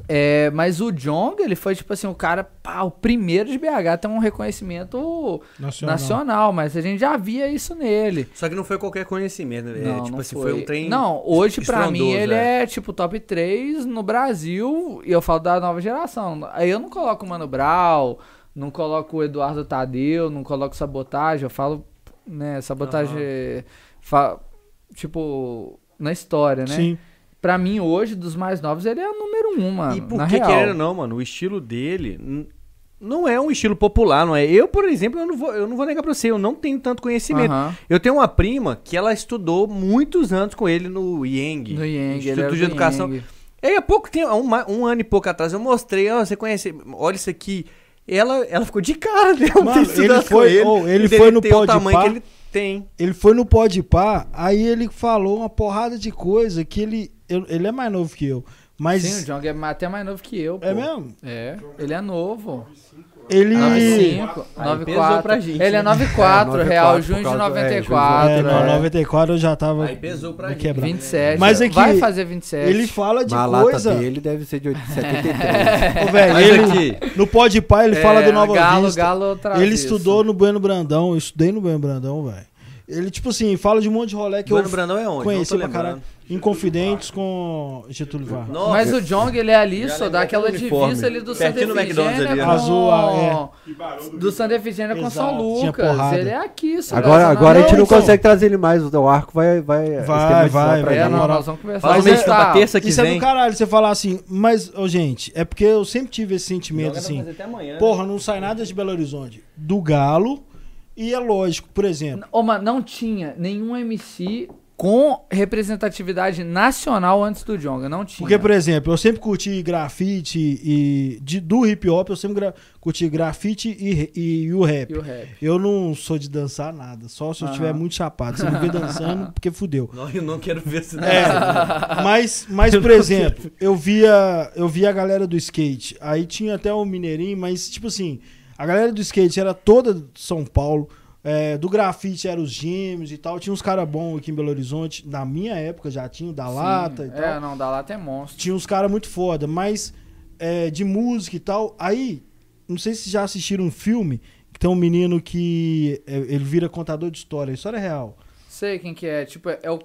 Speaker 3: é, mas o Jong, ele foi, tipo assim, o cara, pá, o primeiro de BH, tem um reconhecimento
Speaker 2: Nacional.
Speaker 3: nacional, mas a gente já via isso nele.
Speaker 4: Só que não foi qualquer conhecimento, né?
Speaker 3: Não,
Speaker 4: é, tipo
Speaker 3: não
Speaker 4: assim, foi. um trem.
Speaker 3: Não, hoje pra
Speaker 4: estrondoso,
Speaker 3: mim ele
Speaker 4: é.
Speaker 3: é. tipo top 3 no Brasil, e eu falo da nova geração. Aí eu não coloco o Mano Brown, não coloco o Eduardo Tadeu, não coloco sabotagem, eu falo, né, sabotagem fa- tipo na história, né?
Speaker 2: Sim.
Speaker 3: Pra mim hoje dos mais novos ele é o número um, mano.
Speaker 4: E por
Speaker 3: na
Speaker 4: que,
Speaker 3: real.
Speaker 4: querendo ou não, mano, o estilo dele n- não é um estilo popular, não é? Eu, por exemplo, eu não vou, eu não vou negar pra você, eu não tenho tanto conhecimento.
Speaker 3: Aham.
Speaker 4: Eu tenho uma prima que ela estudou muitos anos com ele no Yang.
Speaker 3: No Yang, ele
Speaker 4: Instituto
Speaker 3: era
Speaker 4: de
Speaker 3: do
Speaker 4: Educação.
Speaker 3: Yang.
Speaker 4: E há pouco tempo, há um, ma- um ano e pouco atrás, eu mostrei, ó, você conhece, olha isso aqui. Ela, ela ficou de cara, né? Eu
Speaker 2: Mano,
Speaker 4: tenho estudado
Speaker 2: ele foi- ou, ele
Speaker 4: e dele
Speaker 2: foi no
Speaker 4: ter o
Speaker 2: Pode
Speaker 4: tamanho
Speaker 2: Pá.
Speaker 4: que ele tem.
Speaker 2: Ele foi no Pode Pá, aí ele falou uma porrada de coisa que ele. eu- ele é mais novo que eu. Mas.
Speaker 3: Sim, o Jong é até mais novo que eu, pô.
Speaker 2: é mesmo?
Speaker 3: É, ele é novo.
Speaker 2: Ele.
Speaker 5: sim.
Speaker 3: 95,
Speaker 5: Aí
Speaker 3: 94.
Speaker 4: pesou pra gente,
Speaker 3: Ele é
Speaker 4: né?
Speaker 3: 94,
Speaker 1: É, 94,
Speaker 3: real,
Speaker 1: por
Speaker 3: junho de
Speaker 1: causa do- é, junho de
Speaker 3: 94.
Speaker 2: É, não,
Speaker 3: né?
Speaker 2: 94 eu já tava.
Speaker 4: Aí pesou pra
Speaker 2: me
Speaker 4: gente.
Speaker 2: quebrar.
Speaker 3: 27.
Speaker 2: Mas é que
Speaker 3: vai fazer 27.
Speaker 2: Ele fala de
Speaker 1: Mas a
Speaker 2: coisa.
Speaker 1: lata dele deve ser de
Speaker 3: [LAUGHS]
Speaker 1: 73.
Speaker 2: Ô, velho,
Speaker 4: Mas
Speaker 2: ele-
Speaker 4: aqui,
Speaker 2: No Pode Pai ele fala
Speaker 3: É,
Speaker 2: do Nova
Speaker 3: Galo,
Speaker 2: Vista.
Speaker 3: Galo outra
Speaker 2: ele
Speaker 3: vez.
Speaker 2: estudou no Bueno Brandão, eu estudei no Bueno Brandão, velho. Ele, tipo assim, fala de um monte de rolê que
Speaker 4: Mano
Speaker 2: eu
Speaker 4: Brandão é onde?
Speaker 2: conheci
Speaker 4: Não tô
Speaker 2: pra caralho.
Speaker 4: lembrando.
Speaker 2: Inconfidentes com Getúlio Vargas.
Speaker 4: Nossa,
Speaker 3: Mas o Jong, ele é ali,
Speaker 4: Já
Speaker 3: só
Speaker 4: lembrei
Speaker 3: dá aquela
Speaker 4: do uniforme.
Speaker 3: divisa ali do Santa
Speaker 4: Pertinho do McDonald's
Speaker 3: Efigênia
Speaker 4: ali,
Speaker 3: com...
Speaker 4: né?
Speaker 2: Azul, ah,
Speaker 5: Que barulho.
Speaker 3: Do Santa Efigênia com
Speaker 2: Exato,
Speaker 3: São
Speaker 2: tinha
Speaker 3: Lucas.
Speaker 2: porrada.
Speaker 3: Ele é aqui. só
Speaker 1: agora
Speaker 3: nós
Speaker 1: agora a gente não
Speaker 2: então.
Speaker 1: consegue trazer ele mais. O arco vai. Vai,
Speaker 2: Vai,
Speaker 1: esquematizar
Speaker 2: vai,
Speaker 1: pra
Speaker 3: É,
Speaker 2: vai.
Speaker 1: ele.
Speaker 3: não,
Speaker 2: moral.
Speaker 3: nós vamos conversar.
Speaker 4: Faz
Speaker 2: Mas
Speaker 4: um
Speaker 2: é-
Speaker 4: mês pra terça que
Speaker 2: Isso é
Speaker 4: vem.
Speaker 2: do caralho, você falar assim, mas, ô, gente, é porque eu sempre tive esse sentimento assim. Porra, não sai nada de Belo Horizonte. Do Galo, e é lógico, por exemplo.
Speaker 3: Ô, mano, não tinha nenhum MC com representatividade nacional antes do Jonga. Não tinha.
Speaker 2: Porque, por
Speaker 4: é.
Speaker 2: exemplo, eu sempre curti grafite e. de- do hip hop, eu sempre gra- curti grafite e, e- e o rap.
Speaker 3: E o rap.
Speaker 2: Eu não sou de dançar nada, só se eu
Speaker 3: Aham.
Speaker 2: estiver muito chapado. Se eu me ver dançando, porque fudeu.
Speaker 4: Não, eu não quero ver esse
Speaker 2: É,
Speaker 3: [LAUGHS]
Speaker 2: mas, mas por exemplo, eu via, eu via a galera do skate. Aí tinha até o Mineirinho, mas tipo assim, a galera do skate era toda de São Paulo. é, do grafite eram os gêmeos e tal. Tinha uns caras bons aqui em Belo Horizonte. Na minha época já tinha o da
Speaker 3: Sim.
Speaker 2: lata e tal
Speaker 3: É, não, da lata é monstro.
Speaker 2: tinha uns caras muito foda, mas é, de música e tal. Aí, não sei se já assistiram um filme que tem um menino que é, ele vira contador de história, história é real.
Speaker 3: Sei quem que é. Tipo, é o.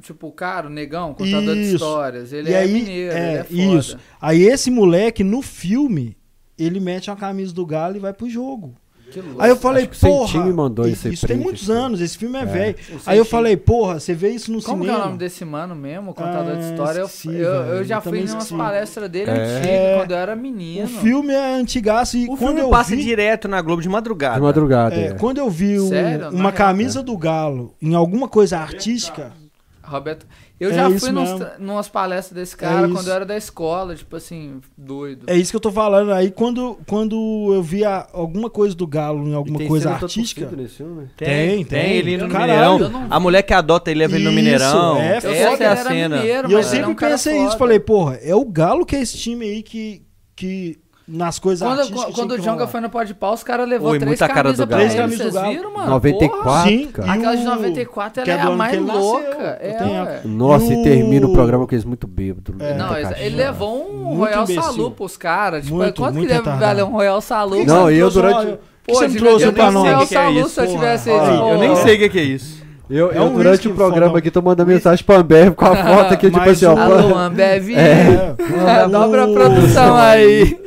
Speaker 3: Tipo, o cara, o negão, contador de
Speaker 2: Isso.
Speaker 3: histórias. Ele
Speaker 2: e
Speaker 3: é
Speaker 2: aí,
Speaker 3: mineiro,
Speaker 2: é,
Speaker 3: ele é foda.
Speaker 2: isso. Aí esse moleque no filme ele mete uma camisa do Galo e vai pro jogo.
Speaker 3: Que louco.
Speaker 2: Aí eu falei,
Speaker 1: acho que o Sentinho
Speaker 2: porra,
Speaker 1: me mandou
Speaker 2: e-
Speaker 1: esse
Speaker 2: isso tem
Speaker 1: print,
Speaker 2: muitos
Speaker 1: assim.
Speaker 2: anos, esse filme é,
Speaker 1: É.
Speaker 2: velho. Aí eu falei, porra, você vê isso no
Speaker 3: Como que
Speaker 2: cinema?
Speaker 3: é o nome desse mano mesmo, contador de
Speaker 2: Ah,
Speaker 3: história? Eu,
Speaker 2: esqueci,
Speaker 3: eu, eu
Speaker 2: velho,
Speaker 3: já
Speaker 2: eu
Speaker 3: fui
Speaker 2: também
Speaker 3: em umas
Speaker 2: esqueci.
Speaker 3: palestras dele
Speaker 1: É.
Speaker 3: antigas, quando eu era menino.
Speaker 2: O filme é antigaço e
Speaker 4: O
Speaker 2: quando
Speaker 4: filme
Speaker 2: eu
Speaker 4: passa
Speaker 2: vi...
Speaker 4: direto na Globo de madrugada.
Speaker 1: De madrugada.
Speaker 2: É,
Speaker 1: é.
Speaker 2: quando eu vi um-
Speaker 3: Sério? Na
Speaker 2: uma
Speaker 3: real,
Speaker 2: camisa do Galo em alguma coisa artística,
Speaker 3: Roberto, eu
Speaker 2: É
Speaker 3: já
Speaker 2: isso
Speaker 3: fui nos,
Speaker 2: mesmo. É
Speaker 3: tra- numas palestras desse cara
Speaker 2: isso.
Speaker 3: quando eu era da escola, tipo assim, doido.
Speaker 2: é isso que eu tô falando. Aí quando, quando eu vi a- alguma coisa do Galo em
Speaker 1: E
Speaker 2: alguma
Speaker 1: tem
Speaker 2: coisa
Speaker 1: cena da torcida
Speaker 2: artística,
Speaker 1: nesse filme?
Speaker 2: Tem,
Speaker 4: Tem, tem.
Speaker 2: tem.
Speaker 4: Ele indo no
Speaker 2: Caralho.
Speaker 3: Eu não vi.
Speaker 4: Mineirão. A mulher que adota ele leva ele no
Speaker 2: Isso,
Speaker 4: Mineirão.
Speaker 2: é
Speaker 4: Essa
Speaker 3: eu
Speaker 2: foda.
Speaker 3: sei que
Speaker 4: é a
Speaker 3: ele era
Speaker 4: cena.
Speaker 3: mineiro,
Speaker 2: e eu
Speaker 3: mas era
Speaker 2: sempre
Speaker 3: um cara
Speaker 2: pensei
Speaker 3: foda.
Speaker 2: isso, falei, porra, é o Galo que é esse time aí que, que nas coisas
Speaker 3: Quando,
Speaker 2: artísticas.
Speaker 3: quando, quando o
Speaker 2: tinha que
Speaker 3: Jonga
Speaker 2: rolar.
Speaker 3: foi no pó de pau, os caras levou
Speaker 4: Oi,
Speaker 3: três
Speaker 4: muita cara
Speaker 3: camisas
Speaker 4: do
Speaker 3: pra ele,
Speaker 4: Galo.
Speaker 2: Três
Speaker 3: vocês
Speaker 2: camisas do Galo.
Speaker 3: viram, mano?
Speaker 1: 94,
Speaker 2: Sim,
Speaker 1: cara.
Speaker 3: Porra, aquela de
Speaker 2: E o-
Speaker 3: 94,
Speaker 2: É. que é
Speaker 3: ela é,
Speaker 2: do ano
Speaker 3: a
Speaker 2: que
Speaker 3: mais
Speaker 2: ele nasceu,
Speaker 3: louca.
Speaker 2: eu
Speaker 3: É,
Speaker 2: tenho a-
Speaker 3: ué.
Speaker 1: Nossa,
Speaker 2: E o-
Speaker 1: e termina o programa com eles muito bêbados.
Speaker 2: É.
Speaker 1: muita
Speaker 3: Não,
Speaker 1: cachaça.
Speaker 3: ele levou um
Speaker 2: Muito
Speaker 3: Royal
Speaker 2: imbecil.
Speaker 3: Salu pros caras. Tipo,
Speaker 2: Muito,
Speaker 3: quanto que
Speaker 2: muito
Speaker 3: deve
Speaker 2: retardado.
Speaker 3: valer um Royal Salu?
Speaker 1: Não,
Speaker 2: Por que
Speaker 1: eu
Speaker 2: você
Speaker 1: durante-
Speaker 2: trouxe- Por que você não trouxe
Speaker 3: eu
Speaker 2: pra
Speaker 3: pra
Speaker 4: nós?
Speaker 3: Royal
Speaker 2: nós?
Speaker 4: que é
Speaker 3: Salu
Speaker 4: isso,
Speaker 3: se eu
Speaker 2: porra?
Speaker 3: tivesse...
Speaker 2: Olha aí,
Speaker 3: pô.
Speaker 4: Eu nem sei o que que é isso.
Speaker 1: Eu,
Speaker 2: É
Speaker 1: eu
Speaker 2: um
Speaker 1: durante
Speaker 2: whisky
Speaker 1: o programa
Speaker 2: fodão.
Speaker 1: aqui tô
Speaker 3: Um
Speaker 1: mandando mensagem pra Ambev
Speaker 3: [LAUGHS]
Speaker 1: com a foto aqui, tipo
Speaker 2: Mas
Speaker 1: assim,
Speaker 2: o-
Speaker 1: ó.
Speaker 3: Alô, Ambev.
Speaker 2: É.
Speaker 3: [LAUGHS] Dobra a
Speaker 2: O-
Speaker 3: produção aí.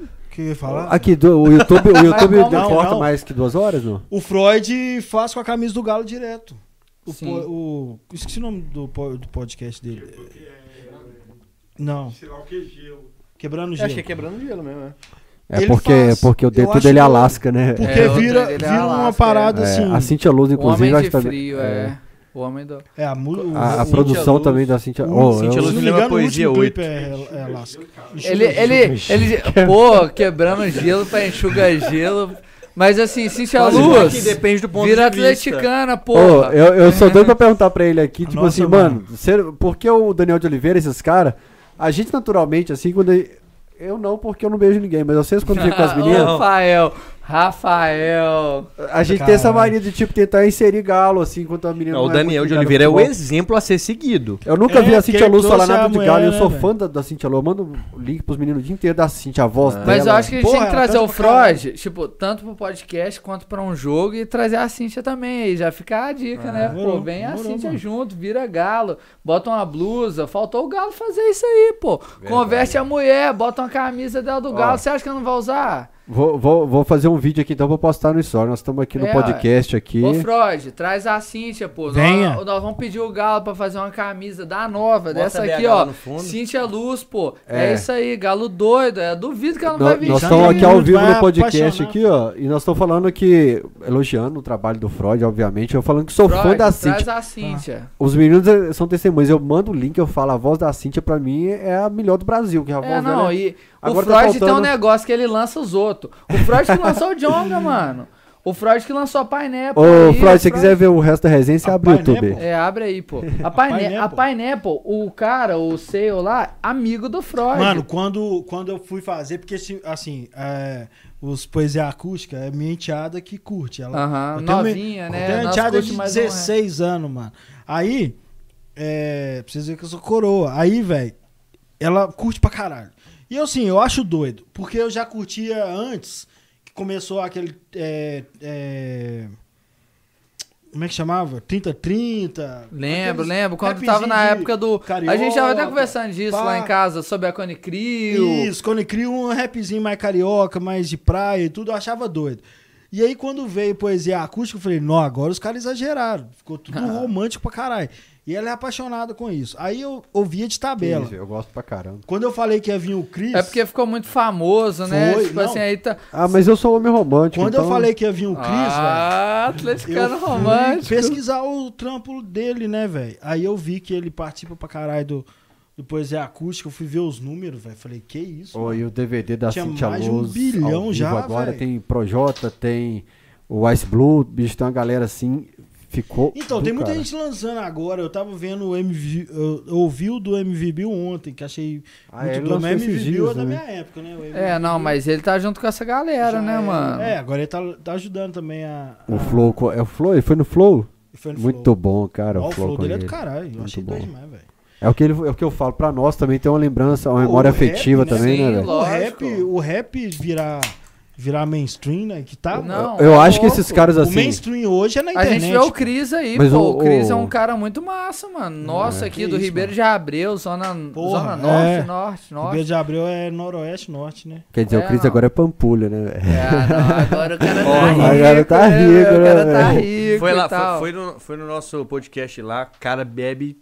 Speaker 2: O que eu ia falar?
Speaker 1: Aqui, do, o YouTube, o YouTube
Speaker 3: Mas
Speaker 2: Não,
Speaker 3: como-
Speaker 1: deporta
Speaker 2: não.
Speaker 1: mais que duas horas, não?
Speaker 2: O Freud faz com a camisa do Galo direto. O,
Speaker 3: Sim.
Speaker 2: po- o- esqueci o nome do, po- do podcast dele.
Speaker 5: Porque é.
Speaker 2: Não,
Speaker 5: Sei lá o que gelo.
Speaker 2: quebrando gelo.
Speaker 4: quebrando gelo mesmo, é.
Speaker 1: É
Speaker 2: Ele
Speaker 1: porque,
Speaker 2: faz.
Speaker 1: porque o
Speaker 2: Eu
Speaker 1: dedo
Speaker 2: acho
Speaker 1: dele
Speaker 2: que
Speaker 1: é
Speaker 2: eu-
Speaker 1: Alasca, né?
Speaker 2: Porque
Speaker 3: É, o
Speaker 2: vira,
Speaker 3: trem dele é
Speaker 2: vira uma
Speaker 3: Alasca,
Speaker 2: parada
Speaker 1: É,
Speaker 2: assim.
Speaker 1: a Cintia Luz,
Speaker 3: O homem
Speaker 1: inclusive, acho
Speaker 3: de
Speaker 1: que também.
Speaker 3: frio, é. O homem do...
Speaker 2: É, a, mu-
Speaker 1: A, a
Speaker 2: o-
Speaker 1: produção
Speaker 4: Luz.
Speaker 1: também da Cintia.
Speaker 2: o-
Speaker 1: Oh,
Speaker 2: se
Speaker 1: eu-
Speaker 4: Cintia
Speaker 2: não
Speaker 4: Luz
Speaker 2: me
Speaker 4: leva
Speaker 2: engano, o
Speaker 4: poesia
Speaker 2: último clipe
Speaker 4: 8.
Speaker 2: é, é Alaska.
Speaker 3: Ele, ele, ele, pô, quebrando gelo pra enxugar gelo. Mas assim, Cintia
Speaker 4: Mas isso
Speaker 3: Luz,
Speaker 4: aqui depende do ponto
Speaker 3: vira
Speaker 4: de vista.
Speaker 3: atleticana, pô.
Speaker 1: Ô, eu, eu sou doido pra perguntar pra ele aqui, tipo
Speaker 2: Nossa,
Speaker 1: assim,
Speaker 2: mano.
Speaker 1: mano, você- por que o Daniel de Oliveira, esses caras, a gente naturalmente, assim, quando. ele- Eu não, porque eu não beijo ninguém, mas vocês quando ficam com
Speaker 3: [LAUGHS]
Speaker 1: as meninas,
Speaker 3: Rafael, Rafael.
Speaker 1: a gente tem essa
Speaker 2: Caralho.
Speaker 1: mania de, tipo, tentar inserir galo, assim, enquanto a menina.
Speaker 4: Não, o
Speaker 1: é
Speaker 4: Daniel
Speaker 1: muito ligada
Speaker 4: de Oliveira é
Speaker 1: no
Speaker 4: o
Speaker 1: futebol.
Speaker 4: exemplo a ser seguido.
Speaker 1: Eu nunca
Speaker 2: É,
Speaker 1: vi a
Speaker 2: porque
Speaker 1: Cintia
Speaker 2: ele
Speaker 1: Luz falar
Speaker 2: trouxe a
Speaker 1: nada de
Speaker 2: mulher,
Speaker 1: galo, eu
Speaker 2: né,
Speaker 1: sou
Speaker 2: velho?
Speaker 1: fã da, da Cintia Luz, eu mando um link pros meninos o dia inteiro da Cintia, a voz
Speaker 4: Ah.
Speaker 1: dela.
Speaker 3: Mas eu acho que a gente
Speaker 2: Porra,
Speaker 3: tem que
Speaker 2: ela
Speaker 3: trazer o
Speaker 2: canta pra caralho.
Speaker 3: Freud, tipo, tanto pro podcast quanto pra um jogo e trazer a Cintia também. Aí já fica a dica, né?
Speaker 2: demorou,
Speaker 3: pô, vem a
Speaker 2: demorou,
Speaker 3: Cintia
Speaker 2: mano.
Speaker 3: junto, vira galo, bota uma blusa. Faltou o galo fazer isso aí, pô. Converte a mulher, bota uma camisa dela do galo. Você acha que ela não vai usar?
Speaker 1: Vou, vou, vou fazer um vídeo aqui, então vou postar no story. Nós estamos aqui no
Speaker 3: É,
Speaker 1: podcast aqui.
Speaker 3: Ô, Freud, traz a Cintia, pô.
Speaker 2: Venha.
Speaker 3: Nós, nós vamos pedir o galo pra fazer uma camisa da nova, dessa
Speaker 4: a BH
Speaker 3: aqui,
Speaker 4: lá
Speaker 3: ó.
Speaker 4: no fundo.
Speaker 3: Cintia Luz, pô. É.
Speaker 1: É.
Speaker 3: isso aí, galo doido. Eu duvido que ela não vai
Speaker 1: Nó-
Speaker 3: vir.
Speaker 1: nós
Speaker 2: já
Speaker 1: estamos
Speaker 2: tá
Speaker 1: aqui ao
Speaker 2: muito,
Speaker 1: vivo
Speaker 2: vai
Speaker 1: no podcast
Speaker 2: apaixonar.
Speaker 1: aqui, ó, e nós estamos falando que, elogiando o trabalho do Freud, obviamente, eu falando que sou fã
Speaker 3: Freud,
Speaker 1: da
Speaker 3: traz
Speaker 1: Cintia.
Speaker 3: a Cintia.
Speaker 1: Os meninos eh, são testemunhas, eu mando o link, eu falo, a voz da Cintia pra mim é a melhor do Brasil, que a voz
Speaker 3: É, não,
Speaker 1: dela é-
Speaker 3: e
Speaker 1: Agora
Speaker 3: o
Speaker 1: tá
Speaker 3: Freud tem um
Speaker 1: faltando- [LAUGHS]
Speaker 3: negócio que ele lança os outros. O Freud que lançou o Jonga, mano. O Freud que lançou a Pineapple.
Speaker 1: Ô, Freud,
Speaker 3: aí,
Speaker 1: se você
Speaker 3: Freud-
Speaker 1: quiser ver o resto da resenha, você
Speaker 2: A
Speaker 1: abre o
Speaker 2: Pineapple.
Speaker 1: YouTube.
Speaker 3: É, abre aí, pô. A, Pine-
Speaker 2: Pineapple.
Speaker 3: a Pineapple, o cara, o Sale lá, amigo do Freud.
Speaker 2: Mano, quando, quando eu fui fazer, porque esse- assim, é, os poesia acústica é minha enteada que curte. Ela,
Speaker 3: Aham,
Speaker 2: eu tenho uma-
Speaker 3: novinha,
Speaker 2: eu
Speaker 3: né?
Speaker 2: Tenho uma
Speaker 3: Nós
Speaker 2: enteada
Speaker 3: curte
Speaker 2: de
Speaker 3: mais um, é.
Speaker 2: 16 anos, mano. Aí, é, pra vocês verem que eu sou coroa. Aí, velho, ela curte pra caralho. E eu, assim, eu acho doido, porque eu já curtia antes que começou aquele. é, é, como é que chamava? 30-30.
Speaker 3: Lembro,
Speaker 2: aqueles
Speaker 3: lembro. Quando
Speaker 2: rapzinho
Speaker 3: tava na
Speaker 2: de
Speaker 3: época do. a gente tava até
Speaker 2: carioca,
Speaker 3: conversando disso
Speaker 2: pá.
Speaker 3: lá em casa, sobre a Cone Crew.
Speaker 2: Isso, quando cria um rapzinho mais carioca, mais de praia e tudo, eu achava doido. E aí, quando veio poesia acústica, eu falei, não, agora os caras exageraram. Ficou
Speaker 3: [LAUGHS]
Speaker 2: tudo romântico pra caralho. E ela é apaixonada com isso. Aí eu ouvia de tabela.
Speaker 1: Isso, eu gosto pra caramba.
Speaker 2: Quando eu falei que ia vir o Cris.
Speaker 3: É porque ficou muito famoso, né?
Speaker 2: Foi,
Speaker 3: tipo
Speaker 2: não.
Speaker 3: assim, aí tá.
Speaker 1: Ah, mas eu sou homem romântico.
Speaker 2: Quando eu
Speaker 1: então-
Speaker 2: falei que ia vir o Cris, velho.
Speaker 3: né? ah, atleticano
Speaker 2: eu fui
Speaker 3: romântico.
Speaker 2: pesquisar o trampo dele, né, velho? Aí eu vi que ele participa pra caralho do, do Poesia Acústica, eu fui ver os números, velho. Falei, que isso?
Speaker 1: Ô, e o DVD da
Speaker 2: Tinha
Speaker 1: Cintia
Speaker 2: mais
Speaker 1: Luz.
Speaker 2: de um bilhão
Speaker 1: ao vivo
Speaker 2: já,
Speaker 1: Agora
Speaker 2: véi.
Speaker 1: tem Projota, tem o Ice Blue, bicho, tem uma galera assim. Ficou.
Speaker 2: Então,
Speaker 1: do
Speaker 2: tem muita
Speaker 1: cara.
Speaker 2: gente lançando agora. Eu tava vendo o MV. Eu eu ouvi o do MV Bill ontem, que achei
Speaker 1: Ah,
Speaker 2: muito
Speaker 1: ele
Speaker 2: doido.
Speaker 1: lançou
Speaker 2: Mas MV
Speaker 1: esses
Speaker 2: Bill é
Speaker 1: dias,
Speaker 2: da
Speaker 1: né?
Speaker 2: minha época, né? O MV
Speaker 3: É, não,
Speaker 2: Bill
Speaker 3: mas ele tá junto com essa galera,
Speaker 2: já
Speaker 3: né,
Speaker 2: é-
Speaker 3: mano?
Speaker 2: É, agora ele tá, tá ajudando também a.
Speaker 1: O
Speaker 2: a-
Speaker 1: Flow. co- É o Flow? Ele foi no Flow?
Speaker 2: foi no
Speaker 1: Muito
Speaker 2: Flow.
Speaker 1: bom, cara.
Speaker 2: Ó,
Speaker 1: o Flow, com
Speaker 2: dele é do
Speaker 1: ele.
Speaker 2: caralho. Eu
Speaker 1: Muito
Speaker 2: achei
Speaker 1: bom.
Speaker 2: doido demais, velho.
Speaker 1: É o, que ele, é o que eu falo. Pra nós também tem uma lembrança, uma
Speaker 2: Pô,
Speaker 1: memória
Speaker 2: o rap,
Speaker 1: afetiva
Speaker 2: né?
Speaker 1: também, né,
Speaker 3: Sim,
Speaker 1: velho?
Speaker 3: É, lógico.
Speaker 2: O rap, o rap virar, virar mainstream, né? Que tá.
Speaker 3: Não,
Speaker 1: Eu
Speaker 3: é
Speaker 1: acho que esses
Speaker 3: louco.
Speaker 1: caras
Speaker 2: o
Speaker 1: assim.
Speaker 2: mainstream hoje é na
Speaker 3: A
Speaker 2: internet.
Speaker 3: gente vê o Cris aí,
Speaker 1: Mas
Speaker 3: pô.
Speaker 1: o-
Speaker 3: O, Cris é
Speaker 1: o-
Speaker 3: um cara muito massa, mano. Nossa, aqui
Speaker 2: É, Que
Speaker 3: do
Speaker 2: isso,
Speaker 3: Ribeiro
Speaker 2: mano.
Speaker 3: de Abreu, zona,
Speaker 2: Porra,
Speaker 3: zona norte,
Speaker 2: é.
Speaker 3: norte,
Speaker 2: O
Speaker 3: norte.
Speaker 2: Ribeiro de Abreu é noroeste, norte, né?
Speaker 1: Quer dizer,
Speaker 3: É,
Speaker 1: o Cris
Speaker 3: não.
Speaker 1: agora é Pampulha, né, velho?
Speaker 2: É.
Speaker 3: Ah, não, agora o cara tá
Speaker 4: Porra,
Speaker 3: rico.
Speaker 1: agora tá
Speaker 3: né,
Speaker 1: rico,
Speaker 3: velho? O
Speaker 1: né,
Speaker 3: cara tá
Speaker 1: velho?
Speaker 3: rico.
Speaker 4: Foi
Speaker 3: e
Speaker 4: lá, foi,
Speaker 3: tal.
Speaker 4: foi no, foi no nosso podcast lá, cara bebe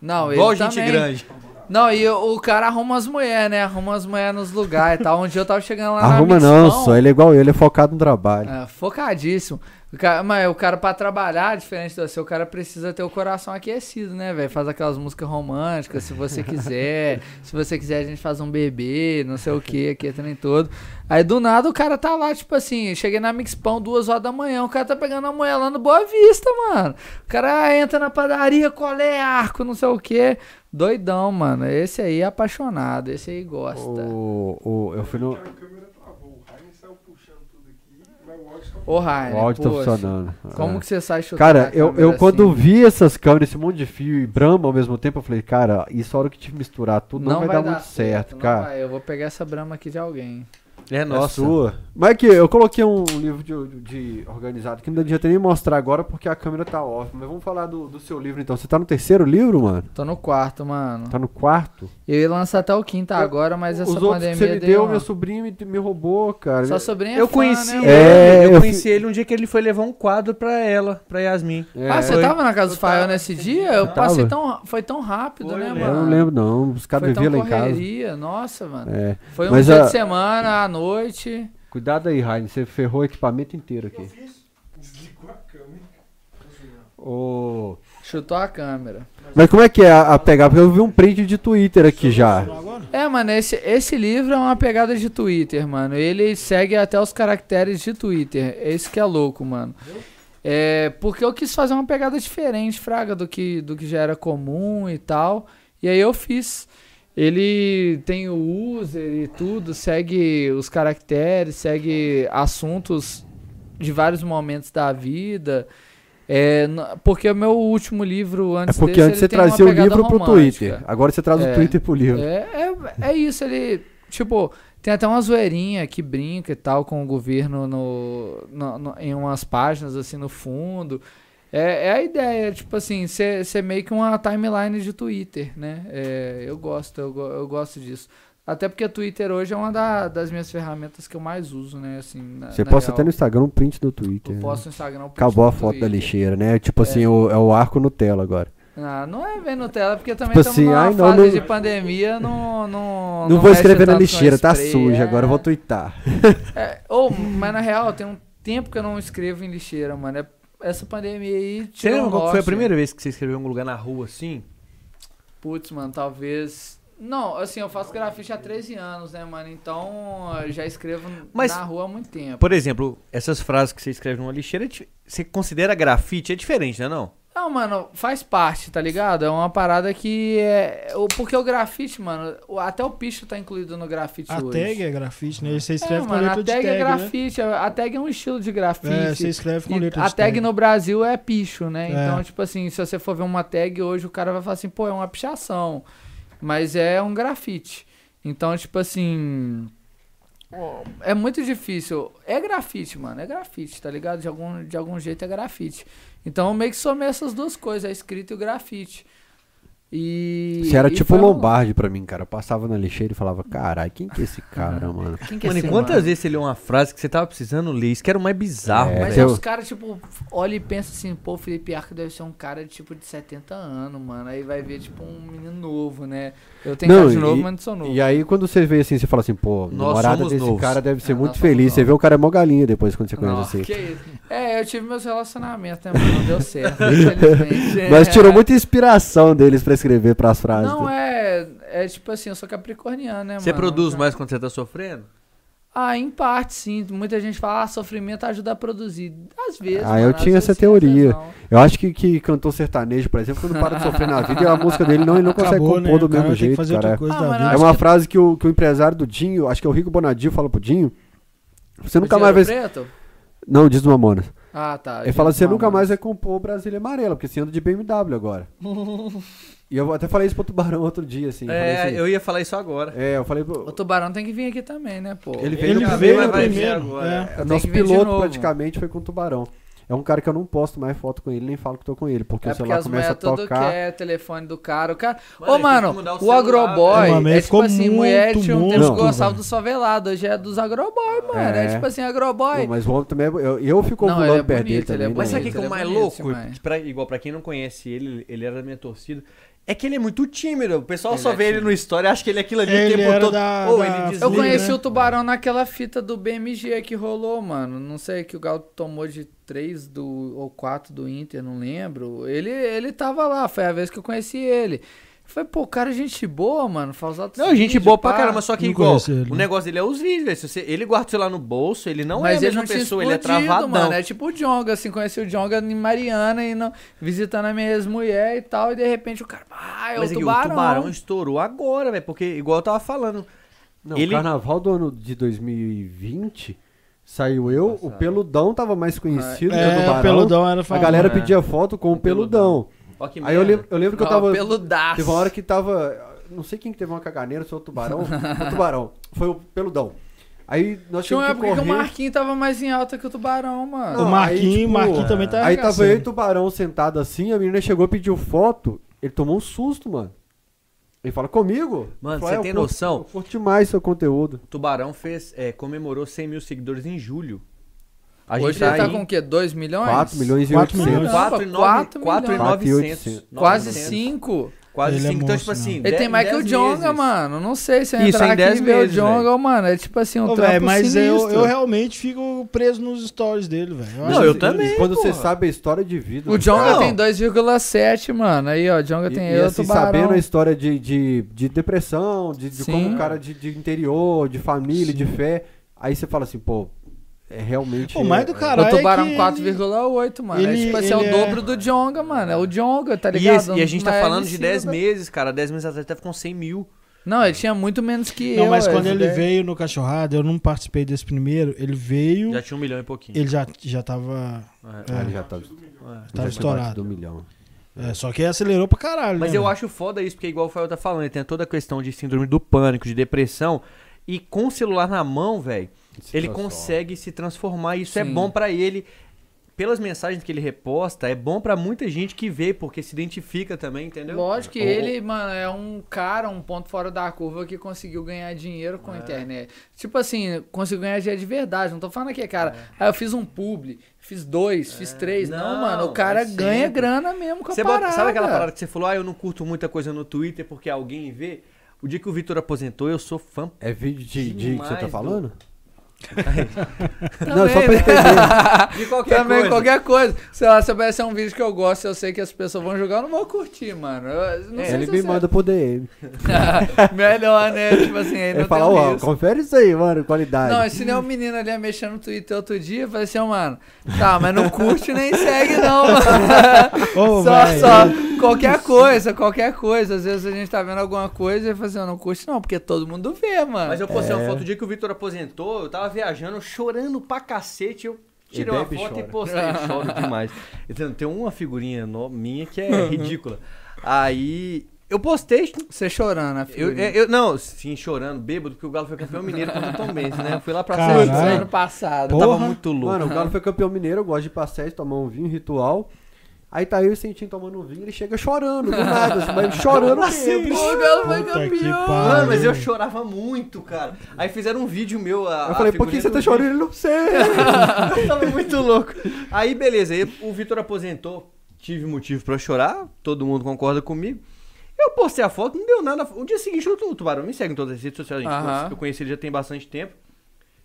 Speaker 3: Não, ele
Speaker 4: igual gente
Speaker 3: também.
Speaker 4: grande.
Speaker 3: Não, e o, o cara arruma as mulheres, né? Arruma as mulheres nos lugares e tal. Um dia eu tava chegando lá
Speaker 1: Arruma
Speaker 3: na
Speaker 1: não,
Speaker 3: Mixpão,
Speaker 1: só. Ele é igual eu, ele é focado no trabalho.
Speaker 3: ah, focadíssimo. O cara, mas o cara pra trabalhar, diferente do seu, o cara precisa ter o coração aquecido, né, velho? Faz aquelas músicas românticas, se você quiser. [LAUGHS] se você quiser, a gente faz um bebê, não sei o que, aqui também todo. Aí do nada o cara tá lá, tipo assim, cheguei na Mixpão duas horas da manhã, o cara tá pegando a mulher lá no Boa Vista, mano. O cara ah, entra na padaria, colé, arco, não sei o que. Doidão, mano. Esse aí é apaixonado, esse aí gosta.
Speaker 1: O, o, eu fui no.
Speaker 5: A câmera travou, o Ryan saiu puxando tudo aqui, mas o áudio tá
Speaker 3: Ô, Rainer,
Speaker 1: O áudio tá
Speaker 3: É, poxa,
Speaker 1: funcionando.
Speaker 3: Como
Speaker 1: É.
Speaker 3: que você sai chutando
Speaker 1: Cara,
Speaker 3: a
Speaker 1: eu,
Speaker 3: câmera
Speaker 1: eu
Speaker 3: assim?
Speaker 1: quando vi essas câmeras, esse monte de fio e brama ao mesmo tempo, eu falei, cara, isso a hora que te misturar tudo não, vai, dar, muito certo,
Speaker 3: não
Speaker 1: cara.
Speaker 3: vai. eu vou pegar essa brama aqui de alguém.
Speaker 4: É nossa.
Speaker 1: É sua. Mas aqui, eu coloquei um livro de, de organizado que não adianta nem mostrar agora porque a câmera tá off. Mas vamos falar do, do seu livro então. Você tá no terceiro livro, mano?
Speaker 3: Tô no quarto, mano.
Speaker 1: Tá no quarto?
Speaker 3: Eu ia lançar até o quinto
Speaker 1: Eu-
Speaker 3: agora, mas essa
Speaker 1: Os outros
Speaker 3: pandemia
Speaker 1: que você me
Speaker 3: deu.
Speaker 1: deu,
Speaker 3: uma-
Speaker 1: meu sobrinho me, me roubou, cara.
Speaker 3: Sua sobrinha é
Speaker 4: Eu
Speaker 3: fã,
Speaker 4: conheci
Speaker 3: né,
Speaker 4: ele,
Speaker 3: mano?
Speaker 1: É,
Speaker 4: eu,
Speaker 1: eu
Speaker 4: conheci ele um dia que ele foi levar um quadro pra ela, pra Yasmin.
Speaker 1: É,
Speaker 3: Ah, você
Speaker 4: Foi.
Speaker 3: tava na casa do Fael nesse dia? Eu
Speaker 1: Tava.
Speaker 3: passei tão. Foi tão rápido,
Speaker 5: Foi,
Speaker 3: né,
Speaker 5: eu
Speaker 3: mano?
Speaker 1: eu não lembro não. Os caras
Speaker 3: Foi tão
Speaker 1: viviam lá em casa.
Speaker 3: correria, nossa, mano.
Speaker 1: É.
Speaker 3: Foi um
Speaker 1: Mas
Speaker 3: dia
Speaker 1: a-
Speaker 3: de semana, à noite.
Speaker 1: Cuidado aí, Raine. Você ferrou o equipamento inteiro aqui.
Speaker 5: Desligou a câmera.
Speaker 1: Ô.
Speaker 3: Chutou a câmera.
Speaker 1: Mas como é que é a, a pegada? Porque eu vi um print de Twitter aqui já.
Speaker 2: Não, Agora?
Speaker 3: É, mano, esse, esse livro é uma pegada de Twitter, mano. Ele segue até os caracteres de Twitter. É isso que é louco, mano. É, porque eu quis fazer uma pegada diferente, fraga, do que, do que já era comum e tal. E aí eu fiz. Ele tem o user e tudo, segue os caracteres, segue assuntos de vários momentos da vida. É, n- porque o meu último livro
Speaker 1: É
Speaker 3: antes
Speaker 1: porque
Speaker 3: desse,
Speaker 1: antes você
Speaker 3: ele tem uma
Speaker 1: trazia o
Speaker 3: pegada
Speaker 1: livro pro
Speaker 3: romântica.
Speaker 1: Twitter. Agora você traz
Speaker 3: É.
Speaker 1: o Twitter pro livro.
Speaker 3: É, é, é isso, ele. Tipo, tem até uma zoeirinha que brinca e tal com o governo no, no- no- em umas páginas, assim, no fundo. É, é a ideia, tipo assim, ser meio que uma timeline de Twitter, né? É, eu gosto, eu, go- eu gosto disso. Até porque Twitter hoje é uma da- das minhas ferramentas que eu mais uso, né? Assim, na-
Speaker 1: Você
Speaker 3: na
Speaker 1: posta
Speaker 3: real.
Speaker 1: até no Instagram um print do Twitter.
Speaker 3: Eu
Speaker 1: né?
Speaker 3: posto no Instagram. eu posto
Speaker 1: Acabou a
Speaker 3: no
Speaker 1: foto da
Speaker 3: Twitter.
Speaker 1: lixeira, né? Tipo assim, o, é o arco Nutella agora.
Speaker 3: Ah, não é ver Nutella, porque também
Speaker 1: Tipo
Speaker 3: estamos
Speaker 1: assim,
Speaker 3: numa
Speaker 1: ai, não,
Speaker 3: fase
Speaker 1: não-
Speaker 3: de pandemia, não... Não,
Speaker 1: Não, vou
Speaker 3: mexe
Speaker 1: escrever na
Speaker 3: tanto com
Speaker 1: lixeira, tá
Speaker 3: spray,
Speaker 1: suja.
Speaker 3: é.
Speaker 1: Agora eu vou twittar.
Speaker 3: É, ou, mas na real, tem um tempo que eu não escrevo em lixeira, mano. É- essa pandemia aí
Speaker 4: Você
Speaker 3: tirou
Speaker 4: lembra
Speaker 3: o
Speaker 4: qual que foi a
Speaker 3: norte.
Speaker 4: primeira vez que você escreveu em algum lugar na rua assim?
Speaker 3: Putz, mano, talvez Não, assim, eu faço grafite há 13 anos, né, mano? Então, eu já escrevo
Speaker 4: Mas-
Speaker 3: na rua há muito tempo.
Speaker 4: Por exemplo, essas frases que você escreve numa lixeira, é di- você considera grafite? É diferente, né não?
Speaker 3: Não, mano, faz parte, tá ligado? É uma parada que é... o- Porque o grafite, mano, o- até o picho tá incluído no grafite
Speaker 2: A
Speaker 3: hoje.
Speaker 2: tag é grafite, né? Você
Speaker 3: é,
Speaker 2: escreve com
Speaker 3: mano, a
Speaker 2: letra
Speaker 3: tag,
Speaker 2: de tag,
Speaker 3: é
Speaker 2: né?
Speaker 3: grafite, a a tag é um estilo de grafite.
Speaker 2: É, você escreve com
Speaker 3: E
Speaker 2: letra
Speaker 3: a
Speaker 2: de
Speaker 3: tag no Brasil é picho, né?
Speaker 2: É.
Speaker 3: Então, tipo assim, se você for ver uma tag hoje, o cara vai falar assim, pô, é uma pichação. Mas é um grafite. Então, tipo assim. ó, É muito difícil. É grafite, mano. É grafite, tá ligado? De algum, de algum jeito é grafite. Então eu meio que somei essas duas coisas, a escrita e o grafite. E.
Speaker 1: Você era
Speaker 3: e
Speaker 1: tipo
Speaker 3: foi
Speaker 1: um
Speaker 3: um-
Speaker 1: Lombardi pra mim, cara. Eu passava na lixeira e falava, caralho, quem que é esse
Speaker 3: [LAUGHS]
Speaker 1: cara, mano?
Speaker 3: Quem que é
Speaker 4: Mano, e
Speaker 3: esse
Speaker 4: quantas
Speaker 3: mano?
Speaker 4: vezes você leu uma frase que você tava precisando ler? Isso que era o mais bizarro,
Speaker 1: É,
Speaker 3: Mas
Speaker 4: velho.
Speaker 3: aí
Speaker 1: eu-
Speaker 3: os caras, tipo, olha e pensa assim, pô, o Felipe Arco deve ser um cara, tipo, de 70 anos, mano. Aí vai ver, tipo, um menino novo, né? Eu tenho
Speaker 1: Não,
Speaker 3: cara de novo,
Speaker 1: e-
Speaker 3: mas não sou novo.
Speaker 1: E aí, quando você vê assim, você fala assim, pô,
Speaker 4: Nós
Speaker 1: namorada
Speaker 4: somos
Speaker 1: desse
Speaker 4: novos.
Speaker 1: cara deve ser
Speaker 3: É,
Speaker 1: muito
Speaker 3: nós somos
Speaker 1: feliz. Você
Speaker 3: novos.
Speaker 1: vê o cara é mó galinha depois quando você conhece
Speaker 3: Não,
Speaker 1: assim.
Speaker 3: que isso. É, eu tive meus relacionamentos, né, mano? Não deu certo,
Speaker 1: [LAUGHS]
Speaker 3: infelizmente.
Speaker 1: Nós
Speaker 3: É.
Speaker 1: tirou muita inspiração deles pra escrever pras frases.
Speaker 3: Não,
Speaker 1: né?
Speaker 3: é. É tipo assim, eu sou capricorniano, né, mano?
Speaker 4: Você produz
Speaker 3: Então-
Speaker 4: mais quando você tá sofrendo?
Speaker 3: Ah, em parte, sim. Muita gente fala, ah, sofrimento ajuda a produzir. Às vezes.
Speaker 1: Ah, eu
Speaker 3: mano, às
Speaker 1: tinha essa
Speaker 3: vezes sim, às vezes
Speaker 1: teoria.
Speaker 3: não.
Speaker 1: Eu acho que, que cantor sertanejo, por exemplo, quando para de sofrer na vida, e a música dele não, ele não consegue
Speaker 2: Acabou, né?
Speaker 1: compor do
Speaker 2: O cara
Speaker 1: mesmo
Speaker 2: tem que
Speaker 1: jeito,
Speaker 2: fazer
Speaker 1: cara.
Speaker 2: outra coisa
Speaker 3: Ah,
Speaker 2: da
Speaker 3: mano,
Speaker 2: vida.
Speaker 1: É
Speaker 3: acho
Speaker 1: uma
Speaker 3: que-
Speaker 1: frase que o, que o empresário do Dinho, acho que é o Rico Bonadio, fala pro Dinho. Você nunca
Speaker 3: O
Speaker 1: mais vai.
Speaker 3: Dinheiro é Preto?
Speaker 1: Não, diz do Mamonas.
Speaker 3: Ah, tá.
Speaker 1: Ele fala:
Speaker 3: Dinheiro
Speaker 1: você nunca
Speaker 3: Mamonas.
Speaker 1: mais vai compor o Brasília Amarela, porque você anda de BMW agora. e eu até falei isso pro Tubarão outro dia, assim. falei
Speaker 4: é,
Speaker 1: assim,
Speaker 4: eu ia falar isso agora.
Speaker 1: é, eu falei. pro-
Speaker 3: O Tubarão tem que vir aqui também, né, pô?
Speaker 1: Ele veio
Speaker 2: Ele
Speaker 1: no
Speaker 2: veio
Speaker 1: primeiro,
Speaker 2: no
Speaker 1: vai
Speaker 4: vir
Speaker 2: primeiro.
Speaker 4: agora.
Speaker 2: é.
Speaker 3: Tem
Speaker 1: nosso
Speaker 3: que vir de
Speaker 1: piloto
Speaker 3: novo.
Speaker 1: praticamente foi com o Tubarão. É um cara que eu não posto mais foto com ele, nem falo que tô com ele, porque
Speaker 3: É
Speaker 1: o
Speaker 3: porque
Speaker 1: celular
Speaker 3: as
Speaker 1: começa a
Speaker 3: mulheres tudo
Speaker 1: tocar.
Speaker 3: quer telefone do cara. O cara...
Speaker 4: Mano,
Speaker 3: Ô,
Speaker 4: ele tem que
Speaker 3: mano,
Speaker 4: mudar o
Speaker 3: o
Speaker 4: celular,
Speaker 3: agroboy
Speaker 2: velho. Mano,
Speaker 3: é
Speaker 2: ele
Speaker 3: tipo
Speaker 2: ficou
Speaker 3: assim,
Speaker 2: muito,
Speaker 3: mulher tinha um tempo
Speaker 1: muito,
Speaker 3: que gostava
Speaker 2: velho.
Speaker 3: do favelado, hoje é dos agroboy, mano. É,
Speaker 1: É.
Speaker 3: tipo assim, agroboy.
Speaker 1: Não, mas o homem também é, eu, eu fico
Speaker 3: Não, ele
Speaker 1: ovulando
Speaker 3: é
Speaker 1: perto dele
Speaker 3: bonito, ele é
Speaker 1: também. né?
Speaker 4: Mas sabe o que
Speaker 3: Ele
Speaker 4: que é
Speaker 3: é
Speaker 4: o mais
Speaker 3: bonito,
Speaker 4: louco?
Speaker 3: mas-
Speaker 4: Pra- igual pra quem não conhece ele, ele era da minha torcida. É que ele é muito tímido. O pessoal
Speaker 3: Ele
Speaker 4: só
Speaker 3: é
Speaker 4: vê ele
Speaker 3: tímido.
Speaker 4: no story, acha que ele é aquilo ali
Speaker 2: Ele
Speaker 4: o tempo
Speaker 2: era
Speaker 4: todo.
Speaker 2: da-
Speaker 4: Ou
Speaker 2: da-
Speaker 4: ele
Speaker 2: Eu
Speaker 4: desliga.
Speaker 3: Eu conheci
Speaker 2: né?
Speaker 3: o Tubarão naquela fita do BMG que rolou, mano. Não sei que o Galo tomou de 3 do, ou 4 do Inter, não lembro. Ele, ele tava lá, foi a vez que eu conheci ele. Foi, pô, o cara, é gente boa, mano. Faz altos
Speaker 4: Não, gente
Speaker 3: vídeos,
Speaker 4: boa pra
Speaker 3: pá.
Speaker 4: caramba, só que
Speaker 2: Não
Speaker 4: igual.
Speaker 2: conheço ele.
Speaker 4: O negócio dele é os vídeos. velho. Se você- ele guarda o celular no bolso, ele não é a
Speaker 3: Mas ele
Speaker 4: mesma
Speaker 3: não tinha
Speaker 4: pessoa, ele é
Speaker 3: explodido,
Speaker 4: travadão.
Speaker 3: mano. É tipo o Jonga, assim, conheci o Jonga em Mariana e não, visitando a minha ex-mulher e tal, e de repente o cara, ah, é
Speaker 4: Mas
Speaker 3: o
Speaker 4: é que
Speaker 3: tubarão.
Speaker 4: o tubarão estourou agora, velho. Porque, igual eu tava falando,
Speaker 1: Não,
Speaker 4: Ele-
Speaker 1: o carnaval do ano de 2020 saiu eu, o Peludão tava mais conhecido que o
Speaker 2: É, o
Speaker 1: Tubarão.
Speaker 2: peludão era
Speaker 1: A
Speaker 2: famoso.
Speaker 1: galera
Speaker 4: É.
Speaker 1: pedia foto com o Peludão.
Speaker 4: ó que
Speaker 1: Aí eu
Speaker 4: merda.
Speaker 1: lembro, eu lembro que eu
Speaker 3: Não,
Speaker 1: tava.
Speaker 3: peludaço.
Speaker 1: Teve uma hora que tava. Não sei quem que teve uma caganeira, se foi o
Speaker 3: [LAUGHS]
Speaker 1: Tubarão. o Tubarão. Foi o Peludão. Aí nós
Speaker 3: Tinha
Speaker 1: tínhamos
Speaker 3: uma
Speaker 1: que
Speaker 3: época
Speaker 1: correr.
Speaker 3: que o Marquinhos tava mais em alta que o tubarão, mano.
Speaker 2: O Marquinhos- Marquinhos também tá
Speaker 1: Aí tava
Speaker 2: arregaçando.
Speaker 1: eu e o Tubarão sentado assim, a menina chegou e pediu foto. Ele tomou um susto, mano. Ele fala, comigo?
Speaker 4: Mano,
Speaker 1: Eu falo,
Speaker 4: você
Speaker 1: "É, eu
Speaker 4: tem
Speaker 1: curto-
Speaker 4: noção?
Speaker 1: Eu curto demais seu conteúdo.
Speaker 4: O Tubarão fez, é, comemorou 100 mil seguidores em julho. A gente
Speaker 3: Hoje
Speaker 4: tá,
Speaker 3: ele tá
Speaker 4: aí
Speaker 3: com o quê? 2 milhões?
Speaker 1: 4 milhões e
Speaker 2: Quatro
Speaker 1: 800.
Speaker 2: milhões.
Speaker 3: Caramba,
Speaker 4: 4 e nove-
Speaker 3: quatro
Speaker 4: quatro e
Speaker 3: milhões.
Speaker 4: 900.
Speaker 3: Quase
Speaker 4: 900.
Speaker 3: 5.
Speaker 4: Quase
Speaker 2: Ele é
Speaker 4: 5. então,
Speaker 2: monstro,
Speaker 4: tipo assim.
Speaker 3: Ele tem
Speaker 4: dez-
Speaker 3: mais que o
Speaker 4: dez
Speaker 3: Jonga,
Speaker 4: meses.
Speaker 3: mano. Não sei se eu
Speaker 4: Isso,
Speaker 3: entrar
Speaker 4: em
Speaker 3: aqui
Speaker 4: dez
Speaker 3: e ver o
Speaker 4: meses,
Speaker 3: Jonga, mano. É tipo assim, um
Speaker 2: Ô,
Speaker 3: trampo
Speaker 2: velho, mas eu,
Speaker 3: sinistro.
Speaker 2: eu realmente fico preso nos stories dele, velho.
Speaker 4: Não,
Speaker 2: acho
Speaker 4: eu
Speaker 2: que-
Speaker 4: também.
Speaker 1: E quando você
Speaker 4: porra.
Speaker 1: sabe a história de vida.
Speaker 3: O
Speaker 1: do
Speaker 3: Jonga
Speaker 4: Não.
Speaker 3: tem 2,7, mano. Aí, ó, o Jonga
Speaker 1: E-
Speaker 3: tem
Speaker 1: e,
Speaker 3: eu,
Speaker 1: assim,
Speaker 3: tubarão.
Speaker 1: sabendo a história de, de, de depressão, de, de como
Speaker 3: Sim.
Speaker 1: o cara de, de interior, de família, de fé. Aí você fala assim, pô, é realmente.
Speaker 2: Pô, mas do
Speaker 1: é-
Speaker 2: caralho
Speaker 3: o Tubarão
Speaker 2: é que ele-
Speaker 3: 4,8, mano.
Speaker 2: ele-
Speaker 3: é, tipo assim, é o
Speaker 2: ele é-
Speaker 3: dobro do Jonga, mano. É o Jonga, tá
Speaker 4: E esse-
Speaker 3: ligado?
Speaker 4: E, a gente tá
Speaker 3: Mas
Speaker 4: falando
Speaker 3: ele
Speaker 4: de 10
Speaker 3: sim-
Speaker 4: meses, cara. 10 meses atrás tava com 100 mil.
Speaker 3: Não, ele tinha muito menos que eu. é,
Speaker 2: Não,
Speaker 4: É,
Speaker 2: mas quando
Speaker 3: essa
Speaker 2: ele
Speaker 4: né?
Speaker 3: ideia.
Speaker 2: veio no Cachorrada, eu não participei desse primeiro. Ele veio,
Speaker 4: Já tinha um milhão e pouquinho.
Speaker 2: ele já, já tava.
Speaker 4: É,
Speaker 1: Ah, ele
Speaker 2: É,
Speaker 1: já tá, já
Speaker 4: é.
Speaker 1: tá Do
Speaker 2: tava estourado.
Speaker 1: milhão.
Speaker 2: É, só que acelerou pra caralho.
Speaker 4: Mas
Speaker 2: né,
Speaker 4: eu
Speaker 2: velho?
Speaker 4: acho foda isso, porque igual o Fael tá falando, ele tem toda a questão de síndrome do pânico, de depressão. E com o celular na mão, velho, ele consegue se transformar e isso é
Speaker 3: Sim.
Speaker 4: bom pra ele. Pelas mensagens que ele reposta, é bom pra muita gente que vê, porque se identifica também, entendeu?
Speaker 3: Lógico que
Speaker 4: Ou-
Speaker 3: ele, mano, é um cara, um ponto fora da curva que conseguiu ganhar dinheiro com a
Speaker 4: É.
Speaker 3: internet. Tipo assim, conseguiu ganhar dinheiro de verdade. Não tô falando aqui, cara. Ah, eu fiz um publi, fiz dois, fiz três. Não,
Speaker 4: É. Não,
Speaker 3: mano, o cara
Speaker 4: é sempre.
Speaker 3: ganha grana mesmo com a
Speaker 4: Você bota-
Speaker 3: parada.
Speaker 4: sabe aquela parada que você falou, ah, eu não curto muita coisa no Twitter porque alguém vê? O dia que o Vitor aposentou, eu sou fã.
Speaker 1: É vídeo de, de que você
Speaker 4: Demais
Speaker 1: tá
Speaker 4: do-
Speaker 1: falando? Não, só
Speaker 3: né?
Speaker 1: pra entender.
Speaker 3: [LAUGHS]
Speaker 4: [LAUGHS] De qualquer
Speaker 3: Também
Speaker 4: coisa.
Speaker 3: qualquer coisa. Sei lá, se aparecer um vídeo que eu gosto, eu sei que as pessoas vão jogar, eu não vou curtir, mano. Eu não
Speaker 1: É.
Speaker 3: sei
Speaker 1: Ele
Speaker 3: se
Speaker 1: me
Speaker 3: você-
Speaker 1: manda pro DM.
Speaker 3: [LAUGHS] Melhor, né? Tipo assim, aí
Speaker 1: Ele
Speaker 3: não
Speaker 1: fala,
Speaker 3: tem
Speaker 1: ó,
Speaker 3: risco.
Speaker 1: confere isso aí, mano, qualidade.
Speaker 3: Não, é esse nem o menino ali mexendo no Twitter outro dia, eu falei assim, ó, mano, tá, mas não curte nem segue
Speaker 1: [LAUGHS]
Speaker 3: não, mano.
Speaker 2: Ô,
Speaker 3: só,
Speaker 2: velho.
Speaker 3: só, qualquer coisa, qualquer coisa. Às vezes a gente tá vendo alguma coisa e fala assim, ó, não curte não, porque todo mundo vê, mano.
Speaker 4: Mas eu postei uma
Speaker 1: É.
Speaker 4: foto o dia que o Vitor aposentou, eu tava viajando, chorando pra cacete, eu tirei
Speaker 1: E
Speaker 4: uma
Speaker 1: bebe e
Speaker 4: foto e
Speaker 1: chora.
Speaker 4: postei, [LAUGHS] choro demais. Então, tem uma figurinha no- minha que é ridícula. Aí eu postei,
Speaker 3: Você chorando, né,
Speaker 4: eu,
Speaker 3: filho?
Speaker 4: eu- eu- não, sim, chorando, bêbado, porque o Galo foi campeão mineiro contra o Tom Benz, né? Eu fui lá pra
Speaker 2: Caralho.
Speaker 4: Santos, né?
Speaker 3: ano passado.
Speaker 4: Eu tava
Speaker 2: Porra.
Speaker 4: muito louco.
Speaker 1: Mano, o
Speaker 3: [LAUGHS]
Speaker 1: Galo foi campeão mineiro, eu gosto de pastéis, tomar um vinho, ritual. Aí tá eu e o Sentinho tomando um vinho, ele chega chorando, do nada, assim,
Speaker 3: [LAUGHS]
Speaker 1: mas chorando assim.
Speaker 3: Pô, o Galo foi
Speaker 2: Puta que
Speaker 3: campeão.
Speaker 2: pariu.
Speaker 4: Mano, mas eu chorava muito, cara. Aí fizeram um vídeo meu. A,
Speaker 1: Eu falei,
Speaker 4: a
Speaker 1: por
Speaker 3: Ah,
Speaker 1: que
Speaker 4: figurinha
Speaker 1: você
Speaker 4: do
Speaker 1: tá
Speaker 4: vídeo.
Speaker 1: chorando? Ele não sei. [LAUGHS]
Speaker 3: [LAUGHS]
Speaker 4: eu [LAUGHS] tava muito louco. Aí, beleza, aí o Vitor aposentou, tive motivo pra chorar, todo mundo concorda comigo. Eu postei a foto, não deu nada. O dia seguinte, o Tu- o Tubarão me segue em todas as redes sociais, gente.
Speaker 3: Aham.
Speaker 4: Eu conheci ele já tem bastante tempo.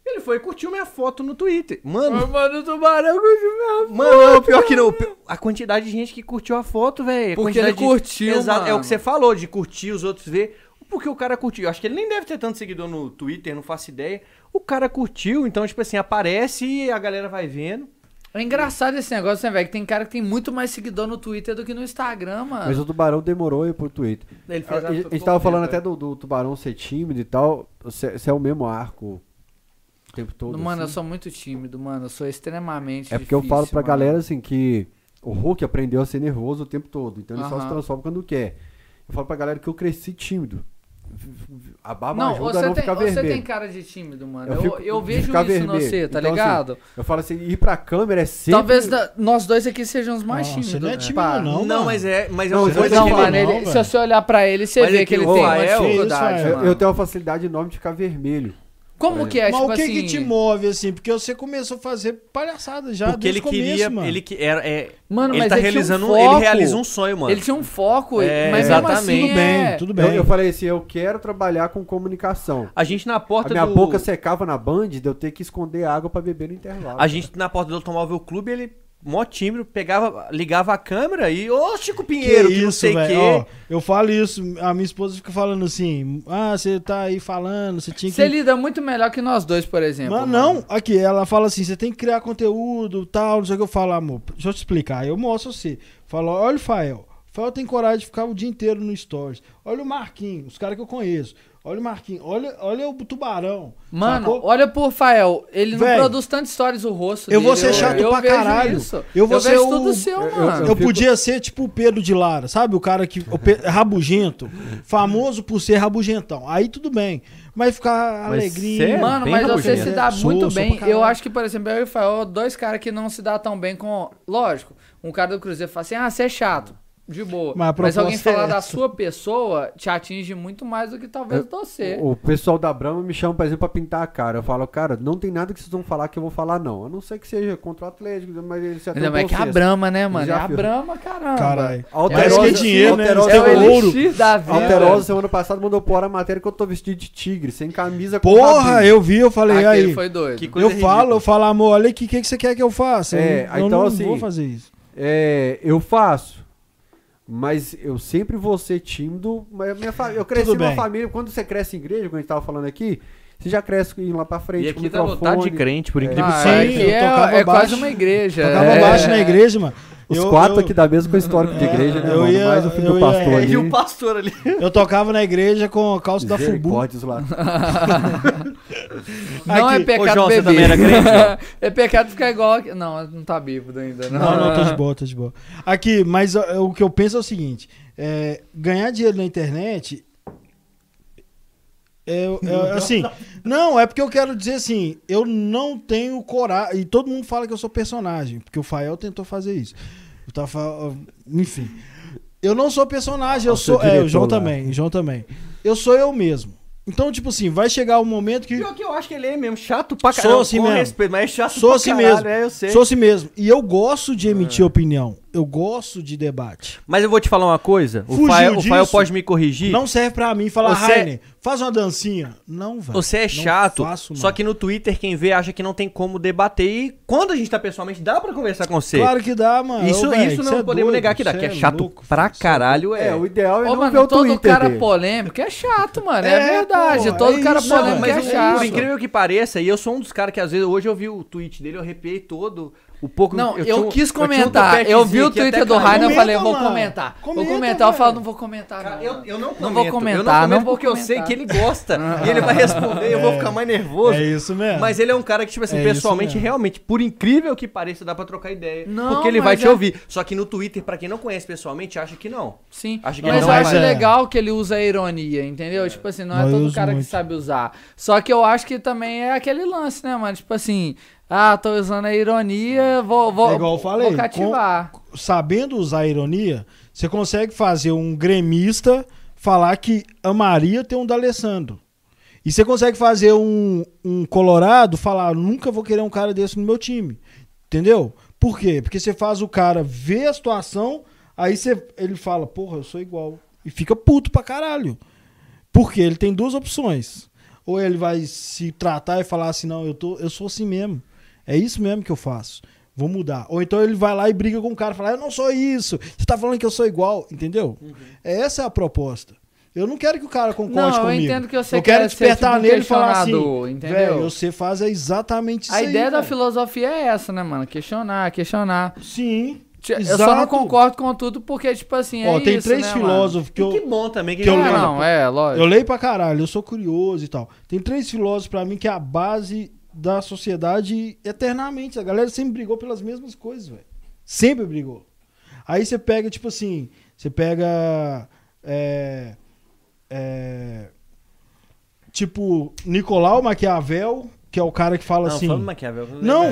Speaker 4: Ele foi e curtiu minha foto no Twitter. Mano,
Speaker 3: Ô, Mano, o tubarão curtiu mesmo.
Speaker 4: mano, não, pior que não. A quantidade de gente que curtiu a foto, velho. a
Speaker 3: Porque ele
Speaker 4: quantidade de-
Speaker 3: curtiu,
Speaker 4: Exato, é o
Speaker 3: mano.
Speaker 4: que você falou, de curtir os outros ver. Porque o cara curtiu. Eu Acho que ele nem deve ter tanto seguidor no Twitter, não faço ideia. O cara curtiu, então, tipo assim, aparece e a galera vai vendo.
Speaker 3: É engraçado esse negócio, né, velho? Que tem cara que tem muito mais seguidor no Twitter do que no Instagram, mano.
Speaker 1: Mas o Tubarão demorou aí pro Twitter.
Speaker 4: Ele
Speaker 1: A, a gente tava falando
Speaker 3: né?
Speaker 1: até do, do Tubarão ser tímido e tal. Você você é o mesmo arco o tempo todo.
Speaker 3: Mano, eu
Speaker 1: assim.
Speaker 3: sou muito tímido, mano. Eu sou extremamente
Speaker 1: É porque eu falo
Speaker 3: difícil,
Speaker 1: pra
Speaker 3: mano.
Speaker 1: galera assim que o Hulk aprendeu a ser nervoso o tempo todo. Então ele só se
Speaker 3: Aham.
Speaker 1: transforma quando quer. Eu falo pra galera que eu cresci tímido. A barba
Speaker 3: Não,
Speaker 1: ajuda a
Speaker 3: você
Speaker 1: não
Speaker 3: tem,
Speaker 1: ficar
Speaker 3: você
Speaker 1: vermelho.
Speaker 3: tem cara de tímido, mano.
Speaker 1: Eu
Speaker 3: Eu,
Speaker 1: fico-
Speaker 3: eu
Speaker 1: de
Speaker 3: vejo
Speaker 1: ficar
Speaker 3: isso no
Speaker 1: vermelho.
Speaker 3: você,
Speaker 1: Então,
Speaker 3: tá
Speaker 1: assim,
Speaker 3: ligado?
Speaker 1: Eu falo assim, ir pra câmera é sempre...
Speaker 3: Talvez da- nós dois aqui sejamos mais
Speaker 2: Não,
Speaker 3: tímidos.
Speaker 2: você não é
Speaker 3: né?
Speaker 2: tímido,
Speaker 3: Pá.
Speaker 2: não.
Speaker 4: Não,
Speaker 2: mano.
Speaker 4: mas é. Mas é
Speaker 1: Não,
Speaker 4: uma
Speaker 1: mas eu
Speaker 4: coisa
Speaker 3: Não,
Speaker 4: que
Speaker 2: tímido,
Speaker 4: ele-
Speaker 3: mano, ele-
Speaker 2: não,
Speaker 3: se
Speaker 2: velho.
Speaker 3: você olhar pra ele, você
Speaker 4: Mas
Speaker 3: vê
Speaker 4: é
Speaker 3: que
Speaker 4: que
Speaker 3: ele
Speaker 4: o
Speaker 3: tem uma
Speaker 4: Rael-
Speaker 3: dificuldade,
Speaker 2: Isso, é.
Speaker 1: Eu,
Speaker 3: mano.
Speaker 1: eu tenho uma facilidade enorme de ficar vermelho.
Speaker 3: Como que é,
Speaker 2: Mas
Speaker 3: tipo
Speaker 2: o que
Speaker 3: assim...
Speaker 2: que te move, assim? Porque você começou a fazer palhaçada já
Speaker 4: Porque
Speaker 2: desde
Speaker 4: ele
Speaker 2: o começo,
Speaker 4: queria.
Speaker 2: mano.
Speaker 4: Ele que era. É,
Speaker 3: Mano,
Speaker 4: ele
Speaker 3: mas
Speaker 4: tá
Speaker 3: ele
Speaker 4: realizando.
Speaker 3: tinha um
Speaker 4: um-
Speaker 3: foco.
Speaker 4: ele realiza um sonho, mano.
Speaker 3: Ele tinha um foco,
Speaker 4: É,
Speaker 3: mas
Speaker 2: Tudo
Speaker 3: mesmo assim
Speaker 4: exatamente.
Speaker 2: bem,
Speaker 3: é...
Speaker 2: tudo
Speaker 1: Eu,
Speaker 2: bem.
Speaker 1: eu falei assim, eu quero trabalhar com comunicação.
Speaker 4: A gente na
Speaker 1: A
Speaker 4: porta
Speaker 1: minha
Speaker 4: do.
Speaker 1: boca secava na band de eu ter que esconder água pra beber no intervalo.
Speaker 4: A gente na porta do automóvel clube, ele. Mó tímido, pegava, ligava a câmera e. Ô, Chico Pinheiro, que, não sei o
Speaker 2: velho,
Speaker 4: quê.
Speaker 2: ó, eu falo isso, a minha esposa fica falando assim: ah, você tá aí falando, você tinha que.
Speaker 3: Você lida muito melhor que nós dois, por exemplo.
Speaker 2: Mas não, aqui, ela fala assim: você tem que criar conteúdo, tal, não sei o que. Eu falo, amor, deixa eu te explicar. Aí Eu mostro você. Falo, olha o Fael. O Fael tem coragem de ficar o dia inteiro no Stories. Olha o Marquinhos, os caras que eu conheço. Olha o Marquinhos, olha, olha o Tubarão.
Speaker 3: Mano,
Speaker 2: sacou?
Speaker 3: olha pro Rafael, ele não
Speaker 2: Véi,
Speaker 3: produz tantas histórias o rosto
Speaker 2: eu
Speaker 3: dele.
Speaker 2: vou ser chato pra
Speaker 3: vejo
Speaker 2: caralho.
Speaker 3: isso.
Speaker 2: Eu vou ser
Speaker 3: vejo
Speaker 2: o-
Speaker 3: tudo seu,
Speaker 1: eu-
Speaker 3: mano.
Speaker 2: Eu,
Speaker 1: Eu fico-
Speaker 2: podia ser tipo o Pedro de Lara, sabe? O cara que. O Pe- rabugento. Famoso por ser rabugentão. Aí tudo bem. Mas ficar
Speaker 4: Mas
Speaker 2: alegrinho.
Speaker 4: cê é
Speaker 3: Mano,
Speaker 4: bem
Speaker 3: mas você
Speaker 4: rabugento.
Speaker 3: se dá
Speaker 2: Sou, sou
Speaker 3: muito bem.
Speaker 2: pra caralho.
Speaker 3: Eu acho que, por exemplo, eu e o Fael, dois caras que não se dá tão bem com. Lógico, um cara do Cruzeiro fala assim: ah, você é chato. De boa.
Speaker 2: Mas a
Speaker 3: Mas, alguém
Speaker 2: proposta é
Speaker 3: falar da
Speaker 2: essa.
Speaker 3: sua pessoa te atinge muito mais do que talvez você.
Speaker 1: O pessoal da Brahma me chama, por exemplo, pra pintar a cara. Eu falo, cara, não tem nada que vocês vão falar que eu vou falar, não. A não ser que seja contra o Atlético, mas ele se
Speaker 3: Ainda mais que é a
Speaker 1: vocês.
Speaker 3: Brahma, né, mano? É a
Speaker 1: Desafio.
Speaker 3: Brahma, caramba.
Speaker 2: Caralho.
Speaker 1: Alterosa-
Speaker 2: Parece que é dinheiro, né?
Speaker 1: Alterosa-
Speaker 3: É o
Speaker 2: Tem ouro.
Speaker 3: elixir da vida.
Speaker 1: Alterosa, semana passada, mandou por a matéria que eu tô vestido de tigre, sem camisa, com
Speaker 2: Porra,
Speaker 1: rabinho.
Speaker 2: eu vi, eu falei,
Speaker 3: Aquele
Speaker 2: aí.
Speaker 3: foi doido.
Speaker 4: Que coisa
Speaker 2: Eu falo,
Speaker 4: ridícula.
Speaker 2: eu falo, amor, olha aqui, o que, que você quer que eu faça?
Speaker 1: É,
Speaker 2: eu
Speaker 1: então,
Speaker 2: não
Speaker 1: assim,
Speaker 2: vou fazer isso.
Speaker 1: É, eu faço. Mas eu sempre vou ser tímido. Mas minha fa- Eu cresci
Speaker 2: Tudo
Speaker 1: numa
Speaker 2: bem.
Speaker 1: família. Quando você cresce em igreja, como a gente tava falando aqui, você já cresce indo lá pra frente.
Speaker 4: E
Speaker 1: com
Speaker 4: aqui
Speaker 1: o
Speaker 4: tá lotado de
Speaker 1: microfone.
Speaker 4: crente, por
Speaker 1: É.
Speaker 4: incrível
Speaker 3: Ah,
Speaker 4: que
Speaker 2: Sim,
Speaker 4: pareça.
Speaker 3: aqui
Speaker 2: eu
Speaker 3: é,
Speaker 2: tocava
Speaker 3: é
Speaker 2: baixo.
Speaker 3: quase uma igreja.
Speaker 2: Tocava
Speaker 3: é...
Speaker 2: baixo né? na igreja, mano.
Speaker 1: Os
Speaker 2: Eu-
Speaker 1: quatro
Speaker 2: eu-
Speaker 1: aqui da mesma com histórico de igreja, né,
Speaker 2: [LAUGHS] eu
Speaker 1: mano?
Speaker 2: ia-
Speaker 1: Mais o filho
Speaker 2: eu
Speaker 1: do
Speaker 2: ia-
Speaker 1: pastor
Speaker 2: É,
Speaker 1: ali.
Speaker 4: E o pastor ali.
Speaker 2: Eu tocava na igreja com a calça da Fubu.
Speaker 1: Misericórdia, os lá. [LAUGHS]
Speaker 3: Não
Speaker 2: Aqui.
Speaker 3: é pecado
Speaker 4: Ô, João, você
Speaker 3: beber.
Speaker 4: também era crente, João?
Speaker 3: [LAUGHS] é pecado ficar igual. aqui- Não, não tá bêbado ainda.
Speaker 1: né?
Speaker 3: Não,
Speaker 2: Não, tá. não, tô
Speaker 1: [LAUGHS]
Speaker 2: de boa, tô de boa. Aqui, mas ó, o que eu penso é o seguinte: é, ganhar dinheiro na internet. É,
Speaker 1: [LAUGHS]
Speaker 2: é, assim, não, é porque eu quero dizer assim, eu não tenho coragem. E todo mundo fala que eu sou personagem, porque o Fael tentou fazer isso. Eu tava, fa- enfim. Eu não sou personagem, eu
Speaker 1: Ao seu
Speaker 2: sou. É, o
Speaker 1: diretor
Speaker 2: João
Speaker 1: lá.
Speaker 2: também, o João também. Eu sou eu mesmo. Então, tipo assim, vai chegar o momento que.
Speaker 4: Pior que eu acho que ele é mesmo chato pra
Speaker 2: Sou
Speaker 4: caralho.
Speaker 2: assim
Speaker 4: com
Speaker 2: mesmo.
Speaker 4: respeito, mas é chato
Speaker 2: Sou
Speaker 4: pra
Speaker 2: assim
Speaker 4: caralho,
Speaker 2: mesmo.
Speaker 4: é, eu sei. Ah.
Speaker 2: Sou assim mesmo. E eu gosto de emitir opinião. eu gosto de debate.
Speaker 4: Mas eu vou te falar uma coisa. O
Speaker 2: Fugiu
Speaker 4: Fael, o Fael
Speaker 2: disso?
Speaker 4: pode me corrigir.
Speaker 2: Não serve pra mim falar,
Speaker 4: Você- é
Speaker 2: Rainer, faz uma dancinha. Não, velho.
Speaker 4: Você é
Speaker 2: Não
Speaker 4: chato,
Speaker 2: faço, não.
Speaker 4: só que no Twitter quem vê acha que não tem como debater. E quando a gente tá pessoalmente, dá pra conversar com você.
Speaker 2: Claro que dá, mano.
Speaker 4: isso
Speaker 2: Ô, velho,
Speaker 4: isso
Speaker 2: você
Speaker 4: não
Speaker 2: é
Speaker 4: podemos
Speaker 2: doido,
Speaker 4: negar que dá.
Speaker 2: você
Speaker 4: Que é chato
Speaker 2: louco,
Speaker 4: pra
Speaker 2: filho,
Speaker 4: carômetro, caralho, é.
Speaker 1: É, o ideal é
Speaker 3: Ô,
Speaker 1: não
Speaker 3: mano,
Speaker 1: ver o
Speaker 3: todo
Speaker 1: Twitter
Speaker 3: cara
Speaker 1: dele.
Speaker 3: polêmico é chato, mano. É,
Speaker 2: É,
Speaker 3: verdade.
Speaker 2: pô,
Speaker 3: todo
Speaker 2: é
Speaker 3: cara
Speaker 2: isso,
Speaker 3: polêmico
Speaker 2: mano.
Speaker 3: é
Speaker 4: Mas o,
Speaker 3: chato.
Speaker 4: por incrível que pareça, e eu sou um dos caras que às vezes, hoje eu vi o tweet dele, eu arrepiei todo. O pouco
Speaker 3: Não, eu,
Speaker 4: tinha um-
Speaker 3: quis
Speaker 4: tinha um
Speaker 3: comentar.
Speaker 4: topetezinho
Speaker 3: Eu, vi o
Speaker 4: aqui até
Speaker 3: Twitter do
Speaker 4: caiu.
Speaker 3: Rainer eu
Speaker 2: Comenta,
Speaker 3: falei, eu vou
Speaker 2: mano.
Speaker 3: comentar. vou
Speaker 2: Comenta,
Speaker 3: comentar, eu
Speaker 2: velho.
Speaker 3: falo, não vou comentar.
Speaker 4: Cara,
Speaker 3: não,
Speaker 4: eu,
Speaker 3: mano.
Speaker 4: eu não comento.
Speaker 3: Não vou
Speaker 4: Eu
Speaker 3: comentar,
Speaker 4: não
Speaker 3: não
Speaker 4: comento
Speaker 3: vou
Speaker 4: porque eu sei
Speaker 3: comentar. Ah.
Speaker 4: que ele gosta. e ele vai responder e eu vou ficar mais nervoso.
Speaker 2: É isso mesmo.
Speaker 4: Mas ele é um cara que, tipo assim,
Speaker 2: É isso
Speaker 4: pessoalmente,
Speaker 2: mesmo.
Speaker 4: realmente, por incrível que pareça, dá pra trocar ideia.
Speaker 3: Não,
Speaker 4: porque ele
Speaker 3: mas
Speaker 4: vai te
Speaker 3: é-
Speaker 4: ouvir. Só que no Twitter, pra quem não conhece pessoalmente, acha que não.
Speaker 3: Sim,
Speaker 4: Acho que
Speaker 3: mas
Speaker 4: não
Speaker 3: eu
Speaker 4: vai.
Speaker 3: acho
Speaker 2: É.
Speaker 3: legal que ele usa a ironia, entendeu? Tipo assim, não é
Speaker 2: Mas eu
Speaker 3: todo
Speaker 2: uso
Speaker 3: cara
Speaker 2: muito.
Speaker 3: que sabe usar. Só que eu acho que também é aquele lance, né, mano? Tipo assim, ah, tô usando a ironia, vou, vou,
Speaker 2: É igual eu falei,
Speaker 3: vou cativar.
Speaker 2: Sabendo usar a ironia, você consegue fazer um gremista falar que amaria ter um D'Alessandro. E você consegue fazer um, um Colorado falar, nunca vou querer um cara desse no meu time. Entendeu? Por quê? Porque você faz o cara ver a situação, aí você, ele fala, porra, eu sou igual. E fica puto pra caralho. Porque ele tem duas opções. Ou ele vai se tratar e falar assim, não, eu, tô, eu sou assim mesmo. É isso mesmo que eu faço. Vou mudar. Ou então ele vai lá e briga com o cara, fala, eu não sou isso. Você tá falando que eu sou igual, entendeu?
Speaker 4: Uhum.
Speaker 2: É Essa é a proposta. Eu não quero que o cara concorde
Speaker 3: Não, eu
Speaker 2: comigo.
Speaker 3: entendo que você
Speaker 2: eu quero
Speaker 3: quer ser
Speaker 2: despertar
Speaker 3: tipo um
Speaker 2: nele e falar
Speaker 3: questionador,
Speaker 2: assim,
Speaker 3: entendeu?
Speaker 2: velho, você faz é exatamente isso
Speaker 3: A
Speaker 2: aí,
Speaker 3: ideia da
Speaker 2: cara."
Speaker 3: filosofia é essa, né, mano? Questionar, questionar.
Speaker 2: Sim.
Speaker 3: Ti- Eu só não
Speaker 2: Exato.
Speaker 3: concordo com tudo porque, tipo assim,
Speaker 2: Ó,
Speaker 3: é
Speaker 2: tem
Speaker 3: isso,
Speaker 2: três
Speaker 3: né, mano?
Speaker 2: filósofos que
Speaker 4: E
Speaker 2: eu,
Speaker 4: que bom também que,
Speaker 2: que eu
Speaker 4: ele-
Speaker 3: Ah,
Speaker 2: lembro.
Speaker 3: não, é, lógico.
Speaker 2: Eu leio pra caralho, eu sou curioso e tal. Tem três filósofos pra mim que é a base da sociedade eternamente. A galera sempre brigou pelas mesmas coisas, velho. Sempre brigou. Aí você pega, tipo assim, você pega. É, é, tipo, Nicolau Maquiavel, que é o cara que fala
Speaker 4: Não,
Speaker 2: assim.
Speaker 4: falando Maquiavel.
Speaker 2: Não, não,
Speaker 4: Eu-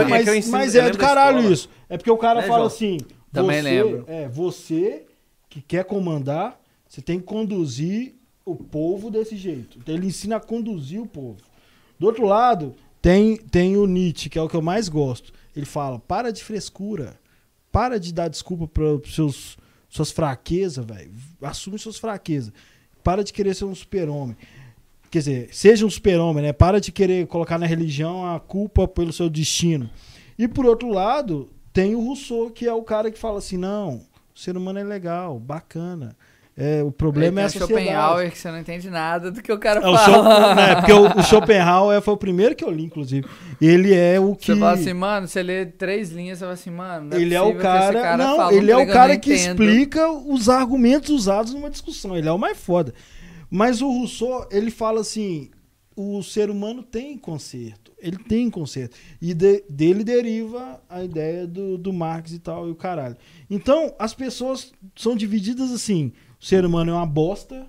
Speaker 4: é que
Speaker 2: mas,
Speaker 4: eu ensino-
Speaker 2: mas
Speaker 4: eu
Speaker 2: é do
Speaker 4: lembro da
Speaker 2: caralho
Speaker 4: escola.
Speaker 2: isso. É porque o cara
Speaker 4: Né,
Speaker 2: fala
Speaker 4: João?
Speaker 2: assim.
Speaker 3: Também
Speaker 2: você,
Speaker 3: lembro.
Speaker 2: É, você que quer comandar, você tem que conduzir o povo desse jeito. Então, ele ensina a conduzir o povo. Do outro lado, tem, tem o Nietzsche, que é o que eu mais gosto. Ele fala: para de frescura. Para de dar desculpa para seus suas fraquezas, velho. Assume suas fraquezas. Para de querer ser um super-homem. Quer dizer, seja um super-homem, né? Para de querer colocar na religião a culpa pelo seu destino. E por outro lado, tem o Rousseau, que é o cara que fala assim: não, o ser humano é legal, bacana. É, o problema é
Speaker 3: Aí
Speaker 2: a
Speaker 3: tem o
Speaker 2: sociedade.
Speaker 3: Schopenhauer, que você não entende nada do que o cara
Speaker 2: É, o
Speaker 3: fala.
Speaker 2: Schopen- [LAUGHS] né, porque o, o Schopenhauer foi o primeiro que eu li, inclusive. Ele é o que.
Speaker 3: Você fala assim, mano, você lê três linhas, você fala assim, mano, não
Speaker 2: ele é o
Speaker 3: possível que esse
Speaker 2: cara. não,
Speaker 3: fala um
Speaker 2: ele é o
Speaker 3: trem eu
Speaker 2: cara
Speaker 3: não
Speaker 2: que
Speaker 3: entendo.
Speaker 2: explica os argumentos usados numa discussão. Ele é o mais foda. Mas o Rousseau, ele fala assim: o ser humano tem conserto. Ele tem conserto. E de- dele deriva a ideia do, do Marx e tal, e o caralho. Então, as pessoas são divididas assim: o ser humano é uma bosta,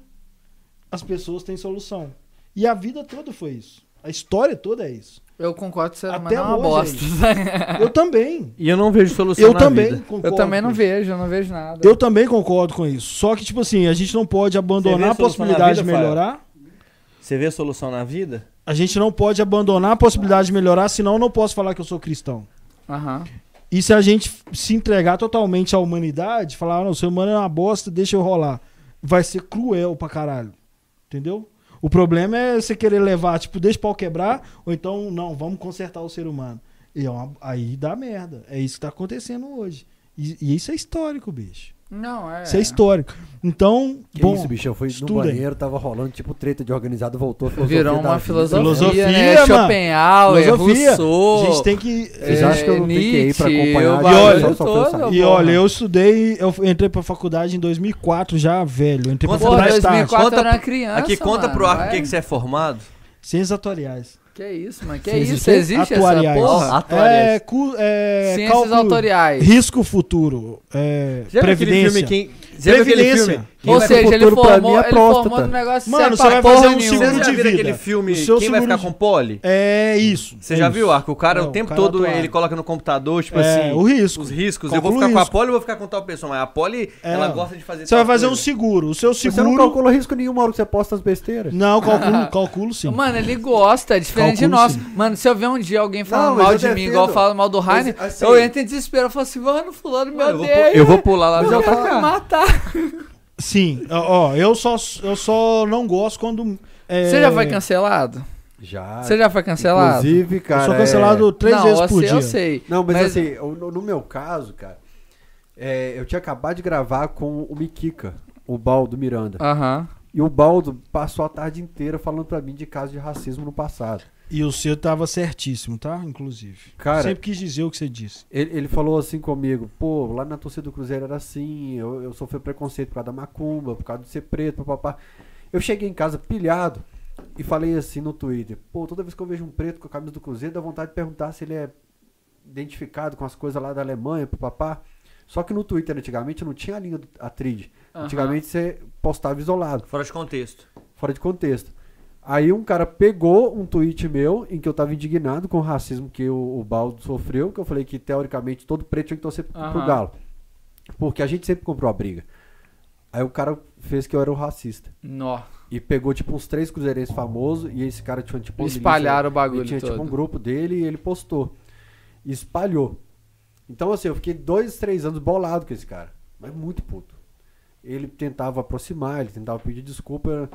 Speaker 2: as pessoas têm solução. E a vida toda foi isso. A história toda é
Speaker 3: [LAUGHS]
Speaker 2: isso.
Speaker 3: Eu concordo com você, mas
Speaker 2: Até
Speaker 3: não é uma
Speaker 2: hoje,
Speaker 3: bosta. [LAUGHS]
Speaker 2: Eu também.
Speaker 4: E eu não vejo solução
Speaker 2: Eu
Speaker 4: na
Speaker 2: também
Speaker 4: vida.
Speaker 2: concordo.
Speaker 3: eu também não
Speaker 2: com
Speaker 3: vejo, eu não vejo nada.
Speaker 2: eu também concordo com isso. Só que, tipo assim, a gente não pode
Speaker 4: Você vê
Speaker 2: abandonar
Speaker 4: a
Speaker 2: a
Speaker 4: solução
Speaker 2: possibilidade
Speaker 4: na
Speaker 2: de
Speaker 4: vida, Fael?
Speaker 2: melhorar.
Speaker 4: Você vê solução na vida?
Speaker 2: A gente não pode abandonar a possibilidade de melhorar, senão eu não posso falar que eu sou cristão.
Speaker 3: Aham.
Speaker 2: E se a gente f- se entregar totalmente à humanidade, falar, "Ah, não, o ser humano é uma bosta, deixa eu rolar. Vai ser cruel pra caralho. Entendeu? O problema é você querer levar, tipo, deixa o pau quebrar, ou então, não, vamos consertar o ser humano. E é uma- aí dá merda. É isso que tá acontecendo hoje. E, e isso é histórico, bicho.
Speaker 3: Não, é.
Speaker 2: Isso é histórico. Então,
Speaker 1: Que
Speaker 2: bom,
Speaker 1: isso, bicho? Eu fui no
Speaker 2: estudem.
Speaker 1: banheiro, tava rolando tipo treta de organizado, voltou. filosofia
Speaker 3: Virou
Speaker 1: da
Speaker 3: uma
Speaker 1: vida.
Speaker 3: filosofia,
Speaker 2: Filosofia,
Speaker 3: né?
Speaker 2: mano.
Speaker 3: Schopenhauer,
Speaker 2: Filosofia.
Speaker 3: Rousseau.
Speaker 2: A gente tem que.
Speaker 1: Vocês
Speaker 3: é,
Speaker 1: acham que eu não fiquei pra
Speaker 3: Nietzsche,
Speaker 1: acompanhar?
Speaker 3: o
Speaker 1: E
Speaker 3: bagulho
Speaker 1: só
Speaker 2: olha-
Speaker 1: pelo saber.
Speaker 3: todo,
Speaker 2: E
Speaker 3: porra.
Speaker 2: olha, eu estudei, eu entrei pra faculdade em 2004 já, velho. Eu entrei pra
Speaker 4: Quanto-
Speaker 3: Pô,
Speaker 4: Conta-
Speaker 2: faculdade tarde.
Speaker 3: 2004
Speaker 4: Conta
Speaker 3: eu era
Speaker 4: pro-
Speaker 3: criança,
Speaker 4: Aqui, conta
Speaker 3: mano,
Speaker 4: pro arco o
Speaker 3: vai.
Speaker 4: que, que você é formado.
Speaker 2: Ciências atuariais.
Speaker 3: Que isso, mano? Que
Speaker 2: Ciências
Speaker 3: isso? Existe
Speaker 2: atuariais.
Speaker 3: essa porra?
Speaker 4: Ó, atuariais.
Speaker 2: É, cu, é,
Speaker 3: Ciências
Speaker 2: cálculo,
Speaker 3: autoriais.
Speaker 2: Risco futuro. é,
Speaker 4: Já viu aquele
Speaker 2: previdência.
Speaker 4: filme quem. Já viu aquele
Speaker 2: Previdência.
Speaker 4: filme
Speaker 1: Quem
Speaker 3: Ou
Speaker 1: vai pro
Speaker 3: seja, ele
Speaker 1: futuro pra
Speaker 3: formou,
Speaker 1: mim é
Speaker 3: ele formou
Speaker 1: próstata.
Speaker 3: do negócio
Speaker 2: Mano,
Speaker 3: certo
Speaker 2: você
Speaker 3: pra
Speaker 2: vai
Speaker 3: porra
Speaker 2: fazer um
Speaker 3: nenhuma.
Speaker 2: seguro
Speaker 4: Vocês já
Speaker 2: de
Speaker 4: viram
Speaker 2: vida.
Speaker 4: aquele filme
Speaker 2: O seu
Speaker 4: Quem vai
Speaker 2: seguro
Speaker 4: ficar
Speaker 2: de-
Speaker 4: com pole?
Speaker 2: É isso.
Speaker 4: Você
Speaker 2: é
Speaker 4: já
Speaker 2: isso.
Speaker 4: viu, Arco? O cara
Speaker 2: É,
Speaker 4: o tempo
Speaker 2: cara
Speaker 4: todo
Speaker 2: atuado.
Speaker 4: ele coloca no computador, tipo
Speaker 2: É,
Speaker 4: assim,
Speaker 2: o risco.
Speaker 4: os riscos. eu
Speaker 2: Calcula
Speaker 4: vou
Speaker 2: o
Speaker 4: ficar com a
Speaker 2: risco.
Speaker 4: poli ou vou ficar com tal pessoa? Mas a poli,
Speaker 2: É,
Speaker 4: ela
Speaker 2: ó.
Speaker 4: gosta de fazer
Speaker 2: Você vai
Speaker 4: tal
Speaker 2: fazer um
Speaker 4: coisa.
Speaker 2: seguro. O seu
Speaker 1: Você não
Speaker 2: seguro.
Speaker 1: calcula risco nenhum na hora que você posta as besteiras.
Speaker 2: Não, calculo, [LAUGHS] calculo sim.
Speaker 3: Mano, ele gosta, é diferente de
Speaker 2: Calculo
Speaker 3: nós.
Speaker 2: sim.
Speaker 3: Mano, se eu ver um dia alguém
Speaker 1: Não,
Speaker 3: falando
Speaker 1: mas
Speaker 3: mal
Speaker 1: eu
Speaker 3: de mim,
Speaker 1: defendo.
Speaker 3: igual fala mal do
Speaker 1: Mas,
Speaker 3: Rainer,
Speaker 1: assim-
Speaker 3: eu entro em desespero. Eu falo assim, mano, fulano, meu Deus.
Speaker 4: Eu vou, pu- eu vou pular lá.
Speaker 1: Mas
Speaker 4: no-
Speaker 1: eu
Speaker 3: Quero
Speaker 1: vou
Speaker 3: me
Speaker 1: falar.
Speaker 3: matar.
Speaker 2: Sim, ó, ó, eu só, eu só não gosto quando. é,
Speaker 3: Você já foi cancelado?
Speaker 1: Já.
Speaker 3: Você já foi cancelado?
Speaker 1: Inclusive, cara.
Speaker 2: Eu sou
Speaker 1: é-
Speaker 2: cancelado três
Speaker 3: Não,
Speaker 2: vezes
Speaker 3: você
Speaker 2: por dia.
Speaker 3: eu sei.
Speaker 1: Não, mas,
Speaker 3: Mas-
Speaker 1: assim, eu- no, no meu caso, cara, é, eu tinha acabado de gravar com o Miquica, o Baldo Miranda.
Speaker 3: Aham.
Speaker 1: E o Baldo passou a tarde inteira falando pra mim de casos de racismo no passado.
Speaker 2: E o seu tava certíssimo, tá? Inclusive.
Speaker 1: Cara-
Speaker 2: Sempre quis dizer o que você disse.
Speaker 1: Ele, ele falou assim comigo, pô, lá na torcida do Cruzeiro era assim, eu, eu sofri preconceito por causa da macumba, por causa de ser preto, papapá. Eu cheguei em casa pilhado e falei assim no Twitter, pô, toda vez que eu vejo um preto com a camisa do Cruzeiro, dá vontade de perguntar se ele é identificado com as coisas lá da Alemanha, papapá. Só que no Twitter antigamente não tinha a linha do a trid.
Speaker 3: Aham.
Speaker 1: Antigamente você postava isolado,
Speaker 4: Fora de contexto.
Speaker 1: fora de contexto. Aí um cara pegou um tweet meu em que eu tava indignado com o racismo que o, o Baldo sofreu, que eu falei que teoricamente todo preto tinha que torcer pro
Speaker 3: Aham.
Speaker 1: Galo. Porque a gente sempre comprou a briga. Aí o cara fez que eu era o racista.
Speaker 3: Nó.
Speaker 1: E pegou, tipo, uns três cruzeirenses famosos. E esse cara tinha, tipo, uma milícia.
Speaker 3: Espalharam o bagulho
Speaker 1: Ele tinha, tipo,
Speaker 3: todo.
Speaker 1: um grupo dele e ele postou. E espalhou. Então, assim, eu fiquei dois, três anos bolado com esse cara. Mas muito puto. Ele tentava aproximar, ele tentava pedir desculpa.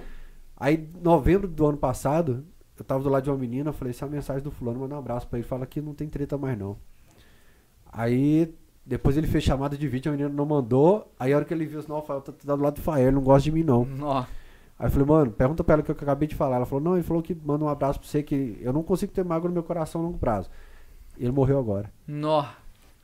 Speaker 1: Aí, novembro do ano passado, eu tava do lado de uma menina. Eu falei, essa é a mensagem do fulano, manda um abraço pra ele. Fala que não tem treta mais, não. Aí, depois ele fez chamada de vídeo, a menina não mandou. Aí, a hora que ele viu, não, o Fael tá tá do lado do Fael, ele não gosta de mim, não.
Speaker 3: Nó.
Speaker 1: Aí eu falei, mano, pergunta pra ela o que eu acabei de falar. Ela falou, não, ele falou que manda um abraço pra você, que eu não consigo ter mágoa no meu coração a longo prazo. E ele morreu agora.
Speaker 3: Nó.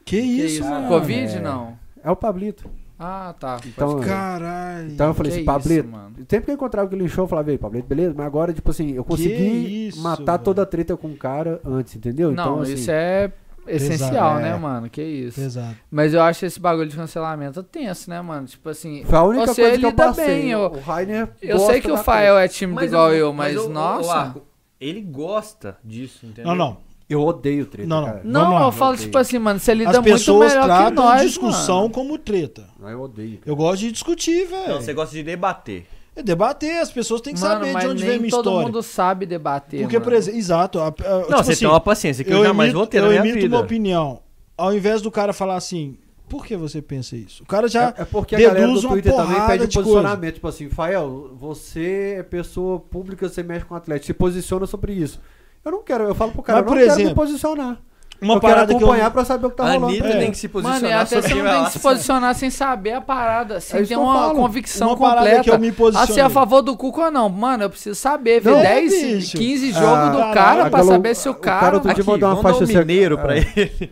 Speaker 2: Que,
Speaker 3: Que
Speaker 2: isso, mano?
Speaker 3: Covid,
Speaker 1: É.
Speaker 3: não?
Speaker 1: É o Pablito.
Speaker 3: Ah, tá.
Speaker 1: Então,
Speaker 2: Caralho.
Speaker 1: então eu falei
Speaker 3: que
Speaker 1: assim,
Speaker 3: isso,
Speaker 1: Pablito.
Speaker 3: mano.
Speaker 1: Sempre que eu encontrava aquele show, eu falava, ei, Pablito, beleza? Mas agora, tipo assim, eu consegui
Speaker 2: isso,
Speaker 1: matar
Speaker 2: velho.
Speaker 1: toda a treta com o cara antes, entendeu?
Speaker 3: não,
Speaker 1: então, assim,
Speaker 3: isso é essencial,
Speaker 2: Pesado,
Speaker 3: né,
Speaker 2: é.
Speaker 3: mano? Que isso.
Speaker 2: Pesado.
Speaker 3: Mas eu acho esse bagulho de cancelamento tenso, né, mano? Tipo assim,
Speaker 1: Foi a única
Speaker 3: você
Speaker 1: coisa que eu
Speaker 3: lida
Speaker 1: passei.
Speaker 3: bem, eu-
Speaker 1: O Rainer
Speaker 3: eu
Speaker 1: gosta
Speaker 3: sei que o
Speaker 1: da
Speaker 3: Fael é tímido igual
Speaker 4: eu-
Speaker 3: eu, mas,
Speaker 4: o- o- o
Speaker 3: nossa.
Speaker 4: Arco, ele gosta disso, entendeu?
Speaker 2: Não, não.
Speaker 3: é-
Speaker 1: treta. Eu odeio treta,
Speaker 2: Não, não.
Speaker 1: cara.
Speaker 3: não,
Speaker 2: Vamos lá,
Speaker 3: eu falo,
Speaker 1: ok.
Speaker 3: tipo assim, mano, você lida
Speaker 2: As
Speaker 3: muito
Speaker 2: pessoas
Speaker 3: melhor que
Speaker 2: tratam
Speaker 3: nós.
Speaker 2: discussão
Speaker 3: mano.
Speaker 2: como treta.
Speaker 1: Não, eu odeio.
Speaker 2: Eu gosto de discutir,
Speaker 4: Então, você
Speaker 2: velho.
Speaker 4: gosta de debater.
Speaker 2: É debater, as pessoas têm que
Speaker 3: Mano,
Speaker 2: saber
Speaker 3: mas
Speaker 2: de onde
Speaker 3: nem
Speaker 2: vem minha
Speaker 3: todo
Speaker 2: história.
Speaker 3: mundo sabe debater.
Speaker 2: Porque,
Speaker 3: mano.
Speaker 2: por exemplo, exato. a- a-
Speaker 4: Não,
Speaker 2: tipo
Speaker 4: você
Speaker 2: assim,
Speaker 4: tem uma paciência que eu, jamais vou ter na
Speaker 2: eu
Speaker 4: minha
Speaker 2: emito
Speaker 4: vida.
Speaker 2: uma opinião. Ao invés do cara falar assim, por que você pensa isso? O cara já
Speaker 1: É, é porque a
Speaker 2: deduz
Speaker 1: galera do
Speaker 2: uma
Speaker 1: Twitter também
Speaker 2: porrada
Speaker 1: pede um
Speaker 2: de coisa.
Speaker 1: posicionamento. Tipo assim, Fael, você é pessoa pública, você mexe com atleta, se posiciona sobre isso. Eu não quero, eu falo pro cara,
Speaker 2: Mas,
Speaker 1: eu
Speaker 2: por
Speaker 1: não quero me
Speaker 2: exemplo,
Speaker 1: posicionar.
Speaker 2: uma
Speaker 1: eu quero
Speaker 2: parada que eu
Speaker 1: acompanhar pra saber o que tá
Speaker 4: a
Speaker 1: rolando.
Speaker 4: Anitta
Speaker 2: É.
Speaker 4: tem que se posicionar
Speaker 3: Mano, e até
Speaker 4: sobre
Speaker 3: você não
Speaker 4: ela.
Speaker 3: tem que se posicionar sem saber a parada.
Speaker 1: É
Speaker 3: Sem
Speaker 1: isso que
Speaker 3: ter
Speaker 1: eu
Speaker 3: uma
Speaker 1: falo.
Speaker 3: convicção
Speaker 2: Uma parada
Speaker 3: completa.
Speaker 2: que eu me
Speaker 3: Ah, se é
Speaker 2: posicionei.
Speaker 3: a favor do Cuca ou não. Mano, eu preciso saber. Ver
Speaker 2: Não,
Speaker 3: 10,
Speaker 2: bicho.
Speaker 3: 15
Speaker 1: Ah,
Speaker 3: jogos do
Speaker 2: caralho,
Speaker 3: cara pra
Speaker 1: agora o-
Speaker 3: saber se o
Speaker 1: o cara
Speaker 3: cara.
Speaker 1: do-
Speaker 4: Aqui,
Speaker 1: Podia mandar uma
Speaker 4: vamos dar
Speaker 1: faixa
Speaker 4: um
Speaker 1: seca-
Speaker 4: mineiro pra
Speaker 1: Ah.
Speaker 4: ele.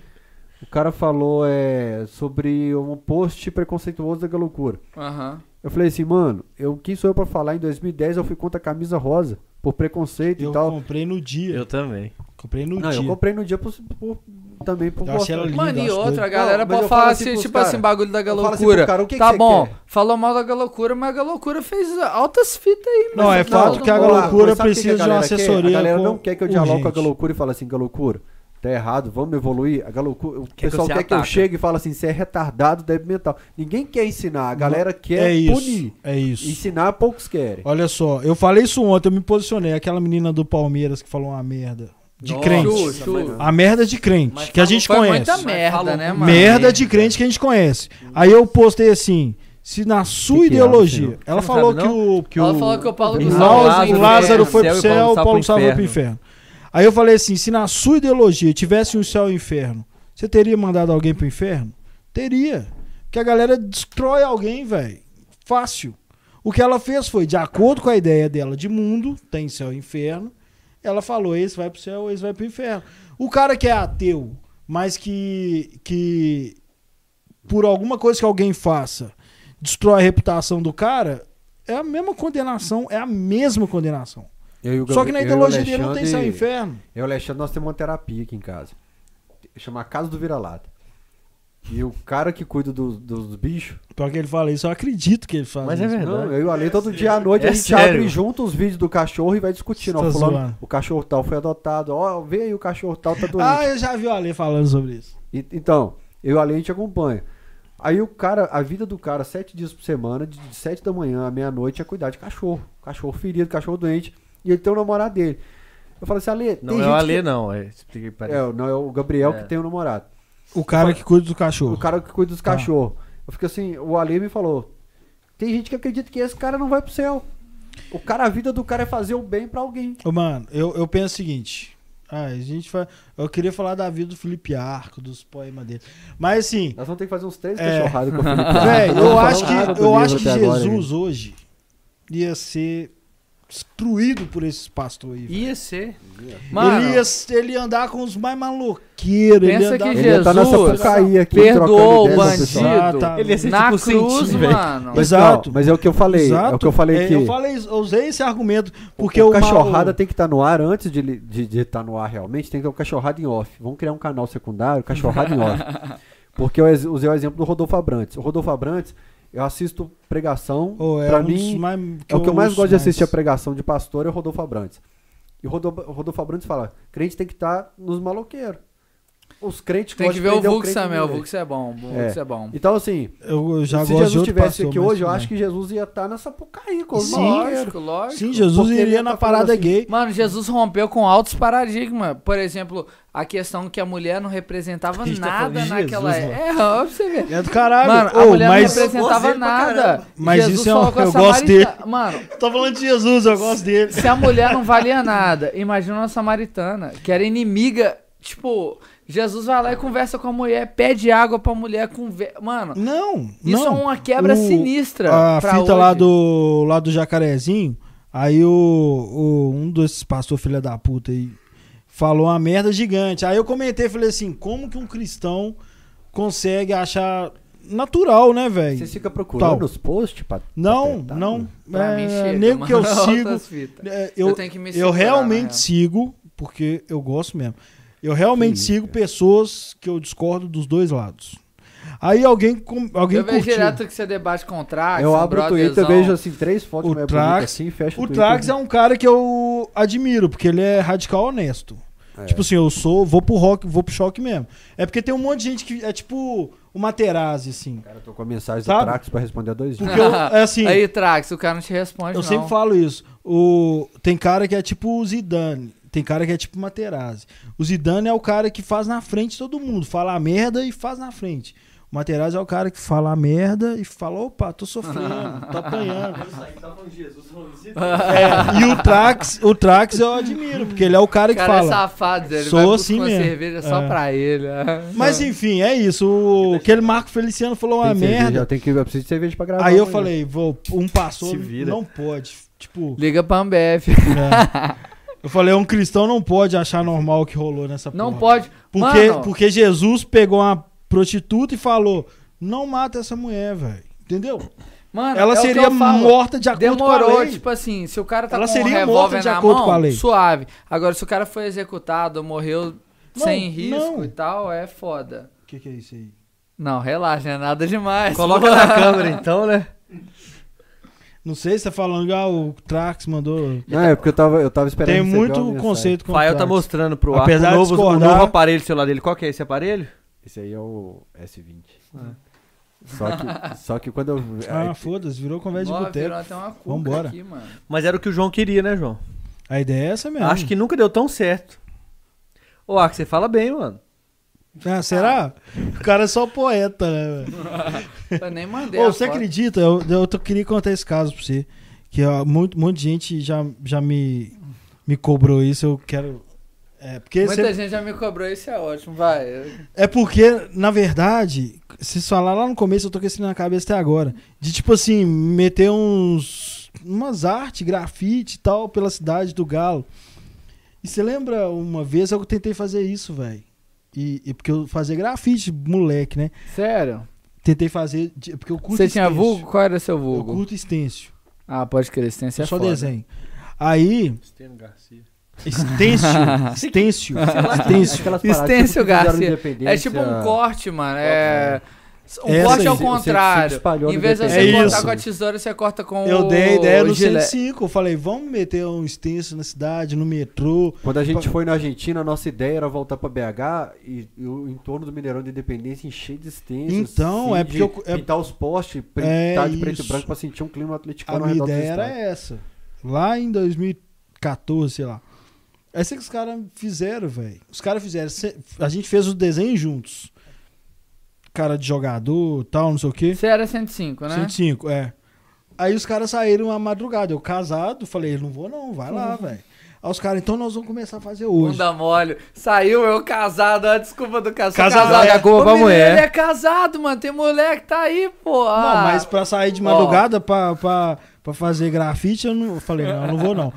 Speaker 1: O cara falou é, sobre um post preconceituoso da loucura.
Speaker 3: Aham.
Speaker 1: Eu falei assim, mano, eu quem sou eu pra falar? Em 2010 eu fui contra a camisa rosa, por preconceito
Speaker 2: Eu
Speaker 1: e tal.
Speaker 2: comprei no dia.
Speaker 4: também.
Speaker 2: Comprei no
Speaker 1: Não,
Speaker 2: dia.
Speaker 1: eu comprei no dia por, por- também por
Speaker 2: Eu achei ela
Speaker 1: mostrar.
Speaker 2: linda.
Speaker 3: Mano, e
Speaker 2: acho
Speaker 3: outra, a
Speaker 1: doido.
Speaker 3: galera
Speaker 1: Não, mas
Speaker 3: pode
Speaker 1: eu falo
Speaker 3: faala
Speaker 1: assim
Speaker 3: assim,
Speaker 1: pros
Speaker 3: tipo
Speaker 1: cara.
Speaker 3: assim, bagulho da
Speaker 1: Eu falo assim pro
Speaker 3: galocura.
Speaker 1: cara, o que que
Speaker 3: tá
Speaker 1: você
Speaker 3: bom,
Speaker 1: quer?
Speaker 3: falou mal da galocura, mas a galocura fez altas fitas aí, mano.
Speaker 2: Não, é fato
Speaker 3: todo
Speaker 2: que a
Speaker 3: mundo-
Speaker 1: Vamos lá,
Speaker 2: Galocura
Speaker 1: mas sabe o que que
Speaker 2: precisa de uma
Speaker 1: galera quer?
Speaker 2: assessoria
Speaker 1: A galera não
Speaker 2: com-
Speaker 1: quer que eu dialogue com a
Speaker 2: urgente.
Speaker 1: Galocura e fale assim, Galocura, tá errado, vamos evoluir. A Galocura, o
Speaker 4: que
Speaker 1: pessoal
Speaker 4: você
Speaker 1: quer que eu
Speaker 4: ataca.
Speaker 1: chegue e fale assim, você é retardado, deve mental. Ninguém quer ensinar, a galera quer
Speaker 2: é isso,
Speaker 1: punir.
Speaker 2: É isso.
Speaker 1: Ensinar poucos querem.
Speaker 2: Olha só, eu falei isso ontem, eu me posicionei. Aquela menina do Palmeiras que falou uma merda. De é
Speaker 4: Nossa,
Speaker 2: crente.
Speaker 3: Ju, Ju.
Speaker 2: A merda de crente,
Speaker 4: Mas
Speaker 2: que a
Speaker 4: falou-
Speaker 2: gente
Speaker 3: tá Foi
Speaker 2: conhece.
Speaker 3: muita merda,
Speaker 4: Falou
Speaker 3: né, mano?
Speaker 2: Merda de crente que a gente conhece. Aí eu postei assim: se na sua
Speaker 1: Que que é,
Speaker 2: ideologia.
Speaker 1: senhor?
Speaker 2: ela
Speaker 4: Você não
Speaker 2: falou
Speaker 4: sabe,
Speaker 2: que o. Que
Speaker 3: Ela
Speaker 2: o
Speaker 3: falou que o Paulo
Speaker 2: o
Speaker 4: Gustavo
Speaker 2: Lázaro,
Speaker 4: Lázaro
Speaker 2: o Lázaro foi
Speaker 4: inferno,
Speaker 2: pro céu, o Paulo Gustavo foi pro
Speaker 4: inferno.
Speaker 2: inferno. Aí eu falei assim: se na sua ideologia tivesse um céu e um inferno, você teria mandado alguém pro inferno? Teria. Porque a galera destrói alguém, velho. Fácil. O que ela fez foi, de acordo com a ideia dela de mundo, tem céu e inferno, ela falou: esse vai pro céu, esse vai pro inferno. O cara que é ateu, mas que, que por alguma coisa que alguém faça, destrói a reputação do cara, é a mesma condenação, é a mesma condenação.
Speaker 1: Eu e o
Speaker 2: Só que na
Speaker 1: Gabriel- eu e o
Speaker 2: ideologia dele não tem céu e
Speaker 1: Alexandre-
Speaker 2: inferno.
Speaker 1: Eu e o Alexandre, nós temos uma terapia aqui em casa. Chama Casa do Vira-Lata. E o cara que cuida do- dos bichos.
Speaker 2: Pior que ele fala isso, eu acredito que ele fala
Speaker 4: Mas é
Speaker 2: isso.
Speaker 4: verdade.
Speaker 1: Não, eu e o Ale, todo dia à noite
Speaker 4: É
Speaker 1: a gente
Speaker 4: sério.
Speaker 1: abre junto os vídeos do cachorro e vai discutindo.
Speaker 2: Tá
Speaker 1: Ó, fulano,
Speaker 2: zoando.
Speaker 1: o cachorro tal foi adotado. Ó, vê aí o cachorro tal tá doente.
Speaker 2: Ah, eu já vi o Ale falando sobre isso.
Speaker 1: E- então, eu e a gente acompanha. Aí o cara, a vida do cara, sete dias por semana, de de sete da manhã à meia-noite, é cuidar de cachorro. Cachorro ferido, cachorro doente. E ele tem o namorado dele. Eu falo assim, Ale, tem
Speaker 4: Não
Speaker 1: gente
Speaker 4: é o Alê,
Speaker 1: que...
Speaker 4: não. É, expliquei pra ele.
Speaker 1: É, não, é o Gabriel
Speaker 4: É.
Speaker 1: que tem o namorado.
Speaker 2: O cara que cuida do cachorro.
Speaker 1: O cara que cuida dos
Speaker 2: Tá.
Speaker 1: cachorros. Eu fico assim, o Ale me falou, tem gente que acredita que esse cara não vai pro céu. O cara, a vida do cara é fazer o bem pra alguém.
Speaker 2: Ô, mano, eu, eu penso o seguinte. Ah, a gente vai. Eu queria falar da vida do Felipe Arco, dos poemas dele. Mas
Speaker 1: [LAUGHS]
Speaker 2: assim,
Speaker 1: Nós vamos ter que fazer uns três
Speaker 2: É.
Speaker 1: cachorradas com
Speaker 2: [LAUGHS]
Speaker 1: o Felipe.
Speaker 2: velho,
Speaker 1: Não
Speaker 2: eu
Speaker 1: falaram
Speaker 2: acho
Speaker 1: nada do
Speaker 2: que, eu
Speaker 1: livro
Speaker 2: acho que
Speaker 1: até agora,
Speaker 2: Jesus
Speaker 1: gente.
Speaker 2: hoje ia ser destruído por esses pastores aí. velho.
Speaker 4: Ia ser.
Speaker 3: Mano,
Speaker 2: ele, ia, ele ia andar com os mais maloqueiros. Ele ia
Speaker 3: pensa
Speaker 2: andar...
Speaker 3: que
Speaker 1: Ele ia tá na
Speaker 3: Jesus
Speaker 1: Sapucaí aqui,
Speaker 3: perdoou
Speaker 1: trocando
Speaker 3: o
Speaker 1: ideia com o pessoal.
Speaker 3: bandido
Speaker 2: Exatamente.
Speaker 4: Ele ia ser
Speaker 3: na
Speaker 4: tipo o
Speaker 3: cruz,
Speaker 4: Santinho, velho.
Speaker 3: mano.
Speaker 1: Mas,
Speaker 2: Exato.
Speaker 1: não, mas é o que eu falei. É o que eu falei
Speaker 2: É,
Speaker 1: que
Speaker 2: Eu falei, eu usei esse argumento porque
Speaker 1: o
Speaker 2: o
Speaker 1: cachorrada
Speaker 2: mal-
Speaker 1: tem que estar no ar antes de estar de, de tá no ar realmente, tem que ter o cachorrada em off. Vamos criar um canal secundário, cachorrada em
Speaker 2: [LAUGHS]
Speaker 1: off. Porque eu ex- usei o exemplo do Rodolfo Abrantes. O Rodolfo Abrantes, eu assisto pregação,
Speaker 2: Ô, é
Speaker 1: pra
Speaker 2: um dos
Speaker 1: mim,
Speaker 2: mais-
Speaker 1: é o que eu mais
Speaker 2: ouço
Speaker 1: gosto de assistir a pregação de pastor é o Rodolfo Abrantes. E o Rodolfo, o Rodolfo Abrantes fala, crente tem que estar nos maloqueiros. Os crentes
Speaker 3: Tem
Speaker 1: gostam
Speaker 3: que
Speaker 1: de
Speaker 3: ver o
Speaker 1: prender
Speaker 3: Vux
Speaker 1: crente
Speaker 3: também,
Speaker 1: no
Speaker 3: o
Speaker 1: meio.
Speaker 3: Vux é bom, o Vux é bom.
Speaker 1: Então, assim,
Speaker 2: Eu, eu já
Speaker 1: se
Speaker 2: gosto de
Speaker 1: Jesus
Speaker 2: outro
Speaker 1: estivesse aqui
Speaker 2: pastor, mas né?
Speaker 1: hoje, eu
Speaker 2: tudo
Speaker 1: acho que
Speaker 2: bem.
Speaker 1: Jesus ia estar na Sapucaí com os
Speaker 2: Sim.
Speaker 1: maloqueiros.
Speaker 3: Lógico, lógico.
Speaker 2: Sim, Jesus
Speaker 1: Porque ele
Speaker 2: iria
Speaker 1: tá
Speaker 2: na
Speaker 1: falando
Speaker 2: parada
Speaker 1: assim,
Speaker 2: gay.
Speaker 3: Mano, Jesus rompeu com altos paradigmas. Por exemplo, a questão que a mulher não representava
Speaker 4: A gente tá
Speaker 3: nada
Speaker 4: falando de
Speaker 3: naquela
Speaker 4: Jesus,
Speaker 3: época. É, ó, pra você ver.
Speaker 2: É do caralho.
Speaker 3: Mano, a
Speaker 2: Ô,
Speaker 3: mulher
Speaker 2: mas
Speaker 3: não representava
Speaker 4: Eu gosto dele pra
Speaker 3: nada.
Speaker 4: caramba.
Speaker 2: Mas
Speaker 3: Jesus
Speaker 2: isso é um-
Speaker 3: falou com a
Speaker 2: eu gosto
Speaker 3: samarita- Mano,
Speaker 2: tô falando de Jesus, eu gosto dele.
Speaker 3: se a mulher não valia nada, imagina uma samaritana, que era inimiga. Tipo, Jesus vai lá e conversa com a mulher, pede água pra mulher. Conver... Mano,
Speaker 2: Não,
Speaker 3: isso
Speaker 2: não.
Speaker 3: é uma quebra
Speaker 2: O-
Speaker 3: sinistra.
Speaker 2: A
Speaker 3: pra
Speaker 2: fita lá
Speaker 3: hoje.
Speaker 2: do, lá do jacarezinho, aí o, o- um desses pastor filha da puta aí falou uma merda gigante. Aí eu comentei, falei assim, como que um cristão consegue achar natural, né, velho?
Speaker 1: Vocês ficam procurando
Speaker 2: Tal.
Speaker 1: os posts? Pra, pra
Speaker 2: Não,
Speaker 1: tentar,
Speaker 2: não.
Speaker 3: Tá, Pra
Speaker 2: é,
Speaker 3: mim chega,
Speaker 2: nego que eu
Speaker 3: mano, [LAUGHS]
Speaker 2: sigo,
Speaker 3: outras fitas.
Speaker 2: É,
Speaker 3: Eu
Speaker 2: eu,
Speaker 3: tenho que me
Speaker 2: eu
Speaker 3: segurar, né? na real.
Speaker 2: realmente sigo, porque eu gosto mesmo. Eu realmente sigo pessoas que eu discordo dos dois lados. Aí alguém, com- alguém
Speaker 3: Eu vejo
Speaker 2: curtiu.
Speaker 3: direto Ah, que você debate com o Trax,
Speaker 1: Eu
Speaker 3: com
Speaker 1: abro o Twitter,
Speaker 3: brotherzão.
Speaker 1: eu vejo assim, três fotos
Speaker 2: O
Speaker 1: mais
Speaker 2: Trax-
Speaker 1: bonitas assim, fecha o,
Speaker 2: O Trax é um cara que eu admiro, porque ele é radical honesto.
Speaker 1: É.
Speaker 2: Tipo assim, eu sou, vou pro rock, vou pro choque mesmo. É porque tem um monte de gente que é tipo o Materazzi, assim.
Speaker 1: Cara, eu tô com a mensagem
Speaker 2: Sabe?
Speaker 1: do Trax pra responder há dois dias.
Speaker 2: Porque eu, é assim,
Speaker 3: [LAUGHS] Aí, Trax, o cara não te responde,
Speaker 2: eu
Speaker 3: não.
Speaker 2: sempre falo isso. O, tem cara que é tipo o Zidane, tem cara que é tipo o Materazzi. O Zidane é o cara que faz na frente de todo mundo, fala a merda e faz na frente. O Materazzi é o cara que fala a merda e fala, opa, tô sofrendo,
Speaker 3: [LAUGHS]
Speaker 2: tô apanhando.
Speaker 4: então
Speaker 2: É, e o Trax, o Trax eu admiro, porque ele é o cara
Speaker 3: O
Speaker 2: que
Speaker 3: cara é
Speaker 2: fala.
Speaker 3: safado, ele
Speaker 2: Sou
Speaker 3: vai buscar
Speaker 2: assim
Speaker 3: uma
Speaker 2: mesmo.
Speaker 3: cerveja só
Speaker 2: É.
Speaker 3: pra ele. [LAUGHS]
Speaker 2: Mas enfim, é isso. O, aquele Marco Feliciano falou uma
Speaker 1: Tem cerveja, Eu,
Speaker 2: merda.
Speaker 1: tenho que, eu preciso de cerveja pra gravar.
Speaker 2: Aí eu
Speaker 1: amanhã.
Speaker 2: falei, vou, um passou,
Speaker 4: Se vira.
Speaker 2: não pode. Tipo,
Speaker 3: Liga pra Ambev.
Speaker 2: é. eu falei, um cristão não pode achar normal o que rolou nessa
Speaker 3: Não
Speaker 2: porra.
Speaker 3: pode.
Speaker 2: Porque,
Speaker 3: Mano,
Speaker 2: porque Jesus pegou uma prostituta e falou: não mata essa mulher, velho. Entendeu?
Speaker 3: mano,
Speaker 2: Ela
Speaker 3: é o que
Speaker 2: seria
Speaker 3: eu falo.
Speaker 2: morta de acordo com a
Speaker 3: Demorou,
Speaker 2: lei.
Speaker 3: tipo assim, se o cara tá
Speaker 2: Ela
Speaker 3: com um
Speaker 2: seria morta
Speaker 3: revólver
Speaker 2: de
Speaker 3: na
Speaker 2: acordo com a
Speaker 3: mão,
Speaker 2: lei.
Speaker 3: suave. Agora, se o cara foi executado, morreu
Speaker 2: Não,
Speaker 3: sem risco
Speaker 2: não.
Speaker 3: e tal, é foda.
Speaker 2: O que, que é isso aí?
Speaker 3: Não, relaxa, não é nada demais.
Speaker 4: Coloca na câmera então, né?
Speaker 2: Não sei se tá falando, ah, o Trax mandou.
Speaker 1: Não, é porque eu tava, eu tava esperando.
Speaker 2: Tem
Speaker 1: receber uma
Speaker 2: muito
Speaker 1: mensagem.
Speaker 2: conceito
Speaker 4: O
Speaker 2: com o
Speaker 4: Fael tá
Speaker 2: Trax.
Speaker 4: mostrando pro
Speaker 2: Apesar
Speaker 4: Apesar
Speaker 2: de
Speaker 4: o novo, o
Speaker 2: discordar-
Speaker 4: novo aparelho do celular dele. Qual que é esse aparelho?
Speaker 1: Esse aí é o S20. Só, que, só que quando eu. é,
Speaker 2: Ah, foda-se, virou conversa de
Speaker 3: Nó,
Speaker 2: boteco.
Speaker 3: virou até uma cuca
Speaker 2: Vambora.
Speaker 3: aqui, mano.
Speaker 4: Mas era o que o João queria, né, João?
Speaker 2: A ideia é essa mesmo.
Speaker 4: Acho que nunca deu tão certo. Ô, Arco, você fala bem, mano.
Speaker 2: Ah,
Speaker 4: tá.
Speaker 2: será? O cara é só poeta, né? velho?
Speaker 3: Eu nem mandei
Speaker 2: Ô,
Speaker 3: a
Speaker 2: você
Speaker 3: foto.
Speaker 2: acredita? Eu, eu tô- queria contar esse caso pra você. Que ó, muito, muita gente já, já me, me cobrou isso. Eu quero. É porque,
Speaker 3: Muita
Speaker 2: você-
Speaker 3: gente já me cobrou, isso é ótimo, vai. Eu-
Speaker 2: é porque, na verdade, se falar lá no começo, eu tô com isso na cabeça até agora. De tipo assim, meter uns. umas artes, grafite e tal, pela cidade do Galo. E você lembra uma vez eu tentei fazer isso, velho? E, e porque eu fazia grafite, moleque, né?
Speaker 3: Sério?
Speaker 2: Tentei fazer. de- Porque eu curto
Speaker 3: Você tinha
Speaker 2: stencil.
Speaker 3: vulgo? Qual era seu
Speaker 2: Eu
Speaker 3: vulgo?
Speaker 2: curto extenso.
Speaker 1: é
Speaker 3: Ah, pode crer, esse tem
Speaker 2: Eu
Speaker 3: ser
Speaker 2: só
Speaker 3: foda.
Speaker 2: desenho. Aí,
Speaker 4: Estênio Garcia.
Speaker 1: [LAUGHS]
Speaker 2: Extensio. Extensio. Extensio.
Speaker 1: Aquelas paradas,
Speaker 3: Extensio
Speaker 1: tipo, que fizeram
Speaker 3: Garcia.
Speaker 1: independência.
Speaker 3: É tipo um corte, mano. É. Um
Speaker 2: Essa
Speaker 3: corte
Speaker 2: aí.
Speaker 1: Você-
Speaker 3: ao
Speaker 1: você- você
Speaker 3: contrário.
Speaker 1: espalhou
Speaker 3: Em
Speaker 1: no
Speaker 3: vez de
Speaker 1: DPM.
Speaker 3: você
Speaker 2: É
Speaker 3: cortar
Speaker 2: isso.
Speaker 3: com a tesoura, você corta com o.
Speaker 2: Eu dei a ideia no
Speaker 3: gilete.
Speaker 2: 105. Eu falei, vamos meter um extenso na cidade, no metrô.
Speaker 1: Quando a gente foi na Argentina, a nossa ideia era voltar pra BH e, e o entorno do Mineirão da Independência encher de extensos.
Speaker 2: Então, é porque eu- é-
Speaker 1: pintar os postes,
Speaker 2: É
Speaker 1: pintar de preto e
Speaker 2: isso.
Speaker 1: branco pra sentir um clima atleticano
Speaker 2: A
Speaker 1: ao redor
Speaker 2: minha
Speaker 1: do
Speaker 2: ideia era
Speaker 1: estádio.
Speaker 2: essa. Lá em 2014, sei lá. Essa que os caras fizeram, velho. Os caras fizeram. se- A gente fez o desenho juntos. Cara de jogador, tal, não sei o quê.
Speaker 3: Você era 105, né?
Speaker 2: 105, é. Aí os caras saíram à madrugada. Eu casado, falei, não vou não, vai lá,
Speaker 3: Uhum.
Speaker 2: velho. Aí os caras, então nós vamos começar a fazer hoje.
Speaker 3: Bunda mole. Saiu eu casado, a desculpa do casado.
Speaker 2: Casado,
Speaker 3: casado.
Speaker 2: é,
Speaker 4: culpa
Speaker 3: Ô,
Speaker 4: pra
Speaker 3: menino,
Speaker 4: mulher.
Speaker 3: Ele é casado, mano. Tem moleque, tá aí, pô.
Speaker 2: Não, mas pra sair de madrugada pra, pra, pra fazer grafite, eu não eu falei, não, eu não vou não.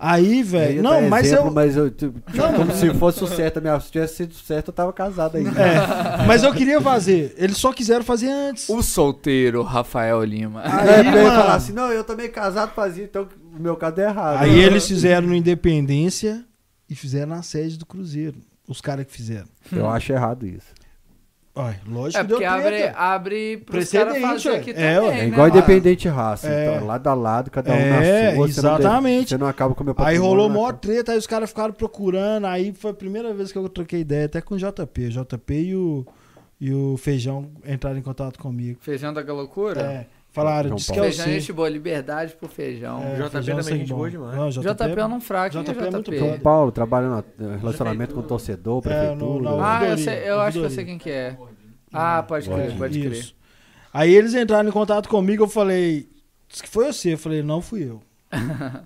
Speaker 2: Aí,
Speaker 1: Eu
Speaker 2: velho,
Speaker 1: ia
Speaker 2: não,
Speaker 1: dar
Speaker 2: mas
Speaker 1: exemplo,
Speaker 2: eu,
Speaker 1: Mas eu tu- como se fosse o certo. Minha, se tivesse sido certo, eu tava casado ainda. [LAUGHS]
Speaker 2: é, mas eu queria fazer. Eles só quiseram fazer antes.
Speaker 3: O solteiro Rafael Lima.
Speaker 2: Aí,
Speaker 1: eu ia falar
Speaker 2: mano,
Speaker 1: assim, não, eu também casado fazia, então o meu caso é errado.
Speaker 3: né?
Speaker 2: aí eles fizeram no Independência e fizeram na sede do Cruzeiro. Os caras que fizeram.
Speaker 1: Eu acho errado isso.
Speaker 2: Olha, lógico
Speaker 3: É
Speaker 2: que deu
Speaker 3: porque abre,
Speaker 2: treta.
Speaker 3: abre pros
Speaker 2: Precedente,
Speaker 3: caras fazer
Speaker 2: ué.
Speaker 3: aqui
Speaker 2: É,
Speaker 3: também,
Speaker 2: ué.
Speaker 1: É
Speaker 3: né,
Speaker 1: igual
Speaker 3: mano?
Speaker 1: independente raça,
Speaker 2: É.
Speaker 1: então, lado a lado, cada um
Speaker 2: É,
Speaker 1: na sua. você não deve-
Speaker 2: exatamente.
Speaker 1: Você não acaba com o meu
Speaker 2: Aí
Speaker 1: patrimônio,
Speaker 2: rolou
Speaker 1: né,
Speaker 2: mó
Speaker 1: cara?
Speaker 2: treta, aí os caras ficaram procurando. Aí foi a primeira vez que eu troquei ideia, até com o JP. O JP e o, e o Feijão entraram em contato comigo.
Speaker 3: Feijão da loucura?
Speaker 2: É, falaram,
Speaker 1: João
Speaker 2: disse que
Speaker 1: Paulo.
Speaker 2: é o
Speaker 3: Feijão
Speaker 2: C.
Speaker 3: enche boa, liberdade pro feijão.
Speaker 2: É, Feijão
Speaker 4: JP também,
Speaker 2: sangue
Speaker 4: gente
Speaker 2: bom.
Speaker 4: boa demais.
Speaker 2: Não, JP,
Speaker 3: JP eu não um fraco,
Speaker 2: JP é
Speaker 3: hein,
Speaker 2: muito
Speaker 3: JP?
Speaker 1: São Paulo, trabalhando relacionamento com torcedor,
Speaker 2: É,
Speaker 1: prefeitura.
Speaker 2: no- na
Speaker 3: Ah, eu,
Speaker 2: Ouvidoria,
Speaker 3: sei- eu acho que eu
Speaker 2: ouvidoria.
Speaker 3: sei quem que é. Ah, pode crer,
Speaker 1: Ouvidoria.
Speaker 3: pode crer.
Speaker 2: é
Speaker 3: [LAUGHS]
Speaker 2: Isso. Aí eles entraram em contato comigo, eu falei, disse que foi você. Eu falei, não fui eu.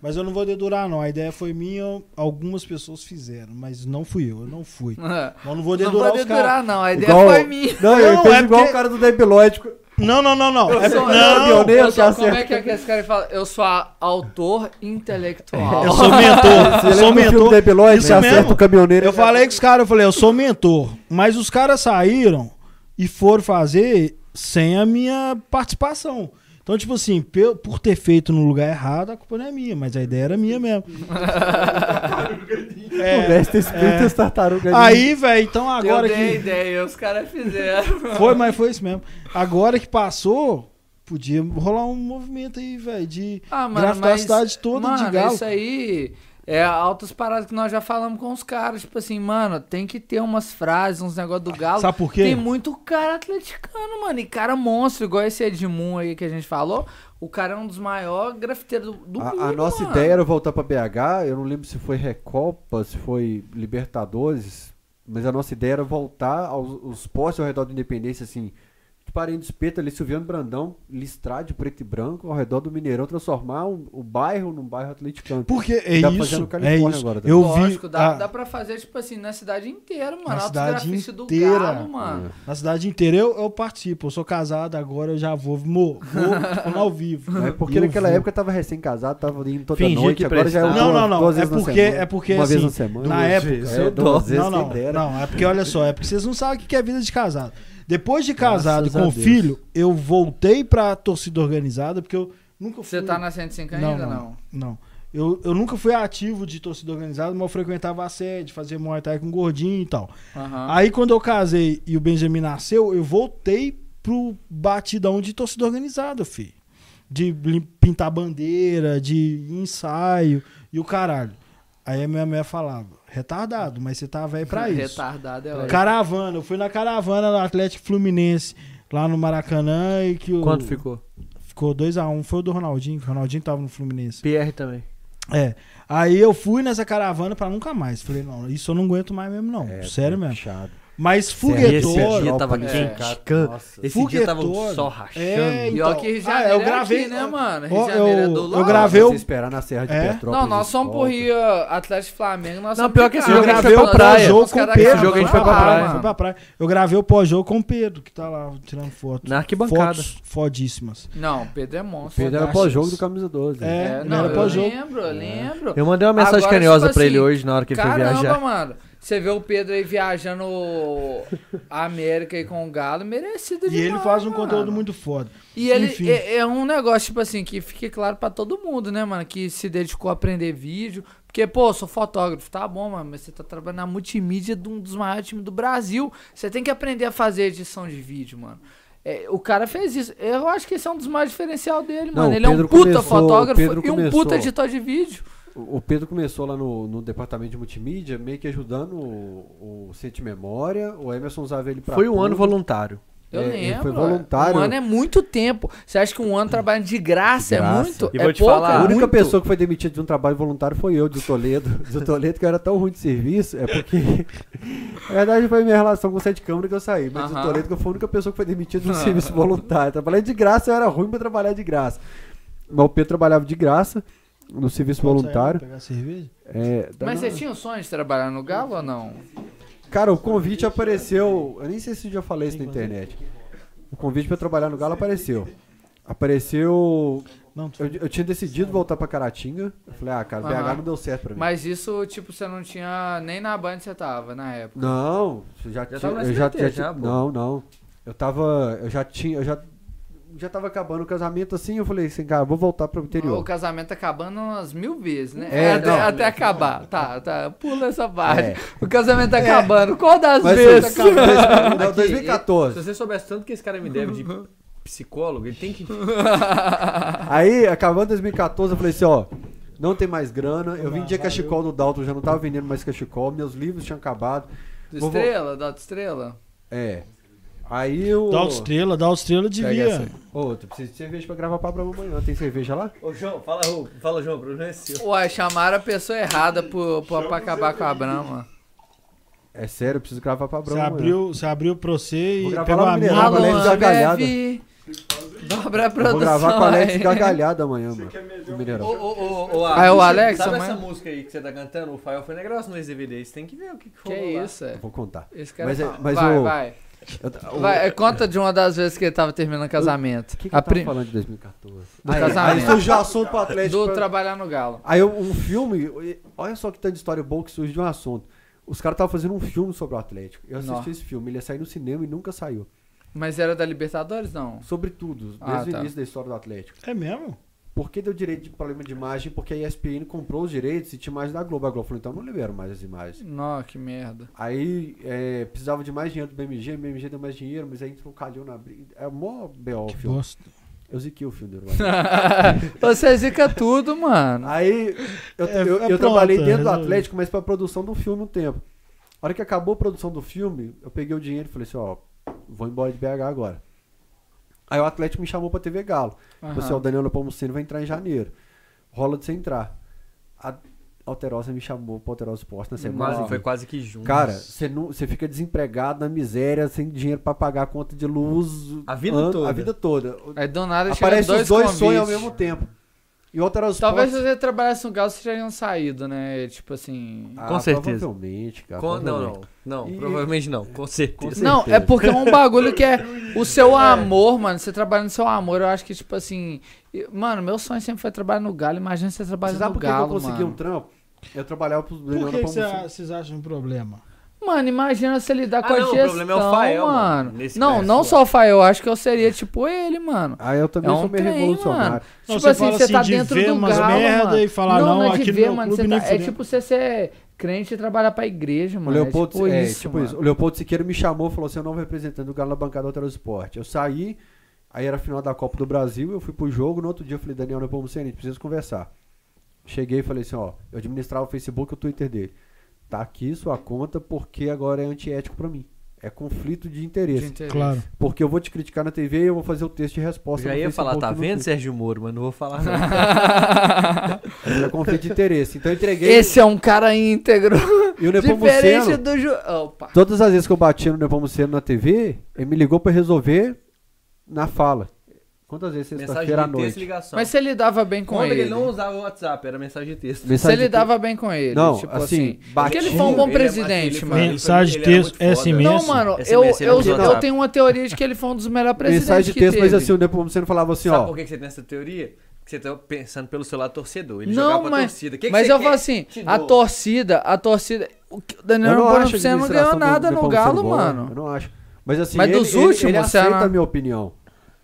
Speaker 2: mas eu não vou dedurar, não. A ideia foi minha, algumas pessoas fizeram, mas não fui eu, eu não fui. Eu não vou
Speaker 3: Não
Speaker 2: dedurar
Speaker 3: vou
Speaker 2: os caras.
Speaker 3: dedurar, não. A ideia
Speaker 1: Igual-
Speaker 2: [LAUGHS]
Speaker 3: foi minha.
Speaker 1: Não, eu
Speaker 2: Não,
Speaker 1: fiz
Speaker 2: é
Speaker 1: igual
Speaker 2: porque-
Speaker 1: o cara do Debilógico.
Speaker 2: Não, não, não, não. É-
Speaker 3: Eu sou-
Speaker 2: não,
Speaker 1: pioneiro.
Speaker 3: Eu sou-
Speaker 1: Acerta.
Speaker 3: como é que é que esse cara fala? Eu sou a- autor intelectual.
Speaker 2: É, eu
Speaker 1: [LAUGHS]
Speaker 2: sou mentor. Eu sou mentor.
Speaker 1: Debilógico,
Speaker 2: Isso
Speaker 1: você acerta
Speaker 2: mesmo.
Speaker 1: o caminhoneiro.
Speaker 2: Eu falei com os caras, eu falei, eu sou mentor. Mas os caras saíram e foram fazer sem a minha participação. Então, tipo assim, pe- por ter feito no lugar errado, a culpa não é minha, mas a ideia era minha mesmo.
Speaker 1: É,
Speaker 2: É,
Speaker 1: Conversa espírito
Speaker 2: é.
Speaker 1: e as tartarugas.
Speaker 2: aí, velho, então
Speaker 3: eu
Speaker 2: agora
Speaker 3: dei
Speaker 2: que.
Speaker 3: ideia, os caras
Speaker 2: [LAUGHS]
Speaker 3: fizeram.
Speaker 2: Foi, mas foi isso mesmo. Agora que passou, podia rolar um movimento aí, velho, de
Speaker 3: Ah,
Speaker 2: grafitar a cidade toda
Speaker 3: mano,
Speaker 2: de galo.
Speaker 3: isso aí é altas paradas que nós já falamos com os caras. Tipo assim, mano, tem que ter umas frases, uns negócios do galo.
Speaker 2: Sabe por quê?
Speaker 3: Tem muito cara atleticano, mano. E cara monstro, igual esse Edmundo aí que a gente falou. O cara é um dos maiores grafiteiros do, do mundo,
Speaker 1: A, a nossa
Speaker 3: mano.
Speaker 1: ideia era voltar pra BH, eu não lembro se foi Recopa, se foi Libertadores, mas a nossa ideia era voltar aos os postes ao redor da Independência, assim, de Parente Espeta ali, Silviano Brandão, listrar de preto e branco ao redor do Mineirão, transformar um- o bairro num bairro atleticano.
Speaker 2: Porque é
Speaker 1: Dá pra fazer
Speaker 2: isso,
Speaker 1: no
Speaker 2: é
Speaker 1: Tá Califórnia
Speaker 2: isso.
Speaker 1: agora tá? também.
Speaker 2: eu
Speaker 3: Lógico,
Speaker 2: vi
Speaker 3: dá,
Speaker 2: a-
Speaker 3: dá pra fazer, tipo assim, na cidade inteira, mano.
Speaker 2: Na
Speaker 3: Altos
Speaker 2: cidade
Speaker 3: grafites do
Speaker 2: inteira.
Speaker 3: galo, mano.
Speaker 2: na cidade inteira eu, eu participo. Eu sou casado agora, eu já vou, mo, vou tipo, ao vivo.
Speaker 1: [LAUGHS] É
Speaker 2: [LAUGHS]
Speaker 1: porque
Speaker 2: Eu
Speaker 1: naquela
Speaker 2: vou.
Speaker 1: época eu tava recém-casado, tava indo toda
Speaker 4: Fingir
Speaker 1: noite,
Speaker 4: que
Speaker 1: agora já é
Speaker 4: prestava.
Speaker 1: uma-
Speaker 2: Não, não, não.
Speaker 1: duas
Speaker 2: É
Speaker 1: vezes na
Speaker 2: porque-
Speaker 1: semana,
Speaker 2: é porque,
Speaker 1: uma vez
Speaker 2: assim,
Speaker 1: na semana.
Speaker 2: na época-
Speaker 1: é, duas vezes,
Speaker 2: Não, não,
Speaker 1: quem dera.
Speaker 2: não, é porque olha só, é porque vocês não sabem o que é vida de casado. Depois de casado
Speaker 1: Graças
Speaker 2: com
Speaker 1: a
Speaker 2: o
Speaker 1: Deus.
Speaker 2: filho, eu voltei pra torcida organizada, porque eu nunca fui.
Speaker 3: Você tá na 105
Speaker 2: Não,
Speaker 3: ainda, não?
Speaker 2: não. Não. Eu, eu nunca fui ativo de torcida organizada, mas eu frequentava a sede, fazia Muay Thai com gordinho e tal.
Speaker 3: Aham.
Speaker 2: Aí quando eu casei e o Benjamin nasceu, eu voltei pro batidão de torcida organizada, filho. De lim- pintar bandeira, de ensaio e o caralho. Aí a minha mulher falava, retardado, mas você tá velho pra isso.
Speaker 3: Retardado é ótimo.
Speaker 2: Caravana, eu fui na caravana do Atlético Fluminense, lá no Maracanã, e que o.
Speaker 4: Quanto ficou?
Speaker 2: Ficou 2x1, foi o do Ronaldinho, que o Ronaldinho tava no Fluminense.
Speaker 4: PR também.
Speaker 2: É. Aí eu fui nessa caravana pra nunca mais. Falei, não, isso eu não aguento mais mesmo, não.
Speaker 1: É,
Speaker 2: Sério mesmo.
Speaker 1: Chato.
Speaker 2: Mas
Speaker 4: é Esse
Speaker 2: foguetório.
Speaker 4: dia tava
Speaker 1: Nossa.
Speaker 4: quente.
Speaker 1: Nossa.
Speaker 4: Esse dia tava
Speaker 2: Foguetório.
Speaker 4: só rachando.
Speaker 2: É,
Speaker 3: E ó,
Speaker 2: então.
Speaker 3: que Rio de
Speaker 2: Ah,
Speaker 3: Janeiro
Speaker 2: eu
Speaker 3: é
Speaker 2: gravei.
Speaker 3: aqui, né, mano? Rio
Speaker 2: Ó,
Speaker 3: de Janeiro é
Speaker 2: eu-
Speaker 3: do
Speaker 2: eu
Speaker 3: lado.
Speaker 2: gravei o-
Speaker 1: Você esperar na Serra de
Speaker 2: É?
Speaker 1: Petrópolis.
Speaker 3: Não, nós somos pro
Speaker 1: volta.
Speaker 3: Rio Atlético e Flamengo. Nós
Speaker 4: Não,
Speaker 3: somos
Speaker 4: pior que
Speaker 3: pica-
Speaker 4: esse jogo
Speaker 3: nós
Speaker 4: a gente
Speaker 3: somos
Speaker 4: foi pra
Speaker 3: pica-
Speaker 4: praia.
Speaker 3: os caras
Speaker 2: Esse
Speaker 3: gravando
Speaker 4: jogo a gente foi pra
Speaker 3: lá,
Speaker 4: praia.
Speaker 3: mano.
Speaker 2: Ah, Foi pra praia. Eu gravei o pós-jogo com o Pedro, que tá lá tirando fotos.
Speaker 4: Na arquibancada.
Speaker 2: Fotos fodíssimas.
Speaker 3: Não, Pedro é
Speaker 1: O
Speaker 3: monstro.
Speaker 1: Pedro era
Speaker 2: Fantásticos.
Speaker 1: pós-jogo do Camisa 12.
Speaker 2: É.
Speaker 3: É,
Speaker 2: ele
Speaker 3: não,
Speaker 2: era
Speaker 3: eu
Speaker 2: pós-jogo.
Speaker 3: lembro, eu lembro.
Speaker 4: Eu mandei uma mensagem
Speaker 3: Agora,
Speaker 4: carinhosa
Speaker 3: tipo
Speaker 4: pra ele
Speaker 3: assim,
Speaker 4: hoje na hora que ele foi
Speaker 3: Caramba,
Speaker 4: viajar.
Speaker 3: mano. Você vê o Pedro aí viajando a América aí com o Galo, merecido
Speaker 2: E
Speaker 3: demais,
Speaker 2: ele faz um
Speaker 3: mano.
Speaker 2: conteúdo muito foda.
Speaker 3: E ele
Speaker 2: Enfim.
Speaker 3: é, é um negócio, tipo assim, que fique claro pra todo mundo, né, mano? Que se dedicou a aprender vídeo. Porque, pô, eu sou fotógrafo, tá bom, mano, mas você tá trabalhando na multimídia de um dos maiores times do Brasil. Você tem que aprender a fazer edição de vídeo, mano. É, o cara fez isso. Eu acho que esse é um dos maiores diferencial dele,
Speaker 1: Não,
Speaker 3: mano.
Speaker 1: o
Speaker 3: Ele é um
Speaker 1: Pedro
Speaker 3: puta
Speaker 1: começou-
Speaker 3: fotógrafo
Speaker 1: o Pedro
Speaker 3: e um
Speaker 1: começou-
Speaker 3: puta editor de vídeo.
Speaker 1: O o Pedro começou lá no, no departamento de multimídia, meio que ajudando o, o Sente Memória. O Emerson usava ele pra.
Speaker 4: Foi um
Speaker 1: tudo.
Speaker 4: ano voluntário.
Speaker 3: Eu
Speaker 1: É, ele
Speaker 3: lembro.
Speaker 1: foi voluntário.
Speaker 3: Um ano é muito tempo. Você acha que um ano trabalhando de graça,
Speaker 1: De graça.
Speaker 3: é muito?
Speaker 4: E vou
Speaker 3: é
Speaker 4: te
Speaker 3: pouco,
Speaker 4: falar,
Speaker 3: é
Speaker 1: A única
Speaker 3: muito.
Speaker 1: pessoa que foi demitida de um trabalho voluntário foi eu, de Toledo. [LAUGHS] De Toledo, que eu era tão ruim de serviço, é porque. [LAUGHS] Na verdade, foi minha relação com o set de câmera que eu saí. Mas de
Speaker 3: Aham.
Speaker 1: Toledo, que eu fui a única pessoa que foi demitida de
Speaker 3: [LAUGHS]
Speaker 1: um serviço voluntário. Trabalhei de graça, eu era ruim pra trabalhar de graça. Mas o Pedro trabalhava de graça no serviço voluntário.
Speaker 2: Pegar cerveja?
Speaker 1: É, tá
Speaker 3: Mas tipo
Speaker 1: na-
Speaker 3: você tinha o sonho de trabalhar no Galo ou não?
Speaker 1: Cara, o convite apareceu. Eu nem sei se eu já falei isso na internet. O convite pra eu trabalhar no Galo apareceu. Apareceu.
Speaker 2: Não, tu
Speaker 1: Eu, eu tinha decidido voltar pra Caratinga. Eu falei, ah, cara, BH
Speaker 3: Aham.
Speaker 1: não deu certo pra mim.
Speaker 3: Mas isso, tipo, você não tinha. Nem na Band você tava na época.
Speaker 1: Não, eu já,
Speaker 4: Já
Speaker 1: tinha.
Speaker 4: tava no
Speaker 1: eu já,
Speaker 4: SBT
Speaker 1: já,
Speaker 4: já,
Speaker 1: tinha-
Speaker 4: pô.
Speaker 1: não, não. Eu tava. Eu já tinha. Eu já, já tava acabando o casamento assim. Eu falei assim, cara, vou voltar pro
Speaker 3: O
Speaker 1: interior.
Speaker 3: casamento tá acabando umas mil vezes, né?
Speaker 1: É,
Speaker 3: até,
Speaker 1: não.
Speaker 3: até acabar. Tá, tá. Pula essa parte.
Speaker 1: É.
Speaker 3: O casamento tá acabando. Qual das
Speaker 1: Mas
Speaker 3: vezes?
Speaker 1: você tá acabando. Não,
Speaker 4: [LAUGHS] Aqui, é. Se
Speaker 1: 2014.
Speaker 4: você soubesse tanto que esse cara me deve [LAUGHS] de psicólogo, ele tem que.
Speaker 1: Aí, acabando 2014, eu falei assim, ó. Não tem mais grana. Eu vendia cachecol do Dalton, já não tava vendendo mais cachecol. Meus livros tinham acabado.
Speaker 3: Do
Speaker 1: Vou-
Speaker 3: Estrela, da Estrela.
Speaker 1: É. Aí eu.
Speaker 2: Dá o estrela, dá o estrela
Speaker 1: Pega
Speaker 2: devia.
Speaker 1: essa. Ô, tu precisa de cerveja pra gravar pra amanhã. Tem cerveja lá?
Speaker 4: Ô, João, fala, ô, fala, João, o problema é seu.
Speaker 3: Uai, chamaram a pessoa errada por, por, pra acabar com a Brahma.
Speaker 1: É sério, eu preciso gravar pra Brão.
Speaker 2: Você abriu, você abriu pra você
Speaker 1: Vou
Speaker 2: e
Speaker 1: gravar
Speaker 2: pegou
Speaker 1: lá no
Speaker 2: a minha.
Speaker 1: Mineirão,
Speaker 3: Alô,
Speaker 1: Alô, Alex Gargalhada.
Speaker 3: bebe. Dobra a
Speaker 1: Vou
Speaker 3: produção. é.
Speaker 1: gravar com o Alex
Speaker 3: aí.
Speaker 1: Gargalhada amanhã, mano.
Speaker 5: que é melhor
Speaker 1: No Mineirão.
Speaker 4: Ô, ô, ô, ô,
Speaker 3: Ah, é o Alex,
Speaker 4: Sabe
Speaker 3: amanhã?
Speaker 4: essa música aí que você tá cantando? O Fael foi negócio no DVD. Você tem que ver o que, que
Speaker 3: Que
Speaker 4: rolou lá.
Speaker 3: isso, é.
Speaker 1: Vou contar.
Speaker 3: Esse cara
Speaker 1: Mas é-
Speaker 3: fala.
Speaker 1: mas
Speaker 3: vai,
Speaker 1: o-
Speaker 3: vai.
Speaker 1: Eu,
Speaker 3: Vai, é, conta de uma das vezes que ele tava terminando o casamento.
Speaker 1: O que, que
Speaker 3: a
Speaker 1: eu tava
Speaker 3: prim-
Speaker 1: falando de 2014?
Speaker 3: Do casamento.
Speaker 1: Aí surgiu o assunto pro Atlético.
Speaker 3: Do
Speaker 1: pra-
Speaker 3: trabalhar no galo.
Speaker 1: Aí eu- um filme, olha só que tanto de história boa que surge de um assunto. Os caras estavam fazendo um filme sobre o Atlético. Eu assisti
Speaker 3: Nó.
Speaker 1: esse filme, ele ia sair no cinema e nunca saiu.
Speaker 3: Mas era da Libertadores, não?
Speaker 1: Sobre tudo, desde
Speaker 3: Ah,
Speaker 1: o
Speaker 3: tá.
Speaker 1: início da história do Atlético.
Speaker 2: É mesmo?
Speaker 1: Por que deu direito de problema de imagem? Porque a ESPN comprou os direitos e tinha imagem da Globo. A Globo falou, então não libero mais as imagens.
Speaker 3: Não, que
Speaker 1: [LAUGHS]
Speaker 3: merda.
Speaker 1: Aí é, precisava de mais dinheiro do BMG, o BMG deu mais dinheiro, mas aí entrou um calhão na briga. É mó B.O. o
Speaker 2: Que
Speaker 1: filme.
Speaker 2: bosta.
Speaker 1: Eu ziquei o filme do
Speaker 2: [LAUGHS]
Speaker 3: Você zica tudo, mano.
Speaker 1: Aí eu,
Speaker 2: É,
Speaker 1: eu-
Speaker 2: é
Speaker 1: eu
Speaker 2: pronto,
Speaker 1: trabalhei dentro do
Speaker 2: resolve.
Speaker 1: Atlético, mas pra produção do filme um tempo. A hora que acabou a produção do filme, eu peguei o dinheiro e falei assim, ó, vou embora de BH agora. Aí o Atlético me chamou pra TV Galo. Falou assim, ó, o
Speaker 3: Aham.
Speaker 1: Daniel Nepomuceno vai entrar em janeiro. Rola de você entrar. A Alterosa me chamou pra Alterosa Esporte na semana.
Speaker 4: Quase,
Speaker 1: seguinte.
Speaker 4: foi quase que junto.
Speaker 1: Cara, você não- você fica desempregado na miséria, sem dinheiro pra pagar a conta de luz.
Speaker 4: A vida toda.
Speaker 1: A vida toda.
Speaker 3: Aí do nada chega
Speaker 1: Aparece
Speaker 3: É, dois,
Speaker 1: os dois
Speaker 3: convites.
Speaker 1: sonhos ao mesmo tempo. E o Alterosa
Speaker 3: Talvez se
Speaker 1: Esporte-
Speaker 3: você trabalhasse no galo, vocês já tinham saído, né? Tipo assim...
Speaker 1: Ah,
Speaker 4: Com certeza.
Speaker 1: Provavelmente, cara.
Speaker 4: Com- não,
Speaker 1: provavelmente.
Speaker 4: não. Não,
Speaker 1: E-
Speaker 4: provavelmente não. Com certeza.
Speaker 1: certeza.
Speaker 3: Não, é porque é um bagulho
Speaker 1: [LAUGHS]
Speaker 3: que é o seu amor, mano. Você trabalha no seu amor, eu acho que, tipo assim. eu- Mano, meu sonho sempre foi trabalhar no Galo. Imagina você
Speaker 1: Você
Speaker 3: trabalhando
Speaker 1: sabe por
Speaker 3: no
Speaker 1: que que eu
Speaker 3: Galo,
Speaker 1: consegui um
Speaker 3: mano.
Speaker 1: trampo? Eu trabalhava pros
Speaker 2: Por que que cê-
Speaker 1: Palmeiras.
Speaker 2: vocês acham um problema?
Speaker 3: Mano, imagina você lidar com
Speaker 4: Ah,
Speaker 3: a
Speaker 4: não, o
Speaker 3: gestão,
Speaker 4: problema é o Fael, mano,
Speaker 3: mano.
Speaker 4: nesse
Speaker 3: Não,
Speaker 4: caso,
Speaker 3: não
Speaker 4: lá.
Speaker 3: só o Fael, eu acho que eu seria tipo ele, mano.
Speaker 1: Ah, eu também
Speaker 3: É
Speaker 1: sou
Speaker 3: um
Speaker 1: meio
Speaker 3: trem,
Speaker 1: revolucionário.
Speaker 3: mano.
Speaker 2: Não,
Speaker 3: tipo
Speaker 2: você
Speaker 3: assim,
Speaker 2: fala
Speaker 3: você tá
Speaker 2: assim, de
Speaker 3: dentro
Speaker 2: ver
Speaker 3: do
Speaker 2: umas
Speaker 3: Galo,
Speaker 2: merda
Speaker 3: mano.
Speaker 2: e falar, não,
Speaker 3: é
Speaker 2: aqui
Speaker 3: de
Speaker 2: no
Speaker 3: ver,
Speaker 2: meu
Speaker 3: mano.
Speaker 2: clube
Speaker 3: você
Speaker 2: nem
Speaker 3: tá- é
Speaker 2: fudendo.
Speaker 3: tipo você ser crente e trabalhar pra igreja,
Speaker 1: O
Speaker 3: mano.
Speaker 1: Leopoldo,
Speaker 3: é tipo
Speaker 1: é,
Speaker 3: isso,
Speaker 1: tipo
Speaker 3: mano.
Speaker 1: isso. O Leopoldo Siqueira me chamou e falou assim: eu não representando o Galo na bancada do Esporte. Eu saí, aí era a final da Copa do Brasil, eu fui pro jogo. No outro dia eu falei: Daniel é Nepomuceno, a gente precisa conversar. Cheguei e falei assim: ó, eu administrava o Facebook e o Twitter dele. Tá aqui sua conta porque agora é antiético pra mim. É conflito de interesse.
Speaker 3: De interesse. [LAUGHS]
Speaker 2: Claro.
Speaker 1: Porque eu vou te criticar na TV e eu vou fazer o texto de resposta.
Speaker 4: Já
Speaker 1: no
Speaker 4: ia falar,
Speaker 1: Facebook
Speaker 4: tá
Speaker 1: e no
Speaker 4: vendo,
Speaker 1: Twitter.
Speaker 4: Sérgio Moro, mas não vou falar nada.
Speaker 1: É conflito de interesse. Então eu entreguei.
Speaker 3: Esse é um cara íntegro.
Speaker 1: E o
Speaker 3: [LAUGHS] Diferente
Speaker 1: Nepomuceno,
Speaker 3: do. Ju... Opa.
Speaker 1: todas as vezes que eu batia no Nepomuceno na TV, ele me ligou pra resolver na fala. Quantas vezes
Speaker 4: mensagem
Speaker 1: sexta-feira à
Speaker 4: de texto e
Speaker 1: noite?
Speaker 4: ligação.
Speaker 3: Mas você lidava bem com
Speaker 4: Conta que
Speaker 3: ele.
Speaker 4: ele não usava o WhatsApp, era mensagem de texto.
Speaker 3: Você
Speaker 1: Mensagem de
Speaker 3: lidava bem com ele.
Speaker 1: Não,
Speaker 3: tipo
Speaker 1: assim,
Speaker 3: assim. Porque ele
Speaker 1: batia-
Speaker 3: foi um bom
Speaker 4: Ele é-
Speaker 3: presidente,
Speaker 4: ele foi-
Speaker 3: mano.
Speaker 4: ele foi-
Speaker 2: Mensagem de
Speaker 4: ele era
Speaker 2: texto, é assim
Speaker 4: muito foda.
Speaker 2: SMS.
Speaker 3: Não, mano,
Speaker 4: SMS
Speaker 3: eu,
Speaker 4: ele
Speaker 3: eu,
Speaker 4: usou
Speaker 3: eu
Speaker 4: WhatsApp.
Speaker 3: tenho uma teoria de que ele foi um dos melhores presidentes
Speaker 1: Mensagem de
Speaker 3: que
Speaker 1: texto, mas
Speaker 3: teve.
Speaker 1: assim, o Nepomuceno falava assim,
Speaker 4: Sabe
Speaker 1: ó.
Speaker 4: por que que você tem essa teoria? Que você tá pensando pelo seu lado torcedor. Ele jogava
Speaker 3: não,
Speaker 4: pra
Speaker 3: mas,
Speaker 4: torcida. O que que
Speaker 3: mas
Speaker 4: você
Speaker 3: eu
Speaker 4: quer?
Speaker 3: falo assim,
Speaker 4: Te
Speaker 3: a
Speaker 4: dou.
Speaker 3: torcida, a torcida, o que- o
Speaker 1: eu
Speaker 3: Daniel
Speaker 1: não acho
Speaker 3: Bonaparte não
Speaker 1: administração
Speaker 3: ganhou
Speaker 1: do
Speaker 3: nada no
Speaker 1: Nepomuceno
Speaker 3: Galo,
Speaker 1: boa, Eu
Speaker 3: mano.
Speaker 1: não acho. Mas assim,
Speaker 3: Mas
Speaker 1: ele,
Speaker 3: dos
Speaker 1: ele- ele
Speaker 3: últimos,
Speaker 1: aceita
Speaker 3: será?
Speaker 1: a minha opinião.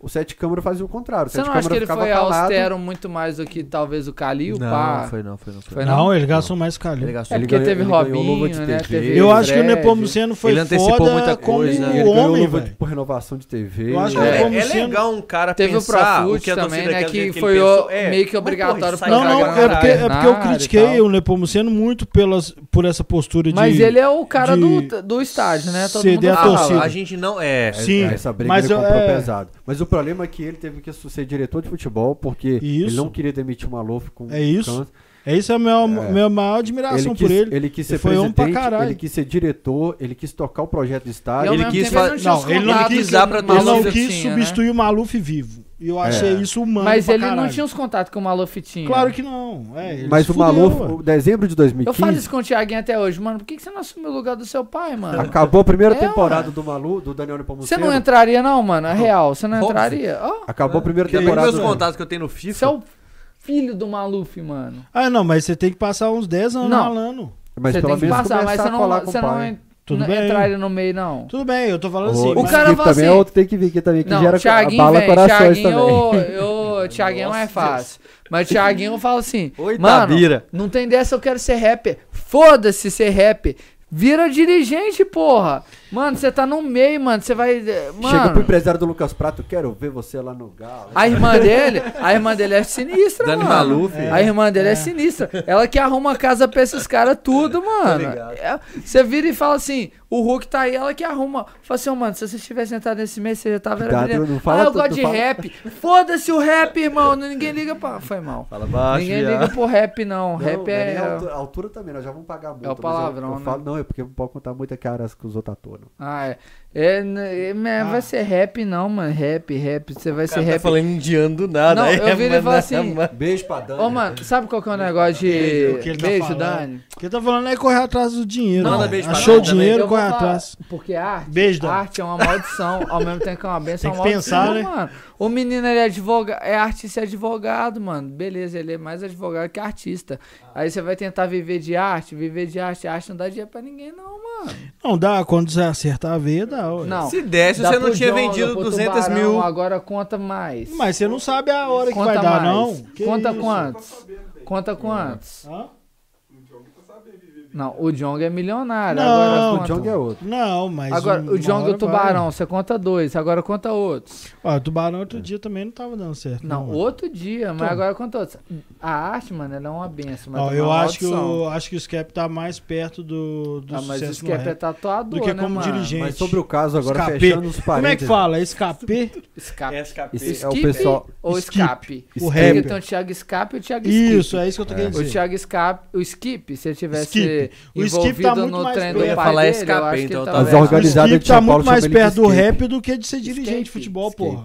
Speaker 1: O Sete Câmara fazia o contrário. O
Speaker 3: Você
Speaker 1: Sete
Speaker 3: não acha
Speaker 1: Câmara
Speaker 3: que ele
Speaker 1: ficava
Speaker 3: foi
Speaker 1: calado.
Speaker 3: austero muito mais do que talvez o Cali, o
Speaker 4: não,
Speaker 3: Pá?
Speaker 4: não foi não, foi não. Foi.
Speaker 3: Foi
Speaker 4: não.
Speaker 2: Não,
Speaker 3: não?
Speaker 2: ele gastou mais que o
Speaker 4: Ele
Speaker 2: Calil.
Speaker 4: gastou.
Speaker 3: É
Speaker 1: Ele
Speaker 3: porque
Speaker 1: ganhou-
Speaker 3: teve
Speaker 1: ele ganhou
Speaker 3: Robinho,
Speaker 1: Luva de
Speaker 3: né?
Speaker 1: TV.
Speaker 3: Teve
Speaker 2: Eu
Speaker 1: Ele
Speaker 2: acho que o
Speaker 3: Fred.
Speaker 2: Nepomuceno foi
Speaker 4: ele antecipou
Speaker 2: foda
Speaker 4: muita
Speaker 2: como
Speaker 4: coisa, né?
Speaker 1: Ele
Speaker 2: o
Speaker 1: ganhou
Speaker 2: homem,
Speaker 1: luva de-
Speaker 2: velho.
Speaker 1: por renovação de TV.
Speaker 2: Eu acho que
Speaker 4: Não, é,
Speaker 1: é.
Speaker 2: Como
Speaker 4: é
Speaker 2: sendo-
Speaker 4: legal um cara
Speaker 3: Teve o
Speaker 4: pensar
Speaker 3: Profut
Speaker 4: o que é a
Speaker 3: também,
Speaker 4: torcida
Speaker 3: né,
Speaker 4: quer,
Speaker 3: que
Speaker 4: ele
Speaker 3: foi
Speaker 4: pensou.
Speaker 3: o-
Speaker 4: É,
Speaker 3: meio que
Speaker 4: mas, pô,
Speaker 3: obrigatório
Speaker 4: isso aí
Speaker 2: Não,
Speaker 4: é
Speaker 2: não,
Speaker 4: legal,
Speaker 2: é porque, é porque eu
Speaker 3: Caralho, e
Speaker 2: critiquei
Speaker 3: tal.
Speaker 2: o Nepomuceno muito pelas, por essa postura de.
Speaker 3: Mas ele é o cara
Speaker 2: de
Speaker 3: do, do estádio, né? Todo
Speaker 2: ceder
Speaker 3: mundo
Speaker 2: a
Speaker 3: fala.
Speaker 2: torcida.
Speaker 4: Ah, A gente não é.
Speaker 2: Sim,
Speaker 1: Essa briga
Speaker 2: mas
Speaker 1: ele
Speaker 2: eu-
Speaker 1: comprou
Speaker 2: é.
Speaker 1: pesado. Mas o problema é que ele teve que ser diretor de futebol porque ele
Speaker 2: Isso.
Speaker 1: não queria demitir o Maluf com
Speaker 2: É isso.
Speaker 1: câncer.
Speaker 2: É isso é a minha, minha maior admiração
Speaker 1: Ele quis,
Speaker 2: por ele.
Speaker 1: quis ser
Speaker 2: Ele foi homem pra
Speaker 1: presidente,
Speaker 2: caralho.
Speaker 1: ele quis ser diretor, ele quis tocar o projeto do
Speaker 3: E é
Speaker 1: estádio.
Speaker 3: ao
Speaker 4: Ele
Speaker 3: mesmo
Speaker 4: quis
Speaker 3: tempo
Speaker 4: fa-
Speaker 3: não tinha
Speaker 2: Não,
Speaker 3: os
Speaker 2: ele não
Speaker 3: contratos
Speaker 4: quis dar pra
Speaker 3: do
Speaker 2: Ele
Speaker 4: Maluf
Speaker 2: não
Speaker 3: Maluf
Speaker 2: quis
Speaker 3: tinha, né?
Speaker 2: substituir o Maluf vivo. E eu achei isso humano.
Speaker 3: Mas
Speaker 2: pra
Speaker 3: ele não
Speaker 2: caralho.
Speaker 3: tinha um né? os contatos que o Maluf tinha.
Speaker 2: Claro que não. É, ele
Speaker 1: Mas
Speaker 2: se
Speaker 1: o
Speaker 2: fudeu,
Speaker 1: Maluf,
Speaker 2: ué.
Speaker 1: o dezembro de 2015,
Speaker 3: Eu falo isso com o Thiaguinho até hoje, mano. Por que, que você não assumiu o lugar do seu pai, mano?
Speaker 1: acabou a primeira
Speaker 3: É,
Speaker 1: temporada
Speaker 3: ué.
Speaker 1: do Malu, do Daniel Nepomuceno.
Speaker 3: Você não entraria, não, mano. É real, você não
Speaker 4: Óbvio.
Speaker 3: entraria. Ó,
Speaker 1: Acabou a primeira
Speaker 4: Porque
Speaker 1: temporada.
Speaker 4: meus
Speaker 1: do-
Speaker 4: contatos que eu tenho no FIFA.
Speaker 3: você é o filho do Maluf, mano.
Speaker 2: Ah, não, mas você tem que passar uns 10 anos
Speaker 3: Não.
Speaker 2: falando.
Speaker 1: Mas
Speaker 3: você
Speaker 1: pelo
Speaker 3: tem que
Speaker 1: menos
Speaker 3: passar, mas
Speaker 1: começar
Speaker 3: você
Speaker 1: a colar
Speaker 3: não,
Speaker 1: com
Speaker 3: você
Speaker 1: o
Speaker 3: não,
Speaker 1: pai.
Speaker 3: en-
Speaker 2: Tudo
Speaker 3: não
Speaker 2: bem.
Speaker 3: entraria no meio, não.
Speaker 2: Tudo bem, eu tô falando assim.
Speaker 1: O,
Speaker 2: mas-
Speaker 3: cara
Speaker 1: cara
Speaker 3: fala
Speaker 1: também é
Speaker 3: assim-
Speaker 1: outro tem que vir aqui também, que
Speaker 3: Não,
Speaker 1: gera
Speaker 3: Thiaguinho,
Speaker 1: bala
Speaker 3: velho,
Speaker 1: corações
Speaker 3: Thiaguinho,
Speaker 1: também.
Speaker 3: eu,
Speaker 4: [LAUGHS]
Speaker 3: eu, Thiaguinho é mais fácil. Mas o Thiaguinho eu falo assim,
Speaker 4: Oi,
Speaker 3: mano,
Speaker 4: Tabira.
Speaker 3: não tem dessa eu quero ser rapper. Foda-se ser rapper. Vira dirigente, porra. Mano, você tá no meio, mano, você vai... eh, Mano, Ah,
Speaker 1: Chega pro empresário do Lucas Prato, quero ver você lá no Galo.
Speaker 3: a irmã dele, a irmã dele é sinistra,
Speaker 4: Dani
Speaker 3: mano.
Speaker 4: Maluf.
Speaker 3: A irmã dele é. sinistra. Ela que arruma casa pra esses caras tudo, mano. É, Você vira e fala assim, o Hulk tá aí, ela que arruma. Fala assim, ô, mano, se você estivesse sentado nesse mês, você já tava... era
Speaker 1: Cuidado,
Speaker 3: brilhante.
Speaker 1: não fala
Speaker 3: ah, eu
Speaker 1: tudo,
Speaker 3: gosto
Speaker 1: não
Speaker 3: de
Speaker 1: fala-
Speaker 3: rap. Foda-se o rap, irmão. Ninguém liga pra... Foi mal.
Speaker 4: Fala baixo,
Speaker 3: Ninguém
Speaker 4: viado.
Speaker 3: liga pro rap, não.
Speaker 1: Não,
Speaker 3: rap
Speaker 1: não nem
Speaker 3: é...
Speaker 1: a altura, a altura também, nós já vamos pagar muito.
Speaker 3: o palavrão, né?
Speaker 1: Não, é porque não pode contar muita cara com os outros atores. não.
Speaker 3: Ah, é. É, né, é, mas
Speaker 2: Ah.
Speaker 3: Vai ser rap, não, mano. Rap, rap. Você vai ser
Speaker 4: Cara, tá
Speaker 3: rap.
Speaker 4: falando indiano do nada. é,
Speaker 3: Não,
Speaker 4: aí,
Speaker 3: eu vi ele
Speaker 4: mano,
Speaker 3: falar assim,
Speaker 4: mano.
Speaker 1: Beijo pra Dani.
Speaker 3: Ô, mano, sabe qual que é o negócio
Speaker 2: Beijo, o que
Speaker 3: de...
Speaker 2: ele tá
Speaker 3: Beijo,
Speaker 2: falando.
Speaker 3: Dani.
Speaker 2: Quem tá falando é correr atrás do dinheiro.
Speaker 4: Manda
Speaker 2: mano.
Speaker 4: beijo pra
Speaker 2: Achou o
Speaker 4: nós também.
Speaker 2: dinheiro,
Speaker 3: Eu vou
Speaker 2: corre
Speaker 3: falar,
Speaker 2: atrás.
Speaker 3: Porque arte,
Speaker 2: Beijo, Dan.
Speaker 3: arte é uma maldição, ao mesmo tempo que é uma benção, é
Speaker 2: Tem
Speaker 3: uma
Speaker 2: que pensar,
Speaker 3: maldição,
Speaker 2: né?
Speaker 3: mano. O menino, ele é, advoga... é artista e advogado, mano. Beleza, ele é mais advogado que artista. Aí você vai tentar viver de arte, viver de arte. Arte não dá dinheiro pra ninguém, não, mano.
Speaker 2: Não, dá, quando você acertar a veia, dá. ué.
Speaker 3: Não.
Speaker 4: Se desse,
Speaker 3: Dá
Speaker 4: você não
Speaker 3: pro
Speaker 4: tinha
Speaker 3: Jonga,
Speaker 4: vendido
Speaker 3: pro
Speaker 4: 200
Speaker 3: Tubarão,
Speaker 4: mil.
Speaker 3: Agora conta mais.
Speaker 2: Mas você não sabe a hora que
Speaker 3: conta
Speaker 2: vai dar,
Speaker 3: mais.
Speaker 2: não. Que
Speaker 3: Conta
Speaker 2: isso?
Speaker 5: Tá
Speaker 3: quantos?
Speaker 5: sabendo, velho.
Speaker 3: Conta quantos?
Speaker 2: Hã?
Speaker 5: O Diogo tá sabendo viver bem.
Speaker 3: Não, o Jong é milionário.
Speaker 2: Não,
Speaker 3: agora
Speaker 1: o
Speaker 3: conta.
Speaker 1: Jong é outro.
Speaker 2: Não, mas. um
Speaker 3: Agora,
Speaker 2: uma
Speaker 3: o Jong e
Speaker 2: hora
Speaker 3: o Tubarão, você conta dois, agora conta outros.
Speaker 2: vai. Ó, o Tubarão outro dia também não tava dando certo.
Speaker 3: Não,
Speaker 2: mano.
Speaker 3: outro dia, mas
Speaker 2: Então.
Speaker 3: agora conta outro. A arte, mano, ela é uma benção, mas
Speaker 2: Ó,
Speaker 3: é
Speaker 2: eu
Speaker 3: uma
Speaker 2: acho que,
Speaker 3: maldição.
Speaker 2: o, acho que o Scap tá mais perto do, do
Speaker 3: Ah, mas
Speaker 2: sucesso
Speaker 3: isso
Speaker 2: no
Speaker 3: que é
Speaker 2: rap
Speaker 3: tatuador,
Speaker 2: do que
Speaker 3: né,
Speaker 2: como
Speaker 3: mano?
Speaker 2: dirigente.
Speaker 1: Mas sobre o caso agora,
Speaker 2: Escapei.
Speaker 1: fechando os parênteses.
Speaker 2: Como é que fala?
Speaker 3: [LAUGHS]
Speaker 2: Escapê?
Speaker 3: Escape.
Speaker 4: SKP.
Speaker 1: Esse é o
Speaker 3: Skip
Speaker 1: pessoal...
Speaker 3: ou
Speaker 2: Skip.
Speaker 3: escape?
Speaker 2: O
Speaker 3: Porque
Speaker 2: rapper.
Speaker 3: tem o Thiago Escape e o Thiago Skip.
Speaker 2: Isso, é isso que eu tô querendo
Speaker 3: O
Speaker 2: dizer.
Speaker 3: Thiago Escape, o Skip, se ele tivesse
Speaker 2: Skip. O Skip tá
Speaker 3: envolvido
Speaker 2: muito
Speaker 3: no
Speaker 2: mais-
Speaker 3: trem
Speaker 2: Eu
Speaker 3: do
Speaker 2: ia
Speaker 3: pai
Speaker 4: falar
Speaker 3: dele,
Speaker 4: escape,
Speaker 3: eu acho que
Speaker 4: então
Speaker 3: ele
Speaker 4: tá
Speaker 3: tava
Speaker 1: As
Speaker 3: errado.
Speaker 1: organizadas-
Speaker 2: O
Speaker 1: organizado
Speaker 2: Skip
Speaker 1: de São
Speaker 2: tá
Speaker 1: Paulo
Speaker 2: muito mais
Speaker 1: chama ele de
Speaker 2: perto do
Speaker 1: Skip.
Speaker 2: rap do que de ser dirigente de
Speaker 3: Escape.
Speaker 2: futebol,
Speaker 1: Escape.
Speaker 2: porra.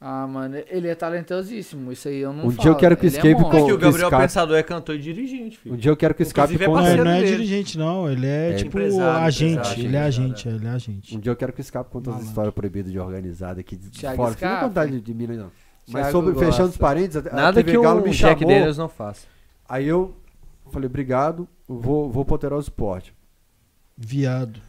Speaker 3: Ah, mano, ele é talentosíssimo, isso aí eu não
Speaker 1: Um
Speaker 3: falo.
Speaker 1: dia eu quero que o
Speaker 3: Ele é
Speaker 1: Skip
Speaker 3: monstro.
Speaker 4: Porque o Gabriel
Speaker 1: Escape.
Speaker 4: Pensador é cantor e dirigente,
Speaker 1: Um
Speaker 4: filho.
Speaker 1: dia eu quero que o Escape
Speaker 4: Inclusive, é
Speaker 2: Não,
Speaker 1: conte...
Speaker 4: parceiro.
Speaker 2: ele não é
Speaker 4: dele.
Speaker 2: dirigente, não. Ele é,
Speaker 1: É
Speaker 2: tipo
Speaker 4: empresário,
Speaker 2: agente.
Speaker 4: empresário,
Speaker 2: Ele é
Speaker 4: empresário,
Speaker 2: agente, ele é agente.
Speaker 1: Um dia eu quero que o Escape conte as
Speaker 2: Malandro.
Speaker 1: histórias proibidas de organizada aqui de
Speaker 3: Thiago
Speaker 1: fora. Fica à
Speaker 3: Scarpa.
Speaker 1: vontade de mim, né, não. Mas
Speaker 3: Thiago
Speaker 1: sobre,
Speaker 3: gosta.
Speaker 1: fechando os parênteses,
Speaker 3: Ah,
Speaker 1: a- a
Speaker 4: Nada
Speaker 1: TV
Speaker 4: que
Speaker 1: Galo
Speaker 4: o
Speaker 1: me
Speaker 4: Jack
Speaker 1: chamou,
Speaker 4: Daniels não faça.
Speaker 1: Aí eu falei, obrigado, vou, vou pro Alterosa Esporte.
Speaker 2: Viado.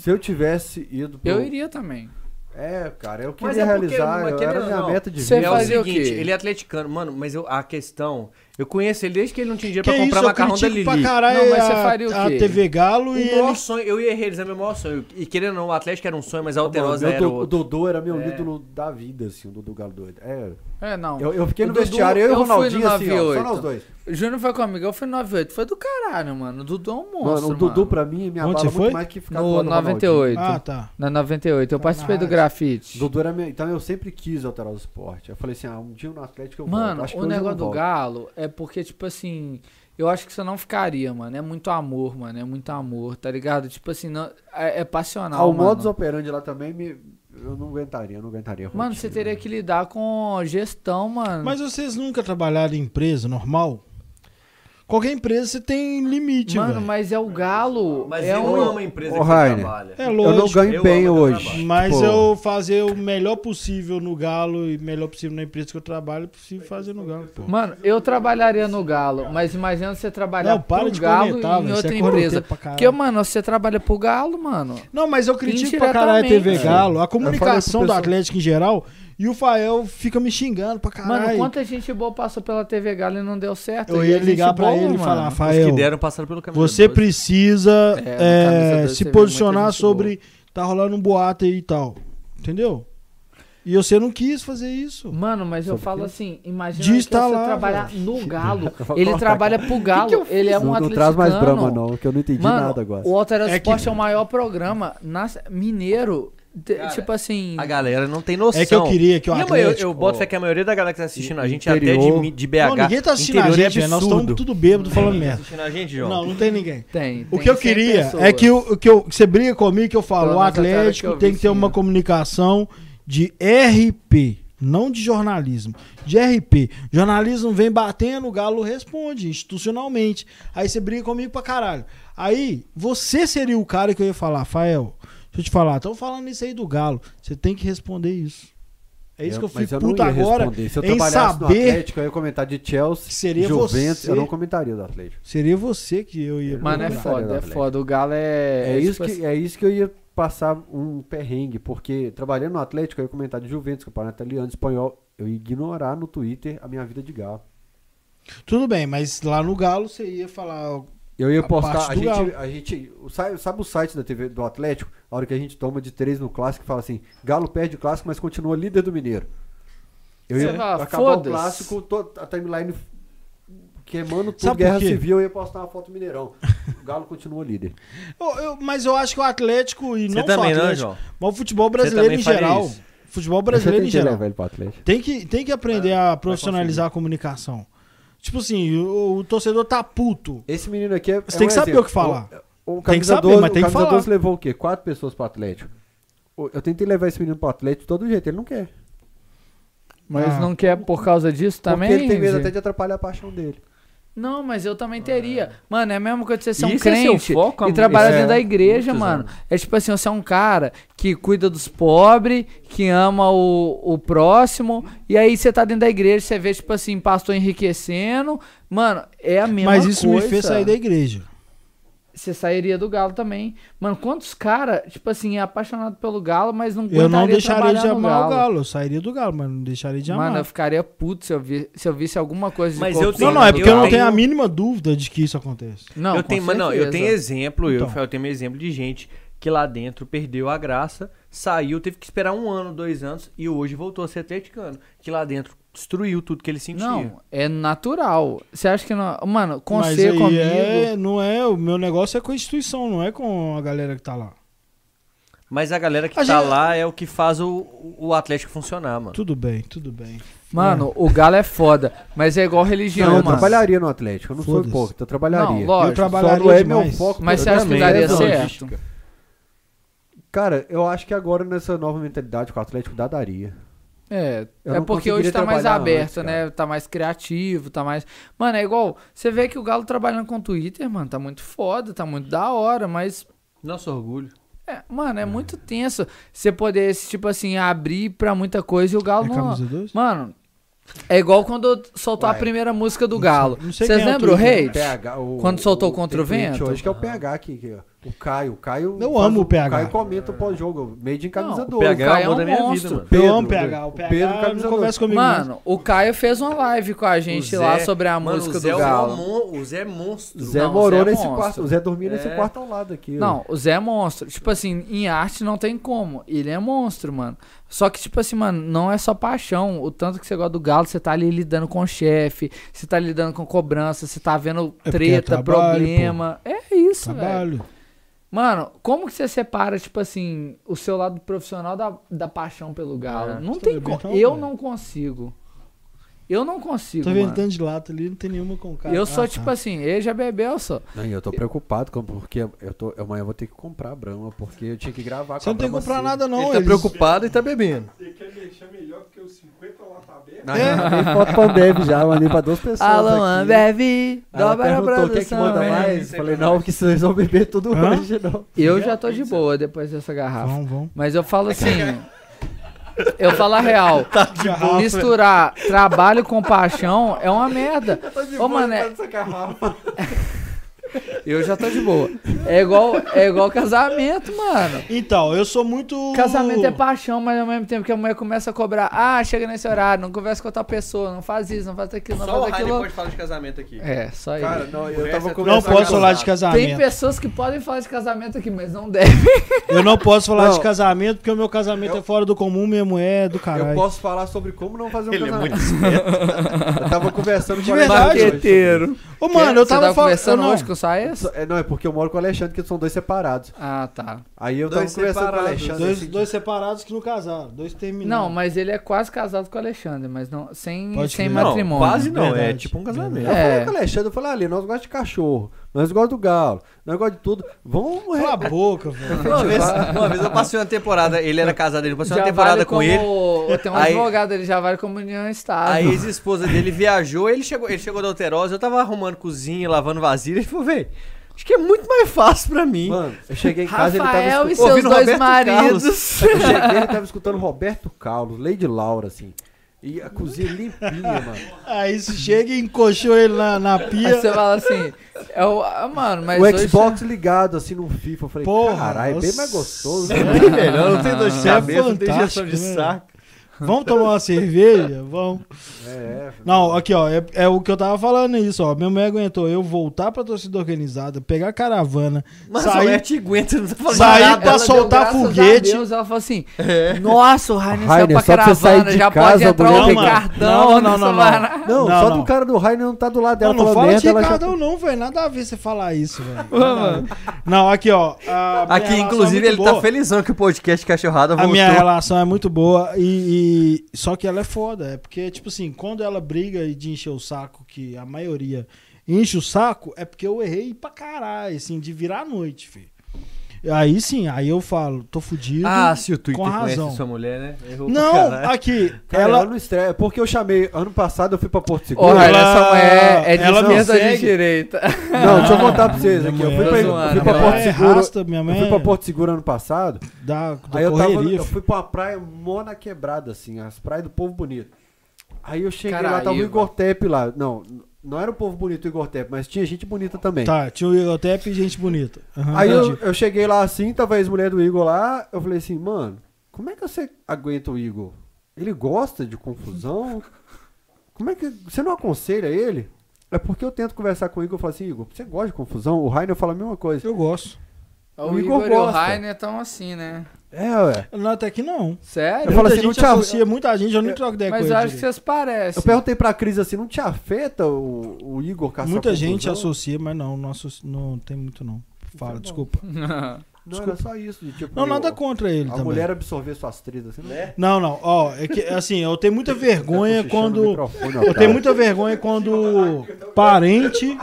Speaker 1: Se eu tivesse ido pro...
Speaker 3: [LAUGHS] Eu iria também.
Speaker 1: É, cara, eu
Speaker 4: Mas
Speaker 1: queria
Speaker 4: é porque,
Speaker 1: realizar,
Speaker 4: mas
Speaker 1: eu
Speaker 4: querendo
Speaker 1: era
Speaker 4: ou
Speaker 1: minha
Speaker 4: não,
Speaker 1: meta de
Speaker 3: você
Speaker 1: vida. assim.
Speaker 4: É o
Speaker 3: fazer o
Speaker 4: seguinte,
Speaker 3: quê?
Speaker 4: ele é atleticano, mano, mas eu, a questão. Eu conheço ele desde que ele não tinha dinheiro
Speaker 2: Que
Speaker 4: pra comprar
Speaker 2: isso, eu
Speaker 4: macarrão da
Speaker 2: critico
Speaker 4: Lili.
Speaker 2: pra caralho
Speaker 3: Não, mas você faria o
Speaker 2: a, a
Speaker 3: quê? Um
Speaker 2: TV Galo
Speaker 4: O
Speaker 2: e
Speaker 4: maior
Speaker 2: ele...
Speaker 4: sonho, eu ia realizar é meu maior sonho. E querendo ou não, o Atlético era um sonho,
Speaker 2: Tá
Speaker 4: mas a
Speaker 1: Mano,
Speaker 4: Alterosa
Speaker 1: meu
Speaker 4: era
Speaker 1: do- o
Speaker 4: outro.
Speaker 1: Dodô era meu ídolo da vida, assim, o Dodô Galo doido. É,
Speaker 3: É, não.
Speaker 1: eu, eu fiquei
Speaker 3: O
Speaker 1: no
Speaker 3: Dudu-
Speaker 1: vestiário, eu e o
Speaker 3: eu fui no
Speaker 1: Ronaldinho, assim, ó, só
Speaker 3: 98.
Speaker 1: nós dois.
Speaker 3: O Júnior foi comigo, eu fui no 98. Foi do caralho, mano. O Dudu é um monstro.
Speaker 1: Mano, o Dudu
Speaker 3: mano.
Speaker 1: pra mim me
Speaker 2: Onde
Speaker 1: abala
Speaker 2: você
Speaker 1: muito
Speaker 2: foi?
Speaker 1: mais que ficar do
Speaker 3: No
Speaker 1: lado do Ronaldinho.
Speaker 3: 98.
Speaker 2: Ah, tá.
Speaker 3: Na 98. Eu participei do
Speaker 2: rádio.
Speaker 1: O
Speaker 3: grafite.
Speaker 1: Dudu era meu, então eu sempre quis alterar o esporte. Eu falei assim, ah, um dia no Atlético eu volto.
Speaker 3: Mano,
Speaker 1: Acho que
Speaker 3: o
Speaker 1: hoje eu não
Speaker 3: negócio do
Speaker 1: volto.
Speaker 3: Galo é porque, tipo assim, eu acho que você não ficaria, mano. É muito amor, mano. É muito amor, tá ligado? Tipo assim, não, é, é passional.
Speaker 1: Ah, o
Speaker 3: mano.
Speaker 1: modus operandi lá também me... Eu não aguentaria, eu não aguentaria. a
Speaker 3: Mano,
Speaker 1: rotina.
Speaker 3: você teria que lidar com gestão, mano.
Speaker 2: é Mas vocês nunca trabalharam em empresa normal? Qualquer empresa você tem limite,
Speaker 3: Mano,
Speaker 2: velho.
Speaker 3: mas é o Galo.
Speaker 4: Mas
Speaker 3: é
Speaker 4: eu
Speaker 3: um...
Speaker 4: amo a empresa
Speaker 1: Ô,
Speaker 4: que
Speaker 1: Rainer.
Speaker 4: você trabalha.
Speaker 2: É
Speaker 1: eu não
Speaker 2: lógico.
Speaker 1: ganho
Speaker 4: eu
Speaker 1: bem
Speaker 4: amo meu
Speaker 1: hoje.
Speaker 4: trabalho.
Speaker 2: Mas
Speaker 1: tipo,
Speaker 2: eu fazer o melhor possível no Galo e melhor possível na empresa que eu trabalho, possível fazer no Galo, pô.
Speaker 3: Mano, eu trabalharia no Galo, mas imagina você trabalhar
Speaker 2: Não, para
Speaker 3: pro
Speaker 2: de
Speaker 3: Galo
Speaker 2: comentar,
Speaker 3: em
Speaker 2: velho, você
Speaker 3: outra
Speaker 2: é
Speaker 3: empresa.
Speaker 2: corneteiro pra caralho.
Speaker 3: Porque, mano, você trabalha pro Galo, mano.
Speaker 2: Não, mas eu critico pra caralho a TV
Speaker 3: Indiretamente.
Speaker 2: Galo, a
Speaker 1: É, Eu falei
Speaker 2: comunicação
Speaker 1: pro
Speaker 2: do
Speaker 1: pessoal-
Speaker 2: Atlético em geral, e o Fael fica me xingando pra caralho.
Speaker 3: Mano, quanta gente boa passou pela TV Galo e não deu certo.
Speaker 2: eu
Speaker 3: E
Speaker 2: ia
Speaker 3: é gente
Speaker 2: ligar pra
Speaker 3: boa,
Speaker 2: ele e
Speaker 3: mano.
Speaker 2: falar,
Speaker 4: Os que
Speaker 2: Fael,
Speaker 4: deram passaram pelo caminho.
Speaker 2: você precisa
Speaker 3: É, no
Speaker 2: eh,
Speaker 3: Camisa dois você
Speaker 2: se
Speaker 3: vê
Speaker 2: posicionar
Speaker 3: muita gente boa.
Speaker 2: sobre tá rolando um boato aí e tal, entendeu? E você não quis fazer isso.
Speaker 3: Mano, mas eu
Speaker 1: Sobre
Speaker 3: falo
Speaker 1: quê?
Speaker 3: assim, imagina
Speaker 2: Diz
Speaker 3: que
Speaker 2: tá
Speaker 3: você
Speaker 2: lá,
Speaker 3: trabalhar no
Speaker 4: [LAUGHS]
Speaker 3: Galo.
Speaker 1: Eu vou
Speaker 3: Ele
Speaker 1: cortar,
Speaker 3: trabalha pro Galo, ele é um
Speaker 1: não, não traz
Speaker 3: atleticano.
Speaker 1: mais brama, não, que eu não entendi
Speaker 3: Mano,
Speaker 1: nada agora.
Speaker 3: o Altera
Speaker 2: É que-
Speaker 3: Esporte é o maior programa na... mineiro. de-
Speaker 4: Cara,
Speaker 3: tipo assim...
Speaker 4: A galera não tem noção.
Speaker 2: É que eu queria que o
Speaker 4: E a maio- eu,
Speaker 2: Atlético...
Speaker 4: boto fé
Speaker 1: ó,
Speaker 4: que a maioria da galera que tá assistindo a gente, até de
Speaker 1: interior-
Speaker 4: mi- de, BH,
Speaker 2: Não, ninguém tá assistindo a
Speaker 4: interior
Speaker 2: gente,
Speaker 4: é
Speaker 2: velho, nós
Speaker 4: absurdo.
Speaker 2: estamos tudo bêbado falando merda.
Speaker 4: assistindo a gente, João.
Speaker 2: Não, não tem ninguém.
Speaker 3: Tem,
Speaker 2: O
Speaker 3: tem
Speaker 2: que eu
Speaker 3: 100
Speaker 2: queria
Speaker 3: pessoas.
Speaker 2: é que o o que, eu, que você briga comigo, que eu falo, o
Speaker 3: Pelo menos até a hora que
Speaker 2: Atlético
Speaker 3: eu
Speaker 2: tem
Speaker 3: vi,
Speaker 2: que ter
Speaker 3: sim,
Speaker 2: uma
Speaker 3: né?
Speaker 2: comunicação de RP, não de jornalismo, de RP. Jornalismo vem batendo, o Galo responde institucionalmente. Aí você briga comigo pra caralho. Aí você seria o cara que eu ia falar, Fael, deixa eu te falar, estão falando isso aí do Galo, você tem que responder isso. É isso
Speaker 1: Eu-
Speaker 2: que eu
Speaker 1: mas
Speaker 2: fico
Speaker 1: não
Speaker 2: puto
Speaker 1: ia
Speaker 2: agora
Speaker 1: responder. Se eu
Speaker 2: em
Speaker 1: trabalhasse no
Speaker 2: saber,
Speaker 1: Atlético, eu ia comentar de Chelsea,
Speaker 2: Seria
Speaker 1: Juventus,
Speaker 2: você.
Speaker 1: eu não comentaria do Atlético.
Speaker 2: seria você que eu ia...
Speaker 3: Mano, é
Speaker 1: Não,
Speaker 3: foda, é
Speaker 1: Atlético.
Speaker 3: foda. O Galo é.
Speaker 1: É, isso
Speaker 3: tipo
Speaker 1: que, é isso que eu ia passar um perrengue, porque trabalhando no Atlético, eu ia comentar de Juventus, campeonato italiano, espanhol, eu ia ignorar no Twitter a minha vida de galo.
Speaker 2: Tudo bem, mas lá no Galo você ia falar...
Speaker 1: Eu ia
Speaker 2: A
Speaker 1: postar,
Speaker 2: parte
Speaker 1: a
Speaker 2: do
Speaker 1: gente,
Speaker 2: Galo.
Speaker 1: a gente, o sa- sabe o site da TV do Atlético? A hora que a gente toma de três no clássico, fala assim, Galo perde o clássico, mas continua líder do Mineiro. Eu
Speaker 3: Você
Speaker 1: ia
Speaker 3: fala,
Speaker 1: acabar o
Speaker 3: "Foda-se."
Speaker 1: clássico, to- a timeline queimando tudo,
Speaker 2: Sabe por
Speaker 1: guerra
Speaker 2: quê?
Speaker 1: civil, eu ia postar uma foto do [LAUGHS] Mineirão. O Galo continua líder.
Speaker 2: Eu- eu- mas eu acho que o Atlético e
Speaker 4: Você
Speaker 2: não só
Speaker 4: também,
Speaker 2: o
Speaker 4: não,
Speaker 2: Atlético,
Speaker 4: João?
Speaker 2: mas o futebol brasileiro
Speaker 4: também
Speaker 2: em
Speaker 4: faria
Speaker 2: geral,
Speaker 4: isso.
Speaker 2: futebol brasileiro em
Speaker 1: Eu tentei
Speaker 2: geral,
Speaker 1: levar ele pro Atlético.
Speaker 2: tem que, tem que
Speaker 3: É,
Speaker 2: aprender a profissionalizar a comunicação. Tipo assim, o, o torcedor tá puto.
Speaker 1: Esse menino aqui é.
Speaker 2: Você
Speaker 1: é
Speaker 2: tem
Speaker 1: um
Speaker 2: que saber
Speaker 1: exemplo.
Speaker 2: o que falar.
Speaker 1: O, o
Speaker 2: Tem que saber,
Speaker 1: camisa
Speaker 2: mas tem
Speaker 1: 12
Speaker 2: que
Speaker 1: o camisa
Speaker 2: falar.
Speaker 1: 12 levou o quê? Quatro pessoas pro Atlético. O- Eu tentei levar esse menino pro Atlético de todo jeito, ele não quer.
Speaker 3: Mas
Speaker 2: Ah.
Speaker 3: não quer por causa disso também?
Speaker 1: Porque ele tem medo
Speaker 3: Zé?
Speaker 1: até de atrapalhar a paixão dele.
Speaker 3: Não, mas eu também teria. Mano, é mesmo quando você ser
Speaker 4: E
Speaker 3: um
Speaker 4: esse é seu
Speaker 3: crente
Speaker 4: foco há
Speaker 3: e
Speaker 4: mu-
Speaker 3: trabalhar
Speaker 1: isso é
Speaker 3: dentro da igreja,
Speaker 4: muitos
Speaker 3: mano.
Speaker 4: anos.
Speaker 3: É tipo assim, você é um cara que cuida dos pobres, que ama o, o próximo, e aí você tá dentro da igreja, você vê, tipo assim, pastor enriquecendo. Mano, é a mesma coisa.
Speaker 2: mas isso me fez sair da igreja.
Speaker 3: Você sairia do Galo também. Mano, quantos caras, tipo assim, é apaixonado pelo Galo, mas não
Speaker 2: Eu não
Speaker 3: aguentaria
Speaker 2: deixaria
Speaker 3: trabalhar
Speaker 2: de
Speaker 3: no
Speaker 2: amar o Galo. Eu sairia do Galo, mas não deixaria de amar.
Speaker 3: Mano, eu ficaria puto se eu, vi- se eu visse alguma coisa de
Speaker 4: Mas eu
Speaker 3: corrupção
Speaker 2: não,
Speaker 4: tenho-
Speaker 2: não, é
Speaker 3: do
Speaker 2: porque eu, não
Speaker 3: Galo.
Speaker 2: tenho a mínima dúvida de que isso acontece.
Speaker 3: Não,
Speaker 4: eu
Speaker 3: com
Speaker 4: tenho, mas não, eu
Speaker 3: certeza.
Speaker 4: tenho exemplo, eu,
Speaker 2: Então.
Speaker 4: eu tenho exemplo de gente que lá dentro perdeu a graça, saiu, teve que esperar um ano, dois anos e hoje voltou a ser atleticano, que lá dentro destruiu tudo que ele sentia.
Speaker 3: Não, é natural. Você acha que não. Mano, com
Speaker 2: mas
Speaker 3: C
Speaker 2: aí
Speaker 3: comigo.
Speaker 2: é- não é, o meu negócio é com a instituição, não é com a galera que tá lá.
Speaker 4: Mas a galera que
Speaker 2: A
Speaker 4: tá
Speaker 2: gente-
Speaker 4: lá é o que faz o, o Atlético funcionar, mano.
Speaker 2: Tudo bem, tudo bem.
Speaker 3: Mano, o galo é foda. Mas é igual
Speaker 1: Não,
Speaker 3: religião,
Speaker 1: eu
Speaker 3: mano.
Speaker 1: trabalharia no Atlético, eu não sou
Speaker 2: Foda-se.
Speaker 1: hipócrita, eu trabalharia.
Speaker 3: Não, lógico.
Speaker 2: eu
Speaker 1: Só não
Speaker 2: trabalharia
Speaker 1: é meu
Speaker 2: demais.
Speaker 1: foco.
Speaker 3: Mas
Speaker 1: eu
Speaker 3: você acha que
Speaker 1: também,
Speaker 3: daria
Speaker 1: não,
Speaker 3: certo?
Speaker 1: Cara, eu acho que agora nessa nova mentalidade que o Atlético dá, daria.
Speaker 3: É,
Speaker 1: Eu
Speaker 3: é
Speaker 1: não
Speaker 3: porque hoje
Speaker 1: conseguiria
Speaker 3: tá mais
Speaker 1: trabalhar
Speaker 3: aberto,
Speaker 1: antes,
Speaker 3: né? Tá mais criativo, tá mais. Mano, é igual. Você vê que o galo trabalhando com o Twitter, mano, tá muito foda, tá muito da hora, mas.
Speaker 4: Nosso orgulho.
Speaker 3: é, mano,
Speaker 1: Hum.
Speaker 3: é muito tenso você poder, esse tipo assim, abrir pra muita coisa e o galo
Speaker 2: É
Speaker 3: não.
Speaker 2: camisa 12?
Speaker 3: Mano, é igual quando soltou a primeira música do Galo.
Speaker 2: não sei
Speaker 3: Vocês
Speaker 2: quem é o
Speaker 3: lembram o
Speaker 2: Twitter, né?
Speaker 3: Hate? Quando soltou contra o
Speaker 1: tem gente
Speaker 3: vento?
Speaker 1: Hoje que é o PH aqui, que, ó, o Caio. O Caio
Speaker 2: Eu
Speaker 1: faz
Speaker 2: amo o PH.
Speaker 1: Caio comenta o pós-jogo, meio de
Speaker 3: Não,
Speaker 1: camisa
Speaker 3: o
Speaker 1: 12.
Speaker 4: PH
Speaker 3: Caio
Speaker 4: é
Speaker 3: é
Speaker 4: o amor
Speaker 3: um
Speaker 4: da minha
Speaker 3: monstro.
Speaker 4: vida, mano.
Speaker 2: Eu
Speaker 1: Pedro,
Speaker 2: amo o PH. né? O é um
Speaker 1: o
Speaker 2: PH
Speaker 1: Pedro,
Speaker 2: não
Speaker 1: camisa
Speaker 2: conversa comigo. né? mais.
Speaker 3: Mano, o Caio fez uma live com a gente
Speaker 4: O
Speaker 3: lá
Speaker 4: Zé-
Speaker 3: sobre a
Speaker 4: Mano,
Speaker 3: música
Speaker 4: o Zé é
Speaker 3: do
Speaker 4: um
Speaker 3: Galo.
Speaker 4: mon- O Zé é monstro.
Speaker 1: Zé
Speaker 3: Não, o
Speaker 1: morou
Speaker 3: Zé é
Speaker 1: nesse
Speaker 3: monstro.
Speaker 1: quarto. O Zé dormia nesse
Speaker 4: É.
Speaker 1: quarto ao lado aqui. ó.
Speaker 3: Não, o Zé é monstro. Tipo assim, em arte não tem como. Ele é monstro, mano. Só que, tipo assim, mano, não é só paixão. O tanto que você gosta do Galo, você tá ali lidando com o chefe, você tá lidando com cobrança, você tá vendo
Speaker 2: É porque
Speaker 3: treta,
Speaker 2: é trabalho,
Speaker 3: problema. É
Speaker 2: Tá
Speaker 3: isso, velho.
Speaker 2: Trabalho.
Speaker 3: Mano, como que você separa, tipo assim, o seu lado profissional da, da paixão pelo Galo?
Speaker 4: É,
Speaker 3: não
Speaker 2: você
Speaker 3: tem
Speaker 2: também
Speaker 3: como.
Speaker 2: tá,
Speaker 3: Eu
Speaker 2: velho.
Speaker 3: não consigo. Eu não consigo.
Speaker 2: Tô vendo
Speaker 3: mano.
Speaker 2: tanto de lata ali, não tem nenhuma com cara.
Speaker 3: Eu
Speaker 2: Ah,
Speaker 3: sou
Speaker 2: tá.
Speaker 3: tipo assim, ele já bebeu só.
Speaker 1: Não, e eu tô preocupado, com, porque eu tô, amanhã eu vou ter que comprar a Brahma, porque eu tinha que gravar com
Speaker 2: Você
Speaker 1: a
Speaker 2: não tem que
Speaker 1: Brahma
Speaker 2: comprar
Speaker 1: cedo.
Speaker 2: nada, não.
Speaker 7: ele tá
Speaker 2: eles-
Speaker 7: preocupado e tá bebendo.
Speaker 5: Ele quer mexer melhor do que os 50 lá tá aberto?
Speaker 7: Ah,
Speaker 2: É.
Speaker 7: não.
Speaker 6: Mandei foto pra Ambev já, mandei pra duas pessoas.
Speaker 3: Alô,
Speaker 6: aqui.
Speaker 3: Ambev,
Speaker 6: Ela
Speaker 3: dobra a
Speaker 6: perguntou o que é que
Speaker 3: produção. né?"
Speaker 6: manda
Speaker 3: hein?
Speaker 6: mais. Falei, não, que vocês vão beber tudo
Speaker 2: Hã?
Speaker 6: hoje, não.
Speaker 3: Eu já tô de boa depois dessa garrafa.
Speaker 2: Vamos, vamos.
Speaker 3: Mas eu
Speaker 4: É
Speaker 3: falo assim. [LAUGHS] Eu falo a
Speaker 4: [LAUGHS]
Speaker 3: real.
Speaker 4: Tá né?
Speaker 3: Misturar trabalho com paixão é uma merda. Ô, mano,
Speaker 1: tá
Speaker 3: é- eu já tô de boa. É igual, é igual casamento, mano.
Speaker 2: Então, eu sou muito.
Speaker 3: Casamento é paixão, mas ao mesmo tempo que a mulher começa a cobrar. Ah, chega nesse horário, não conversa com outra pessoa, não faz isso, não faz aquilo, não
Speaker 4: Só o
Speaker 3: faz
Speaker 4: Harley
Speaker 3: aquilo.
Speaker 4: pode falar de casamento aqui.
Speaker 3: É, só isso.
Speaker 1: Cara, não, eu
Speaker 4: Conversa
Speaker 1: tava
Speaker 4: com-
Speaker 2: Não
Speaker 1: conversando
Speaker 2: posso falar de
Speaker 3: Tem
Speaker 2: casamento.
Speaker 3: pessoas que podem falar de casamento aqui, mas não devem.
Speaker 2: Eu não posso falar
Speaker 1: Não.
Speaker 2: de casamento porque o meu casamento é fora do comum, minha mulher é do
Speaker 1: Eu
Speaker 2: caralho.
Speaker 1: posso falar sobre como não fazer um
Speaker 4: Ele é
Speaker 1: casamento. eu tava conversando
Speaker 2: De
Speaker 1: com o Alexandre
Speaker 2: verdade?
Speaker 1: hoje.
Speaker 2: Ô, mano, eu tava falando. eu
Speaker 3: conversando
Speaker 2: não.
Speaker 3: hoje com o Saez?
Speaker 1: É, não, é porque eu moro com o Alexandre, que são dois separados.
Speaker 3: Ah, tá.
Speaker 1: Aí eu tava
Speaker 7: Dois
Speaker 1: conversando com o
Speaker 7: separados,
Speaker 1: Alexandre.
Speaker 2: Dois,
Speaker 1: assim,
Speaker 2: dois separados que não casaram, dois terminaram.
Speaker 3: Não, mas ele é quase casado com o Alexandre, mas não, sem,
Speaker 2: Pode
Speaker 3: sem
Speaker 2: crer.
Speaker 4: Não,
Speaker 3: matrimônio.
Speaker 4: quase não, é
Speaker 2: Verdade.
Speaker 4: tipo um casamento.
Speaker 1: Eu falei
Speaker 3: É.
Speaker 1: com o Alexandre, eu falei, ali, nós gostamos de cachorro, nós gostamos do galo, nós gostamos de tudo. Vamos. re-
Speaker 2: Cala a
Speaker 3: é-
Speaker 2: boca, velho.
Speaker 4: Uma vez, uma vez eu passei uma temporada, ele era casado, ele passei uma
Speaker 3: Já
Speaker 4: temporada
Speaker 3: vale
Speaker 4: com
Speaker 3: como-
Speaker 4: ele.
Speaker 3: Tem um
Speaker 4: Aí-
Speaker 3: advogado, ele já vale como união estável.
Speaker 4: A ex-esposa dele viajou, ele chegou, ele chegou da Alterosa, eu tava arrumando cozinha, lavando vasilha, ele falou, véi, acho que é muito mais fácil pra mim.
Speaker 1: Mano, eu cheguei em casa ele tava
Speaker 3: Rafael e
Speaker 1: escutando.
Speaker 3: seus
Speaker 4: ouvindo
Speaker 3: dois
Speaker 4: Roberto
Speaker 3: maridos.
Speaker 1: Eu cheguei ele tava escutando Roberto Carlos, Lady Laura, assim. E a cozinha limpinha,
Speaker 2: [LAUGHS]
Speaker 1: mano.
Speaker 2: Aí você chega e encoxou ele na, na
Speaker 3: Aí você
Speaker 2: pia.
Speaker 3: fala assim, é o, ah, mano, mas
Speaker 1: o
Speaker 3: hoje...
Speaker 1: Xbox ligado, assim, no FIFA. Eu falei,
Speaker 2: Porra,
Speaker 1: caralho, é bem
Speaker 2: nossa.
Speaker 1: mais gostoso.
Speaker 7: É
Speaker 1: né?
Speaker 7: bem melhor, não tem
Speaker 4: [LAUGHS]
Speaker 7: dor de
Speaker 2: Isso é
Speaker 7: cabeça, não tem
Speaker 2: fantástico,
Speaker 7: injeção de
Speaker 2: né?
Speaker 7: saco.
Speaker 2: Vamos tomar uma cerveja? Vamos.
Speaker 1: É, é.
Speaker 2: Não, aqui, ó. É, é o que eu tava falando isso, ó. Meu mulher aguentou eu voltar pra torcida organizada, pegar a caravana,
Speaker 4: Mas a mulher
Speaker 2: sair.
Speaker 4: te aguenta, não tá falando
Speaker 2: Saí-
Speaker 4: nada.
Speaker 2: pra soltar
Speaker 3: graças
Speaker 2: foguete.
Speaker 3: A Deus, ela falou assim: Nossa, o Rainer saiu
Speaker 1: Rainer,
Speaker 3: pra
Speaker 1: só pra você sair
Speaker 3: caravana,
Speaker 1: de
Speaker 3: já pode
Speaker 1: casa, a
Speaker 3: entrar
Speaker 1: mulher
Speaker 3: o
Speaker 2: tem que-
Speaker 3: Ricardão.
Speaker 2: Não, não, não, não,
Speaker 3: nessa
Speaker 2: não.
Speaker 3: vara-
Speaker 1: Não,
Speaker 2: Não,
Speaker 1: só
Speaker 2: não.
Speaker 1: do cara do Rainer não tá do lado dela.
Speaker 2: Não, não
Speaker 1: falou
Speaker 2: fala
Speaker 1: merda,
Speaker 2: de um.
Speaker 1: ela já-
Speaker 2: Ricardão, não, velho. Nada a ver você falar isso, velho. Nada a ver. Não, aqui, ó. a minha
Speaker 4: Aqui,
Speaker 2: relação é
Speaker 4: inclusive,
Speaker 2: muito
Speaker 4: ele
Speaker 2: boa.
Speaker 4: tá felizão que o podcast Cachorrada
Speaker 2: A
Speaker 4: voltou.
Speaker 2: minha relação é muito boa e, e- Só que ela é foda. É porque, tipo assim, quando ela briga e de encher o saco, que a maioria enche o saco, é porque eu errei pra caralho, assim, de virar a noite, filho. Aí sim, aí eu falo, tô fudido.
Speaker 4: Ah, se o Twitter
Speaker 2: é com
Speaker 4: conhece
Speaker 2: razão.
Speaker 4: sua mulher, né? Errou pra
Speaker 2: não,
Speaker 4: caralho.
Speaker 2: aqui,
Speaker 1: Cara, ela...
Speaker 2: ela.
Speaker 1: não estreia. Porque eu chamei, ano passado eu fui pra Porto
Speaker 3: Ô,
Speaker 1: Seguro.
Speaker 3: Rainer,
Speaker 2: Ela-
Speaker 3: essa mulher é de
Speaker 2: ela me
Speaker 3: esquerda de
Speaker 2: segue.
Speaker 3: direita.
Speaker 1: Não, deixa eu contar pra vocês aqui. Eu fui pra, eu fui pra
Speaker 3: Tô
Speaker 1: Porto
Speaker 2: tá Ela é
Speaker 1: Seguro.
Speaker 2: rasta, minha
Speaker 1: Eu
Speaker 2: mãe.
Speaker 1: fui pra Porto Seguro ano passado.
Speaker 2: Da, da
Speaker 1: Aí eu, tava,
Speaker 2: correria.
Speaker 1: eu fui pra uma praia mó na quebrada, assim, as praias do povo bonito. Aí eu cheguei lá, tava o
Speaker 3: Caraíba.
Speaker 1: Igor Tepe lá. Não, não era o povo bonito o Igor Tepe, mas tinha gente bonita também.
Speaker 2: Tá, tinha o Igotep e gente bonita. Aham,
Speaker 1: Aí eu,
Speaker 2: entendi.
Speaker 1: eu cheguei lá assim, tava a ex-mulher do Igor lá, eu falei assim, mano, como é que você aguenta o Igor? Ele gosta de confusão? Como é que. Você não aconselha ele? É porque eu tento conversar com o Igor e falo assim, Igor, você gosta de confusão? O Rainer fala a mesma coisa.
Speaker 2: Eu gosto.
Speaker 3: O
Speaker 1: O
Speaker 3: Igor
Speaker 1: Igor
Speaker 3: e o
Speaker 1: gosta.
Speaker 3: Rainer estão assim, né?
Speaker 1: É, ué.
Speaker 2: Não, até que não.
Speaker 1: Eu
Speaker 3: Sério?
Speaker 1: falo
Speaker 2: muita
Speaker 1: assim, não
Speaker 2: gente
Speaker 1: te av-
Speaker 2: associa muita gente, eu não troco ideia com
Speaker 3: Mas
Speaker 2: ele
Speaker 3: eu acho que
Speaker 2: direito.
Speaker 3: vocês parecem.
Speaker 1: Eu
Speaker 2: [LAUGHS]
Speaker 1: perguntei pra Cris assim, não te afeta o, o Igor caçar
Speaker 2: Muita
Speaker 1: confusão?
Speaker 2: gente associa, mas não, não, associa- não tem muito não.
Speaker 3: é
Speaker 2: Fala,
Speaker 1: bom.
Speaker 2: desculpa.
Speaker 3: [LAUGHS]
Speaker 1: Não, era só isso. De, tipo,
Speaker 2: Não, nada contra
Speaker 1: A
Speaker 2: ele também.
Speaker 1: mulher absorver suas trilhas, assim, né?
Speaker 2: Não, não, ó, é que, assim, eu tenho
Speaker 1: [LAUGHS]
Speaker 2: muita
Speaker 1: Tá
Speaker 2: vergonha É, quando... [LAUGHS] Eu
Speaker 1: Eu
Speaker 2: tenho muita vergonha quando parente,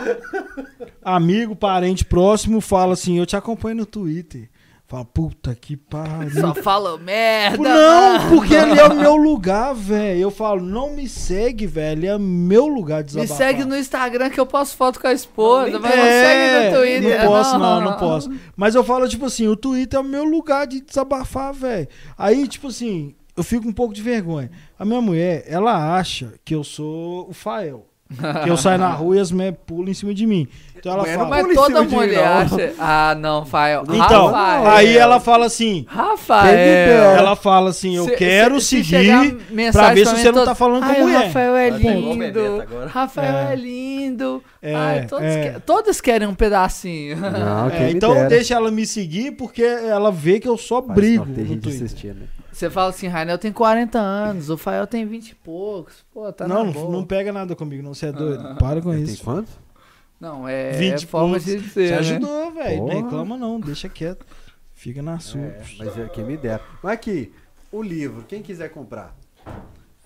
Speaker 2: amigo, parente próximo fala assim, eu te acompanho no Twitter. Fala, puta que pariu. Tipo,
Speaker 3: Só falam merda.
Speaker 2: Não,
Speaker 3: mano.
Speaker 2: porque ele é o meu lugar, velho. Eu falo, não me segue, velho, é meu lugar de
Speaker 3: Me
Speaker 2: desabafar.
Speaker 3: segue no Instagram que eu posto foto com a esposa. Mas não
Speaker 2: É,
Speaker 3: segue no Twitter. Ah.
Speaker 2: Não posso, não,
Speaker 3: [LAUGHS]
Speaker 2: não posso. Mas eu falo, tipo assim, o Twitter é o meu lugar de desabafar, velho. Aí, tipo assim, eu fico um pouco de vergonha. A minha mulher, ela acha que eu sou o Fael. Que eu saio
Speaker 3: [LAUGHS]
Speaker 2: na rua e as mulheres pulam em cima de mim. Então ela
Speaker 1: Mulher não
Speaker 2: fala.
Speaker 3: Mas
Speaker 1: Pula em
Speaker 3: toda
Speaker 1: cima de mim,
Speaker 3: mulher
Speaker 1: não.
Speaker 3: acha. Ah, não, Fael.
Speaker 2: Então,
Speaker 3: Rafael.
Speaker 2: aí ela fala assim.
Speaker 3: Ah, Rafael.
Speaker 2: Ela fala assim, eu
Speaker 3: Se-
Speaker 2: quero
Speaker 3: é. se- se chegar
Speaker 2: seguir
Speaker 3: mensagem
Speaker 2: pra ver se
Speaker 3: mim
Speaker 2: você não
Speaker 3: toda-
Speaker 2: tá falando com
Speaker 3: Ai, o
Speaker 2: mulher.
Speaker 3: Rafael é
Speaker 4: Ela tá igual o Bebeto
Speaker 3: lindo.
Speaker 4: agora.
Speaker 3: Rafael é,
Speaker 2: É.
Speaker 3: lindo.
Speaker 2: É,
Speaker 3: Ai, todos,
Speaker 2: é.
Speaker 3: que- todos querem um pedacinho.
Speaker 1: Não,
Speaker 2: É, então deixa ela me seguir porque ela vê que eu só brigo
Speaker 1: Tem
Speaker 2: no
Speaker 1: gente
Speaker 2: Twitter.
Speaker 1: assistindo, né?
Speaker 3: Você fala assim, Rainel tem 40 anos, o Fael tem 20 e poucos. Pô, tá
Speaker 2: não,
Speaker 3: na
Speaker 2: não,
Speaker 3: boa.
Speaker 2: não pega nada comigo, não. Você
Speaker 1: Ah,
Speaker 2: é doido. Para com
Speaker 1: Ele
Speaker 2: isso.
Speaker 1: Tem quanto?
Speaker 3: Não, é,
Speaker 2: 20
Speaker 3: é forma
Speaker 2: pontos.
Speaker 3: de
Speaker 2: Você
Speaker 3: dizer, né?
Speaker 2: ajudou, velho. Não
Speaker 1: Porra.
Speaker 2: reclama, não. Deixa quieto. Fica na sua.
Speaker 3: É.
Speaker 1: É, mas é quem me dera. Mas aqui, o livro, quem quiser comprar.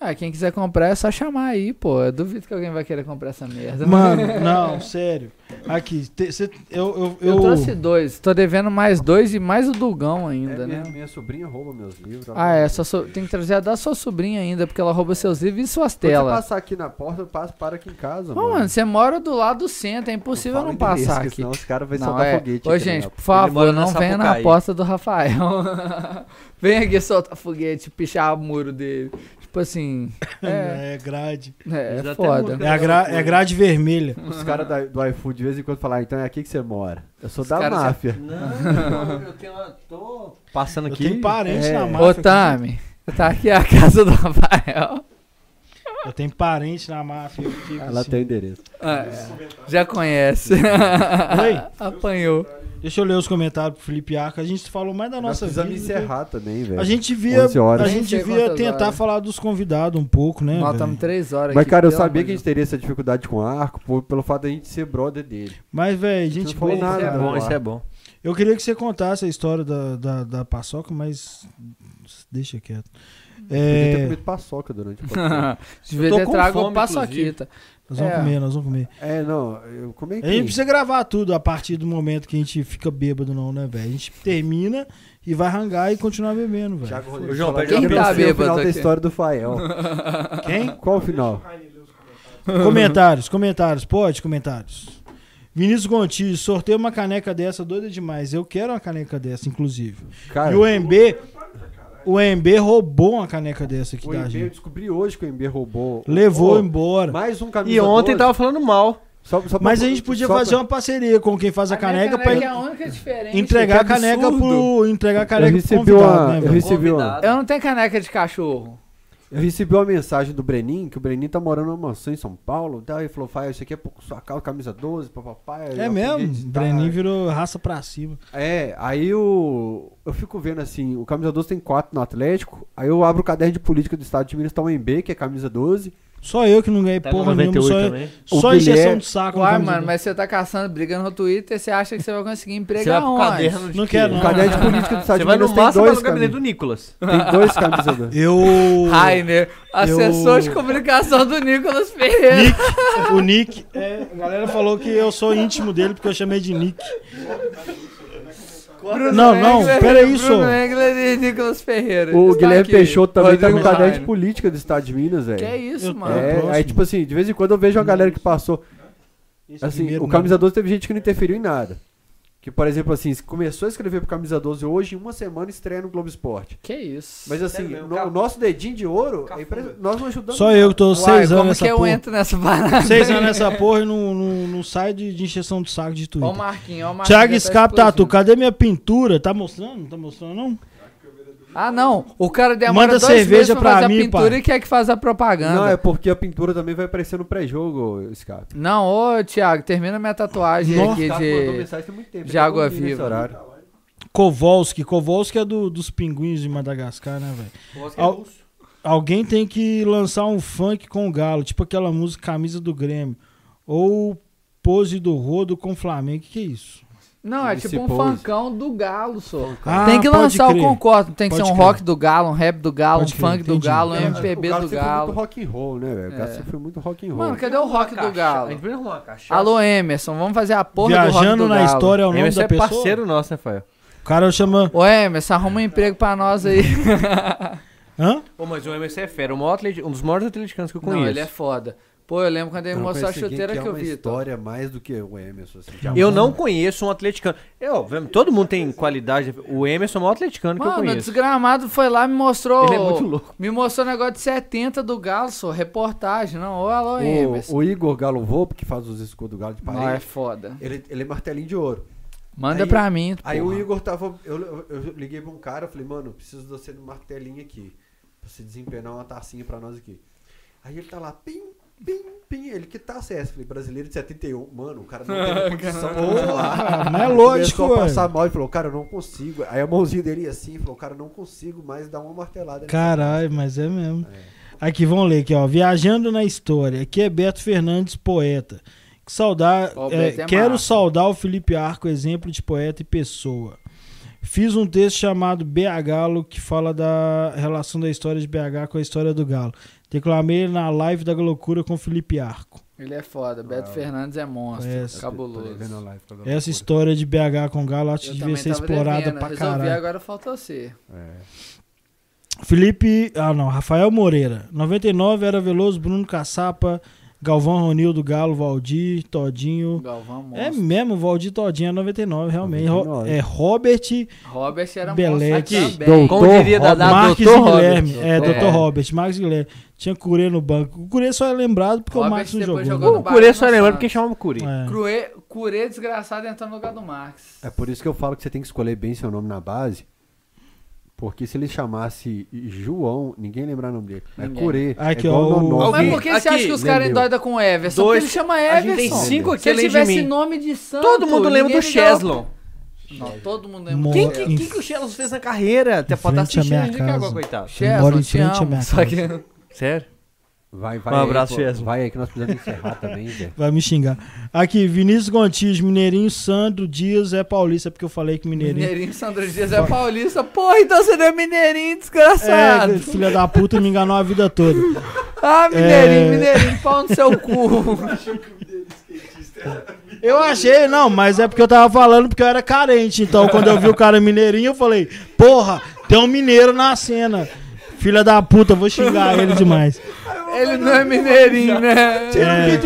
Speaker 3: Ah, quem quiser comprar é só chamar aí, pô. Eu duvido que alguém vai querer comprar essa merda.
Speaker 2: Mano, não, sério. Aqui, te- cê- eu, eu,
Speaker 3: eu,
Speaker 2: eu- [LAUGHS]
Speaker 3: trouxe dois. Tô devendo mais dois e mais o Dugão ainda,
Speaker 1: É,
Speaker 3: né?
Speaker 1: minha, minha sobrinha rouba meus livros. ela-
Speaker 3: Ah, é. Só so- Tem que trazer a da sua sobrinha ainda, porque ela rouba seus livros e suas
Speaker 1: Quando você
Speaker 3: telas.
Speaker 1: passar aqui na porta, eu passo, para aqui em casa,
Speaker 3: Pô,
Speaker 2: é
Speaker 3: mano, você mora do lado do centro. É impossível não, passar aqui.
Speaker 6: Senão os caras vão
Speaker 3: Não,
Speaker 6: soltar
Speaker 3: é.
Speaker 6: foguete.
Speaker 3: Ô,
Speaker 6: aqui,
Speaker 3: gente,
Speaker 6: né?
Speaker 3: por favor,
Speaker 4: mora na
Speaker 3: não venha na
Speaker 4: Sapucaí.
Speaker 3: aposta do Rafael. [LAUGHS] Vem aqui soltar foguete, pichar o muro dele. Tipo assim.
Speaker 2: [LAUGHS]
Speaker 3: É,
Speaker 2: É, grade.
Speaker 3: é,
Speaker 4: Eles até
Speaker 3: foda.
Speaker 4: mudam.
Speaker 2: É, a gra- é grade vermelha.
Speaker 1: Os caras da- do iFood de vez em quando falam, ah, então é aqui que você mora. Eu sou da
Speaker 3: caras-
Speaker 1: máfia.
Speaker 4: Não, eu tenho uma, tô passando
Speaker 2: Eu
Speaker 4: aqui.
Speaker 2: tenho parente
Speaker 1: É.
Speaker 2: na máfia.
Speaker 3: Ô,
Speaker 2: aqui.
Speaker 3: Tami, tá aqui a [LAUGHS] casa do Rafael.
Speaker 2: Eu tenho parente na máfia. eu fico
Speaker 1: Ela
Speaker 2: assim.
Speaker 1: tem o endereço.
Speaker 3: Ah, já conhece. [LAUGHS] Apanhou.
Speaker 2: Deixa eu ler os comentários pro Felipe Arca. A gente falou mais da
Speaker 1: Nós
Speaker 2: nossa
Speaker 1: precisamos
Speaker 2: vida.
Speaker 1: encerrar também, velho.
Speaker 2: A gente via,
Speaker 1: 11 horas.
Speaker 2: a
Speaker 3: Nem
Speaker 2: gente
Speaker 3: sei
Speaker 2: devia
Speaker 3: quantas
Speaker 2: tentar
Speaker 3: horas.
Speaker 2: falar dos convidados um pouco, né?
Speaker 3: Nós
Speaker 2: velho?
Speaker 3: estamos três horas
Speaker 1: Mas,
Speaker 3: aqui,
Speaker 1: cara, eu
Speaker 3: pelo
Speaker 1: sabia
Speaker 3: amor
Speaker 1: que a gente
Speaker 3: de
Speaker 1: teria essa dificuldade com arco por- pelo fato da gente ser brother dele.
Speaker 2: Mas, velho, gente,
Speaker 1: Não falou
Speaker 2: boa,
Speaker 1: nada, né?
Speaker 4: Isso é
Speaker 2: cara.
Speaker 4: bom, isso é bom.
Speaker 2: Eu queria que você contasse a história da, da, da paçoca, mas deixa quieto.
Speaker 1: Podia ter
Speaker 2: É,
Speaker 1: comido paçoca durante o podcast.
Speaker 2: [LAUGHS]
Speaker 3: Deus. [LAUGHS] Devia
Speaker 4: tô
Speaker 3: ter
Speaker 4: com
Speaker 3: trago
Speaker 4: fome,
Speaker 3: um paçoquita.
Speaker 2: nós vamos
Speaker 3: É.
Speaker 2: comer, nós vamos comer.
Speaker 1: É, não, eu comi
Speaker 2: A gente
Speaker 1: aqui.
Speaker 2: precisa gravar tudo a partir do momento que a gente fica bêbado, não, né, velho? A gente termina e vai rangar e continuar bebendo, velho.
Speaker 1: Thiago Rodrigues
Speaker 4: Ô, João,
Speaker 1: falou,
Speaker 4: perde
Speaker 1: "Eu
Speaker 4: a
Speaker 1: pensei
Speaker 3: bola." Quem tá
Speaker 1: o final
Speaker 3: bêbado
Speaker 1: da
Speaker 3: aqui?
Speaker 1: história do Fael. [LAUGHS]
Speaker 2: Quem?
Speaker 1: Qual o final?
Speaker 2: comentários, comentários, pode, comentários. Vinícius Gontijo, sorteio uma caneca dessa, doida demais. Eu quero uma caneca dessa, inclusive.
Speaker 1: Cara,
Speaker 2: E o MB, o MB roubou uma caneca dessa aqui
Speaker 1: o
Speaker 2: da
Speaker 1: Ember, eu
Speaker 2: gente.
Speaker 1: descobri hoje que o Ember roubou.
Speaker 2: Levou
Speaker 1: Ô,
Speaker 2: embora.
Speaker 1: Mais um camisa
Speaker 4: E ontem
Speaker 1: 12.
Speaker 4: tava falando mal.
Speaker 1: Só- só pra-
Speaker 2: Mas a gente podia
Speaker 1: só pra-
Speaker 2: fazer uma parceria com quem faz a, caneca pra
Speaker 3: é a única diferente.
Speaker 2: entregar a
Speaker 3: que absurdo.
Speaker 2: caneca pro. Entregar a
Speaker 1: Eu
Speaker 2: caneca pro
Speaker 1: recebi
Speaker 2: convidado,
Speaker 1: uma,
Speaker 2: né,
Speaker 1: eu
Speaker 2: velho?
Speaker 1: recebi uma-
Speaker 4: Convidado.
Speaker 3: Eu não tenho caneca de cachorro.
Speaker 1: Eu recebi uma mensagem do Brenin, que o Brenin tá morando numa mansão em São Paulo. Tá? Ele falou, Fai, isso aqui é por sua causa, camisa 12, papai.
Speaker 2: É mesmo?
Speaker 1: tá.
Speaker 2: Brenin virou raça pra cima.
Speaker 1: É, aí o, eu fico vendo assim, o camisa 12 tem 4 no Atlético, aí eu abro o caderno de política do estado de Minas, tá um MB, que é camisa 12.
Speaker 2: Só eu que não ganhei porra nenhuma. Só,
Speaker 4: também.
Speaker 2: só
Speaker 1: O
Speaker 2: injeção
Speaker 1: Guilherme-
Speaker 2: de saco. no
Speaker 3: Uai,
Speaker 2: camisa
Speaker 3: mano,
Speaker 2: do-
Speaker 3: mas você tá caçando, brigando no Twitter, você acha que você vai conseguir
Speaker 4: Você vai
Speaker 3: empregar
Speaker 4: pro
Speaker 3: onde?
Speaker 4: caderno de
Speaker 2: Não quero,
Speaker 1: O
Speaker 2: não.
Speaker 1: caderno de política do estado
Speaker 4: Ah. Você
Speaker 1: de
Speaker 4: vai no
Speaker 1: Minas tem
Speaker 4: máximo vai
Speaker 1: dois,
Speaker 4: no gabinete do
Speaker 1: cami-
Speaker 4: Nicolas.
Speaker 1: tem dois camisa
Speaker 2: [LAUGHS]
Speaker 1: 12.
Speaker 2: Eu.
Speaker 3: Rainer, né? assessor de comunicação do Nicolas Ferreira.
Speaker 2: Nick, o Nick. é, a galera falou que eu sou íntimo dele porque eu chamei de Nick.
Speaker 3: Bruno
Speaker 2: Não, não,
Speaker 3: Engler,
Speaker 2: peraí, só.
Speaker 3: Bruno Engler e Nicolas Ferreira.
Speaker 1: O
Speaker 3: Está
Speaker 1: Guilherme
Speaker 3: aqui.
Speaker 1: Peixoto também tá no
Speaker 3: Rodrigo
Speaker 1: caderno de
Speaker 3: Rainer.
Speaker 1: política do estado de Minas, velho.
Speaker 3: Que isso,
Speaker 2: Eu-
Speaker 3: mano.
Speaker 2: É o
Speaker 1: É, aí
Speaker 2: próximo.
Speaker 1: tipo assim, de vez em quando eu vejo uma galera que passou,
Speaker 2: Esse
Speaker 1: Assim,
Speaker 2: primeiro
Speaker 1: o
Speaker 2: nome.
Speaker 1: camisa 12 teve gente que não interferiu em nada. Que, por exemplo, assim, se começou a escrever pro camisa 12 hoje, em uma semana estreia no Globo Esporte.
Speaker 3: Que isso.
Speaker 1: Mas assim,
Speaker 4: mesmo,
Speaker 1: no-
Speaker 4: cafu-
Speaker 1: o nosso dedinho de ouro, é
Speaker 4: Cafuga.
Speaker 1: impre- nós não ajudamos.
Speaker 2: Só eu que tô
Speaker 3: Uai,
Speaker 2: seis anos
Speaker 3: como que
Speaker 2: nessa
Speaker 3: eu
Speaker 2: porra. é
Speaker 3: entro nessa parada?
Speaker 2: Seis anos nessa porra e não, não, não sai de, de injeção de saco de
Speaker 3: Ó o
Speaker 2: Twitter.
Speaker 3: Marquinhos, ó o Marquinhos.
Speaker 2: Thiago
Speaker 3: já tá
Speaker 2: Scap Tatu,
Speaker 3: explodindo.
Speaker 2: cadê minha pintura? Tá mostrando? Não tá mostrando, não?
Speaker 3: Ah, não. O cara demora
Speaker 2: Manda
Speaker 3: dois
Speaker 2: cerveja
Speaker 3: meses pra,
Speaker 2: pra
Speaker 3: fazer
Speaker 2: mim,
Speaker 3: a pintura
Speaker 2: pai.
Speaker 3: e quer que faz a propaganda.
Speaker 1: Não, é porque a pintura também vai aparecer no pré-jogo, Scato.
Speaker 3: Não, ô, Thiago, termina minha tatuagem
Speaker 2: Nossa,
Speaker 3: aqui
Speaker 1: mandou
Speaker 3: de...
Speaker 1: mensagem tem muito tempo.
Speaker 3: de água
Speaker 1: Nesse
Speaker 3: viva.
Speaker 1: horário.
Speaker 2: Kowalski. Kowalski é do, dos pinguins de Madagascar, né, velho?
Speaker 4: É
Speaker 2: Al- Alguém tem que lançar um funk com o Galo, tipo aquela música Camisa do Grêmio. Ou Pose do Rodo com o Flamengo. O que, que é isso?
Speaker 3: Não, é
Speaker 1: Esse
Speaker 3: tipo um
Speaker 1: pose.
Speaker 3: fancão do galo, só.
Speaker 2: Ah,
Speaker 3: tem que
Speaker 2: pode
Speaker 3: lançar, eu
Speaker 2: crer.
Speaker 3: concordo. Tem que
Speaker 2: Pode
Speaker 3: ser um
Speaker 2: crer.
Speaker 3: rock do galo, um rap do galo,
Speaker 2: Pode
Speaker 3: um
Speaker 2: crer,
Speaker 3: funk do
Speaker 2: entendi.
Speaker 3: galo, um
Speaker 2: É,
Speaker 3: MPB
Speaker 1: o
Speaker 3: do
Speaker 1: sempre foi muito
Speaker 3: galo. É.
Speaker 1: rock and roll, né, velho? O cara sempre foi muito rock and roll.
Speaker 3: Mano, cadê o rock do
Speaker 4: A gente
Speaker 3: galo?
Speaker 4: vai arrumar uma caixa.
Speaker 3: Alô, Emerson, vamos fazer a porra do rock
Speaker 2: Viajando
Speaker 3: do
Speaker 2: na
Speaker 3: galo.
Speaker 2: história é o nome
Speaker 4: Emerson
Speaker 2: da
Speaker 4: é
Speaker 2: pessoa.
Speaker 4: parceiro nosso, né, Fael?
Speaker 2: O cara chama.
Speaker 3: Ô, Emerson, arruma um emprego pra nós aí.
Speaker 2: Hã?
Speaker 4: Ô, mas o Emerson é fera, o maior atleti- um dos maiores atleticanos que eu conheço.
Speaker 3: Não, ele é foda. Pô, eu lembro quando ele
Speaker 1: Eu não
Speaker 3: mostrou a
Speaker 1: conheço ninguém
Speaker 3: chuteira que,
Speaker 1: é
Speaker 3: eu
Speaker 1: uma
Speaker 3: vi. tá? Tô.
Speaker 1: história mais do que o Emerson. assim,
Speaker 2: Tá
Speaker 1: de
Speaker 4: Eu
Speaker 1: amor.
Speaker 4: não conheço um atleticano. Eu, vem- todo mundo tem qualidade. O Emerson é o maior atleticano que eu
Speaker 3: Mano, Tá o
Speaker 4: conheço.
Speaker 3: desgramado foi lá e me mostrou.
Speaker 4: Ele é muito louco.
Speaker 3: Me mostrou o negócio de 70 do Galo, só. Reportagem. Não, ô, alô,
Speaker 1: O,
Speaker 3: Emerson.
Speaker 1: o Igor Galo Volpe, que faz os escudos do Galo de
Speaker 3: Não, é
Speaker 1: parede,
Speaker 3: foda.
Speaker 1: ele, ele é martelinho de ouro.
Speaker 3: Manda
Speaker 1: Aí-
Speaker 3: pra mim.
Speaker 1: Aí
Speaker 3: porra.
Speaker 1: o Igor tava. Eu, eu- eu liguei pra um cara, eu falei, mano, eu preciso de você no martelinho aqui. Pra você desempenar uma tacinha pra nós aqui. Aí ele tá lá, pim, pim, pim. Ele, que taça é essa? Eu Falei, brasileiro de 71. Mano, o cara não teve
Speaker 2: [LAUGHS]
Speaker 1: condição de falar.
Speaker 2: Não é lógico,
Speaker 1: Começou a
Speaker 2: ué.
Speaker 1: passar mal e falou, cara, eu não consigo. Aí a mãozinha dele ia assim, falou, cara, eu não consigo mais dar uma martelada. nessa
Speaker 2: Caralho, mas é mesmo. Aqui, vamos ler aqui, ó. Viajando na história. Aqui é Beto Fernandes, poeta. Que saudar,
Speaker 3: Ó, o
Speaker 2: é,
Speaker 3: Beto é
Speaker 2: quero
Speaker 3: massa.
Speaker 2: saudar o Felipe Arco, exemplo de poeta e pessoa. Fiz um texto chamado BH Galo, que fala da relação da história de BH com a história do Galo. Declamei na live da loucura com Felipe Arco.
Speaker 3: Ele é foda. Beto Fernandes é monstro.
Speaker 2: Conheço.
Speaker 3: Cabuloso.
Speaker 2: Essa história de BH com Galo acho que
Speaker 3: Eu
Speaker 2: devia
Speaker 3: também
Speaker 2: ser
Speaker 3: tava
Speaker 2: explorada
Speaker 3: devendo,
Speaker 2: pra
Speaker 3: Resolvi,
Speaker 2: caralho.
Speaker 3: agora faltou você.
Speaker 2: É. Felipe. Ah, não. Rafael Moreira. 99 era Veloso, Bruno Caçapa, Galvão Ronildo, Galo, Valdir, Todinho.
Speaker 3: Galvão monstro.
Speaker 2: É mesmo, Valdir Todinho é 99, realmente. Ro-
Speaker 6: 99.
Speaker 2: É Robert
Speaker 3: Robert era
Speaker 2: Belete.
Speaker 3: monstro tá
Speaker 4: Aqui,
Speaker 3: também.
Speaker 4: como diria da, da
Speaker 2: Marques
Speaker 4: doutor Robert.
Speaker 2: Guilherme. É, Dr. Robert, Marques Guilherme. Tinha Curê no banco. O Curê só é lembrado porque
Speaker 3: Robert
Speaker 2: o Marques não
Speaker 3: depois
Speaker 2: jogou.
Speaker 3: jogou
Speaker 4: O Curê é só lembra porque chamava Curê.
Speaker 2: É.
Speaker 3: Cruê, Curê desgraçado entrando no lugar do Marx.
Speaker 1: É por isso que eu falo que você tem que escolher bem seu nome na base. Porque se ele chamasse João, ninguém lembrar o nome dele. É
Speaker 3: Ninguém.
Speaker 1: Curê.
Speaker 2: Aqui,
Speaker 1: é
Speaker 2: ó,
Speaker 1: igual
Speaker 2: o-
Speaker 1: Nonó.
Speaker 4: Alguém-
Speaker 3: Mas por que você
Speaker 4: Aqui,
Speaker 3: acha que os caras
Speaker 1: entendeu?
Speaker 3: endoidam com Everson?
Speaker 4: Dois-
Speaker 3: porque ele chama
Speaker 4: a gente tem
Speaker 3: Everson.
Speaker 4: cinco aqui
Speaker 3: Se ele
Speaker 4: além de
Speaker 3: tivesse
Speaker 4: mim.
Speaker 3: nome de santo...
Speaker 4: Todo mundo lembra
Speaker 3: ninguém
Speaker 4: do
Speaker 3: ligava-
Speaker 4: Cheslon.
Speaker 3: Não, todo mundo lembra
Speaker 2: Mo-
Speaker 3: do
Speaker 4: Quem
Speaker 3: Cheslon.
Speaker 4: que,
Speaker 2: Em-
Speaker 4: quem que o Cheslon fez na carreira? Até pode estar
Speaker 2: frente à
Speaker 4: assistindo
Speaker 2: minha
Speaker 4: a gente que agora,
Speaker 2: casa.
Speaker 4: coitado.
Speaker 2: mora
Speaker 3: Cheslon,
Speaker 2: em
Speaker 3: te
Speaker 2: frente à
Speaker 3: amo.
Speaker 2: minha
Speaker 3: Só
Speaker 2: casa.
Speaker 3: que...
Speaker 4: Sério?
Speaker 1: Vai, vai.
Speaker 4: Um
Speaker 1: aí,
Speaker 4: abraço,
Speaker 1: pô.
Speaker 4: Wesley.
Speaker 1: Vai aí que nós precisamos encerrar também, velho.
Speaker 2: Uh, Vai me xingar. Aqui, Vinícius Gontijo, Mineirinho, Sandro Dias é paulista, porque eu falei que Mineirinho.
Speaker 3: [LAUGHS] Mineirinho, Sandro Dias é paulista. Porra, então você não é mineirinho, desgraçado.
Speaker 2: É, filha da puta me enganou a vida toda.
Speaker 3: Ah, mineirinho,
Speaker 2: É.
Speaker 3: mineirinho, pau no seu [LAUGHS] cu.
Speaker 2: Eu achei, não, mas é porque eu tava falando porque eu era carente. Então, quando eu vi o cara mineirinho, eu falei, porra, tem um mineiro na cena. Filha da puta, vou xingar ele demais.
Speaker 3: Ele não é mineirinho, né?
Speaker 2: É,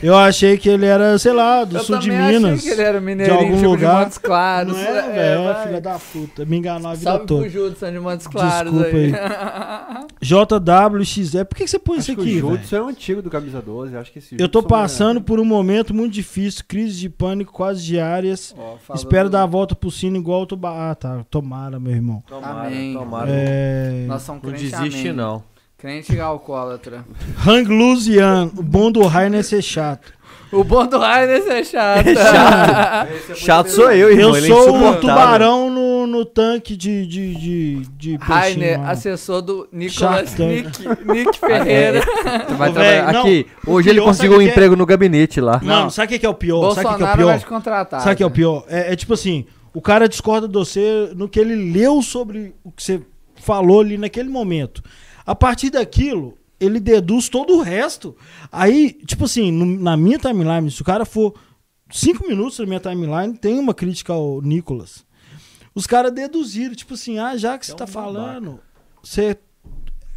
Speaker 2: eu achei que ele era, sei lá, do
Speaker 3: Eu
Speaker 2: sul de
Speaker 3: também achei
Speaker 2: Minas.
Speaker 3: que ele era mineirinho,
Speaker 2: de algum
Speaker 3: tipo de
Speaker 2: lugar.
Speaker 3: Montes Claros.
Speaker 2: Não era,
Speaker 3: É,
Speaker 2: velho,
Speaker 3: vai.
Speaker 2: filha da puta. Me enganou a vida
Speaker 3: Salve
Speaker 2: toda.
Speaker 3: pro Judson de Montes Claros
Speaker 2: Desculpa
Speaker 3: [LAUGHS] aí.
Speaker 2: JWXE. Por que que você põe isso
Speaker 1: Acho que
Speaker 2: aqui,
Speaker 1: o
Speaker 2: velho?
Speaker 1: Judson é um antigo do Camisa 12. Acho que esse
Speaker 2: Eu tô
Speaker 1: Judson é-
Speaker 2: passando por um momento muito difícil, crise de pânico quase diárias.
Speaker 3: Ó, falou
Speaker 2: Espero
Speaker 3: do-
Speaker 2: dar a volta pro sino igual o Tuba. Ah, tá. Tomara, meu irmão.
Speaker 4: Tomara,
Speaker 3: Amém.
Speaker 4: tomara.
Speaker 2: É...
Speaker 3: Nós somos
Speaker 4: Não
Speaker 3: crente
Speaker 4: desiste,
Speaker 3: amém.
Speaker 4: não.
Speaker 3: Crente e alcoólatra.
Speaker 2: Hang Lusian, o bom do raio nesse é chato.
Speaker 3: O bom do Rainer é chato.
Speaker 2: É
Speaker 3: [LAUGHS]
Speaker 4: Chato sou eu, irmão.
Speaker 2: Eu
Speaker 4: ele é
Speaker 2: sou o
Speaker 4: insuportável.
Speaker 2: tubarão no, no tanque de. de, de, de
Speaker 3: Rainer, assim,
Speaker 2: peixinho lá.
Speaker 3: assessor do Nicolas
Speaker 2: Chato. é.
Speaker 3: Nick, Nick Ferreira.
Speaker 4: Tu é, vai
Speaker 2: Ô,
Speaker 4: trabalhar-
Speaker 2: velho, não.
Speaker 4: Aqui, hoje ele
Speaker 2: pior, sabe
Speaker 4: conseguiu um
Speaker 2: o que é?
Speaker 4: emprego no gabinete lá.
Speaker 2: Mano, sabe o que que é o pior? sabe o que que é o
Speaker 3: Bolsonaro
Speaker 2: pior?
Speaker 3: vai te contratar.
Speaker 2: Sabe o que é o
Speaker 3: velho.
Speaker 2: pior? É, é tipo assim, o cara discorda de você no que ele leu sobre o que você falou ali naquele momento. A partir daquilo, ele deduz todo o resto. Aí, tipo assim, no- na minha timeline, se o cara for cinco minutos na minha timeline, tem uma crítica ao Nicolas. Os caras deduziram, tipo assim, ah, já que você tá falando, você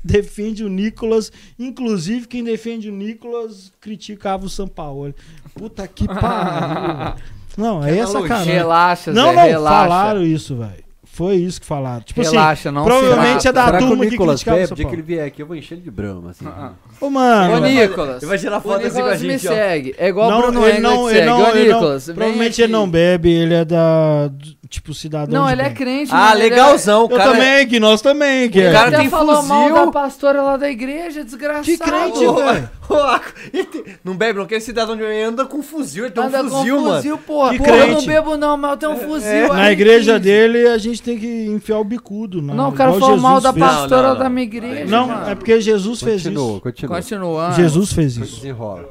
Speaker 2: defende o Nicolas, inclusive quem defende o Nicolas criticava o Sampaoli. Puta
Speaker 3: [LAUGHS]
Speaker 2: que pariu. Não, aí é sacanagem.
Speaker 3: Relaxa,
Speaker 2: Não,
Speaker 3: Zé,
Speaker 2: não,
Speaker 3: relaxa.
Speaker 2: falaram isso, velho. Foi isso que falaram. Tipo assim,
Speaker 3: relaxa, não
Speaker 2: provavelmente
Speaker 3: se
Speaker 2: é da
Speaker 1: Será que
Speaker 2: turma
Speaker 1: o
Speaker 2: que
Speaker 1: Nicolas
Speaker 2: criticava o
Speaker 1: Pepe, o
Speaker 2: São
Speaker 1: dia que ele
Speaker 2: Paulo.
Speaker 1: vier aqui, eu vou encher ele de brama, assim.
Speaker 3: Ah,
Speaker 2: Ô,
Speaker 3: Ô,
Speaker 2: mano.
Speaker 3: Nicolas.
Speaker 4: Ele vai tirar
Speaker 3: O
Speaker 4: foto assim com a
Speaker 3: Nicolas me
Speaker 4: gente, ó.
Speaker 3: segue. É igual o
Speaker 2: Não,
Speaker 3: Bruno
Speaker 2: ele não,
Speaker 3: Engler que
Speaker 2: ele
Speaker 3: segue.
Speaker 2: não,
Speaker 3: Ô,
Speaker 2: ele não-
Speaker 3: Nicolas, vem
Speaker 2: Provavelmente
Speaker 3: aqui.
Speaker 2: ele não bebe, ele é da. Tipo, cidadão.
Speaker 3: Não,
Speaker 2: de
Speaker 3: ele é
Speaker 2: bem.
Speaker 3: crente.
Speaker 4: Ah,
Speaker 3: mano, ele é-
Speaker 4: legalzão, o
Speaker 2: Eu
Speaker 4: cara.
Speaker 1: [LAUGHS]
Speaker 2: também, que nós também, que
Speaker 3: Ele
Speaker 2: é.
Speaker 4: O cara
Speaker 3: até
Speaker 4: tem
Speaker 3: falou mal
Speaker 4: fuzil.
Speaker 3: da pastora lá da igreja, desgraçado.
Speaker 2: Que crente,
Speaker 4: Ô,
Speaker 2: velho.
Speaker 4: ô, ô, Aco, ele tem- Não bebe, não. Aquele cidadão de bem anda com fuzil. Ele tem
Speaker 3: Anda
Speaker 4: um fuzil,
Speaker 3: com
Speaker 4: mano. É,
Speaker 3: fuzil, porra.
Speaker 2: Que
Speaker 3: Porra, eu não
Speaker 2: crente.
Speaker 3: bebo não, mas eu tenho um fuzil. aí,
Speaker 2: Na igreja
Speaker 3: filho.
Speaker 2: dele, a gente tem que enfiar o bicudo. Né?
Speaker 3: Não, o cara
Speaker 2: Igual
Speaker 3: falou
Speaker 2: Jesus
Speaker 3: mal da
Speaker 2: fez.
Speaker 3: pastora
Speaker 4: Não, não, não.
Speaker 3: da minha igreja,
Speaker 2: Não,
Speaker 3: mano.
Speaker 2: é porque Jesus fez
Speaker 1: Continua,
Speaker 2: isso.
Speaker 1: continua.
Speaker 3: Continuando.
Speaker 2: Jesus fez isso.
Speaker 1: Desenrola.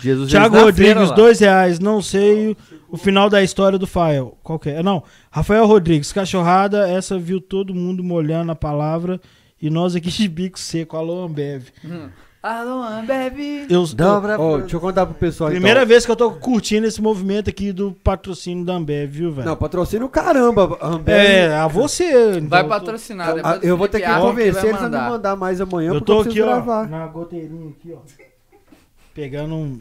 Speaker 4: Jesus
Speaker 2: Thiago
Speaker 4: Jesus na feira
Speaker 2: Rodrigues,
Speaker 4: lá.
Speaker 2: dois reais. Não sei o, o final da história do Fael. Qual que é? Não. Rafael Rodrigues, cachorrada. Essa viu todo mundo molhando a palavra. E nós aqui de bico seco. Alô, Ambev.
Speaker 3: Hum. Alô, Ambev.
Speaker 2: Eu,
Speaker 4: Dobra.
Speaker 1: Ô, deixa eu contar pro pessoal então.
Speaker 2: primeira vez que eu tô curtindo esse movimento aqui do patrocínio da Ambev, viu, velho?
Speaker 1: Não, patrocínio caramba, Ambev.
Speaker 2: É, a você. então,
Speaker 3: Vai
Speaker 2: eu tô-
Speaker 3: patrocinar.
Speaker 1: Ah,
Speaker 3: depois
Speaker 1: eu
Speaker 3: o
Speaker 1: vou ter
Speaker 3: Felipe
Speaker 1: que
Speaker 3: Arco
Speaker 1: convencer
Speaker 3: vai
Speaker 1: eles a me
Speaker 3: mandar.
Speaker 1: mandar mais amanhã,
Speaker 2: Eu
Speaker 1: porque
Speaker 2: tô
Speaker 1: eu
Speaker 2: aqui,
Speaker 1: preciso
Speaker 2: ó,
Speaker 1: gravar.
Speaker 2: na goteirinha aqui, ó. Pegando um-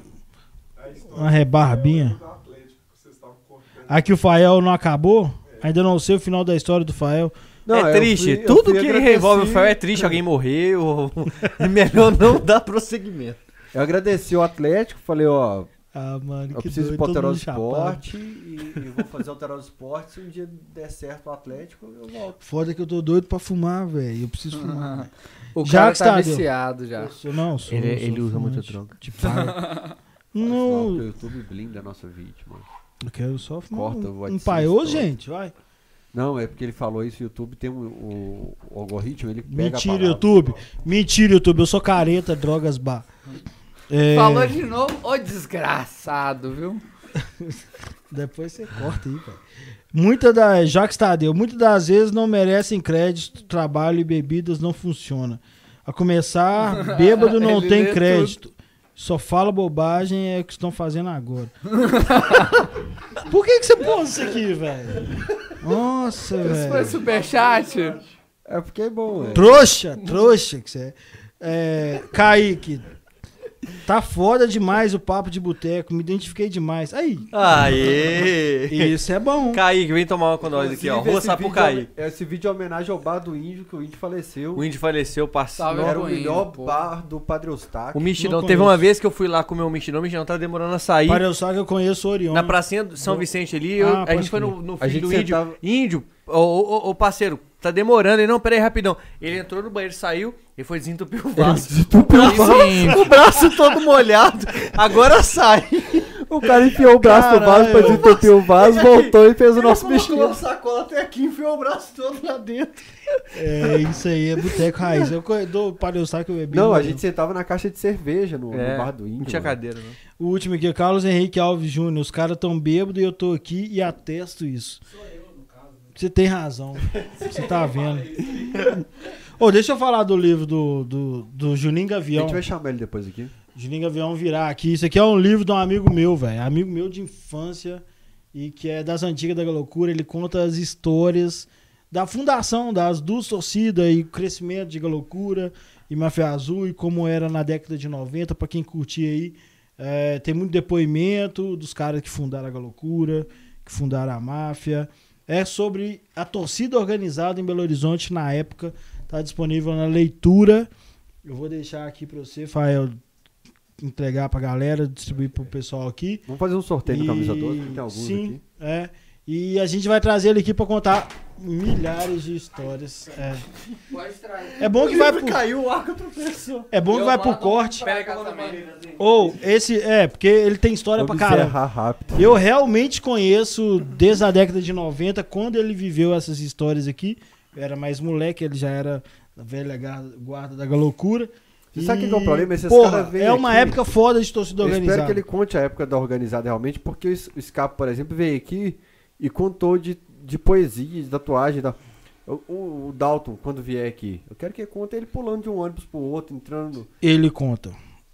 Speaker 2: uma rebarbinha.
Speaker 5: do Atlético que vocês estavam cortando.
Speaker 2: Aqui o Fael não acabou? Ainda não sei o final da história do Fael.
Speaker 1: Não,
Speaker 4: é
Speaker 1: eu
Speaker 4: triste.
Speaker 1: fui- eu
Speaker 4: Tudo
Speaker 1: fui
Speaker 4: que
Speaker 1: agradecer-
Speaker 4: envolve o Fel é triste. Alguém
Speaker 1: [LAUGHS]
Speaker 4: morreu. [LAUGHS] É melhor não dar prosseguimento.
Speaker 1: Eu agradeci o Atlético, falei, ó,
Speaker 2: Ah, mano,
Speaker 1: eu
Speaker 2: que
Speaker 1: preciso ir
Speaker 2: doido,
Speaker 1: pro
Speaker 2: todo
Speaker 1: Alterosa
Speaker 2: mundo chapado.
Speaker 1: Esporte e, e vou fazer Alterosa Esporte. Se um dia der certo o Atlético, eu volto.
Speaker 2: Foda que eu tô doido pra fumar, velho. Eu preciso fumar. velho.
Speaker 3: O
Speaker 2: Já
Speaker 3: cara
Speaker 2: que
Speaker 3: tá
Speaker 2: está deu.
Speaker 3: viciado [LAUGHS] já.
Speaker 2: Eu sou- não, eu sou,
Speaker 4: Ele-
Speaker 2: eu sou
Speaker 4: ele usa
Speaker 2: fumante Tipo,
Speaker 4: muita droga.
Speaker 2: de paia.
Speaker 1: Fala que
Speaker 2: não,
Speaker 1: O YouTube blinda a nossa vítima.
Speaker 2: eu quero só fumar
Speaker 1: Corta o
Speaker 2: um, um
Speaker 1: AdSense
Speaker 2: paiô,
Speaker 1: todo.
Speaker 2: gente, vai.
Speaker 1: Não, é porque ele falou isso, o YouTube tem um, o, o algoritmo, ele pega a
Speaker 2: Mentira,
Speaker 1: palavra.
Speaker 2: YouTube. Mentira, YouTube. Eu sou careta, drogas, bar. É,
Speaker 3: Falou de novo, ô desgraçado, viu?
Speaker 2: Depois você corta aí, velho. Muita da, Jacques Tadeu, muitas das vezes não merecem crédito, trabalho e bebidas não funciona. A
Speaker 3: [LAUGHS]
Speaker 2: começar, bêbado não
Speaker 3: Ele
Speaker 2: tem
Speaker 3: lê
Speaker 2: crédito. Só fala bobagem, é o que estão fazendo agora. [LAUGHS] Por que, que você pôs isso aqui, velho? Nossa,
Speaker 3: Isso foi
Speaker 2: velho.
Speaker 3: superchat?
Speaker 1: É porque é bom,
Speaker 3: um
Speaker 1: ué.
Speaker 2: Trouxa, trouxa que você é. é. Kaique, tá foda demais o papo de boteco, me identifiquei demais. Aí,
Speaker 4: Aê!
Speaker 2: isso é bom.
Speaker 4: Kaique, vem tomar uma com nós aqui, ó.
Speaker 1: Inclusive,
Speaker 4: Rua
Speaker 1: esse vídeo
Speaker 4: Sapucaí.
Speaker 1: é- Esse vídeo é homenagem ao bar do índio, que o índio faleceu.
Speaker 4: O índio faleceu, parceiro.
Speaker 3: Salve,
Speaker 1: Era o
Speaker 3: Índio,
Speaker 1: melhor
Speaker 3: pô.
Speaker 1: bar do Padre Eustáquio.
Speaker 4: O mexidão.
Speaker 2: Não
Speaker 4: Teve
Speaker 2: conheço.
Speaker 4: uma vez que eu fui lá comer um mexidão, o mexidão tava demorando a sair.
Speaker 2: Para eu só que eu conheço o Orion. né?
Speaker 4: Na pracinha do São Vicente ali, eu-
Speaker 2: Ah,
Speaker 4: a
Speaker 2: pode
Speaker 4: gente foi no, no
Speaker 1: A
Speaker 4: filho
Speaker 1: gente
Speaker 4: do índio.
Speaker 1: sentava-
Speaker 4: Índio, ô, ô, ô, ô, parceiro, tá demorando. Ele, não, peraí, rapidão. Ele entrou no banheiro, saiu e foi desentupir o vaso.
Speaker 3: Tupiu sim.
Speaker 4: O braço todo molhado, agora sai.
Speaker 6: O cara enfiou o braço no vaso pra desentupir o
Speaker 1: assim?
Speaker 6: vaso, voltou e fez o nosso bichinho.
Speaker 4: sacola até aqui, enfiou o braço todo lá dentro.
Speaker 2: É, isso aí é boteco raiz. Eu co- dou para eu só que eu bebi.
Speaker 1: Não,
Speaker 2: no
Speaker 1: a
Speaker 2: Orion.
Speaker 1: gente sentava na caixa de cerveja no, no
Speaker 4: É,
Speaker 1: bar do índio.
Speaker 4: Não tinha
Speaker 1: mano.
Speaker 4: cadeira, né? não.
Speaker 2: O último aqui, Carlos Henrique Alves Júnior. Os caras tão bêbados e eu tô aqui e atesto isso. Você tem razão. Você tá vendo. Ô, deixa eu falar do livro do, do, do Juninho
Speaker 1: A
Speaker 2: Gavião.
Speaker 1: gente vai chamar ele depois aqui.
Speaker 2: Juninho Gavião virar aqui. Isso aqui é um livro de um amigo meu, velho. Amigo meu de infância e que é das antigas da Galocura. Ele conta as histórias da fundação das duas torcidas e o crescimento de Galocura e Mafia Azul e como era na década de 90. Pra quem curtir aí, é, tem muito depoimento dos caras que fundaram a Galocura, que fundaram a máfia. É sobre a torcida organizada em Belo Horizonte na época. Tá disponível na leitura. Eu vou deixar aqui pra você, Fael, entregar pra galera, distribuir pro pessoal aqui.
Speaker 1: Vamos fazer um sorteio
Speaker 2: E-
Speaker 1: no Camisa 12, que tem alguns
Speaker 2: Sim,
Speaker 1: aqui.
Speaker 2: é. E a gente vai trazer ele aqui pra contar milhares de histórias. É,
Speaker 3: Pode trazer.
Speaker 2: é bom que vai pro,
Speaker 4: Caiu o arco tropeçou.
Speaker 2: é bom que
Speaker 3: Eu
Speaker 2: vai pro
Speaker 3: mando
Speaker 2: corte.
Speaker 3: pra cá
Speaker 4: eu vou
Speaker 3: também.
Speaker 2: Ou esse é, porque ele tem história pra
Speaker 1: Vamos
Speaker 2: caramba.
Speaker 1: encerrar rápido.
Speaker 2: Eu realmente conheço desde a década de 90, quando ele viveu essas histórias aqui. Eu era mais moleque, ele já era da velha gar- guarda da loucura.
Speaker 1: Você sabe o que que é o problema? Esses
Speaker 2: porra,
Speaker 1: caras vêm
Speaker 2: é uma
Speaker 1: aqui-
Speaker 2: época foda de torcida
Speaker 1: Eu
Speaker 2: organizada.
Speaker 1: espero que ele conte a época da organizada realmente, porque o S- o Scapa, por exemplo, veio aqui e contou de, de poesia, de tatuagem. Da... O- O, o Dalton, quando vier aqui, eu quero que ele conte ele pulando de um ônibus pro outro, entrando. no-
Speaker 2: Ele conta.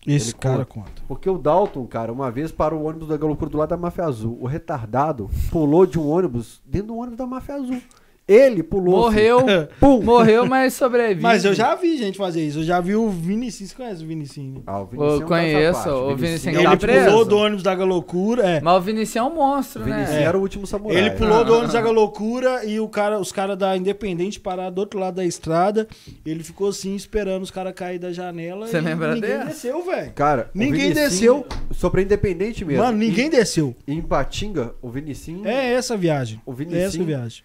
Speaker 2: Esse
Speaker 1: Ele
Speaker 2: cara conta.
Speaker 1: Porque o Dalton, cara, uma vez parou o ônibus da Galocura do lado da Máfia Azul. O retardado pulou de um ônibus dentro do ônibus da Máfia Azul. Ele pulou.
Speaker 2: [LAUGHS]
Speaker 3: Morreu,
Speaker 1: assim, pum!
Speaker 3: morreu, mas sobrevive.
Speaker 2: Mas eu já vi gente fazer isso. Eu já vi o Vinicius. Você conhece o Vinicius? né?
Speaker 1: Ah, o
Speaker 3: Eu
Speaker 1: Vinicius
Speaker 3: conheço, o Vinicius
Speaker 1: era
Speaker 3: tá
Speaker 2: Ele pulou
Speaker 3: preso.
Speaker 2: do ônibus da loucura. É.
Speaker 3: Mas o Vinicius é um monstro,
Speaker 1: O Vinicius
Speaker 3: né?
Speaker 1: era o último samurai.
Speaker 2: Ele pulou do ônibus da loucura e o cara, os caras da Independente pararam do outro lado da estrada. Ele ficou assim esperando os caras cair da janela.
Speaker 3: Você
Speaker 2: e
Speaker 3: lembra
Speaker 2: ninguém
Speaker 3: dessa?
Speaker 2: desceu, velho.
Speaker 1: Cara, o
Speaker 2: Ninguém
Speaker 1: Vinicius-
Speaker 2: desceu.
Speaker 1: Sobre a Independente mesmo.
Speaker 2: Mano, ninguém desceu.
Speaker 1: Em Patinga, o Vinicinho.
Speaker 2: É essa a viagem.
Speaker 1: O
Speaker 2: É essa a
Speaker 1: Vinicinho.
Speaker 2: viagem.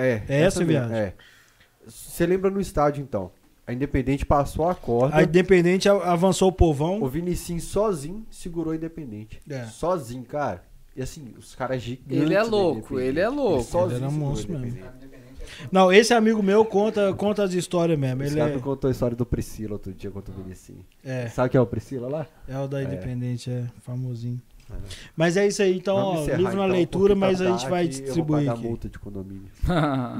Speaker 1: É,
Speaker 2: essa a
Speaker 1: mesmo,
Speaker 2: viagem.
Speaker 1: É. Você lembra no estádio, então? A Independente passou a corda.
Speaker 2: A Independente a- avançou o
Speaker 1: O
Speaker 2: povão.
Speaker 1: Vinicinho sozinho segurou a Independente.
Speaker 2: um- É.
Speaker 1: Sozinho, cara. E assim, os caras gigantes.
Speaker 3: Ele é
Speaker 1: da
Speaker 3: louco,
Speaker 1: Independente.
Speaker 3: ele é louco.
Speaker 1: sozinho
Speaker 2: Ele era
Speaker 1: segurou a
Speaker 2: monstro mesmo.
Speaker 1: Independente.
Speaker 2: Não, esse amigo meu conta, conta as histórias mesmo.
Speaker 1: Esse
Speaker 2: Ele
Speaker 1: cara me
Speaker 2: é,
Speaker 1: contou a história do Priscila outro dia contra o Vinicinho.
Speaker 2: é,
Speaker 1: Sabe quem é o Priscila lá?
Speaker 2: é o da
Speaker 1: É.
Speaker 2: Independente, é famosinho. Mas é isso aí, então,
Speaker 1: Vamos
Speaker 2: ó,
Speaker 1: encerrar,
Speaker 2: livro na
Speaker 1: então,
Speaker 2: leitura,
Speaker 1: porque
Speaker 2: mas
Speaker 1: tá
Speaker 2: a gente
Speaker 1: tarde,
Speaker 2: vai
Speaker 1: Eu
Speaker 2: distribuir
Speaker 1: vou pagar
Speaker 2: aqui.
Speaker 1: multa de condomínio.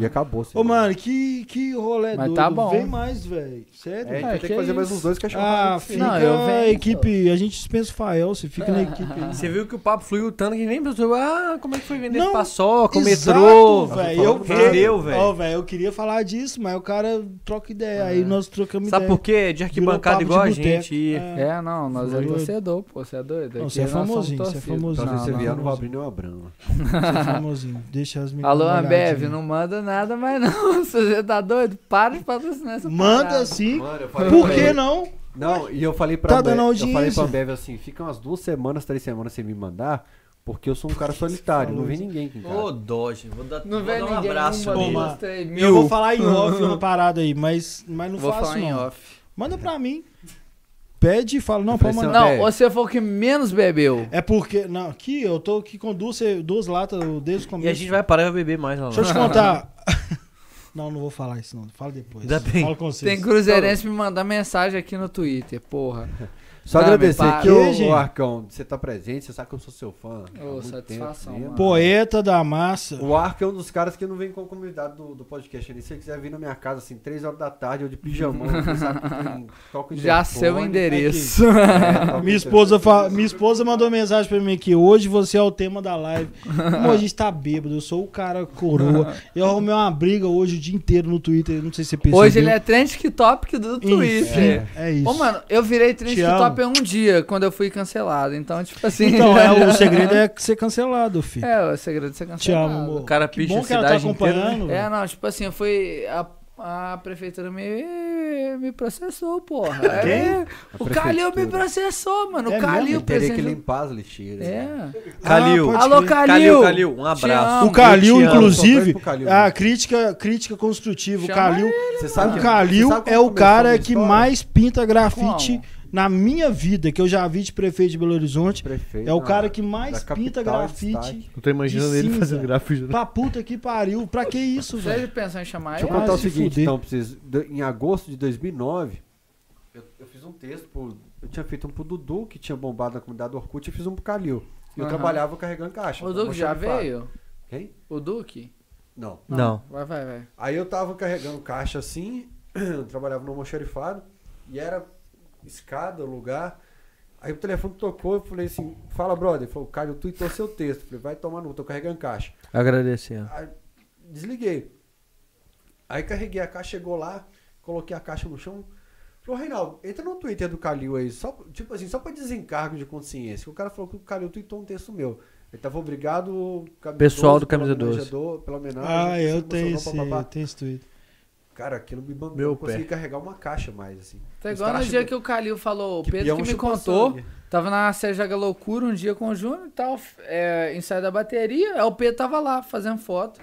Speaker 1: E acabou.
Speaker 2: Ô, mano, que, que rolê
Speaker 3: Mas
Speaker 2: doido.
Speaker 3: tá bom.
Speaker 2: Vem mais, velho. Sério?
Speaker 1: É, a gente
Speaker 3: Ah,
Speaker 1: vai ter
Speaker 3: que
Speaker 1: que fazer mais
Speaker 3: isso.
Speaker 1: uns dois cachorros.
Speaker 2: Ah,
Speaker 1: assim.
Speaker 2: fica
Speaker 3: Não, eu venho, É.
Speaker 2: a equipe. A gente dispensa o Fael, você fica na equipe.
Speaker 3: [LAUGHS]
Speaker 2: aí.
Speaker 4: Você viu que o papo fluiu tanto que nem pensou, ah, como é que foi vender
Speaker 2: Não,
Speaker 4: paçoca, o
Speaker 2: Exato,
Speaker 4: metrô.
Speaker 2: velho. Eu
Speaker 1: Não
Speaker 4: vendeu, velho.
Speaker 2: Ó, velho, eu queria falar disso, mas o cara troca ideia.
Speaker 1: É.
Speaker 2: Aí nós trocamos
Speaker 4: Sabe
Speaker 2: ideia.
Speaker 4: por quê? um De arquibancada
Speaker 2: Virou
Speaker 4: igual
Speaker 2: papo
Speaker 4: a
Speaker 2: de boteco.
Speaker 4: gente. e-
Speaker 2: É.
Speaker 3: [LAUGHS] É, não, nós é
Speaker 2: Doido.
Speaker 3: torcedor, pô, você é doido.
Speaker 2: Não,
Speaker 3: Aqui
Speaker 2: você é
Speaker 3: nós somos
Speaker 2: famosinho, você é famosinho.
Speaker 3: torcido.
Speaker 1: Então, se
Speaker 3: Não,
Speaker 1: você
Speaker 3: não,
Speaker 1: vier, não
Speaker 3: não.
Speaker 1: vai abrir nenhuma brama.
Speaker 2: Você é famosinho. Deixa as meninas. né?
Speaker 3: Alô,
Speaker 2: molhadinhas.
Speaker 3: Ambev, não manda nada mais não. [LAUGHS] Você tá doido? Para de patrocinar essa
Speaker 2: Manda
Speaker 3: parada.
Speaker 2: sim.
Speaker 1: Mano, eu falei
Speaker 2: Por
Speaker 1: pra
Speaker 2: que
Speaker 1: ele.
Speaker 2: não?
Speaker 1: Não, e eu falei pra
Speaker 2: Tá
Speaker 1: Ambev,
Speaker 2: dando
Speaker 1: eu falei
Speaker 2: audiência.
Speaker 1: pra Ambev assim, fica umas duas semanas, três semanas sem me mandar, porque eu sou um cara solitário, não vem ninguém aqui em casa.
Speaker 4: Ô, Doge, vou dar,
Speaker 3: Não
Speaker 4: vou
Speaker 3: vem
Speaker 4: dar um
Speaker 3: ninguém.
Speaker 4: abraço
Speaker 3: uma,
Speaker 2: nele.
Speaker 4: nele.
Speaker 3: duas, três mil.
Speaker 2: Eu vou falar em off uma parada aí, mas, mas não
Speaker 3: Vou
Speaker 2: faço
Speaker 3: falar em
Speaker 2: não.
Speaker 3: off.
Speaker 2: Manda pra mim. Pede e fala, não, é. pode
Speaker 1: Impressão-
Speaker 2: mandar.
Speaker 3: Não,
Speaker 1: Ambev.
Speaker 3: você foi o que menos bebeu.
Speaker 2: É porque. Não, aqui eu tô aqui com duas, duas latas desde o começo.
Speaker 3: [LAUGHS]
Speaker 4: E a gente vai parar e vai beber mais lá.
Speaker 2: Deixa eu te contar. Não, não vou falar isso, não. Fala depois.
Speaker 4: Já tem.
Speaker 2: Falo com vocês.
Speaker 3: Tem cruzeirense me mandar mensagem aqui no Twitter, porra.
Speaker 1: Só
Speaker 3: Não,
Speaker 1: agradecer
Speaker 3: me para.
Speaker 1: aqui, ô,
Speaker 2: Gente.
Speaker 1: ô Arcão, você tá presente, você sabe que eu sou seu fã. há
Speaker 3: Ô,
Speaker 1: muito
Speaker 3: satisfação,
Speaker 1: tempo mesmo.
Speaker 3: mano.
Speaker 2: Poeta da massa.
Speaker 1: O Arco é um dos caras que não vem com a comunidade do, do podcast ali. Se você quiser vir na minha casa, assim, 3 horas da tarde, eu de
Speaker 3: [LAUGHS]
Speaker 1: pijamão, você sabe que tem, toca o interfone.
Speaker 3: Já
Speaker 2: tá
Speaker 3: seu endereço.
Speaker 2: [LAUGHS]
Speaker 1: É, toca o
Speaker 2: Minha esposa, fa- minha esposa mandou mensagem pra mim aqui. Hoje você é o tema da live. Como a gente tá bêbado, eu sou o cara coroa. Eu arrumei uma briga hoje o dia inteiro no Twitter. Não sei se você percebeu.
Speaker 3: Hoje ele é trend topic do Twitter.
Speaker 2: Enfim, é isso.
Speaker 3: Ô, mano, eu virei trend
Speaker 2: Te amo.
Speaker 3: top um dia, quando eu fui cancelado. Então, tipo assim.
Speaker 2: Então,
Speaker 3: [LAUGHS]
Speaker 2: é, o segredo é ser cancelado, filho.
Speaker 3: É, o segredo é ser cancelado.
Speaker 2: Te amo, amor.
Speaker 4: O cara
Speaker 2: Que
Speaker 4: picha
Speaker 2: bom
Speaker 4: a
Speaker 2: que ela tá
Speaker 4: cidade inteira. né?
Speaker 2: acompanhando. velho.
Speaker 3: É, não, tipo assim, foi. A, a prefeitura me, me processou, porra. É, o
Speaker 1: A
Speaker 3: Calil me
Speaker 1: prefeitura.
Speaker 3: processou, mano.
Speaker 2: É
Speaker 3: o Calil,
Speaker 2: mesmo?
Speaker 1: Teria que
Speaker 3: presidente.
Speaker 1: limpar as lixeiras. né?
Speaker 3: É.
Speaker 4: Calil.
Speaker 2: Ah, pode
Speaker 3: Alô,
Speaker 2: crer.
Speaker 3: Calil.
Speaker 4: Calil, Calil, um abraço.
Speaker 2: O
Speaker 3: amo,
Speaker 2: Calil,
Speaker 4: eu te amo.
Speaker 1: Só dois
Speaker 2: inclusive, é
Speaker 1: pro Calil,
Speaker 2: a
Speaker 1: né?
Speaker 2: crítica, crítica construtiva.
Speaker 3: Chama
Speaker 2: o Calil,
Speaker 1: Você sabe
Speaker 2: o
Speaker 1: que-
Speaker 2: Calil
Speaker 1: você sabe como
Speaker 2: é o
Speaker 1: começou a
Speaker 2: cara
Speaker 1: minha
Speaker 2: que
Speaker 1: história?
Speaker 2: mais pinta grafite
Speaker 3: Como?
Speaker 2: na minha vida, que eu já vi de prefeito de Belo Horizonte.
Speaker 1: Prefeito,
Speaker 2: É o
Speaker 1: não,
Speaker 2: cara que
Speaker 1: da
Speaker 2: mais
Speaker 1: capital de
Speaker 2: pinta
Speaker 1: destaque.
Speaker 2: grafite.
Speaker 6: Eu tô imaginando
Speaker 2: De
Speaker 6: ele
Speaker 2: cinza.
Speaker 6: fazendo gráfico.
Speaker 2: Pra puta que pariu. Pra que isso, velho?
Speaker 3: Vocês pensam em chamar
Speaker 1: Deixa eu
Speaker 3: ele?
Speaker 2: Ah,
Speaker 1: contar o
Speaker 2: se
Speaker 1: seguinte,
Speaker 2: fuder.
Speaker 1: então, pra vocês. Do- Em agosto de 2009, eu, eu fiz um texto. pro- eu tinha feito um pro Dudu, que tinha bombado na comunidade do Orkut, e fiz um pro Calil. E eu
Speaker 3: Aham.
Speaker 1: trabalhava carregando caixa. Então,
Speaker 3: O Duque já
Speaker 1: almoxarifado.
Speaker 3: veio?
Speaker 1: Quem?
Speaker 3: O Duque?
Speaker 1: Não.
Speaker 4: Não.
Speaker 3: Vai, vai, vai.
Speaker 1: Aí eu tava carregando caixa assim, [CLEARS THROAT] eu trabalhava no almoxarifado, e era escada, lugar. Aí o telefone tocou, eu falei assim, fala, brother. Ele falou, Calil, tu tweetou seu texto. Eu falei, vai tomar no, cu, tô carregando caixa.
Speaker 4: Agradecendo.
Speaker 1: Aí, desliguei. Aí carreguei a caixa, chegou lá, coloquei a caixa no chão. Falou, Reinaldo, entra no Twitter do Calil aí, só, tipo assim, só pra desencargo de consciência. O cara falou que o Calil tweetou um texto meu. Ele tava obrigado, camisa
Speaker 4: Pessoal do
Speaker 1: pelo
Speaker 4: Camisa 12.
Speaker 1: homenageador, Pela homenagem.
Speaker 2: Ah, eu tenho
Speaker 1: emocionou,
Speaker 2: esse,
Speaker 1: papapá.
Speaker 2: eu tenho esse tweet.
Speaker 1: Cara, aquilo me bambou.
Speaker 4: Meu
Speaker 1: Meu consegui carregar uma caixa mais, assim.
Speaker 3: Tá
Speaker 1: Os
Speaker 3: igual no
Speaker 1: caras
Speaker 3: dia
Speaker 1: chegam-
Speaker 3: que o Calil falou, o Pedro
Speaker 1: peão
Speaker 3: que me
Speaker 1: chupa
Speaker 3: contou.
Speaker 1: sangue.
Speaker 3: Tava na Serjaga Loucura um dia com o Júnior e tal, é, ensaio da bateria. Aí o Pedro tava lá fazendo foto.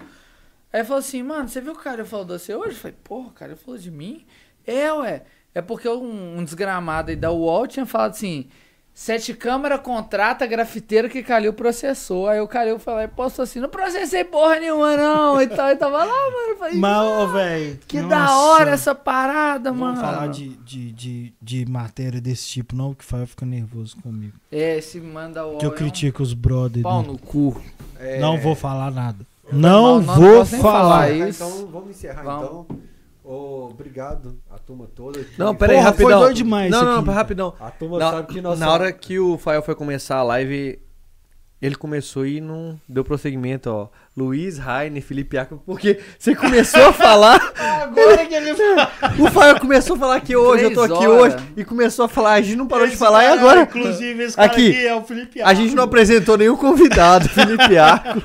Speaker 3: Aí falou assim, mano, você viu o cara falou de você hoje? Eu falei, porra, o cara falou de mim? É, ué. É porque um, um desgramado aí da UOL tinha falado assim: sete câmera contrata grafiteiro que Calil processou. Aí o Calil falou e postou assim: não processei porra nenhuma, não. E tal, e tava lá, mano. Eu falei,
Speaker 2: Mas, ô, velho.
Speaker 3: que da
Speaker 2: nossa.
Speaker 3: hora essa parada,
Speaker 2: Não
Speaker 3: mano.
Speaker 2: vamos falar de, de, de, de matéria desse tipo, não, que vai ficar nervoso comigo.
Speaker 3: É, esse manda o.
Speaker 2: Que eu critico os brothers.
Speaker 3: Pau no cu.
Speaker 1: É,
Speaker 2: Não vou falar nada. Não
Speaker 3: Não, não
Speaker 2: vou
Speaker 3: posso nem falar
Speaker 2: falar.
Speaker 3: aí.
Speaker 1: encerrar,
Speaker 3: isso.
Speaker 1: Então, vamos encerrar,
Speaker 3: Vamos.
Speaker 1: então. Ô, obrigado a turma toda.
Speaker 4: Não,
Speaker 1: Que-
Speaker 4: peraí,
Speaker 2: Porra, foi
Speaker 4: rapidão.
Speaker 2: doido demais
Speaker 4: não,
Speaker 2: isso
Speaker 4: não,
Speaker 2: aqui.
Speaker 4: não, rapidão.
Speaker 1: A turma
Speaker 4: Na-
Speaker 1: sabe que nós
Speaker 4: Na
Speaker 1: somos-
Speaker 4: hora que o Fael foi começar a live, ele começou e não deu prosseguimento, ó. Luiz, Rainer, Felipe Iaco, porque você
Speaker 2: [LAUGHS]
Speaker 4: começou a falar. Agora que ele O Fael começou a falar que hoje, eu tô
Speaker 3: Três
Speaker 4: aqui
Speaker 3: horas.
Speaker 4: hoje, e começou a falar, a gente não parou de falar, e agora?
Speaker 2: Inclusive, esse
Speaker 4: cara Aqui. aqui
Speaker 2: é o Felipe
Speaker 4: A gente não apresentou
Speaker 2: [LAUGHS]
Speaker 4: nenhum convidado, Felipe Iaco.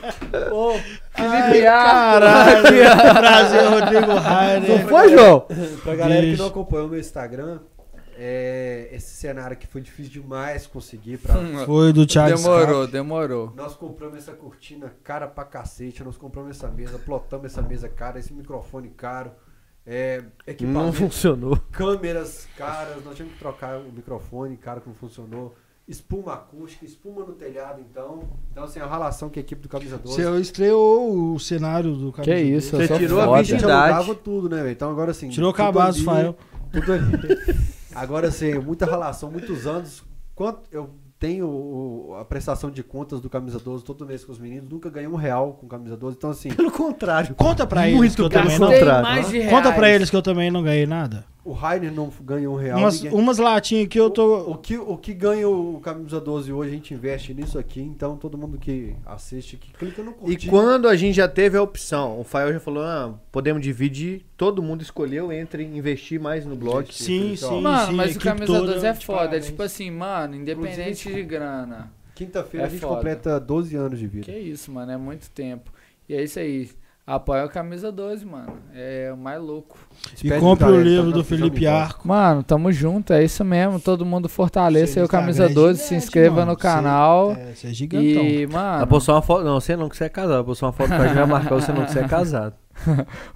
Speaker 1: Ô,
Speaker 3: Felipe Arco.
Speaker 2: Caralho, prazer, Rodrigo Rainer.
Speaker 4: Foi, João?
Speaker 1: [LAUGHS] pra galera que
Speaker 2: Bicho.
Speaker 1: não acompanhou o meu Instagram, é, esse cenário aqui foi difícil demais conseguir.
Speaker 3: [LAUGHS]
Speaker 1: Pra...
Speaker 2: [LAUGHS] Foi do Thiago
Speaker 3: Demorou, demorou.
Speaker 1: Nós compramos essa cortina cara pra cacete, nós compramos essa mesa, plotamos essa mesa cara, esse microfone caro, é,
Speaker 4: Não
Speaker 1: equipamento
Speaker 4: funcionou.
Speaker 1: câmeras caras, nós tivemos que trocar o microfone, cara, que não funcionou. Espuma acústica, espuma no telhado, então. Então, assim, a relação que a equipe do Camisa 12...
Speaker 2: Você estreou o cenário do cara.
Speaker 3: isso,
Speaker 4: Você
Speaker 3: eu sou
Speaker 4: tirou a
Speaker 3: foda.
Speaker 1: A gente
Speaker 4: virgindade.
Speaker 1: alugava tudo, né, velho? Então, agora, assim...
Speaker 2: Tirou o
Speaker 1: tudo
Speaker 2: cabaço,
Speaker 1: ali-
Speaker 2: Fael.
Speaker 1: Tudo ali. [LAUGHS] Agora, assim, muita relação, muitos anos. Quanto eu tenho o- a prestação de contas do Camisa 12 todo mês com os meninos, nunca ganhei um real com o Camisa 12. Então, assim,
Speaker 4: Pelo contrário.
Speaker 2: Conta pra eles
Speaker 4: Muito
Speaker 2: que eu também não.
Speaker 3: Gastei
Speaker 4: gastei. contrato,
Speaker 3: mais de reais.
Speaker 2: Conta pra eles que eu também não ganhei nada.
Speaker 1: o Rainer não ganhou um real.
Speaker 2: Umas,
Speaker 1: ninguém-
Speaker 2: umas latinhas que eu
Speaker 1: O
Speaker 2: tô.
Speaker 1: que, o que ganha o Camisa 12 hoje, a gente investe nisso aqui, então todo mundo que assiste, que clica no
Speaker 4: E
Speaker 1: curtir.
Speaker 4: um quando a gente já teve a opção, o Fael já falou, ah, podemos dividir, todo mundo escolheu entre investir mais no blog.
Speaker 1: Sim,
Speaker 2: Sim, sim.
Speaker 3: Mano,
Speaker 2: sim, a
Speaker 3: mas o
Speaker 2: equipe
Speaker 3: camisa
Speaker 2: toda,
Speaker 3: 12 é
Speaker 2: de
Speaker 3: foda. É
Speaker 2: parabéns.
Speaker 3: tipo assim, mano, independente de grana.
Speaker 1: Quinta-feira
Speaker 3: É
Speaker 1: a gente
Speaker 3: foda.
Speaker 1: completa 12 anos de vida.
Speaker 3: Que isso, mano, é muito tempo. E é isso aí. Apoia o camisa 12, mano. É o mais louco.
Speaker 1: Espere
Speaker 3: tipo,
Speaker 2: E
Speaker 1: do
Speaker 2: compre o
Speaker 1: Galeno,
Speaker 2: livro
Speaker 1: tá
Speaker 2: do
Speaker 1: na
Speaker 2: Felipe
Speaker 1: prisão de
Speaker 2: Arco.
Speaker 3: Mano, tamo junto, é isso mesmo. Todo mundo fortaleça aí
Speaker 2: Seu
Speaker 3: o camisa
Speaker 2: Instagram é
Speaker 3: 12, se
Speaker 2: gigante,
Speaker 3: inscreva
Speaker 2: mano.
Speaker 3: no
Speaker 2: Você-
Speaker 3: canal.
Speaker 2: É, você é gigantão.
Speaker 3: E,
Speaker 4: Ela
Speaker 2: [LAUGHS]
Speaker 3: mano.
Speaker 4: postou uma foto. Não, você não que você é casado. Ela postou uma foto pra gente vai marcar você não que você é casado.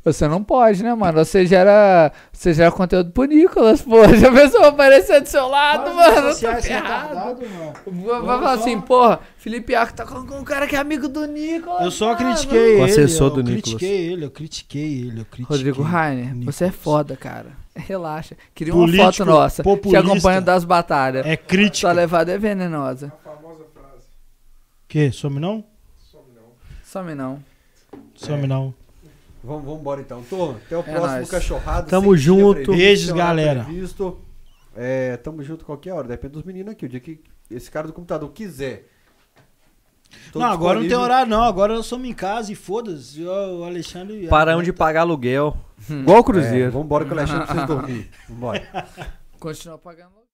Speaker 3: Você não pode, né, mano? Você gera, você gera conteúdo pro Nicolas, pô. [LAUGHS] Já pensou aparecer do seu lado, Ah, mano? Eu tô ferrado. Vai vai falar
Speaker 2: um
Speaker 3: assim, porra, Felipe Arco tá com com um cara que é amigo do Nicolas.
Speaker 2: Eu só
Speaker 3: mano.
Speaker 2: critiquei
Speaker 7: O
Speaker 2: ele.
Speaker 7: assessor do
Speaker 2: eu
Speaker 7: Nicolas.
Speaker 2: critiquei ele, eu critiquei ele, eu critiquei.
Speaker 3: Rodrigo Rainer,
Speaker 2: Nicolas.
Speaker 3: você é foda, cara. [LAUGHS] Relaxa. Queria uma
Speaker 2: Político,
Speaker 3: foto nossa. Te
Speaker 2: populista.
Speaker 3: acompanha das batalhas.
Speaker 2: É
Speaker 3: Sua
Speaker 2: crítica.
Speaker 3: levada é venenosa.
Speaker 5: A famosa frase,
Speaker 2: Que? Some não?
Speaker 5: some não.
Speaker 3: Some não.
Speaker 2: Some não.
Speaker 1: Vamos, vamos embora então. Tô, até o próximo
Speaker 3: nóis.
Speaker 1: cachorrado. sem
Speaker 4: Tamo
Speaker 1: dia
Speaker 4: junto.
Speaker 1: previsto,
Speaker 2: Beijos,
Speaker 1: sem horário
Speaker 2: galera.
Speaker 1: previsto. É, tamo junto qualquer hora. Depende dos meninos aqui. O dia que esse cara do computador quiser. Tô
Speaker 2: não, agora não tem
Speaker 1: disponível.
Speaker 2: horário, não. Agora nós somos em casa e foda-se. O Alexandre. é
Speaker 4: Paramos de pagar aluguel.
Speaker 1: É, Igual o Cruzeiro. É, vambora que o Alexandre precisa dormir. Vambora.
Speaker 3: Continua pagando.